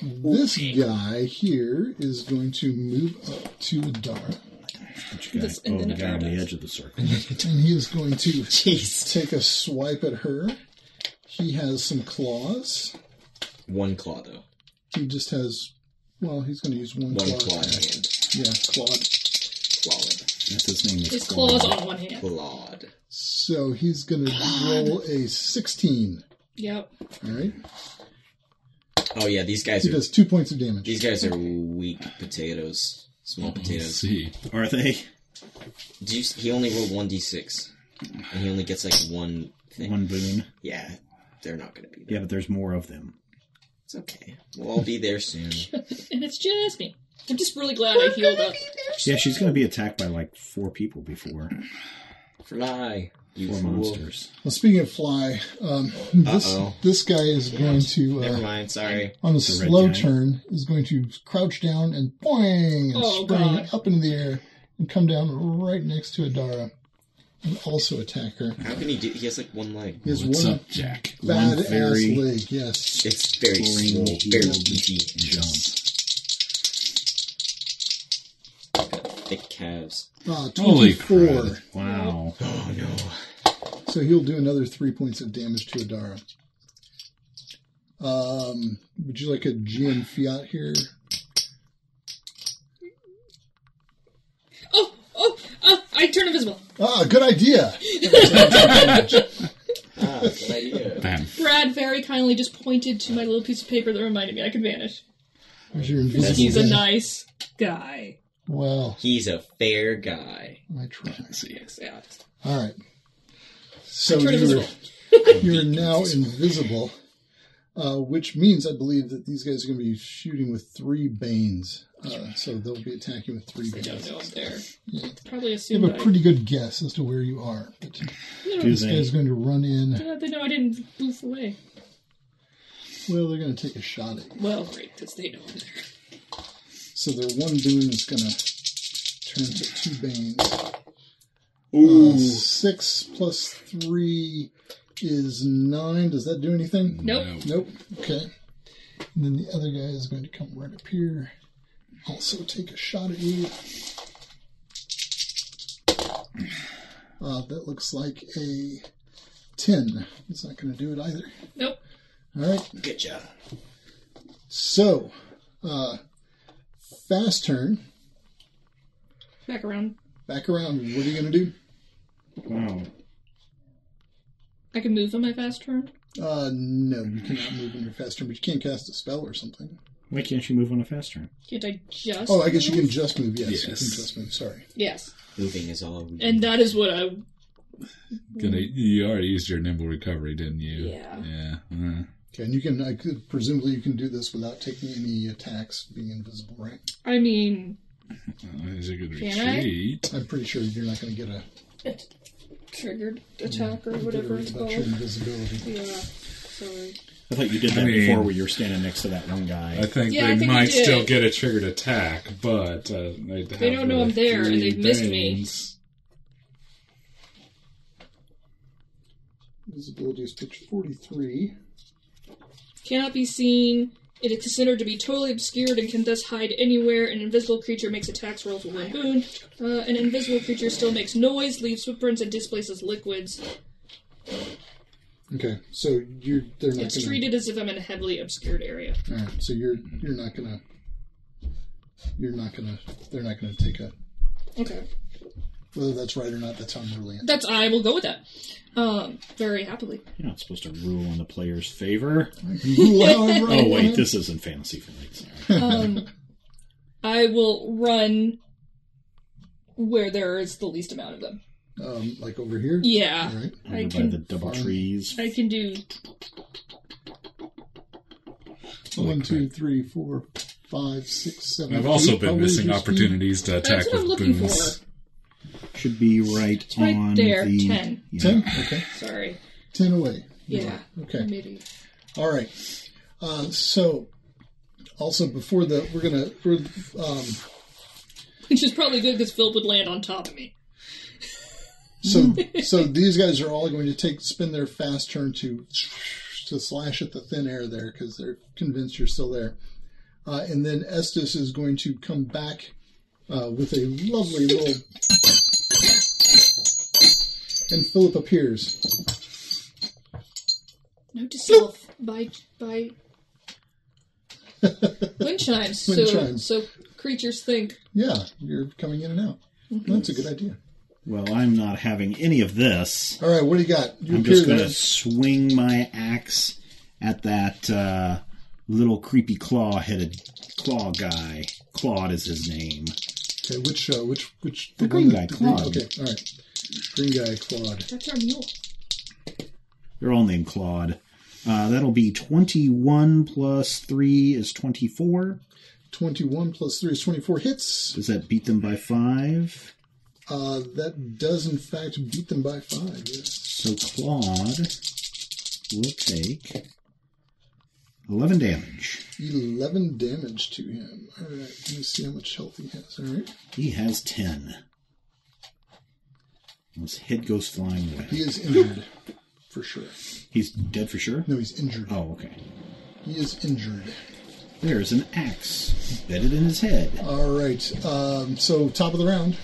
[SPEAKER 2] good.
[SPEAKER 1] this guy here is going to move up to Dara,
[SPEAKER 5] This-
[SPEAKER 4] oh,
[SPEAKER 5] and then
[SPEAKER 4] the
[SPEAKER 5] a
[SPEAKER 4] guy on the
[SPEAKER 5] paradise.
[SPEAKER 4] edge of the circle.
[SPEAKER 1] and he is going to
[SPEAKER 3] Jeez.
[SPEAKER 1] take a swipe at her. He has some claws.
[SPEAKER 3] One claw though.
[SPEAKER 1] He just has. Well, he's going to use one,
[SPEAKER 3] One
[SPEAKER 1] claw.
[SPEAKER 3] claw in hand.
[SPEAKER 1] Yeah, clawed.
[SPEAKER 3] Clawed.
[SPEAKER 4] That's his name.
[SPEAKER 5] His
[SPEAKER 4] Is
[SPEAKER 5] claws
[SPEAKER 4] Claw.
[SPEAKER 5] on one hand.
[SPEAKER 3] Clawed.
[SPEAKER 1] So he's going to roll a 16.
[SPEAKER 5] Yep.
[SPEAKER 1] All right.
[SPEAKER 3] Oh yeah, these guys
[SPEAKER 1] He
[SPEAKER 3] are
[SPEAKER 1] does two points of damage.
[SPEAKER 3] these guys are weak potatoes. Small
[SPEAKER 2] Let's
[SPEAKER 3] potatoes.
[SPEAKER 2] see.
[SPEAKER 4] Are they
[SPEAKER 3] Do you, he only rolled one d six, and he only gets like one thing.
[SPEAKER 4] one boon?
[SPEAKER 3] Yeah, they're not going to be there.
[SPEAKER 4] Yeah, but there's more of them.
[SPEAKER 3] It's okay. We'll all be there soon.
[SPEAKER 5] And it's just me. I'm just really glad I healed up.
[SPEAKER 4] Yeah, she's going to be attacked by like four people before
[SPEAKER 3] Fly, you
[SPEAKER 4] four
[SPEAKER 3] fool.
[SPEAKER 4] monsters.
[SPEAKER 1] Well, speaking of fly, um, this
[SPEAKER 3] Uh-oh.
[SPEAKER 1] this guy is going to
[SPEAKER 3] Never
[SPEAKER 1] uh,
[SPEAKER 3] mind. Sorry.
[SPEAKER 1] on a
[SPEAKER 4] red
[SPEAKER 1] slow
[SPEAKER 4] guy.
[SPEAKER 1] turn is going to crouch down and boing and
[SPEAKER 5] Oh,
[SPEAKER 1] spring
[SPEAKER 5] God.
[SPEAKER 1] up into the air and come down right next to Adara and also attack her.
[SPEAKER 3] How can he do? He has like one leg.
[SPEAKER 1] He has
[SPEAKER 2] What's
[SPEAKER 1] one
[SPEAKER 2] up, Jack?
[SPEAKER 1] bad
[SPEAKER 4] One
[SPEAKER 1] ass
[SPEAKER 4] very-
[SPEAKER 1] leg. Yes.
[SPEAKER 3] It's very
[SPEAKER 4] Green
[SPEAKER 3] small, very
[SPEAKER 4] heel.
[SPEAKER 3] beefy,
[SPEAKER 4] Jump.
[SPEAKER 3] thick calves.
[SPEAKER 1] Uh,
[SPEAKER 2] Holy
[SPEAKER 1] 24.
[SPEAKER 2] crap.
[SPEAKER 4] Wow.
[SPEAKER 3] Oh no!
[SPEAKER 1] So he'll do another three points of damage to Adara. Um, would you like a GM Fiat here?
[SPEAKER 5] Oh, oh, oh, I turn invisible.
[SPEAKER 1] Ah, good idea.
[SPEAKER 3] Ah, good idea.
[SPEAKER 2] Bam.
[SPEAKER 5] Brad very kindly just pointed to my little piece of paper that reminded me I could vanish.
[SPEAKER 1] There's your invisible
[SPEAKER 5] He's a
[SPEAKER 1] man.
[SPEAKER 5] nice guy.
[SPEAKER 1] Well,
[SPEAKER 3] He's a fair guy.
[SPEAKER 1] I try.
[SPEAKER 2] Let's see.
[SPEAKER 5] Yeah.
[SPEAKER 1] All right. So you're,
[SPEAKER 5] turn invisible.
[SPEAKER 1] you're now invisible. uh, which means I believe that these guys are going to be shooting with three banes. Uh, so they'll be attacking with three
[SPEAKER 5] I don't
[SPEAKER 1] banes.
[SPEAKER 5] know if they're.
[SPEAKER 1] Yeah.
[SPEAKER 5] Probably
[SPEAKER 1] You
[SPEAKER 5] assume.
[SPEAKER 1] have a pretty good guess as to where you are. But
[SPEAKER 5] Yeah,
[SPEAKER 1] this guy's going to run in.
[SPEAKER 5] they know I didn't boof away.
[SPEAKER 1] Well, they're going to take a shot at you.
[SPEAKER 5] Well, great, because they know I'm there.
[SPEAKER 1] So their one boon is going to turn to two banes. Uh,
[SPEAKER 6] Ooh.
[SPEAKER 1] six plus three is nine. Does that do anything?
[SPEAKER 5] Nope.
[SPEAKER 2] Uh,
[SPEAKER 1] Nope. Okay. And then the other guy is going to come right up here. Also take a shot at you. Uh, that looks like a 10. It's not going to do it either.
[SPEAKER 5] Nope.
[SPEAKER 1] All right.
[SPEAKER 3] Good job.
[SPEAKER 1] So, uh, fast turn.
[SPEAKER 5] Back around.
[SPEAKER 1] Back around. What are you going to do?
[SPEAKER 4] Wow.
[SPEAKER 5] I can move on my fast turn.
[SPEAKER 1] Uh, no, you cannot move in your fast turn, but you can cast a spell or something.
[SPEAKER 4] Why can't you move on a fast turn?
[SPEAKER 5] Can't I just?
[SPEAKER 1] Oh, I guess you
[SPEAKER 5] move?
[SPEAKER 1] can just move. Yes, you can
[SPEAKER 2] Yes.
[SPEAKER 1] just move. Sorry.
[SPEAKER 5] Yes,
[SPEAKER 7] Moving is all we
[SPEAKER 5] and that is what I.
[SPEAKER 2] Gonna, you already used your nimble recovery, didn't you?
[SPEAKER 5] Yeah.
[SPEAKER 2] Yeah. uh,
[SPEAKER 1] Okay, and you can. I could presumably you can do this without taking any attacks, being invisible, right?
[SPEAKER 5] I mean,
[SPEAKER 2] is it good
[SPEAKER 5] Can I?
[SPEAKER 2] retreat?
[SPEAKER 1] I'm pretty sure you're not going to get a
[SPEAKER 5] triggered attack or
[SPEAKER 1] get a
[SPEAKER 5] whatever
[SPEAKER 1] read
[SPEAKER 5] it's
[SPEAKER 1] about your
[SPEAKER 5] called.
[SPEAKER 1] invisibility.
[SPEAKER 5] Yeah. Sorry.
[SPEAKER 4] I thought you did that
[SPEAKER 2] I mean-
[SPEAKER 4] before where you were standing next to that one guy.
[SPEAKER 2] I think
[SPEAKER 5] Yeah,
[SPEAKER 2] they
[SPEAKER 5] I think we
[SPEAKER 2] might
[SPEAKER 5] did.
[SPEAKER 2] still get a triggered attack, but uh, they
[SPEAKER 5] They don't know I'm there, and they've missed me.
[SPEAKER 1] Invisibility is pitch 43.
[SPEAKER 5] Cannot be seen. It is considered to be totally obscured and can thus hide anywhere. An invisible creature makes attacks rolls with one boon. Uh, an invisible creature still makes noise, leaves footprints, and displaces liquids.
[SPEAKER 1] Okay, so you're they're not
[SPEAKER 5] It's
[SPEAKER 1] going to.
[SPEAKER 5] treated as if I'm in a heavily obscured area.
[SPEAKER 1] All right, so you're you're not going to. You're not going to. They're not going to take a.
[SPEAKER 5] Okay.
[SPEAKER 1] Whether that's right or not, that's unrelated.
[SPEAKER 5] That's I will go with that. Um, very happily.
[SPEAKER 4] You're not supposed to rule in the player's favor.
[SPEAKER 1] oh
[SPEAKER 4] Oh wait, this isn't fantasy flight. Sorry.
[SPEAKER 5] Um, I will run where there is the least amount of them.
[SPEAKER 2] Oh.
[SPEAKER 1] Um, like over here.
[SPEAKER 5] Yeah.
[SPEAKER 1] All right.
[SPEAKER 5] I
[SPEAKER 4] Over by
[SPEAKER 5] can-
[SPEAKER 4] the double trees.
[SPEAKER 5] I can do
[SPEAKER 1] One, two, three, four, five, six, seven.
[SPEAKER 2] Oh, I've also
[SPEAKER 1] eight.
[SPEAKER 2] been
[SPEAKER 1] Probably
[SPEAKER 2] missing
[SPEAKER 1] just be-
[SPEAKER 2] opportunities to attack
[SPEAKER 5] That's what I'm
[SPEAKER 2] with
[SPEAKER 5] looking
[SPEAKER 2] boons.
[SPEAKER 4] Should be right
[SPEAKER 5] right
[SPEAKER 4] on
[SPEAKER 5] there,
[SPEAKER 4] the
[SPEAKER 5] 10.
[SPEAKER 4] Yeah.
[SPEAKER 1] Ten. Okay.
[SPEAKER 5] sorry.
[SPEAKER 1] Ten away.
[SPEAKER 5] Yeah.
[SPEAKER 1] Okay.
[SPEAKER 5] Maybe.
[SPEAKER 1] All right. Uh, so, also before the we're gonna we're, um,
[SPEAKER 5] Which is probably good because Phil would land on top of me.
[SPEAKER 1] so so these guys are all going to take spin their fast turn to to slash at the thin air there because they're convinced you're still there, uh, and then Estes is going to come back uh, with a lovely little. And Philip appears.
[SPEAKER 5] Note to self by by wind chimes. So
[SPEAKER 1] Wind chimes.
[SPEAKER 5] so creatures think.
[SPEAKER 1] Yeah, you're coming in and out. That's a good idea.
[SPEAKER 4] Well, I'm not having any of this.
[SPEAKER 1] All right, what do you got? You
[SPEAKER 4] I'm just
[SPEAKER 1] appear
[SPEAKER 4] going
[SPEAKER 1] there.
[SPEAKER 4] to swing my axe at that uh, little creepy claw-headed claw guy. Claude is his name.
[SPEAKER 1] Okay, which uh, which which
[SPEAKER 4] The
[SPEAKER 1] one
[SPEAKER 4] green
[SPEAKER 1] that-
[SPEAKER 4] guy,
[SPEAKER 1] the green-
[SPEAKER 4] Claude.
[SPEAKER 1] okay, all right. Green guy Claude.
[SPEAKER 5] That's our mule.
[SPEAKER 4] They're all named Claude. Uh, that'll be 21 plus 3 is 24.
[SPEAKER 1] Twenty-one plus three is twenty-four hits.
[SPEAKER 4] Does that beat them by 5?
[SPEAKER 1] Uh, that does in fact beat them by five. Yes.
[SPEAKER 4] So Claude will take 11 damage.
[SPEAKER 1] Eleven damage to him. All right, let me see how much health he has. All right,
[SPEAKER 4] He has 10. And His head goes flying
[SPEAKER 1] he
[SPEAKER 4] away.
[SPEAKER 1] is injured for sure.
[SPEAKER 4] He's dead for sure?
[SPEAKER 1] No, he's injured.
[SPEAKER 4] Oh, okay.
[SPEAKER 1] He is injured.
[SPEAKER 4] There's an axe embedded in his head.
[SPEAKER 1] All right. Um, so top of the round.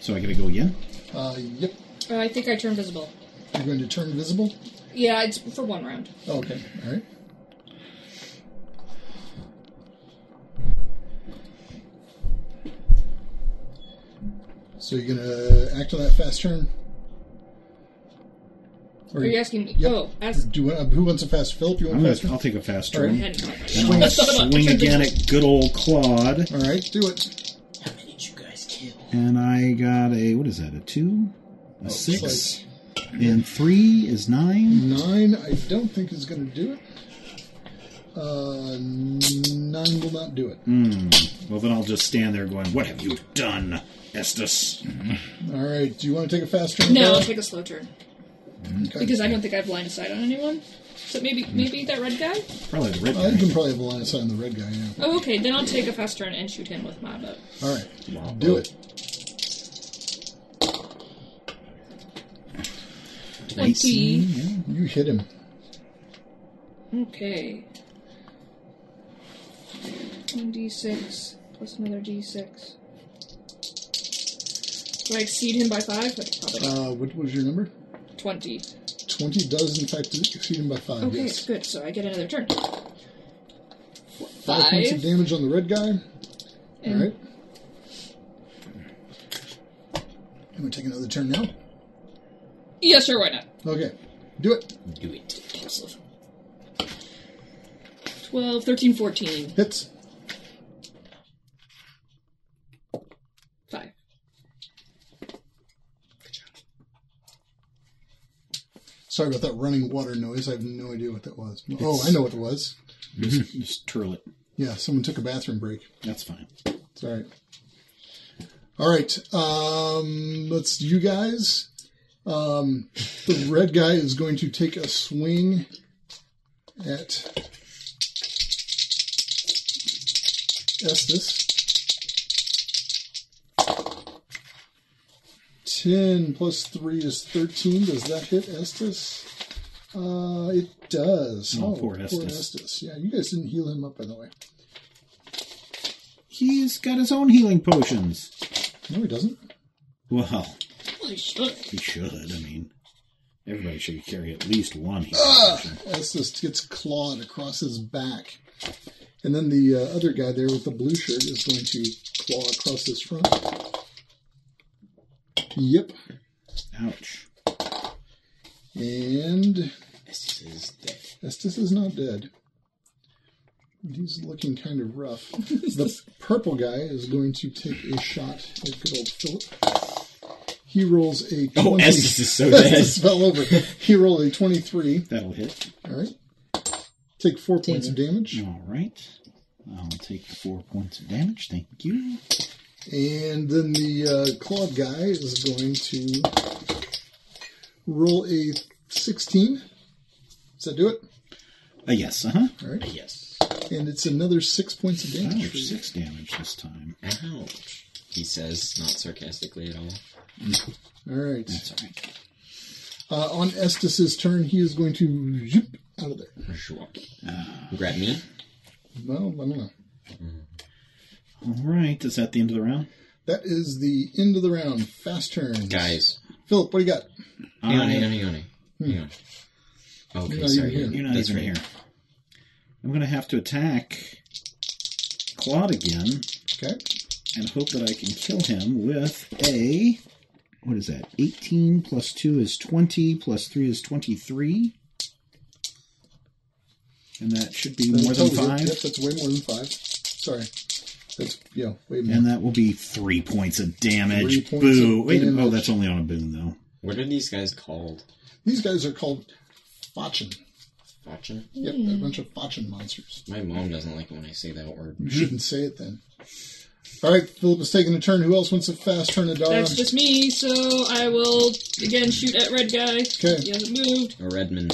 [SPEAKER 4] So I gotta go again?
[SPEAKER 1] Uh, yep.
[SPEAKER 5] Uh, I think I turned visible.
[SPEAKER 1] You're going to turn visible.
[SPEAKER 5] Yeah, it's for one round.
[SPEAKER 1] Oh, okay. All right. So you're gonna act on that fast turn. Or
[SPEAKER 5] Are you asking me?
[SPEAKER 1] Yep.
[SPEAKER 5] Oh, ask.
[SPEAKER 1] Do you want, who wants a fast Philip? You want a
[SPEAKER 4] I'm gonna,
[SPEAKER 1] fast turn?
[SPEAKER 4] I'll take a fast
[SPEAKER 1] All
[SPEAKER 4] turn.
[SPEAKER 1] right.
[SPEAKER 5] Hadn't thought about it.
[SPEAKER 4] And I'll
[SPEAKER 5] That's not about-
[SPEAKER 4] swing again at good old Claude.
[SPEAKER 1] All right, do it.
[SPEAKER 7] How many did you guys kill?
[SPEAKER 4] And I got a what is that? A two, a six,
[SPEAKER 1] Oh, It's like
[SPEAKER 4] And three is nine.
[SPEAKER 1] Nine, I don't think is going to do it. Uh, nine will not do it.
[SPEAKER 4] Mm. Well, then I'll just stand there going, "What have you done, Estes?"
[SPEAKER 1] All right. Do you want to take a fast turn?
[SPEAKER 5] No, I'll
[SPEAKER 1] Kara?
[SPEAKER 5] take a slow turn
[SPEAKER 1] Okay.
[SPEAKER 5] because I don't think I have line of sight on anyone. So maybe maybe that red guy.
[SPEAKER 4] Probably the red
[SPEAKER 1] I
[SPEAKER 4] guy.
[SPEAKER 1] Uh, can probably have a line of sight on the red guy. Yeah.
[SPEAKER 5] Oh, okay. Then I'll take a fast turn and shoot him with my bow.
[SPEAKER 1] All right. Do it.
[SPEAKER 5] Twenty.
[SPEAKER 1] You hit him.
[SPEAKER 5] Okay. One d6 plus another d6. Do I exceed him by five? Like, probably not.
[SPEAKER 1] Uh, what was your number?
[SPEAKER 5] Twenty.
[SPEAKER 1] Twenty does in fact exceed him by five.
[SPEAKER 5] Okay,
[SPEAKER 1] yes.
[SPEAKER 5] good. So I get another turn.
[SPEAKER 1] Five points of
[SPEAKER 5] Five.
[SPEAKER 1] damage on the red guy. All
[SPEAKER 5] And
[SPEAKER 1] right. I'm gonna take another turn now.
[SPEAKER 5] Yeah, sure. Why not?
[SPEAKER 1] Okay. Do it.
[SPEAKER 7] Do it.
[SPEAKER 5] 12, 13, 14,
[SPEAKER 1] Hits.
[SPEAKER 5] 5.
[SPEAKER 1] Sorry about that running water noise. I have no idea what that was. Oh, I know what it was.
[SPEAKER 4] Just, just twirl it.
[SPEAKER 1] Yeah, someone took a bathroom break.
[SPEAKER 4] That's fine.
[SPEAKER 1] It's all right. All right. Um, let's you guys. Um, the red guy is going to take a swing at Estes. Ten plus three is thirteen. Does that hit Estes? Uh, it does.
[SPEAKER 4] Oh, poor Estes.
[SPEAKER 1] Estes. Yeah, you guys didn't heal him up, by the way.
[SPEAKER 4] He's got his own healing potions.
[SPEAKER 1] No, he doesn't.
[SPEAKER 4] Well,
[SPEAKER 5] Holy shit.
[SPEAKER 4] he should. I mean, everybody should carry at least one healing potion.
[SPEAKER 1] Estes gets clawed across his back. And then the uh, other guy there with the blue shirt is going to claw across his front. Yep.
[SPEAKER 4] Ouch.
[SPEAKER 1] And
[SPEAKER 7] This is dead.
[SPEAKER 1] Estes is not dead. He's looking kind of rough. the purple guy is going to take a shot at good old Philip. He rolls a 20.
[SPEAKER 7] Oh, Estes is so dead.
[SPEAKER 1] Estes fell over. He rolled a 23.
[SPEAKER 4] That'll hit.
[SPEAKER 1] All right. Take four points of damage.
[SPEAKER 4] All right. I'll take the four points of damage. Thank you.
[SPEAKER 1] And then the uh, clawed guy is going to roll a 16. Does that do it?
[SPEAKER 4] Uh, yes. Uh huh.
[SPEAKER 1] All right.
[SPEAKER 7] Yes.
[SPEAKER 1] And it's another six points of damage. for
[SPEAKER 4] Ouch.
[SPEAKER 1] you.
[SPEAKER 4] Six damage this time.
[SPEAKER 7] Ouch. He says, not sarcastically at all.
[SPEAKER 1] All right.
[SPEAKER 4] That's all right.
[SPEAKER 1] Uh, on Estes' turn, he is going to zip out of there.
[SPEAKER 7] Grab me.
[SPEAKER 1] Well, I don't know.
[SPEAKER 4] All right. Is that the end of the round?
[SPEAKER 1] That is the end of the round. Fast turn.
[SPEAKER 7] Guys.
[SPEAKER 1] Philip, what do you got?
[SPEAKER 7] Hang on,
[SPEAKER 4] I- Hmm.
[SPEAKER 7] hang on, hang on. Hang on. Okay,
[SPEAKER 1] You're not
[SPEAKER 7] sorry.
[SPEAKER 1] even
[SPEAKER 4] You're not
[SPEAKER 7] That's
[SPEAKER 4] even
[SPEAKER 7] right.
[SPEAKER 4] here. I'm going to have to attack Claude again
[SPEAKER 1] Okay.
[SPEAKER 4] and hope that I can kill him with a. What is that? 18 plus 2 is 20, plus 3 is 23. And that should be more than
[SPEAKER 1] That totals it.
[SPEAKER 4] 5.
[SPEAKER 1] Yep, that's way more than five. Sorry. That's, yeah, way more.
[SPEAKER 4] And that will be 3 points of
[SPEAKER 1] Three
[SPEAKER 4] damage.
[SPEAKER 1] points
[SPEAKER 4] Boo.
[SPEAKER 1] of
[SPEAKER 4] Wait, oh,
[SPEAKER 1] damage.
[SPEAKER 4] that's only on a boon, though.
[SPEAKER 7] What are these guys called?
[SPEAKER 1] These guys are called Fachin.
[SPEAKER 7] Fachin?
[SPEAKER 1] Yep, they're a bunch of Fachin monsters.
[SPEAKER 7] My mom doesn't like it when I say that word.
[SPEAKER 1] You shouldn't say it then. All right, Philip is taking a turn. Who else wants a fast turn to Dara?
[SPEAKER 5] That's just me, so I will again shoot at red guy.
[SPEAKER 1] Okay.
[SPEAKER 5] He hasn't moved.
[SPEAKER 7] A Redmond.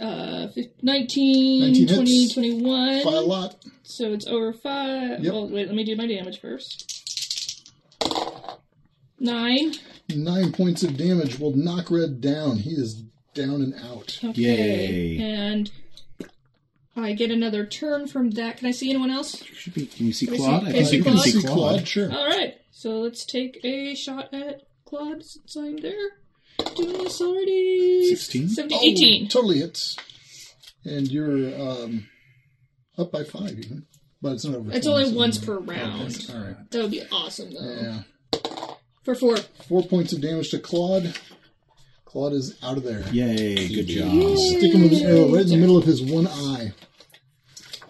[SPEAKER 5] Uh, fif- 19,
[SPEAKER 1] 19
[SPEAKER 5] 20,
[SPEAKER 1] hits.
[SPEAKER 5] 21.
[SPEAKER 1] By a lot.
[SPEAKER 5] So it's over 5.
[SPEAKER 1] Yep.
[SPEAKER 5] Well, wait, let me do my damage first. 9.
[SPEAKER 1] Nine points of damage will knock Red down. He is down and out.
[SPEAKER 5] Okay.
[SPEAKER 4] Yay.
[SPEAKER 5] And I get another turn from that. Can I see anyone else?
[SPEAKER 4] Should be, can you see
[SPEAKER 5] we see-
[SPEAKER 4] Claude? I
[SPEAKER 5] can
[SPEAKER 4] think
[SPEAKER 5] we
[SPEAKER 1] Uh,
[SPEAKER 4] you
[SPEAKER 5] see
[SPEAKER 4] can see
[SPEAKER 1] Claude?
[SPEAKER 4] Claude.
[SPEAKER 1] sure.
[SPEAKER 5] All right, so let's take a shot at Claude since I'm there. Doing this already.
[SPEAKER 4] 16?
[SPEAKER 5] 17,
[SPEAKER 1] Oh,
[SPEAKER 5] 18.
[SPEAKER 1] totally hits. And you're um, up by five, even. But it's not over.
[SPEAKER 5] It's
[SPEAKER 1] 10,
[SPEAKER 5] only
[SPEAKER 1] so-
[SPEAKER 5] once per round.
[SPEAKER 1] All right.
[SPEAKER 5] That would be awesome, though.
[SPEAKER 1] Yeah.
[SPEAKER 5] For four.
[SPEAKER 1] Four points of damage to Claude. Claude is out of there.
[SPEAKER 4] Yay, good
[SPEAKER 2] Uh,
[SPEAKER 4] job.
[SPEAKER 1] Stick him with an arrow right in the middle of his one eye.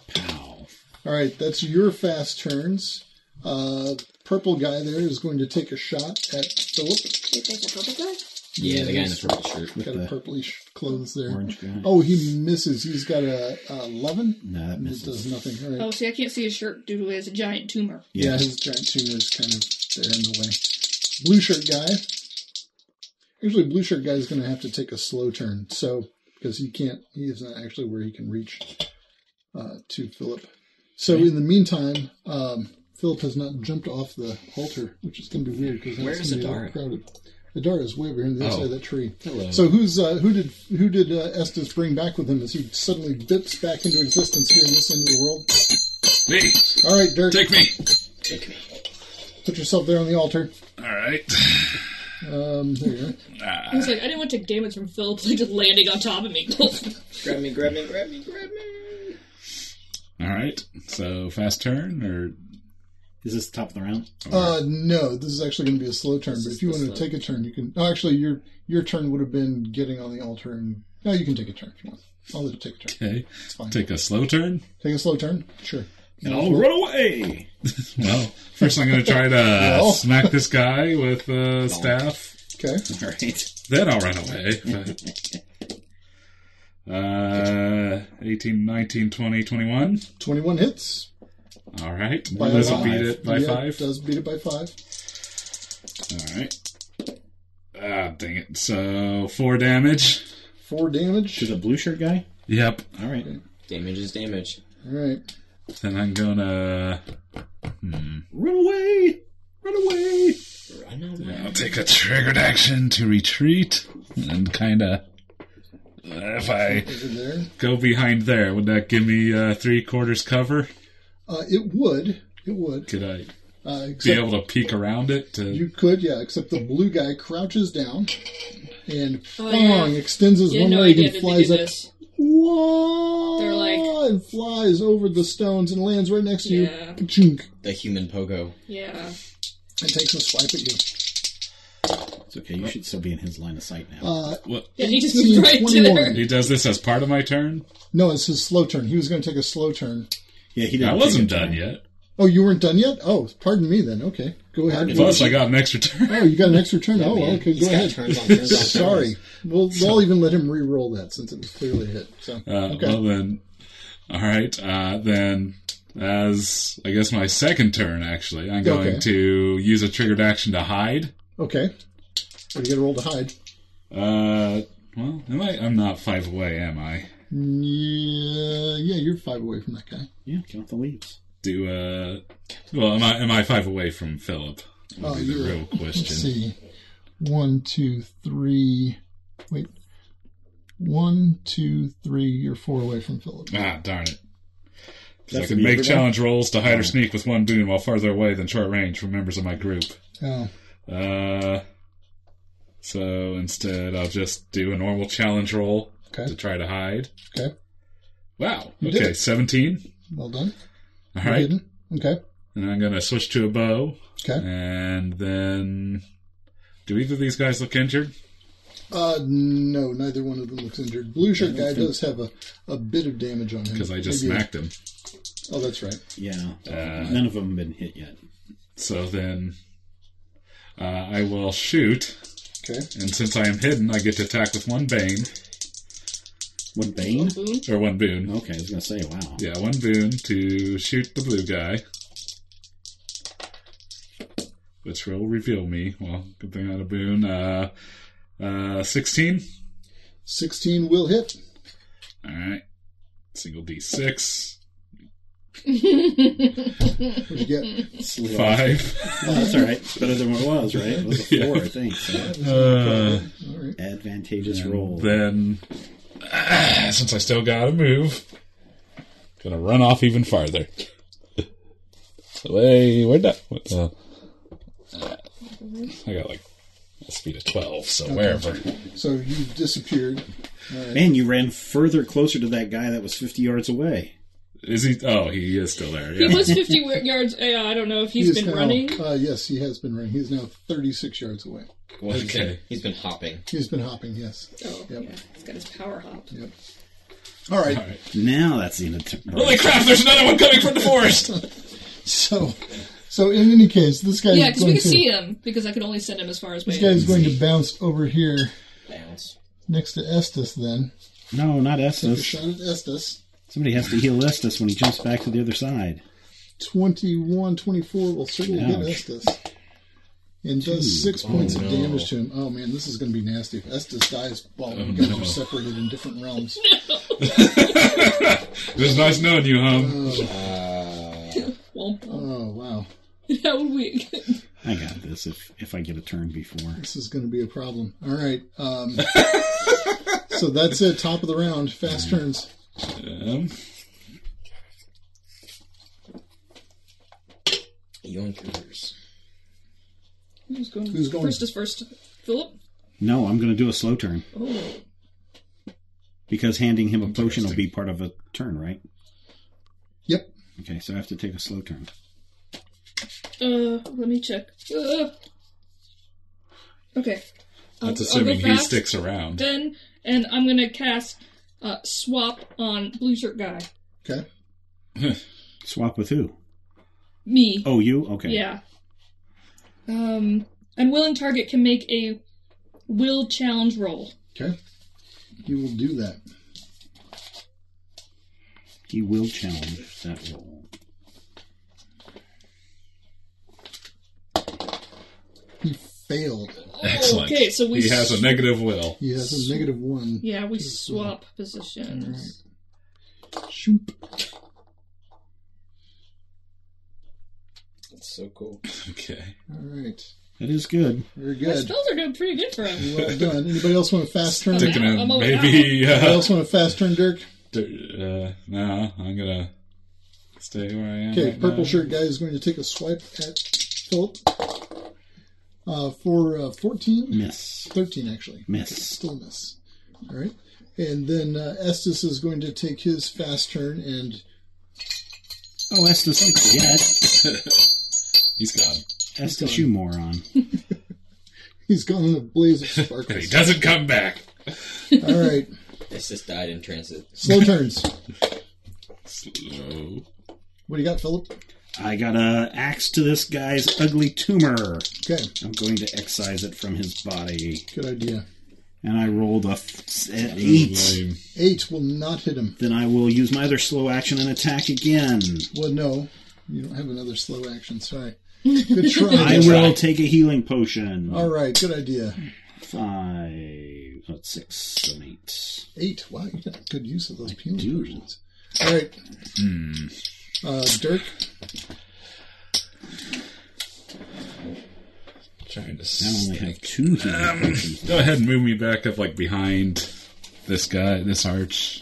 [SPEAKER 4] Pow.
[SPEAKER 1] All right, that's your fast turns. Uh, purple guy there is going to take a shot at Philip.
[SPEAKER 5] Wait, there's a purple guy?
[SPEAKER 7] Yeah, the guy in the
[SPEAKER 1] he's
[SPEAKER 7] purple shirt.
[SPEAKER 4] with
[SPEAKER 1] got a
[SPEAKER 4] the
[SPEAKER 1] purplish clothes there.
[SPEAKER 4] orange guy.
[SPEAKER 1] Oh, he misses. He's got a, a 11.
[SPEAKER 4] no, that
[SPEAKER 1] It does
[SPEAKER 4] misses.
[SPEAKER 1] nothing. All right.
[SPEAKER 5] Oh, see, I can't see his shirt due to it has a giant tumor.
[SPEAKER 1] yeah. his giant tumor is kind of there in the way. Blue shirt guy. Usually, blue shirt guy is going to have to take a slow turn. So, because he can't, he is not actually where he can reach uh, to Philip. So, in the meantime, um, Philip has not jumped off the halter, which is going to be weird because
[SPEAKER 7] Where
[SPEAKER 1] that's
[SPEAKER 7] is
[SPEAKER 1] going to be all
[SPEAKER 7] Adara?
[SPEAKER 1] crowded. Adara is way over here on the other
[SPEAKER 7] Oh.
[SPEAKER 1] side of that tree.
[SPEAKER 7] Hello.
[SPEAKER 1] So who's uh, who did who did uh, Estes bring back with him as he suddenly dips back into existence here in this end of the world?
[SPEAKER 2] Me!
[SPEAKER 1] All right, Dirk,
[SPEAKER 2] Take me!
[SPEAKER 7] Take me.
[SPEAKER 1] put yourself there on the altar.
[SPEAKER 2] Alright.
[SPEAKER 1] Um, there you are.
[SPEAKER 5] I was like, I didn't want to take damage from Philip like just landing on top of me.
[SPEAKER 3] Grab me, grab me, grab me, grab me.
[SPEAKER 2] Alright. So, fast turn, or.
[SPEAKER 4] Is this the top of the round?
[SPEAKER 1] Uh, no, this is actually going to be a slow turn. But if you want to take a turn, you can. Oh, actually, your your turn would have been getting on the altar, and no, you can take a turn if you want. I'll let you take a turn.
[SPEAKER 2] Okay.
[SPEAKER 1] It's fine. Take,
[SPEAKER 2] Take a slow turn?
[SPEAKER 1] a slow turn. Sure.
[SPEAKER 4] And I'll run away.
[SPEAKER 2] Well, first I'm going to try to
[SPEAKER 1] Well.
[SPEAKER 2] smack this guy with uh, staff.
[SPEAKER 1] Okay.
[SPEAKER 4] All right.
[SPEAKER 2] Then I'll run away. uh, 18, 19, 20, 21.
[SPEAKER 1] Twenty one hits.
[SPEAKER 2] All right.
[SPEAKER 1] By
[SPEAKER 2] Does
[SPEAKER 1] five.
[SPEAKER 2] it beat it by
[SPEAKER 1] Yeah,
[SPEAKER 2] five?
[SPEAKER 1] Does beat it by five.
[SPEAKER 2] All right. Ah, dang it. So, four damage.
[SPEAKER 1] Four damage.
[SPEAKER 4] To the blue shirt guy.
[SPEAKER 2] Yep.
[SPEAKER 4] All right.
[SPEAKER 7] Damage is damage.
[SPEAKER 1] All right.
[SPEAKER 2] Then I'm hmm. going to.
[SPEAKER 4] Run away. Run away.
[SPEAKER 7] Run away.
[SPEAKER 2] I'll take a triggered action to retreat and kind of. If I
[SPEAKER 1] Over there.
[SPEAKER 2] go behind there, would that give me uh, three quarters cover?
[SPEAKER 1] Uh, it would. It would.
[SPEAKER 2] Could I
[SPEAKER 1] Uh,
[SPEAKER 2] be
[SPEAKER 1] except
[SPEAKER 2] able to peek around it? To...
[SPEAKER 1] You could, yeah, except the blue guy crouches down and
[SPEAKER 5] Oh,
[SPEAKER 1] bang,
[SPEAKER 5] yeah.
[SPEAKER 1] extends his
[SPEAKER 5] You had
[SPEAKER 1] one
[SPEAKER 5] no
[SPEAKER 1] leg
[SPEAKER 5] idea
[SPEAKER 1] and
[SPEAKER 5] that they
[SPEAKER 1] flies
[SPEAKER 5] did
[SPEAKER 1] up.
[SPEAKER 5] this.
[SPEAKER 1] Whoa!
[SPEAKER 5] They're like-
[SPEAKER 1] and flies over the stones and lands right next to
[SPEAKER 5] Yeah.
[SPEAKER 1] you. Ka-chunk.
[SPEAKER 7] The human pogo.
[SPEAKER 5] Yeah.
[SPEAKER 1] And takes a swipe at you.
[SPEAKER 4] It's okay. You should still be in his line of sight now.
[SPEAKER 1] Uh,
[SPEAKER 2] What?
[SPEAKER 5] Yeah, he just moved right to
[SPEAKER 1] 21.
[SPEAKER 5] there.
[SPEAKER 2] He does this as part of my turn?
[SPEAKER 1] no, it's his slow turn. He was going to take a slow turn.
[SPEAKER 4] yeah, he
[SPEAKER 2] I
[SPEAKER 4] didn't.
[SPEAKER 2] wasn't
[SPEAKER 4] take a
[SPEAKER 2] done
[SPEAKER 4] turn.
[SPEAKER 2] yet.
[SPEAKER 1] Oh, you weren't done yet? Oh, pardon me then. Okay. Go ahead.
[SPEAKER 2] Plus, I got an extra turn.
[SPEAKER 1] Oh, you got an extra turn? oh, well,
[SPEAKER 7] Man,
[SPEAKER 1] okay,
[SPEAKER 7] he's
[SPEAKER 1] go
[SPEAKER 7] got
[SPEAKER 1] ahead.
[SPEAKER 7] Turns on, turns on, turns.
[SPEAKER 1] Sorry. We'll, we'll even let him re roll that since it was clearly a hit. So,
[SPEAKER 2] Uh,
[SPEAKER 1] okay.
[SPEAKER 2] Well, then. All right. Uh, then, as I guess my second turn, actually, I'm going
[SPEAKER 1] Okay.
[SPEAKER 2] to use a triggered action to hide.
[SPEAKER 1] okay. What do you got to roll to hide?
[SPEAKER 2] Uh, well, am I? I'm not five away, am I?
[SPEAKER 1] Yeah, yeah, you're five away from that guy.
[SPEAKER 4] Yeah, count the leaves.
[SPEAKER 2] Do uh, well, am I? Am I five away from Philip? Would
[SPEAKER 1] Oh,
[SPEAKER 2] be the
[SPEAKER 1] you're-
[SPEAKER 2] real
[SPEAKER 1] Let's
[SPEAKER 2] question.
[SPEAKER 1] see. One, two, three. Wait. One, two, three. You're four away from Philip.
[SPEAKER 2] Ah, darn it. 'Cause I
[SPEAKER 4] That's
[SPEAKER 2] can
[SPEAKER 4] the
[SPEAKER 2] make
[SPEAKER 4] everyone?
[SPEAKER 2] challenge rolls to hide or sneak with one boon while farther away than short range from members of my group.
[SPEAKER 1] Oh,
[SPEAKER 2] Uh, so instead, I'll just do a normal challenge roll
[SPEAKER 1] okay.
[SPEAKER 2] to try to hide.
[SPEAKER 1] Okay.
[SPEAKER 2] Wow.
[SPEAKER 1] You did
[SPEAKER 2] okay,
[SPEAKER 1] it.
[SPEAKER 2] 17.
[SPEAKER 1] Well done.
[SPEAKER 2] All
[SPEAKER 1] You
[SPEAKER 2] right.
[SPEAKER 1] didn't. Okay.
[SPEAKER 2] And I'm going to switch to a bow.
[SPEAKER 1] Okay.
[SPEAKER 2] And then. Do either of these guys look injured?
[SPEAKER 1] Uh, no, neither one of them looks injured. Blue shirt guy
[SPEAKER 4] think-
[SPEAKER 1] does have a, a bit of damage on him.
[SPEAKER 2] Because I just
[SPEAKER 1] Maybe-
[SPEAKER 2] smacked him.
[SPEAKER 1] Oh, that's right.
[SPEAKER 4] Yeah.
[SPEAKER 2] Uh,
[SPEAKER 4] None of them have been hit yet.
[SPEAKER 2] So then. Uh, I will shoot.
[SPEAKER 1] Okay.
[SPEAKER 2] And since I am hidden, I get to attack with one bane.
[SPEAKER 4] What Bane?
[SPEAKER 5] Boom.
[SPEAKER 2] Or one boon.
[SPEAKER 4] Okay, I was gonna say, wow.
[SPEAKER 2] Yeah, one boon to shoot the blue guy. Which will reveal me. Well, good thing I had a boon. Uh, uh, 16.
[SPEAKER 1] 16 will hit.
[SPEAKER 2] Alright. Single d6.
[SPEAKER 1] What you get?
[SPEAKER 4] Slid off.
[SPEAKER 2] 5.
[SPEAKER 4] Oh, that's all right. Better than what it was, right? It was a
[SPEAKER 2] Yeah.
[SPEAKER 4] four, I think. So.
[SPEAKER 2] Uh,
[SPEAKER 1] All right.
[SPEAKER 4] Advantageous roll.
[SPEAKER 2] then, ah, since I still got to move, gonna run off even farther. Hey, where'd that? What the? I got like a speed of 12, so wherever.
[SPEAKER 1] So you've disappeared.
[SPEAKER 4] Man, you ran further closer to that guy that was 50 yards away.
[SPEAKER 2] Is he? Oh, he is still there.
[SPEAKER 5] He
[SPEAKER 2] Yeah.
[SPEAKER 5] was 50 wi- yards. Yeah, I don't know if
[SPEAKER 1] He
[SPEAKER 5] he's
[SPEAKER 1] is
[SPEAKER 5] been
[SPEAKER 1] now-
[SPEAKER 5] running.
[SPEAKER 1] Uh, yes, he has been running. He's now 36 yards away.
[SPEAKER 7] Well, he's
[SPEAKER 2] Okay.
[SPEAKER 7] been, he's been hopping.
[SPEAKER 1] He's been hopping, yes.
[SPEAKER 5] Oh,
[SPEAKER 1] Yep.
[SPEAKER 5] yeah. He's got his power hop.
[SPEAKER 1] Yep. All right.
[SPEAKER 4] Now that's the end of turn.
[SPEAKER 2] Holy crap! There's another one coming from the forest.
[SPEAKER 1] So, So in any case, this guy
[SPEAKER 5] Yeah,
[SPEAKER 1] is
[SPEAKER 5] because
[SPEAKER 1] going
[SPEAKER 5] we can
[SPEAKER 1] to
[SPEAKER 5] see him because I can only send him as far as my.
[SPEAKER 1] this guy is going to bounce over here
[SPEAKER 7] Bounce.
[SPEAKER 1] next to Estes. Then
[SPEAKER 4] No, not
[SPEAKER 1] take a
[SPEAKER 4] Estus.
[SPEAKER 1] shot at Estes.
[SPEAKER 4] Somebody has to heal Estus when he jumps back to the other side.
[SPEAKER 1] 21, 24 will certainly
[SPEAKER 4] Ouch.
[SPEAKER 1] get Estes. And does six points of damage to him. Oh man, this is going to be nasty. If Estes dies, well, you guys are separated in different realms.
[SPEAKER 2] It was nice knowing you, hum.
[SPEAKER 5] Well,
[SPEAKER 1] Oh wow,
[SPEAKER 5] how would we?
[SPEAKER 4] I got this if if I get a turn before.
[SPEAKER 1] this is going to be a problem. All right, um, so that's it. Top of the round, fast turns.
[SPEAKER 5] Uh,
[SPEAKER 2] Um,
[SPEAKER 7] Yoinkers.
[SPEAKER 5] Who's going?
[SPEAKER 1] Who's going?
[SPEAKER 5] First is first. Philip.
[SPEAKER 4] No, I'm going to do a slow turn
[SPEAKER 5] Oh,
[SPEAKER 4] because handing him a potion will be part of a turn, right?
[SPEAKER 1] Yep.
[SPEAKER 4] Okay, so I have to take a slow turn.
[SPEAKER 5] uh, let me check. Uh, okay. I'll-
[SPEAKER 2] that's
[SPEAKER 5] I'll
[SPEAKER 2] assuming
[SPEAKER 5] go
[SPEAKER 2] he
[SPEAKER 5] fast
[SPEAKER 2] sticks around.
[SPEAKER 5] Then, and I'm gonna cast uh, swap on blue shirt guy.
[SPEAKER 1] Okay.
[SPEAKER 4] Swap with who?
[SPEAKER 5] Me.
[SPEAKER 4] Oh, you? Okay.
[SPEAKER 5] Yeah. Um, unwilling target can make a will challenge roll.
[SPEAKER 1] Okay. You will do that.
[SPEAKER 4] He will challenge that roll.
[SPEAKER 1] He failed.
[SPEAKER 2] Excellent.
[SPEAKER 5] Okay, so we
[SPEAKER 2] he has a
[SPEAKER 5] s-
[SPEAKER 2] negative will.
[SPEAKER 1] He has a negative one.
[SPEAKER 5] Yeah, we swap positions.
[SPEAKER 1] Shoop.
[SPEAKER 7] That's so cool.
[SPEAKER 2] Okay.
[SPEAKER 1] All right.
[SPEAKER 4] That is good.
[SPEAKER 1] Very
[SPEAKER 5] My
[SPEAKER 1] good.
[SPEAKER 5] spells are doing pretty good for him.
[SPEAKER 1] Well done. Anybody else want a fast turn?
[SPEAKER 5] Okay.
[SPEAKER 1] Anybody
[SPEAKER 2] Thinking of
[SPEAKER 5] I'm over
[SPEAKER 2] maybe. Uh,
[SPEAKER 1] else want a fast turn, Dirk?
[SPEAKER 2] d- uh, no, I'm gonna stay where
[SPEAKER 4] Oh,
[SPEAKER 2] I am.
[SPEAKER 1] Okay,
[SPEAKER 2] right
[SPEAKER 1] purple
[SPEAKER 2] now.
[SPEAKER 1] shirt guy is going to take a swipe at Philip uh, for uh, 14.
[SPEAKER 4] Miss.
[SPEAKER 1] 13, actually.
[SPEAKER 4] Miss.
[SPEAKER 1] Still miss. All right. And then uh, Estes is going to take his fast turn and
[SPEAKER 4] Oh, Estes, don't forget.
[SPEAKER 2] He's gone.
[SPEAKER 4] Estes, you moron.
[SPEAKER 1] he's gone in a blaze of
[SPEAKER 2] And he
[SPEAKER 1] sparkles.
[SPEAKER 2] doesn't come back.
[SPEAKER 1] All right.
[SPEAKER 7] This just died in transit.
[SPEAKER 1] Slow turns.
[SPEAKER 2] Slow.
[SPEAKER 1] What do you got, Philip?
[SPEAKER 4] I got a axe to this guy's ugly tumor.
[SPEAKER 1] Okay.
[SPEAKER 4] I'm going to excise it from his body.
[SPEAKER 1] Good idea.
[SPEAKER 4] And I rolled a f- an eight.
[SPEAKER 2] Lame.
[SPEAKER 1] Eight will not hit him.
[SPEAKER 4] Then I will use my other slow action and attack again.
[SPEAKER 1] Well, no, you don't have another slow action. Sorry. Good try.
[SPEAKER 4] I will take a healing potion.
[SPEAKER 1] All right, good idea.
[SPEAKER 4] Five, not six, seven, eight.
[SPEAKER 1] Eight. Wow, you got good use of those penal
[SPEAKER 4] do.
[SPEAKER 1] potions. All right.
[SPEAKER 2] Hmm.
[SPEAKER 1] Uh, Dirk,
[SPEAKER 2] Trying to.
[SPEAKER 4] Now I only
[SPEAKER 2] s-
[SPEAKER 4] have two healing
[SPEAKER 2] Um,
[SPEAKER 4] potions.
[SPEAKER 2] Go ahead and move me back up, like behind this guy, this arch.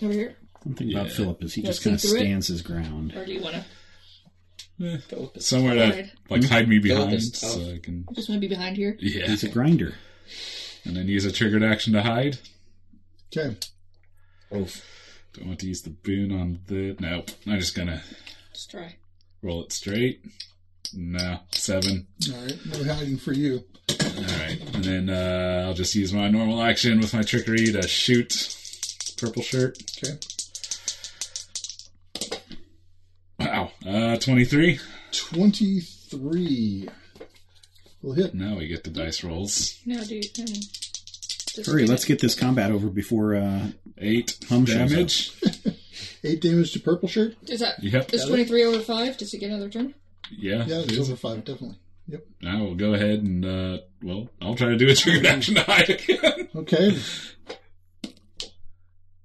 [SPEAKER 5] Over here?
[SPEAKER 4] One thing about
[SPEAKER 2] Yeah.
[SPEAKER 4] Philip is he
[SPEAKER 5] Let's
[SPEAKER 4] just kind of
[SPEAKER 5] see through it.
[SPEAKER 4] stands his ground.
[SPEAKER 5] Or do you want to?
[SPEAKER 2] Somewhere to
[SPEAKER 5] Alright.
[SPEAKER 2] like hide me
[SPEAKER 7] Philip
[SPEAKER 2] behind,
[SPEAKER 7] is tough.
[SPEAKER 2] so I can.
[SPEAKER 5] Just want to be behind here?
[SPEAKER 2] Yeah.
[SPEAKER 4] He's a grinder.
[SPEAKER 2] And then use a triggered action to hide.
[SPEAKER 1] okay.
[SPEAKER 7] Oof.
[SPEAKER 2] Don't want to use the boon on the. Nope. I'm just gonna
[SPEAKER 5] Just try.
[SPEAKER 2] roll it straight. No. Seven.
[SPEAKER 1] All right, no hiding for you.
[SPEAKER 2] Alright. And then uh, I'll just use my normal action with my trickery to shoot purple shirt.
[SPEAKER 1] Okay.
[SPEAKER 2] Wow. Uh, 23.
[SPEAKER 1] 23 will hit.
[SPEAKER 2] Now we get the dice rolls.
[SPEAKER 5] Now do you. Um, just-
[SPEAKER 4] Hurry, let's get this combat over before. Uh,
[SPEAKER 2] Eight
[SPEAKER 4] Hum shows
[SPEAKER 2] damage.
[SPEAKER 1] Eight damage to purple shirt.
[SPEAKER 5] Is that.
[SPEAKER 2] Yep.
[SPEAKER 5] Is 23 over 5? Does he get another turn?
[SPEAKER 2] Yeah.
[SPEAKER 1] Yeah, it's over five, definitely. Yep.
[SPEAKER 2] I will go ahead and, uh, well, I'll try to do a triggered action to hide again.
[SPEAKER 1] Okay.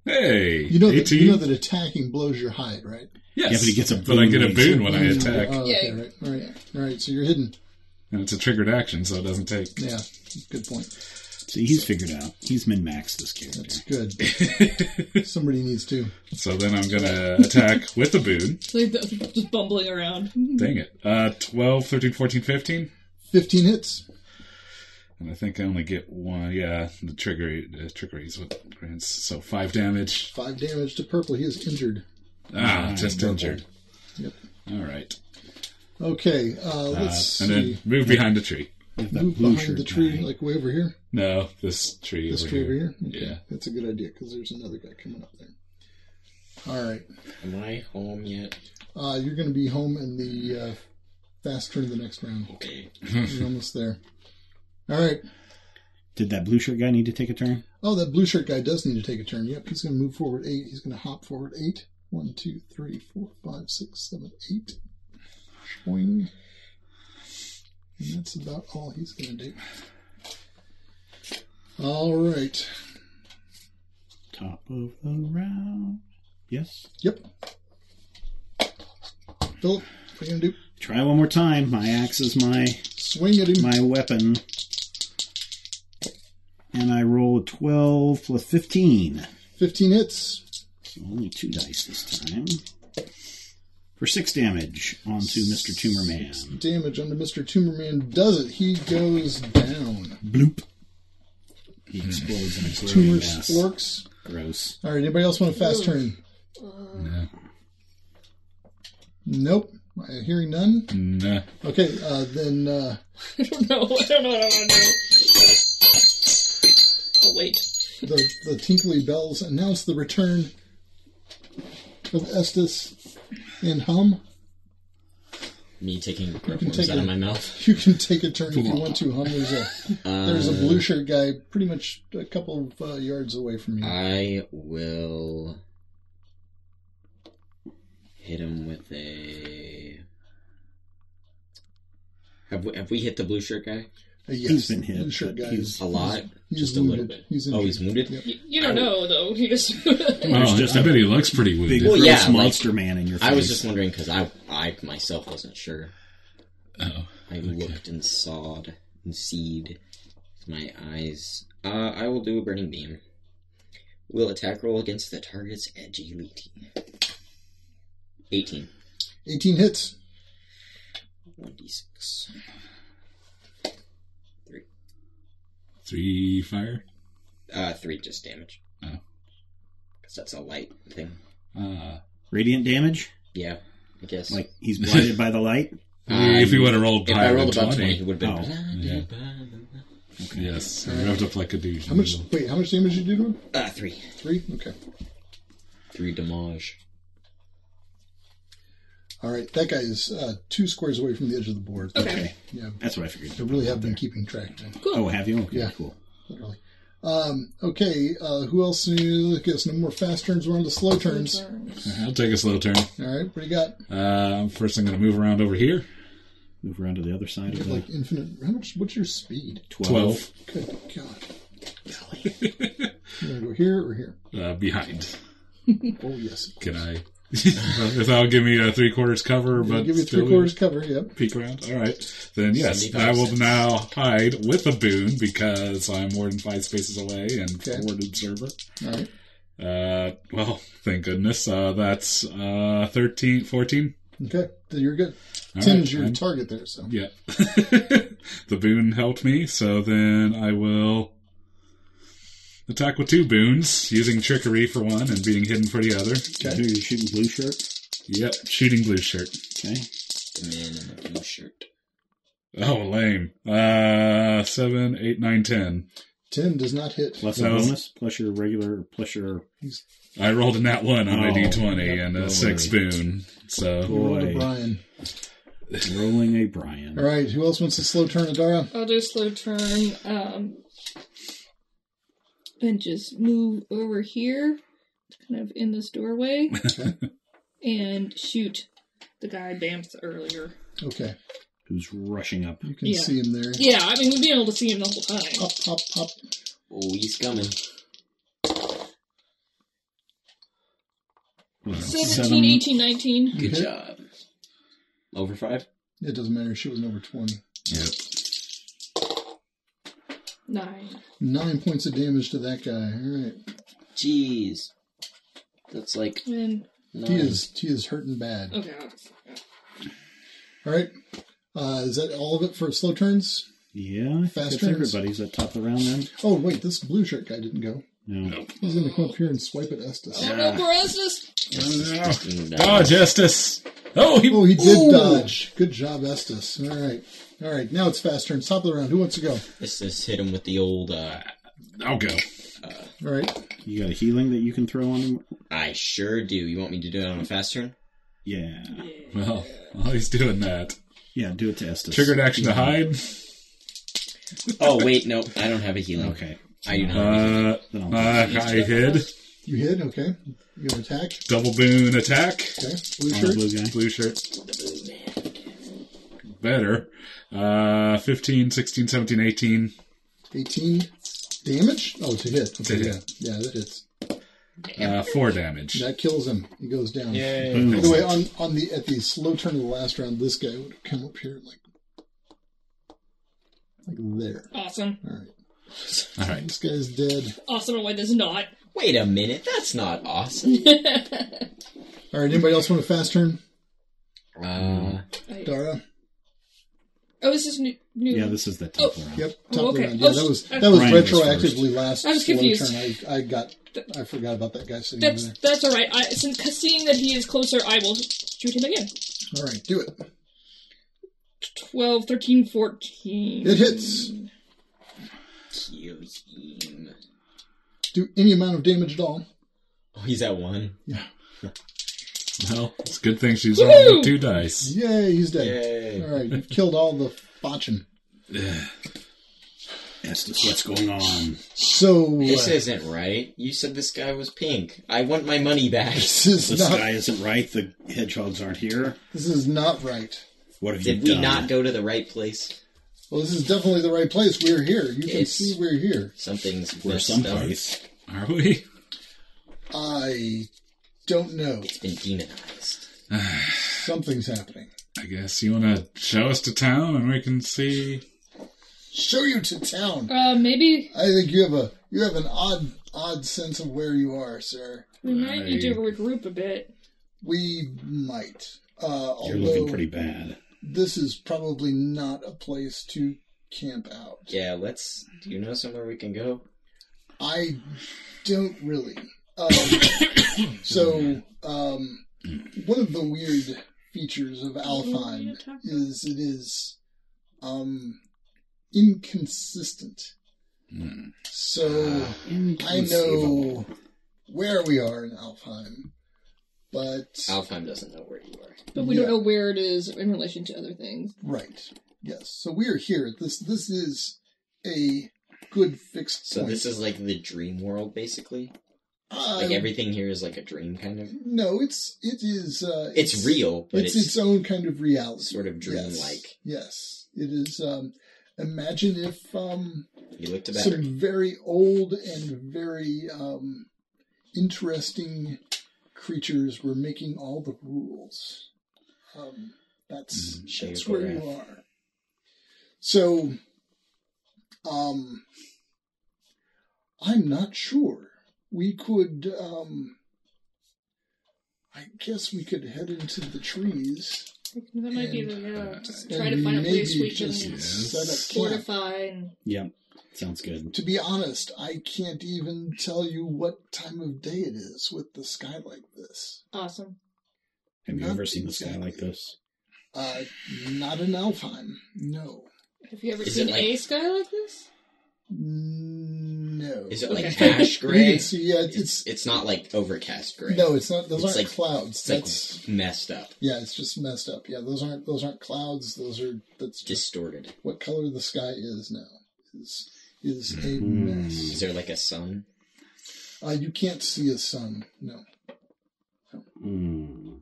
[SPEAKER 2] hey.
[SPEAKER 1] You know,
[SPEAKER 2] 18.
[SPEAKER 1] that, you know that attacking blows your hide, right?
[SPEAKER 2] yes.
[SPEAKER 4] Yeah, but he Uh, gets a
[SPEAKER 2] But I
[SPEAKER 4] boon
[SPEAKER 2] get a
[SPEAKER 4] when
[SPEAKER 2] boon when I
[SPEAKER 1] You know,
[SPEAKER 2] attack.
[SPEAKER 1] Oh, okay,
[SPEAKER 5] Yeah.
[SPEAKER 1] right. All right. All right, so you're hidden.
[SPEAKER 2] And it's a triggered action, so it doesn't take.
[SPEAKER 1] Yeah, good point.
[SPEAKER 4] see, he's figured out. He's min maxed this character.
[SPEAKER 1] That's good. Somebody needs to.
[SPEAKER 2] So then I'm going to attack with the boon.
[SPEAKER 5] Just bumbling around.
[SPEAKER 2] Dang it. Uh, 12, 13, 14, 15.
[SPEAKER 1] 15 hits.
[SPEAKER 2] And I think I only get one. Yeah, the trickery, uh, trickeries with grants. So five damage.
[SPEAKER 1] Five damage to purple. He is injured.
[SPEAKER 2] Ah, just injured.
[SPEAKER 1] Yep.
[SPEAKER 2] All right.
[SPEAKER 1] Okay, uh,
[SPEAKER 2] Uh,
[SPEAKER 1] let's
[SPEAKER 2] and
[SPEAKER 1] see.
[SPEAKER 2] then move behind the tree.
[SPEAKER 4] If that
[SPEAKER 1] Move
[SPEAKER 4] blue
[SPEAKER 1] behind
[SPEAKER 4] shirt
[SPEAKER 1] the tree,
[SPEAKER 4] guy-
[SPEAKER 1] like way over here.
[SPEAKER 2] No, this tree
[SPEAKER 1] This
[SPEAKER 2] over
[SPEAKER 1] tree
[SPEAKER 2] here.
[SPEAKER 1] over here. Okay,
[SPEAKER 2] Yeah.
[SPEAKER 1] that's a good idea because there's another guy coming up there. All right,
[SPEAKER 7] Am I home yet?
[SPEAKER 1] uh, you're going to be home in the uh, fast turn to the next round.
[SPEAKER 7] Okay.
[SPEAKER 1] You're almost there. All right.
[SPEAKER 4] Did that blue shirt guy need to take a turn?
[SPEAKER 1] Oh, that blue shirt guy does need to take a turn. Yep, he's going to move forward eight. He's going to hop forward eight. One, two, three, four, five, six, seven, eight. Boing. And that's about all he's going to do. All right.
[SPEAKER 4] Top of the round. Yes.
[SPEAKER 1] Yep. Philip, what are you going to do?
[SPEAKER 4] Try one more time. My axe is my
[SPEAKER 1] Swing at him.
[SPEAKER 4] my weapon. And I roll a 12 plus 15.
[SPEAKER 1] 15 hits.
[SPEAKER 4] So only two dice this time. For six damage onto Mr. Tumor Man.
[SPEAKER 1] Damage onto Mr. Tumorman does it. He goes down.
[SPEAKER 4] Bloop. He explodes in a glowing
[SPEAKER 1] Tumor
[SPEAKER 4] mass.
[SPEAKER 1] sporks.
[SPEAKER 4] Gross.
[SPEAKER 1] All right, anybody else want a fast turn?
[SPEAKER 2] Nah.
[SPEAKER 1] Nope. Uh, Hearing none.
[SPEAKER 2] Nah.
[SPEAKER 1] Okay, uh, then uh,
[SPEAKER 5] I don't know. I don't know what I want to know. Oh wait.
[SPEAKER 1] the, the tinkly bells announce the return of Estes and Hum.
[SPEAKER 7] Me taking grub
[SPEAKER 1] can
[SPEAKER 7] worms
[SPEAKER 1] take
[SPEAKER 7] out
[SPEAKER 1] a-
[SPEAKER 7] of my mouth.
[SPEAKER 1] You can take a turn if you want to. Hum, there's a there's a
[SPEAKER 3] Uh.
[SPEAKER 7] Uh,
[SPEAKER 1] blue shirt guy pretty much a couple of uh, yards away from you.
[SPEAKER 3] Ah,
[SPEAKER 7] I will hit him with a. Have we, have we hit the blue shirt guy?
[SPEAKER 1] Uh, yes,
[SPEAKER 4] he's been hit,
[SPEAKER 1] Blue shirt
[SPEAKER 4] but
[SPEAKER 1] guy.
[SPEAKER 4] he's-
[SPEAKER 1] is-
[SPEAKER 7] A lot?
[SPEAKER 1] he's
[SPEAKER 7] Just a
[SPEAKER 1] wounded.
[SPEAKER 7] little bit.
[SPEAKER 1] He's
[SPEAKER 7] oh, he's wounded?
[SPEAKER 1] injured. Yep.
[SPEAKER 5] You, you don't know though. You just.
[SPEAKER 4] There's
[SPEAKER 2] Oh,
[SPEAKER 4] just
[SPEAKER 2] I
[SPEAKER 4] a
[SPEAKER 2] bet he looks pretty
[SPEAKER 4] Big
[SPEAKER 2] wounded.
[SPEAKER 4] well,
[SPEAKER 7] Well, yeah, like-
[SPEAKER 4] monster man in your face.
[SPEAKER 7] I was just wondering because I, I myself wasn't sure.
[SPEAKER 2] Oh.
[SPEAKER 7] I looked and sawed and seed with my eyes. Uh, I will do a burning beam. Will attack roll against the target's agility. 18.
[SPEAKER 1] 18 hits.
[SPEAKER 7] 1d6.
[SPEAKER 2] Three fire.
[SPEAKER 7] Uh, 3 just damage.
[SPEAKER 2] Oh.
[SPEAKER 7] Because that's a light thing.
[SPEAKER 2] Uh,
[SPEAKER 4] Radiant damage?
[SPEAKER 7] Yeah, I guess. Uh,
[SPEAKER 4] Like he's blinded by the light?
[SPEAKER 2] if he would have rolled
[SPEAKER 7] if I
[SPEAKER 2] higher than Oh,
[SPEAKER 7] rolled above
[SPEAKER 2] 20,
[SPEAKER 7] 20, he would have been.
[SPEAKER 2] Yes. I revved up like a dude.
[SPEAKER 1] How much? Wait, how much damage did you do to him?
[SPEAKER 7] Ah, 3.
[SPEAKER 1] Three. Okay.
[SPEAKER 7] 3 damage.
[SPEAKER 1] All right, that guy is uh, two squares away from the edge of the board.
[SPEAKER 5] okay.
[SPEAKER 1] Yeah,
[SPEAKER 4] That's what I
[SPEAKER 1] I
[SPEAKER 4] figured.
[SPEAKER 1] really have been keeping track. Now.
[SPEAKER 4] Oh, have you? Okay,
[SPEAKER 1] Yeah.
[SPEAKER 4] cool.
[SPEAKER 1] literally. Um, okay, uh, who else? I guess no more fast turns. We're on to slow turns.
[SPEAKER 2] I'll take a slow turn.
[SPEAKER 1] All right, what do you got?
[SPEAKER 2] Uh, first, I'm going to move around over here.
[SPEAKER 4] Move around to the other
[SPEAKER 1] You
[SPEAKER 4] side of
[SPEAKER 1] have
[SPEAKER 4] the
[SPEAKER 1] like infinite. How much? What's your speed?
[SPEAKER 4] 12.
[SPEAKER 2] 12.
[SPEAKER 1] Good God! You want to go here or here?
[SPEAKER 2] Uh, behind.
[SPEAKER 1] Oh yes, of
[SPEAKER 2] Can
[SPEAKER 1] course.
[SPEAKER 2] I? if that'll give me a three quarters cover,
[SPEAKER 1] I'll
[SPEAKER 2] but
[SPEAKER 1] give you
[SPEAKER 2] still
[SPEAKER 1] three quarters cover. Yep.
[SPEAKER 2] peek around. All right, then yes, I will now hide with a boon because I'm more than five spaces away and
[SPEAKER 1] Okay.
[SPEAKER 2] forward observer.
[SPEAKER 1] All right.
[SPEAKER 2] Uh, well, thank goodness. Uh, that's uh 13, 14.
[SPEAKER 1] Okay, then you're good.
[SPEAKER 2] All
[SPEAKER 1] Ten
[SPEAKER 2] right,
[SPEAKER 1] is your
[SPEAKER 2] I'm-
[SPEAKER 1] target there. So
[SPEAKER 2] Yeah. the boon helped me, so then I will attack with two boons, using trickery for one and being hidden for the other.
[SPEAKER 4] Who are you shooting blue shirt?
[SPEAKER 2] Yep, shooting blue shirt.
[SPEAKER 4] Okay.
[SPEAKER 7] The man in the blue shirt.
[SPEAKER 2] Oh, lame. Uh, seven, eight, nine, ten.
[SPEAKER 1] ten does not hit.
[SPEAKER 4] Plus
[SPEAKER 2] That
[SPEAKER 4] a
[SPEAKER 2] was-
[SPEAKER 4] bonus, plus your regular, plus your
[SPEAKER 2] I rolled a nat one on my
[SPEAKER 4] Oh,
[SPEAKER 2] d20 and a
[SPEAKER 4] boy.
[SPEAKER 2] six boon. So
[SPEAKER 1] You rolled a
[SPEAKER 4] boy.
[SPEAKER 1] Brian.
[SPEAKER 4] rolling a Brian.
[SPEAKER 1] All right. Who else wants a slow turn, Adara?
[SPEAKER 5] I'll do a slow turn. Um, and just move over here, kind of in this doorway, and shoot the guy Bamps earlier.
[SPEAKER 1] Okay,
[SPEAKER 4] Who's rushing up?
[SPEAKER 1] you can
[SPEAKER 5] Yeah.
[SPEAKER 1] see him there.
[SPEAKER 5] Yeah, I mean we've been able to see him the whole time.
[SPEAKER 1] Hop, hop, hop.
[SPEAKER 7] Oh, he's coming.
[SPEAKER 5] Seventeen, eighteen, nineteen. 17, 18, 19.
[SPEAKER 1] You
[SPEAKER 7] Good
[SPEAKER 2] Mm-hmm.
[SPEAKER 1] hit.
[SPEAKER 7] job. Over 5?
[SPEAKER 1] It doesn't matter. She was number twenty.
[SPEAKER 5] Nine.
[SPEAKER 1] Nine points of damage to that guy. All right.
[SPEAKER 7] Jeez. That's like.
[SPEAKER 5] And,
[SPEAKER 7] Nine.
[SPEAKER 1] He is he is hurting bad.
[SPEAKER 5] okay. I'll-
[SPEAKER 1] All right. Uh, is that all of it for slow turns?
[SPEAKER 4] Yeah, I think
[SPEAKER 1] Fast
[SPEAKER 4] it's
[SPEAKER 1] turns.
[SPEAKER 4] everybody's at top of the round then.
[SPEAKER 1] Oh wait, this blue shirt guy didn't go.
[SPEAKER 4] No.
[SPEAKER 1] He's gonna come up here and swipe at Estes.
[SPEAKER 5] Oh no, Borossus!
[SPEAKER 2] Oh, Justice! Oh, he
[SPEAKER 1] Oh, he did
[SPEAKER 2] Ooh.
[SPEAKER 1] dodge. Good job, Estes. All right, all right. Now it's fast turns. Top of the round. Who wants to go?
[SPEAKER 7] Let's just hit him with the old. Uh,
[SPEAKER 2] I'll go.
[SPEAKER 1] All right.
[SPEAKER 4] You got a healing that you can throw on him?
[SPEAKER 7] I sure do. You want me to do it on a fast turn?
[SPEAKER 4] Yeah.
[SPEAKER 2] Well, while he's doing that,
[SPEAKER 4] Yeah, do it to Estes.
[SPEAKER 2] Triggered action to hide.
[SPEAKER 7] Oh wait, no, I don't have a healing.
[SPEAKER 4] Okay.
[SPEAKER 7] I do not. have a healing.
[SPEAKER 2] Uh,
[SPEAKER 4] Then I'll
[SPEAKER 2] uh, I hid.
[SPEAKER 1] You hid, okay. You have attack,
[SPEAKER 2] Double boon attack.
[SPEAKER 1] okay. Blue
[SPEAKER 4] on the
[SPEAKER 1] shirt.
[SPEAKER 4] blue guy.
[SPEAKER 2] Blue shirt. Better. Uh, 15, 16, 17, 18.
[SPEAKER 1] 18 damage? Oh, it's a hit. Okay,
[SPEAKER 2] a
[SPEAKER 1] yeah.
[SPEAKER 2] hit.
[SPEAKER 1] Yeah, that hits.
[SPEAKER 2] Uh, four damage.
[SPEAKER 1] That kills him. He goes down.
[SPEAKER 4] Boom.
[SPEAKER 1] By the way, on, on the at the slow turn of the last round, this guy would have come up here like like there.
[SPEAKER 5] Awesome.
[SPEAKER 1] All right.
[SPEAKER 2] All right.
[SPEAKER 1] This guy's dead.
[SPEAKER 5] Awesome in a way that's not.
[SPEAKER 7] Wait a minute, that's not awesome.
[SPEAKER 1] All right. Anybody else want a fast turn?
[SPEAKER 7] Uh,
[SPEAKER 1] Dara.
[SPEAKER 5] Oh, this is new. new
[SPEAKER 4] Yeah, this is the top round.
[SPEAKER 1] Yep.
[SPEAKER 5] Oh,
[SPEAKER 1] Top of the
[SPEAKER 5] okay.
[SPEAKER 1] round. Yeah,
[SPEAKER 5] Oh,
[SPEAKER 1] that was
[SPEAKER 5] sh-
[SPEAKER 1] that was
[SPEAKER 4] Brian was
[SPEAKER 1] retroactively last
[SPEAKER 5] I was
[SPEAKER 1] slow
[SPEAKER 5] confused.
[SPEAKER 1] turn. I, I got I forgot about that guy sitting over
[SPEAKER 5] that's
[SPEAKER 1] there.
[SPEAKER 5] that's all right. I, since 'cause seeing that he is closer, I will shoot him again.
[SPEAKER 1] All right, do it.
[SPEAKER 5] 12, 13, 14.
[SPEAKER 1] It hits.
[SPEAKER 7] kill him.
[SPEAKER 1] Do any amount of damage at all.
[SPEAKER 7] Oh, he's at one.
[SPEAKER 2] Well, it's a good thing she's
[SPEAKER 5] Woo!
[SPEAKER 2] rolling with two dice.
[SPEAKER 1] Yay, he's dead.
[SPEAKER 7] Yay!
[SPEAKER 1] All right, you've killed all the botching.
[SPEAKER 4] Estes, what's going on?
[SPEAKER 1] So
[SPEAKER 7] This
[SPEAKER 1] uh,
[SPEAKER 7] isn't right. You said this guy was pink. I want my money back.
[SPEAKER 1] this is
[SPEAKER 4] This
[SPEAKER 1] not
[SPEAKER 4] guy isn't right. The hedgehogs aren't here.
[SPEAKER 1] this is not right.
[SPEAKER 4] What have
[SPEAKER 7] Did
[SPEAKER 4] you
[SPEAKER 7] we
[SPEAKER 4] done?
[SPEAKER 7] not go to the right place?
[SPEAKER 1] Well, this is definitely the right place. We're here. You can
[SPEAKER 7] It's-
[SPEAKER 1] see we're here.
[SPEAKER 7] Something's
[SPEAKER 4] We're
[SPEAKER 7] messed
[SPEAKER 4] someplace.
[SPEAKER 2] Are we?
[SPEAKER 1] I don't know.
[SPEAKER 7] Up. It's been demonized.
[SPEAKER 1] Something's happening.
[SPEAKER 2] I guess you want to show us to town and we can see.
[SPEAKER 1] Show you to town.
[SPEAKER 5] Uh, maybe
[SPEAKER 1] I think you have a you have an odd odd sense of where you are, sir.
[SPEAKER 5] we might need to regroup a bit.
[SPEAKER 1] We might. Uh,
[SPEAKER 4] You're
[SPEAKER 1] although
[SPEAKER 4] looking pretty bad.
[SPEAKER 1] this is probably not a place to camp out.
[SPEAKER 7] Yeah, let's. Do you know somewhere we can go?
[SPEAKER 1] I don't really. Um, so, um, one of the weird features of Alfheim is it is um, inconsistent.
[SPEAKER 2] Hmm.
[SPEAKER 1] So
[SPEAKER 7] Ah,
[SPEAKER 1] I know where we are in Alfheim, but
[SPEAKER 7] Alfheim doesn't know where you are.
[SPEAKER 5] But we
[SPEAKER 1] Yeah.
[SPEAKER 5] don't know where it is in relation to other things.
[SPEAKER 1] right, yes. So we are here. This this is a good fixed
[SPEAKER 7] So
[SPEAKER 1] point.
[SPEAKER 7] this is like the dream world, basically.
[SPEAKER 1] I-
[SPEAKER 7] Like everything here is like a dream, kind of.
[SPEAKER 1] No, it's it is. Uh,
[SPEAKER 7] It's real, but
[SPEAKER 1] it's,
[SPEAKER 7] it's,
[SPEAKER 1] its own kind of reality.
[SPEAKER 7] sort of dreamlike.
[SPEAKER 1] Yes, yes. it is. Um, imagine if um,
[SPEAKER 7] You looked about
[SPEAKER 1] some very old and very um, interesting creatures were making all the rules. Um, that's
[SPEAKER 7] Shave
[SPEAKER 1] that's
[SPEAKER 7] a
[SPEAKER 1] where you are. So, um, I'm not sure. We could, um, I guess, we could head into the trees.
[SPEAKER 5] That might be the
[SPEAKER 1] And,
[SPEAKER 5] yeah. Just
[SPEAKER 1] uh,
[SPEAKER 5] try to find a place
[SPEAKER 1] maybe
[SPEAKER 5] we can
[SPEAKER 1] just set up camp.
[SPEAKER 5] fortify. And,
[SPEAKER 4] Yep. Sounds good.
[SPEAKER 1] To be honest, I can't even tell you what time of day it is with the sky like this.
[SPEAKER 5] awesome.
[SPEAKER 4] Have you
[SPEAKER 1] Not
[SPEAKER 4] ever seen the sky
[SPEAKER 1] exactly.
[SPEAKER 4] like this?
[SPEAKER 1] Uh, not in Alfheim. No.
[SPEAKER 5] Have you ever
[SPEAKER 7] Is it
[SPEAKER 5] seen
[SPEAKER 7] like-
[SPEAKER 5] a sky like this?
[SPEAKER 1] No.
[SPEAKER 7] Is it like
[SPEAKER 5] Okay.
[SPEAKER 7] ash
[SPEAKER 1] You can
[SPEAKER 7] gray?
[SPEAKER 1] see, yeah,
[SPEAKER 7] It's
[SPEAKER 1] it's,
[SPEAKER 7] it's not like overcast gray.
[SPEAKER 1] no, it's not. Those
[SPEAKER 7] It's
[SPEAKER 1] aren't
[SPEAKER 7] like-
[SPEAKER 1] clouds.
[SPEAKER 7] it's
[SPEAKER 1] That's
[SPEAKER 7] like messed up,
[SPEAKER 1] yeah, it's just messed up. Yeah, those aren't those aren't clouds. Those are that's just
[SPEAKER 7] distorted.
[SPEAKER 1] what color the sky is now. Is is a
[SPEAKER 4] Hmm.
[SPEAKER 7] Is
[SPEAKER 1] mess.
[SPEAKER 7] there like a sun?
[SPEAKER 1] Uh, you can't see a sun. No,
[SPEAKER 4] Hmm.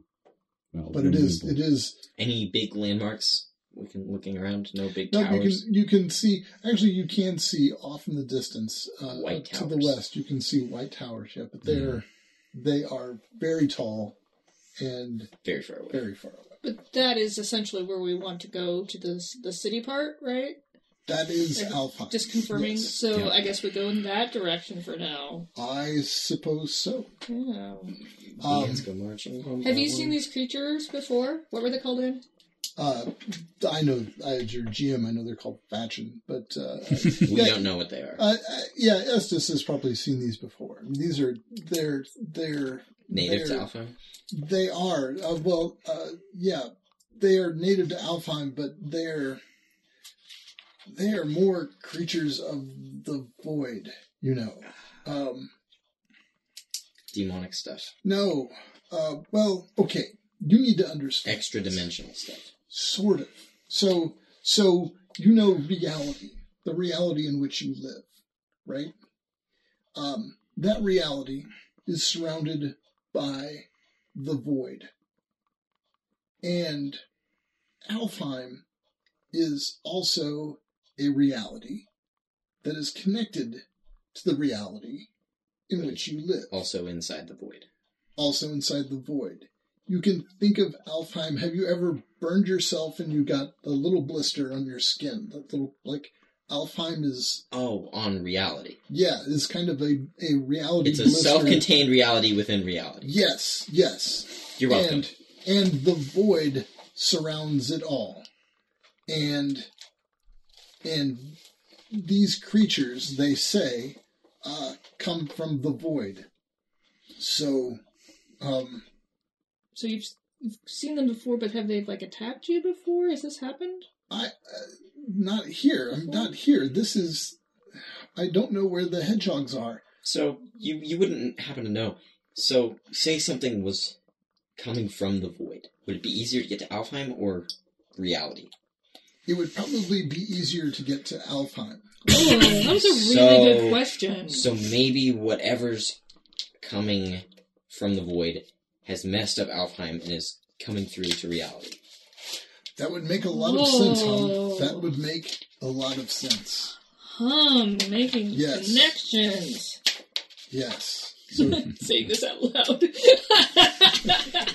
[SPEAKER 4] Well,
[SPEAKER 1] but it is
[SPEAKER 4] removal.
[SPEAKER 1] it is
[SPEAKER 7] Any big landmarks? We can looking around. No big
[SPEAKER 1] No, you can
[SPEAKER 7] towers.
[SPEAKER 1] you can see actually you can see off in the distance uh,
[SPEAKER 7] White
[SPEAKER 1] up to the
[SPEAKER 7] towers. Mm-hmm.
[SPEAKER 1] west. You can see white towers, yeah, but they're they are very tall and
[SPEAKER 7] Very far away.
[SPEAKER 1] very far away.
[SPEAKER 5] But that is essentially where we want to go to the the city part, right?
[SPEAKER 1] That is
[SPEAKER 5] Yeah,
[SPEAKER 1] Alpha.
[SPEAKER 5] Just confirming.
[SPEAKER 1] Yes.
[SPEAKER 5] So
[SPEAKER 4] Yeah.
[SPEAKER 5] I guess we go in that direction for now.
[SPEAKER 1] I suppose so.
[SPEAKER 5] Yeah.
[SPEAKER 1] Um,
[SPEAKER 7] Let's uh, go marching home.
[SPEAKER 5] Have
[SPEAKER 7] down
[SPEAKER 5] you seen
[SPEAKER 7] one.
[SPEAKER 5] these creatures before? What were they called in?
[SPEAKER 1] Uh, I know as your GM, I know they're called Faction, but uh,
[SPEAKER 7] We
[SPEAKER 1] yeah,
[SPEAKER 7] don't know what they are.
[SPEAKER 1] uh, uh, yeah, Estes has probably seen these before. These are they're they're
[SPEAKER 7] Native to
[SPEAKER 1] they're-
[SPEAKER 7] Alpha.
[SPEAKER 1] They are. Uh, well, uh, yeah, they are native to Alfheim, but they're they are more creatures of the void. You know. Um,
[SPEAKER 7] Demonic stuff.
[SPEAKER 1] no. Uh, well, okay. You need to understand.
[SPEAKER 7] Extra dimensional stuff.
[SPEAKER 1] Sort of. So, so you know reality, the reality in which you live, right? Um, that reality is surrounded by the void, and Alfheim is also a reality that is connected to the reality in which you live
[SPEAKER 3] Also inside the void.
[SPEAKER 1] also inside the void. You can think of Alfheim. Have you ever burned yourself and you got a little blister on your skin? That little like Alfheim is
[SPEAKER 3] Oh, on reality.
[SPEAKER 1] yeah is kind of a a reality.
[SPEAKER 3] It's a
[SPEAKER 1] blister.
[SPEAKER 3] self-contained reality within reality.
[SPEAKER 1] Yes, yes.
[SPEAKER 3] You're welcome.
[SPEAKER 1] And, and the void surrounds it all. And and these creatures, they say, uh, come from the void. So, um,
[SPEAKER 5] So you've, you've seen them before, but have they like attacked you before? Has this happened?
[SPEAKER 1] I uh, not here. I'm not here. This is. I don't know where the hedgehogs are.
[SPEAKER 3] So you you wouldn't happen to know. So say something was coming from the void. Would it be easier to get to Alfheim or reality?
[SPEAKER 1] It would probably be easier to get to Alfheim.
[SPEAKER 5] Oh, that was a really good
[SPEAKER 3] So-
[SPEAKER 5] question.
[SPEAKER 3] So maybe whatever's coming from the void has messed up Alfheim and is coming through to reality.
[SPEAKER 1] That would make a lot of
[SPEAKER 5] Whoa.
[SPEAKER 1] sense. Hum. That would make a lot of sense.
[SPEAKER 5] Hum, making
[SPEAKER 1] Yes.
[SPEAKER 5] connections.
[SPEAKER 1] Yes.
[SPEAKER 5] Saying this out loud.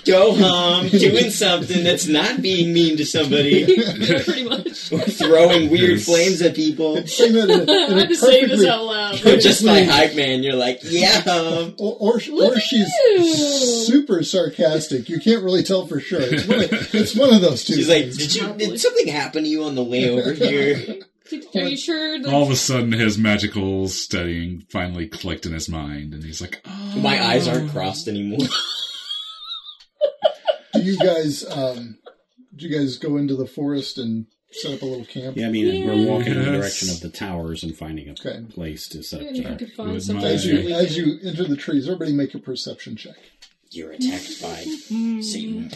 [SPEAKER 3] Go home, doing something that's not being mean to somebody
[SPEAKER 5] yeah, pretty much.
[SPEAKER 3] or throwing weird
[SPEAKER 2] Yes.
[SPEAKER 3] flames at people.
[SPEAKER 1] Saying that in a, in
[SPEAKER 5] I'm
[SPEAKER 1] a
[SPEAKER 5] just saying this
[SPEAKER 1] perfectly-
[SPEAKER 5] out loud.
[SPEAKER 3] Or just by hype man, you're like, yeah, hum.
[SPEAKER 1] or or,
[SPEAKER 5] Look
[SPEAKER 1] or
[SPEAKER 5] at
[SPEAKER 1] she's
[SPEAKER 5] you.
[SPEAKER 1] super sarcastic. You can't really tell for sure. It's one of, it's one of those two.
[SPEAKER 3] She's like, did you did something happen to you on the way over here?
[SPEAKER 5] Are you sure? That
[SPEAKER 2] All of a sudden, his magical studying finally clicked in his mind, and he's like, oh.
[SPEAKER 3] My eyes aren't crossed anymore.
[SPEAKER 1] do you guys? Um, do you guys go into the forest and set up a little camp?
[SPEAKER 4] Yeah, I mean, we're walking in the
[SPEAKER 2] Yes.
[SPEAKER 4] direction of the towers and finding a
[SPEAKER 1] Okay.
[SPEAKER 4] place to set up
[SPEAKER 5] Even if you
[SPEAKER 4] camp.
[SPEAKER 5] could find
[SPEAKER 2] With
[SPEAKER 5] something.
[SPEAKER 2] my-
[SPEAKER 1] As you
[SPEAKER 5] that we
[SPEAKER 1] as
[SPEAKER 5] can-
[SPEAKER 1] you enter the trees, everybody make a perception check.
[SPEAKER 3] You're attacked by
[SPEAKER 5] Hmm.
[SPEAKER 3] Satan.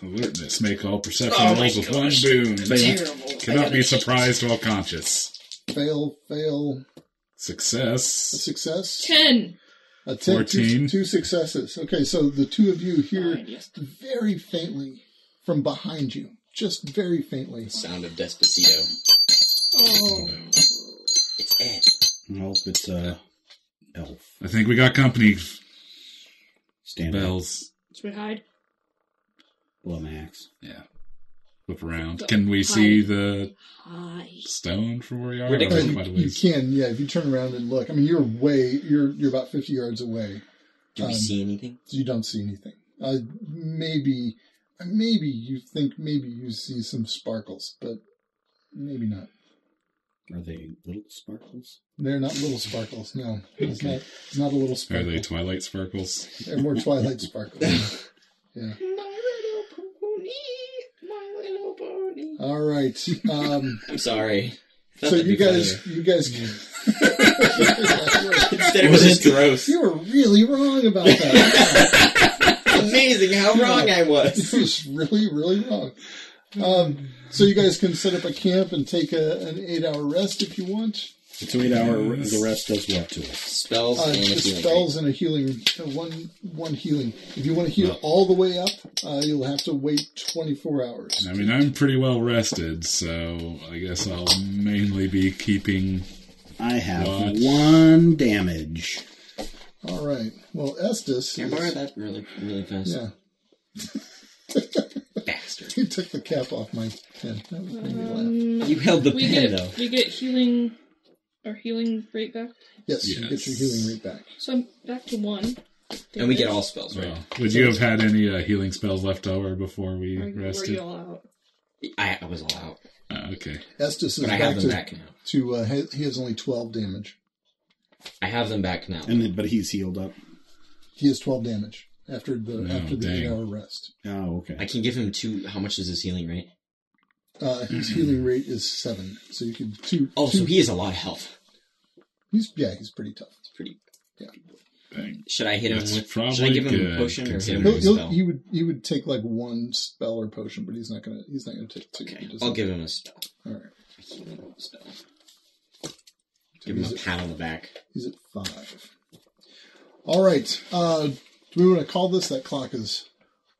[SPEAKER 2] Alertness, make all perception
[SPEAKER 3] Oh my
[SPEAKER 2] rolls with one
[SPEAKER 3] gosh.
[SPEAKER 2] boon. They
[SPEAKER 3] Terrible. I
[SPEAKER 2] cannot
[SPEAKER 3] gotta-
[SPEAKER 2] be surprised while conscious.
[SPEAKER 1] Fail, fail, a
[SPEAKER 2] Success.
[SPEAKER 1] success.
[SPEAKER 5] Ten.
[SPEAKER 1] A ten, two-
[SPEAKER 2] 14.
[SPEAKER 1] two successes. Okay, so the two of you hear
[SPEAKER 5] Fine, yes.
[SPEAKER 1] very faintly from behind you, just very faintly.
[SPEAKER 3] Sound of Despacito.
[SPEAKER 5] Oh.
[SPEAKER 3] It's Ed.
[SPEAKER 4] Well, it's uh, elf.
[SPEAKER 2] I think we got company.
[SPEAKER 4] Stand up,
[SPEAKER 2] Bells.
[SPEAKER 5] Should we hide?
[SPEAKER 4] blow my axe.
[SPEAKER 2] Yeah. Flip around. Can we see the
[SPEAKER 5] Hide.
[SPEAKER 2] stone from where we are?
[SPEAKER 3] We're
[SPEAKER 1] Uh,
[SPEAKER 2] Or is
[SPEAKER 3] declaring-
[SPEAKER 2] it
[SPEAKER 1] you,
[SPEAKER 2] quite a
[SPEAKER 1] you
[SPEAKER 2] ways?
[SPEAKER 1] can, yeah. If you turn around and look, I mean, you're way, you're you're about fifty yards away.
[SPEAKER 3] Do we
[SPEAKER 1] Um,
[SPEAKER 3] see anything?
[SPEAKER 1] You don't see anything. Uh, maybe, maybe you think maybe you see some sparkles, but maybe not.
[SPEAKER 4] Are they little sparkles?
[SPEAKER 1] They're not little sparkles. No, it's not. It's not a little
[SPEAKER 2] Are
[SPEAKER 1] sparkle.
[SPEAKER 2] they twilight sparkles?
[SPEAKER 1] They're more twilight sparkles. Yeah.
[SPEAKER 3] My little pony, my little pony.
[SPEAKER 1] All right. Um,
[SPEAKER 3] I'm sorry. I
[SPEAKER 1] so
[SPEAKER 3] thought that'd
[SPEAKER 1] you
[SPEAKER 3] be
[SPEAKER 1] guys,
[SPEAKER 3] funnier.
[SPEAKER 1] you guys,
[SPEAKER 3] instead it was just gross.
[SPEAKER 1] you were really wrong about that.
[SPEAKER 3] Amazing how wrong I was.
[SPEAKER 1] It was really, really wrong. Um, so you guys can set up a camp and take a, an eight-hour rest if you want.
[SPEAKER 4] It's an eight-hour. The rest does what to us?
[SPEAKER 3] Spells
[SPEAKER 1] Uh,
[SPEAKER 3] and a
[SPEAKER 1] just
[SPEAKER 3] healing.
[SPEAKER 1] spells and a healing, uh, one one healing. If you want to heal all the way up, uh, you'll have to wait twenty-four hours.
[SPEAKER 2] I mean, I'm pretty well rested, so I guess I'll mainly be keeping.
[SPEAKER 4] I have
[SPEAKER 2] What?
[SPEAKER 4] one damage.
[SPEAKER 1] All right. Well, Estes,
[SPEAKER 3] Can I
[SPEAKER 1] is-
[SPEAKER 3] borrow that really, really fast?
[SPEAKER 1] yeah,
[SPEAKER 3] Bastard.
[SPEAKER 1] he took the cap off my pen. That was made me laugh.
[SPEAKER 3] You held the
[SPEAKER 5] We
[SPEAKER 3] pen,
[SPEAKER 5] get
[SPEAKER 3] though.
[SPEAKER 5] we get healing our healing rate back.
[SPEAKER 1] Yes, you get your
[SPEAKER 2] Yes.
[SPEAKER 1] healing rate back.
[SPEAKER 5] So I'm back to one.
[SPEAKER 3] And we get all spells, right?
[SPEAKER 2] Well, would you have had any uh, healing spells left over before we
[SPEAKER 5] Or Were
[SPEAKER 2] rested?
[SPEAKER 5] you all out?
[SPEAKER 3] I, I was all out.
[SPEAKER 2] Ah, okay.
[SPEAKER 1] Estes is
[SPEAKER 3] But I
[SPEAKER 1] back
[SPEAKER 3] have
[SPEAKER 1] to,
[SPEAKER 3] them back now.
[SPEAKER 1] to uh, he he has only twelve damage.
[SPEAKER 3] I have them back now.
[SPEAKER 4] And then, but he's healed up.
[SPEAKER 1] He has twelve damage after the
[SPEAKER 2] Oh,
[SPEAKER 1] after the
[SPEAKER 2] dang.
[SPEAKER 1] eight hour rest.
[SPEAKER 4] Oh,
[SPEAKER 3] I
[SPEAKER 4] okay.
[SPEAKER 3] can give him two. How much is his healing rate?
[SPEAKER 1] Uh, his healing rate is seven, so you could two.
[SPEAKER 3] Oh,
[SPEAKER 1] two-
[SPEAKER 3] so he has a lot of health.
[SPEAKER 1] he's yeah, he's pretty tough.
[SPEAKER 3] It's pretty.
[SPEAKER 2] thing.
[SPEAKER 7] Should I hit him
[SPEAKER 2] That's
[SPEAKER 7] with? Should I
[SPEAKER 2] probably
[SPEAKER 7] give him
[SPEAKER 2] good,
[SPEAKER 7] a potion or hit him
[SPEAKER 2] considering-
[SPEAKER 1] He'll,
[SPEAKER 7] with a
[SPEAKER 1] he'll,
[SPEAKER 7] spell?
[SPEAKER 1] he would he would take like one spell or potion, but he's not gonna he's not gonna take two. He
[SPEAKER 7] Okay,
[SPEAKER 1] doesn't-
[SPEAKER 7] I'll give him a spell.
[SPEAKER 1] All right,
[SPEAKER 7] A healing spell.
[SPEAKER 1] So
[SPEAKER 7] Give him
[SPEAKER 1] he's
[SPEAKER 7] a
[SPEAKER 1] at-
[SPEAKER 7] pat on the back.
[SPEAKER 1] He's at five. All right. Uh, do we want to call this? That clock is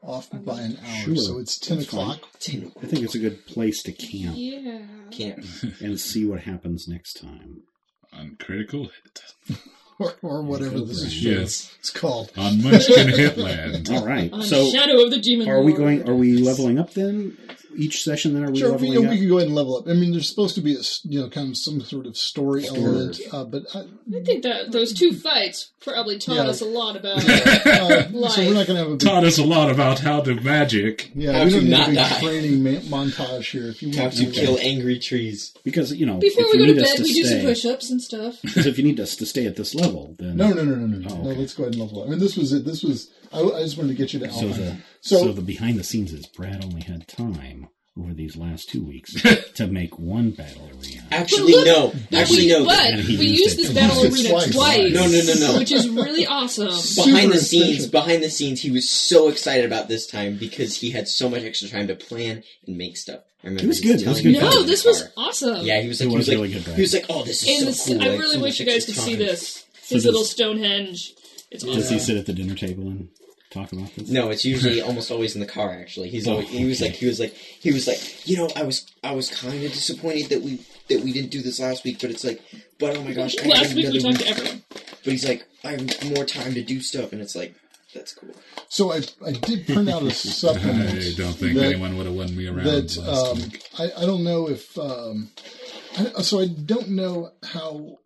[SPEAKER 1] off by an hour,
[SPEAKER 4] Sure.
[SPEAKER 1] so it's ten
[SPEAKER 4] That's fine.
[SPEAKER 1] o'clock.
[SPEAKER 4] I think it's a good place to camp
[SPEAKER 5] Yeah.
[SPEAKER 7] Can't.
[SPEAKER 4] and see what happens next time.
[SPEAKER 2] Uncritical hit.
[SPEAKER 1] or, or whatever this is.
[SPEAKER 2] Yes.
[SPEAKER 1] It's called.
[SPEAKER 2] On Munchkin Hitland.
[SPEAKER 4] All right.
[SPEAKER 5] On
[SPEAKER 4] So
[SPEAKER 5] Shadow of the Demon.
[SPEAKER 4] are we
[SPEAKER 5] Lord.
[SPEAKER 4] going? Are we leveling up then? Each session, then are we
[SPEAKER 1] Sure, we,
[SPEAKER 4] leveling
[SPEAKER 1] we
[SPEAKER 4] up?
[SPEAKER 1] can go ahead and level up. I mean, there's supposed to be a s- you know kind of some sort of story element, uh, but uh,
[SPEAKER 5] I think that those two fights probably taught
[SPEAKER 1] Yeah.
[SPEAKER 5] us a lot about.
[SPEAKER 1] uh, so
[SPEAKER 5] Life.
[SPEAKER 1] we're not going to have a big,
[SPEAKER 2] Taught us a lot about how to magic.
[SPEAKER 1] yeah,
[SPEAKER 7] How
[SPEAKER 1] we
[SPEAKER 7] to
[SPEAKER 1] don't need
[SPEAKER 7] not
[SPEAKER 1] a big
[SPEAKER 7] die.
[SPEAKER 1] training ma- montage here. If you
[SPEAKER 7] How
[SPEAKER 1] want
[SPEAKER 7] to kill angry trees.
[SPEAKER 4] Because you know,
[SPEAKER 5] Before
[SPEAKER 4] if
[SPEAKER 5] we
[SPEAKER 4] you
[SPEAKER 5] go to
[SPEAKER 4] need us
[SPEAKER 5] bed,
[SPEAKER 4] to
[SPEAKER 5] we do some
[SPEAKER 4] stay,
[SPEAKER 5] push-ups and stuff.
[SPEAKER 4] because if you need us to stay at this level, then
[SPEAKER 1] No, no, no, no, no, no.
[SPEAKER 4] Oh,
[SPEAKER 1] no.
[SPEAKER 4] okay.
[SPEAKER 1] Let's go ahead and level up. I mean, this was it. This was. I, I just wanted to get you to
[SPEAKER 4] So
[SPEAKER 1] outline.
[SPEAKER 4] the
[SPEAKER 1] So-
[SPEAKER 4] so, the behind the scenes is Brad only had time over these last two weeks to make one battle arena.
[SPEAKER 7] Actually,
[SPEAKER 5] look,
[SPEAKER 7] no. Actually,
[SPEAKER 5] we,
[SPEAKER 7] no.
[SPEAKER 5] But
[SPEAKER 4] And he
[SPEAKER 5] we
[SPEAKER 4] used
[SPEAKER 5] used
[SPEAKER 4] it
[SPEAKER 5] this
[SPEAKER 4] twice.
[SPEAKER 5] battle arena
[SPEAKER 1] Twice.
[SPEAKER 5] twice,
[SPEAKER 7] No, no, no, no.
[SPEAKER 5] which is really awesome.
[SPEAKER 7] behind
[SPEAKER 1] super
[SPEAKER 7] the scenes,
[SPEAKER 1] essential.
[SPEAKER 7] behind the scenes, he was so excited about this time because he had so much extra time to plan and make stuff. I remember
[SPEAKER 4] It was
[SPEAKER 7] he
[SPEAKER 4] good, it was
[SPEAKER 7] telling me
[SPEAKER 4] good.
[SPEAKER 5] No,
[SPEAKER 7] in the
[SPEAKER 5] this was
[SPEAKER 7] car.
[SPEAKER 5] awesome.
[SPEAKER 7] Yeah, he was
[SPEAKER 4] It
[SPEAKER 7] like, he
[SPEAKER 4] was
[SPEAKER 7] was like,
[SPEAKER 4] really good, Brad.
[SPEAKER 7] he was like, oh, this is
[SPEAKER 5] and
[SPEAKER 7] so
[SPEAKER 5] this,
[SPEAKER 7] cool.
[SPEAKER 5] I
[SPEAKER 7] like,
[SPEAKER 5] really
[SPEAKER 7] so
[SPEAKER 5] wish you
[SPEAKER 7] much
[SPEAKER 5] guys
[SPEAKER 7] extra
[SPEAKER 5] could see
[SPEAKER 7] time.
[SPEAKER 5] this.
[SPEAKER 4] So does-
[SPEAKER 5] His little Stonehenge. It's
[SPEAKER 4] Does he
[SPEAKER 5] awesome.
[SPEAKER 4] sit at the dinner table and talk about this?
[SPEAKER 7] No, it's usually almost always in the car. Actually, he's
[SPEAKER 4] Oh,
[SPEAKER 7] always, he was
[SPEAKER 4] okay.
[SPEAKER 7] like he was like he was like you know I was I was kind of disappointed that we that we didn't do this last week, but it's like but oh my gosh, I
[SPEAKER 5] Last
[SPEAKER 7] have
[SPEAKER 5] week
[SPEAKER 7] another
[SPEAKER 5] we talked to everyone.
[SPEAKER 7] But he's like I have more time to do stuff, and it's like that's cool.
[SPEAKER 1] So I, I did print out a supplement.
[SPEAKER 2] I don't think
[SPEAKER 1] that-
[SPEAKER 2] anyone would have won me around.
[SPEAKER 1] that
[SPEAKER 2] last
[SPEAKER 1] um,
[SPEAKER 2] week.
[SPEAKER 1] I, I don't know if um, I, so I don't know how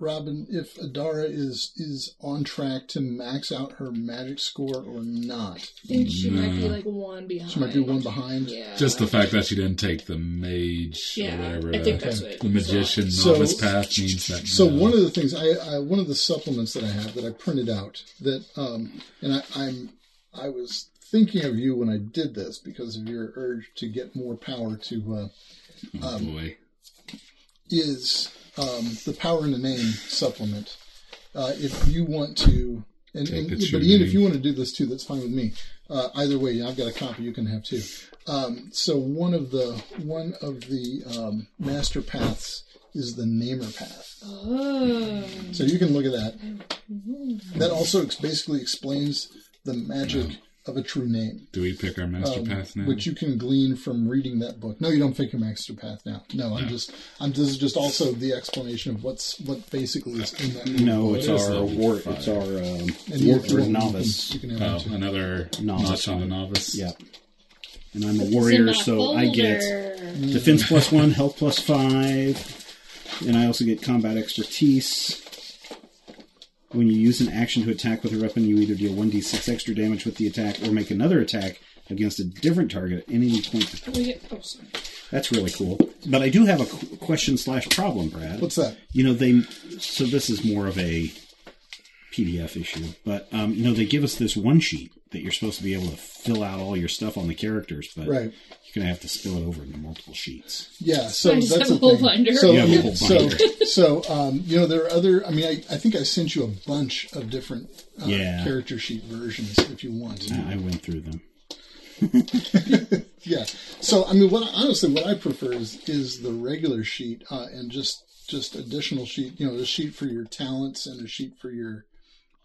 [SPEAKER 1] Robin if Adara is is on track to max out her magic score or not.
[SPEAKER 5] I think she might be
[SPEAKER 2] No.
[SPEAKER 5] like one behind.
[SPEAKER 1] She might be one behind.
[SPEAKER 5] Yeah.
[SPEAKER 2] Just the fact that she didn't take the mage
[SPEAKER 5] Yeah,
[SPEAKER 2] or whatever.
[SPEAKER 5] I think
[SPEAKER 2] the,
[SPEAKER 5] that's what
[SPEAKER 2] the magician
[SPEAKER 1] So-
[SPEAKER 2] novice path means that.
[SPEAKER 1] So
[SPEAKER 2] no.
[SPEAKER 1] one of the things I, I one of the supplements that I have that I printed out that um, and I, I'm I was thinking of you when I did this because of your urge to get more power to uh,
[SPEAKER 2] Oh, boy.
[SPEAKER 1] is um, the power in the name supplement. Uh, if you want to, and,
[SPEAKER 2] Take
[SPEAKER 1] and
[SPEAKER 2] it,
[SPEAKER 1] but
[SPEAKER 2] your
[SPEAKER 1] Ian,
[SPEAKER 2] name.
[SPEAKER 1] if you want to do this too, that's fine with me. Uh, either way, I've got a copy. You can have too. Um, so one of the one of the um, master paths is the namer path.
[SPEAKER 5] Oh.
[SPEAKER 1] So you can look at that. That also ex- basically explains the magic of a true name
[SPEAKER 2] Do we pick our master path now?
[SPEAKER 1] which um, you can glean from reading that book. No, you don't pick your master path now. No, I'm just I'm this is just also the explanation of what's what basically is in that. book.
[SPEAKER 4] No, it's
[SPEAKER 2] is
[SPEAKER 4] our
[SPEAKER 2] level
[SPEAKER 4] war.
[SPEAKER 2] five?
[SPEAKER 4] It's our um,
[SPEAKER 1] And you-
[SPEAKER 4] warrior
[SPEAKER 1] you
[SPEAKER 4] novice.
[SPEAKER 1] can- you can have
[SPEAKER 2] oh,
[SPEAKER 1] it too.
[SPEAKER 2] another
[SPEAKER 4] Novice.
[SPEAKER 2] notch on the novice.
[SPEAKER 4] Yep. And I'm a
[SPEAKER 5] It's in my
[SPEAKER 4] warrior, so I get
[SPEAKER 5] folder.
[SPEAKER 4] defense plus one, health plus five, and I also get combat expertise. When you use an action to attack with a weapon, you either deal 1d6 extra damage with the attack or make another attack against a different target at any point.
[SPEAKER 5] We get- oh, sorry.
[SPEAKER 4] That's really cool. But I do have a qu- question slash problem, Brad.
[SPEAKER 1] What's that?
[SPEAKER 4] You know, they. So this is more of a PDF issue, but um, you know, they give us this one sheet that you're supposed to be able to fill out all your stuff on the characters, but
[SPEAKER 1] Right.
[SPEAKER 4] you're going to have to spill it over into multiple sheets.
[SPEAKER 1] Yeah, so
[SPEAKER 5] I just
[SPEAKER 1] that's
[SPEAKER 5] have
[SPEAKER 1] the
[SPEAKER 5] a whole
[SPEAKER 1] thing.
[SPEAKER 5] binder.
[SPEAKER 1] So,
[SPEAKER 4] You have a whole
[SPEAKER 1] so,
[SPEAKER 4] binder.
[SPEAKER 1] so, um, you know, there are other. I mean, I, I think I sent you a bunch of different uh,
[SPEAKER 4] Yeah.
[SPEAKER 1] character sheet versions if you want.
[SPEAKER 4] I I went through them.
[SPEAKER 1] Yeah. So I mean, what honestly, what I prefer is is the regular sheet uh, and just just additional sheet. You know, a sheet for your talents and a sheet for your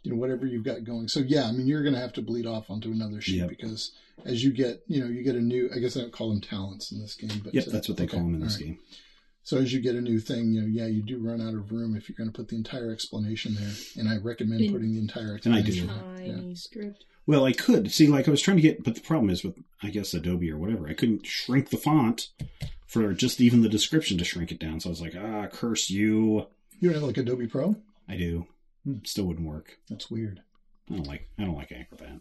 [SPEAKER 1] you know whatever you've got going. So yeah, I mean, you're going to have to bleed off onto another sheet
[SPEAKER 4] Yep.
[SPEAKER 1] because as you get you know you get a new. I guess I don't call them talents in this game, but
[SPEAKER 4] Yep,
[SPEAKER 1] uh,
[SPEAKER 4] that's what they
[SPEAKER 1] okay,
[SPEAKER 4] call them in this
[SPEAKER 1] all right.
[SPEAKER 4] game.
[SPEAKER 1] So as you get a new thing, you know, yeah, you do run out of room if you're going to put the entire explanation there, and I recommend
[SPEAKER 5] In-
[SPEAKER 1] putting the entire
[SPEAKER 4] And I do.
[SPEAKER 1] explanation.
[SPEAKER 5] Tiny script.
[SPEAKER 4] Well, I could see, like, I was trying to get, but the problem is with, I guess, Adobe or whatever. I couldn't shrink the font for just even the description to shrink it down. So I was like, ah, curse you.
[SPEAKER 1] You don't have like Adobe Pro?
[SPEAKER 4] I do.
[SPEAKER 1] Hmm.
[SPEAKER 4] Still wouldn't work.
[SPEAKER 1] That's weird.
[SPEAKER 4] I don't like. I don't like Acrobat.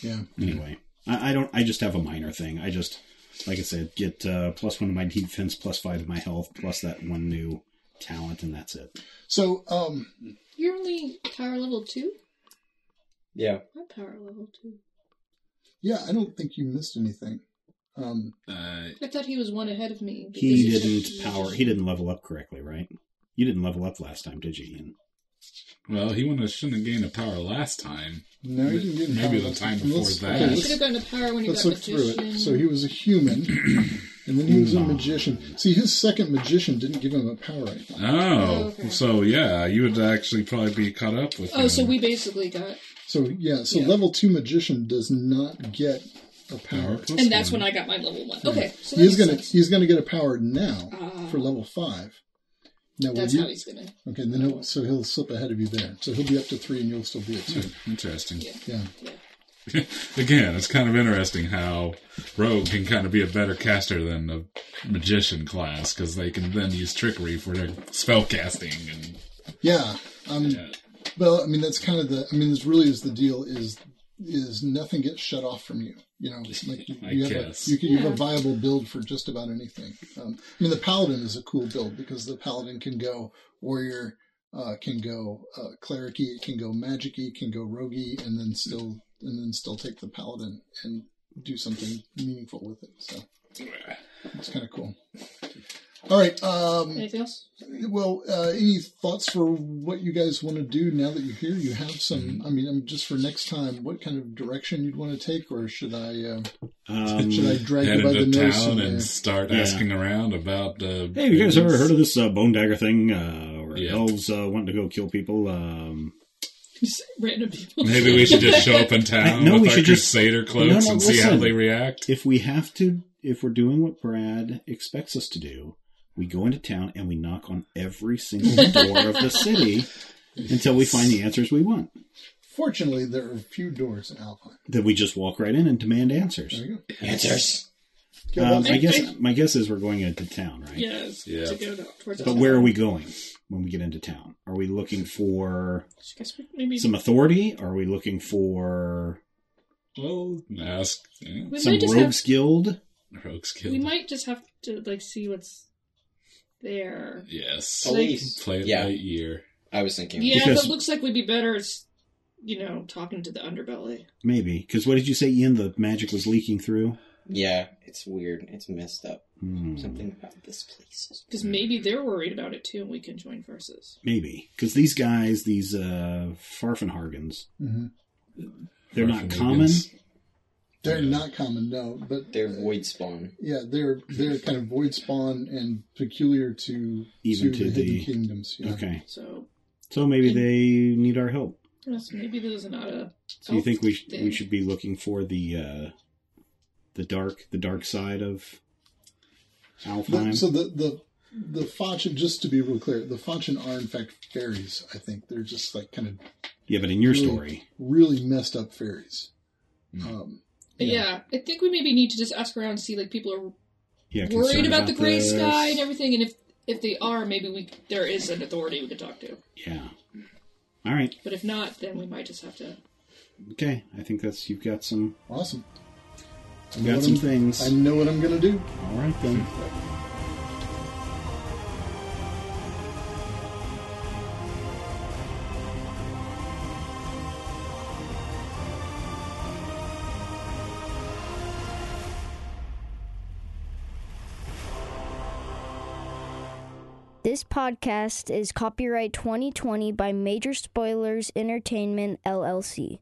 [SPEAKER 1] Yeah.
[SPEAKER 4] Anyway, I, I don't. I just have a minor thing. I just, like I said, get uh, plus one to my defense, plus five to my health, plus that one new talent, and that's it.
[SPEAKER 1] So um,
[SPEAKER 5] You're only power level two.
[SPEAKER 7] Yeah,
[SPEAKER 5] I'm power level two.
[SPEAKER 1] yeah, I don't think you missed anything. Um,
[SPEAKER 2] Uh,
[SPEAKER 5] I thought he was one ahead of me.
[SPEAKER 4] He
[SPEAKER 5] because
[SPEAKER 4] didn't
[SPEAKER 5] took-
[SPEAKER 4] power. He didn't level up correctly, right? You didn't level up last time, did you, Ian?
[SPEAKER 2] Well, he wouldn't have, shouldn't have gained a power last time.
[SPEAKER 1] No, he didn't get
[SPEAKER 2] Maybe
[SPEAKER 1] power.
[SPEAKER 2] the time before
[SPEAKER 1] Let's-
[SPEAKER 2] that.
[SPEAKER 1] okay,
[SPEAKER 5] He
[SPEAKER 1] let's-
[SPEAKER 5] should have gotten a power when he
[SPEAKER 1] Let's
[SPEAKER 5] got
[SPEAKER 1] look through
[SPEAKER 5] magician.
[SPEAKER 1] it. So he was a human, and then he was a magician. See, his second magician didn't give him a power. I thought.
[SPEAKER 2] Oh,
[SPEAKER 5] okay.
[SPEAKER 2] so yeah, you would actually probably be caught up with.
[SPEAKER 5] oh,
[SPEAKER 2] him.
[SPEAKER 5] so we basically got,
[SPEAKER 1] So yeah, so
[SPEAKER 5] Yeah.
[SPEAKER 1] level two magician does not get a power.
[SPEAKER 2] Plus
[SPEAKER 5] and that's
[SPEAKER 2] one.
[SPEAKER 5] when I got my level one. Okay, so that
[SPEAKER 1] He's
[SPEAKER 5] makes
[SPEAKER 1] gonna
[SPEAKER 5] sense.
[SPEAKER 1] he's gonna get a power now
[SPEAKER 5] Ah.
[SPEAKER 1] for level five. Now, will
[SPEAKER 5] That's
[SPEAKER 1] you-
[SPEAKER 5] how he's gonna.
[SPEAKER 1] okay. Then he'll, so he'll slip ahead of you there. So he'll be up to three, and you'll still be at two.
[SPEAKER 5] Hmm.
[SPEAKER 2] Interesting.
[SPEAKER 1] Yeah.
[SPEAKER 2] Again, it's kind of interesting how rogue can kind of be a better caster than the magician class because they can then use trickery for their spell casting and
[SPEAKER 1] Yeah. Um, Well, I mean, that's kind of the. I mean, this really is the deal. Is is nothing gets shut off from you. You know, it's like you,
[SPEAKER 2] I
[SPEAKER 1] you have
[SPEAKER 2] guess.
[SPEAKER 1] a you, can, you have a viable build for just about anything. Um, I mean, the paladin is a cool build because the paladin can go warrior, uh, can go uh, clericy, can go magicy, can go roguey, and then still and then still take the paladin and do something meaningful with it. So it's kind of cool. All right. Um,
[SPEAKER 5] Anything else?
[SPEAKER 1] well, uh, any thoughts for what you guys want to do now that you're here? You have some.
[SPEAKER 4] Mm-hmm.
[SPEAKER 1] I mean, um, just for next time, what kind of direction you'd want to take, or should I uh,
[SPEAKER 4] Um,
[SPEAKER 1] should I drag
[SPEAKER 2] head
[SPEAKER 1] you by the
[SPEAKER 2] into
[SPEAKER 1] nose?
[SPEAKER 2] town
[SPEAKER 1] and,
[SPEAKER 2] and
[SPEAKER 1] uh,
[SPEAKER 2] start
[SPEAKER 4] Yeah.
[SPEAKER 2] asking around about. Uh,
[SPEAKER 4] Hey, have you guys ever heard of this uh, bone dagger thing? Uh, where
[SPEAKER 2] Yeah.
[SPEAKER 4] elves uh, wanting to go kill people? Um,
[SPEAKER 5] Just random people.
[SPEAKER 2] Maybe we should just show up in town
[SPEAKER 4] No,
[SPEAKER 2] with
[SPEAKER 4] we
[SPEAKER 2] our
[SPEAKER 4] should just-
[SPEAKER 2] crusader cloaks
[SPEAKER 4] No, no,
[SPEAKER 2] and see how
[SPEAKER 4] listen.
[SPEAKER 2] they react.
[SPEAKER 4] if we have to, if we're doing what Brad expects us to do, we go into town and we knock on every single door of the city until we find the answers we want.
[SPEAKER 1] fortunately, there are few doors in Alpine.
[SPEAKER 4] Then we just walk right in and demand
[SPEAKER 1] There
[SPEAKER 4] answers.
[SPEAKER 1] you
[SPEAKER 7] Answers.
[SPEAKER 1] go.
[SPEAKER 4] Um,
[SPEAKER 1] Okay,
[SPEAKER 4] I guess my guess is we're going into town, right?
[SPEAKER 5] Yes.
[SPEAKER 2] Yeah.
[SPEAKER 5] To go down towards
[SPEAKER 4] But where are we going when we get into town? Are we looking for
[SPEAKER 5] I guess we- maybe
[SPEAKER 4] some authority? Are we looking for
[SPEAKER 2] Well, ask yeah,
[SPEAKER 5] we
[SPEAKER 4] some
[SPEAKER 5] might just have
[SPEAKER 4] rogues guild?
[SPEAKER 2] rogues
[SPEAKER 5] we
[SPEAKER 2] killed.
[SPEAKER 5] might just have to like see what's there.
[SPEAKER 2] Yes,
[SPEAKER 3] Police.
[SPEAKER 2] play it
[SPEAKER 7] Yeah.
[SPEAKER 2] by ear.
[SPEAKER 7] I was thinking.
[SPEAKER 5] Yeah,
[SPEAKER 4] Because-
[SPEAKER 5] but looks like we'd be better, s- you know, talking to the underbelly.
[SPEAKER 4] Maybe because what did you say, Ian? The magic was leaking through.
[SPEAKER 7] Yeah, it's weird. It's messed up.
[SPEAKER 4] Hmm,
[SPEAKER 7] Something about this place. is-
[SPEAKER 4] Mm-hmm.
[SPEAKER 5] Because maybe they're worried about it too, and we can join forces.
[SPEAKER 4] Maybe because these guys, these uh, Farfenhargens,
[SPEAKER 1] Mhm.
[SPEAKER 4] they're not
[SPEAKER 2] Orphan
[SPEAKER 4] common.
[SPEAKER 2] Wiggins.
[SPEAKER 1] They're not common, no, but uh,
[SPEAKER 7] They're void spawn.
[SPEAKER 1] yeah, they're they're kind of void spawn and peculiar to
[SPEAKER 4] Even to
[SPEAKER 1] the
[SPEAKER 4] the-
[SPEAKER 1] hidden kingdoms. Yeah.
[SPEAKER 4] Okay,
[SPEAKER 5] So
[SPEAKER 4] so maybe they need our help.
[SPEAKER 5] yes, maybe there's not a.
[SPEAKER 4] So you think we sh-
[SPEAKER 5] thing.
[SPEAKER 4] we should be looking for the uh, the dark the dark side of Alfheim?
[SPEAKER 1] The, so the the the Fachin, just to be real clear, the Fachin are in fact fairies. I think they're just like kind of
[SPEAKER 4] yeah, but in your
[SPEAKER 1] Really?
[SPEAKER 4] story,
[SPEAKER 1] really messed up fairies.
[SPEAKER 4] Hmm.
[SPEAKER 1] Um,
[SPEAKER 5] But yeah. I think we maybe need to just ask around and see like people are
[SPEAKER 4] yeah,
[SPEAKER 5] worried
[SPEAKER 4] concerned
[SPEAKER 5] about, the gray
[SPEAKER 4] this.
[SPEAKER 5] sky and everything, and if if they are, maybe we there is an authority we could talk to.
[SPEAKER 4] Yeah. All right.
[SPEAKER 5] But if not, then we might just have to.
[SPEAKER 4] Okay. I think that's you've got some
[SPEAKER 1] awesome. I
[SPEAKER 4] you've
[SPEAKER 1] know
[SPEAKER 4] got
[SPEAKER 1] what
[SPEAKER 4] some
[SPEAKER 1] I'm-
[SPEAKER 4] things.
[SPEAKER 1] I know what I'm gonna do.
[SPEAKER 4] All right then.
[SPEAKER 9] This podcast is copyright 2020 by Major Spoilers Entertainment, LLC.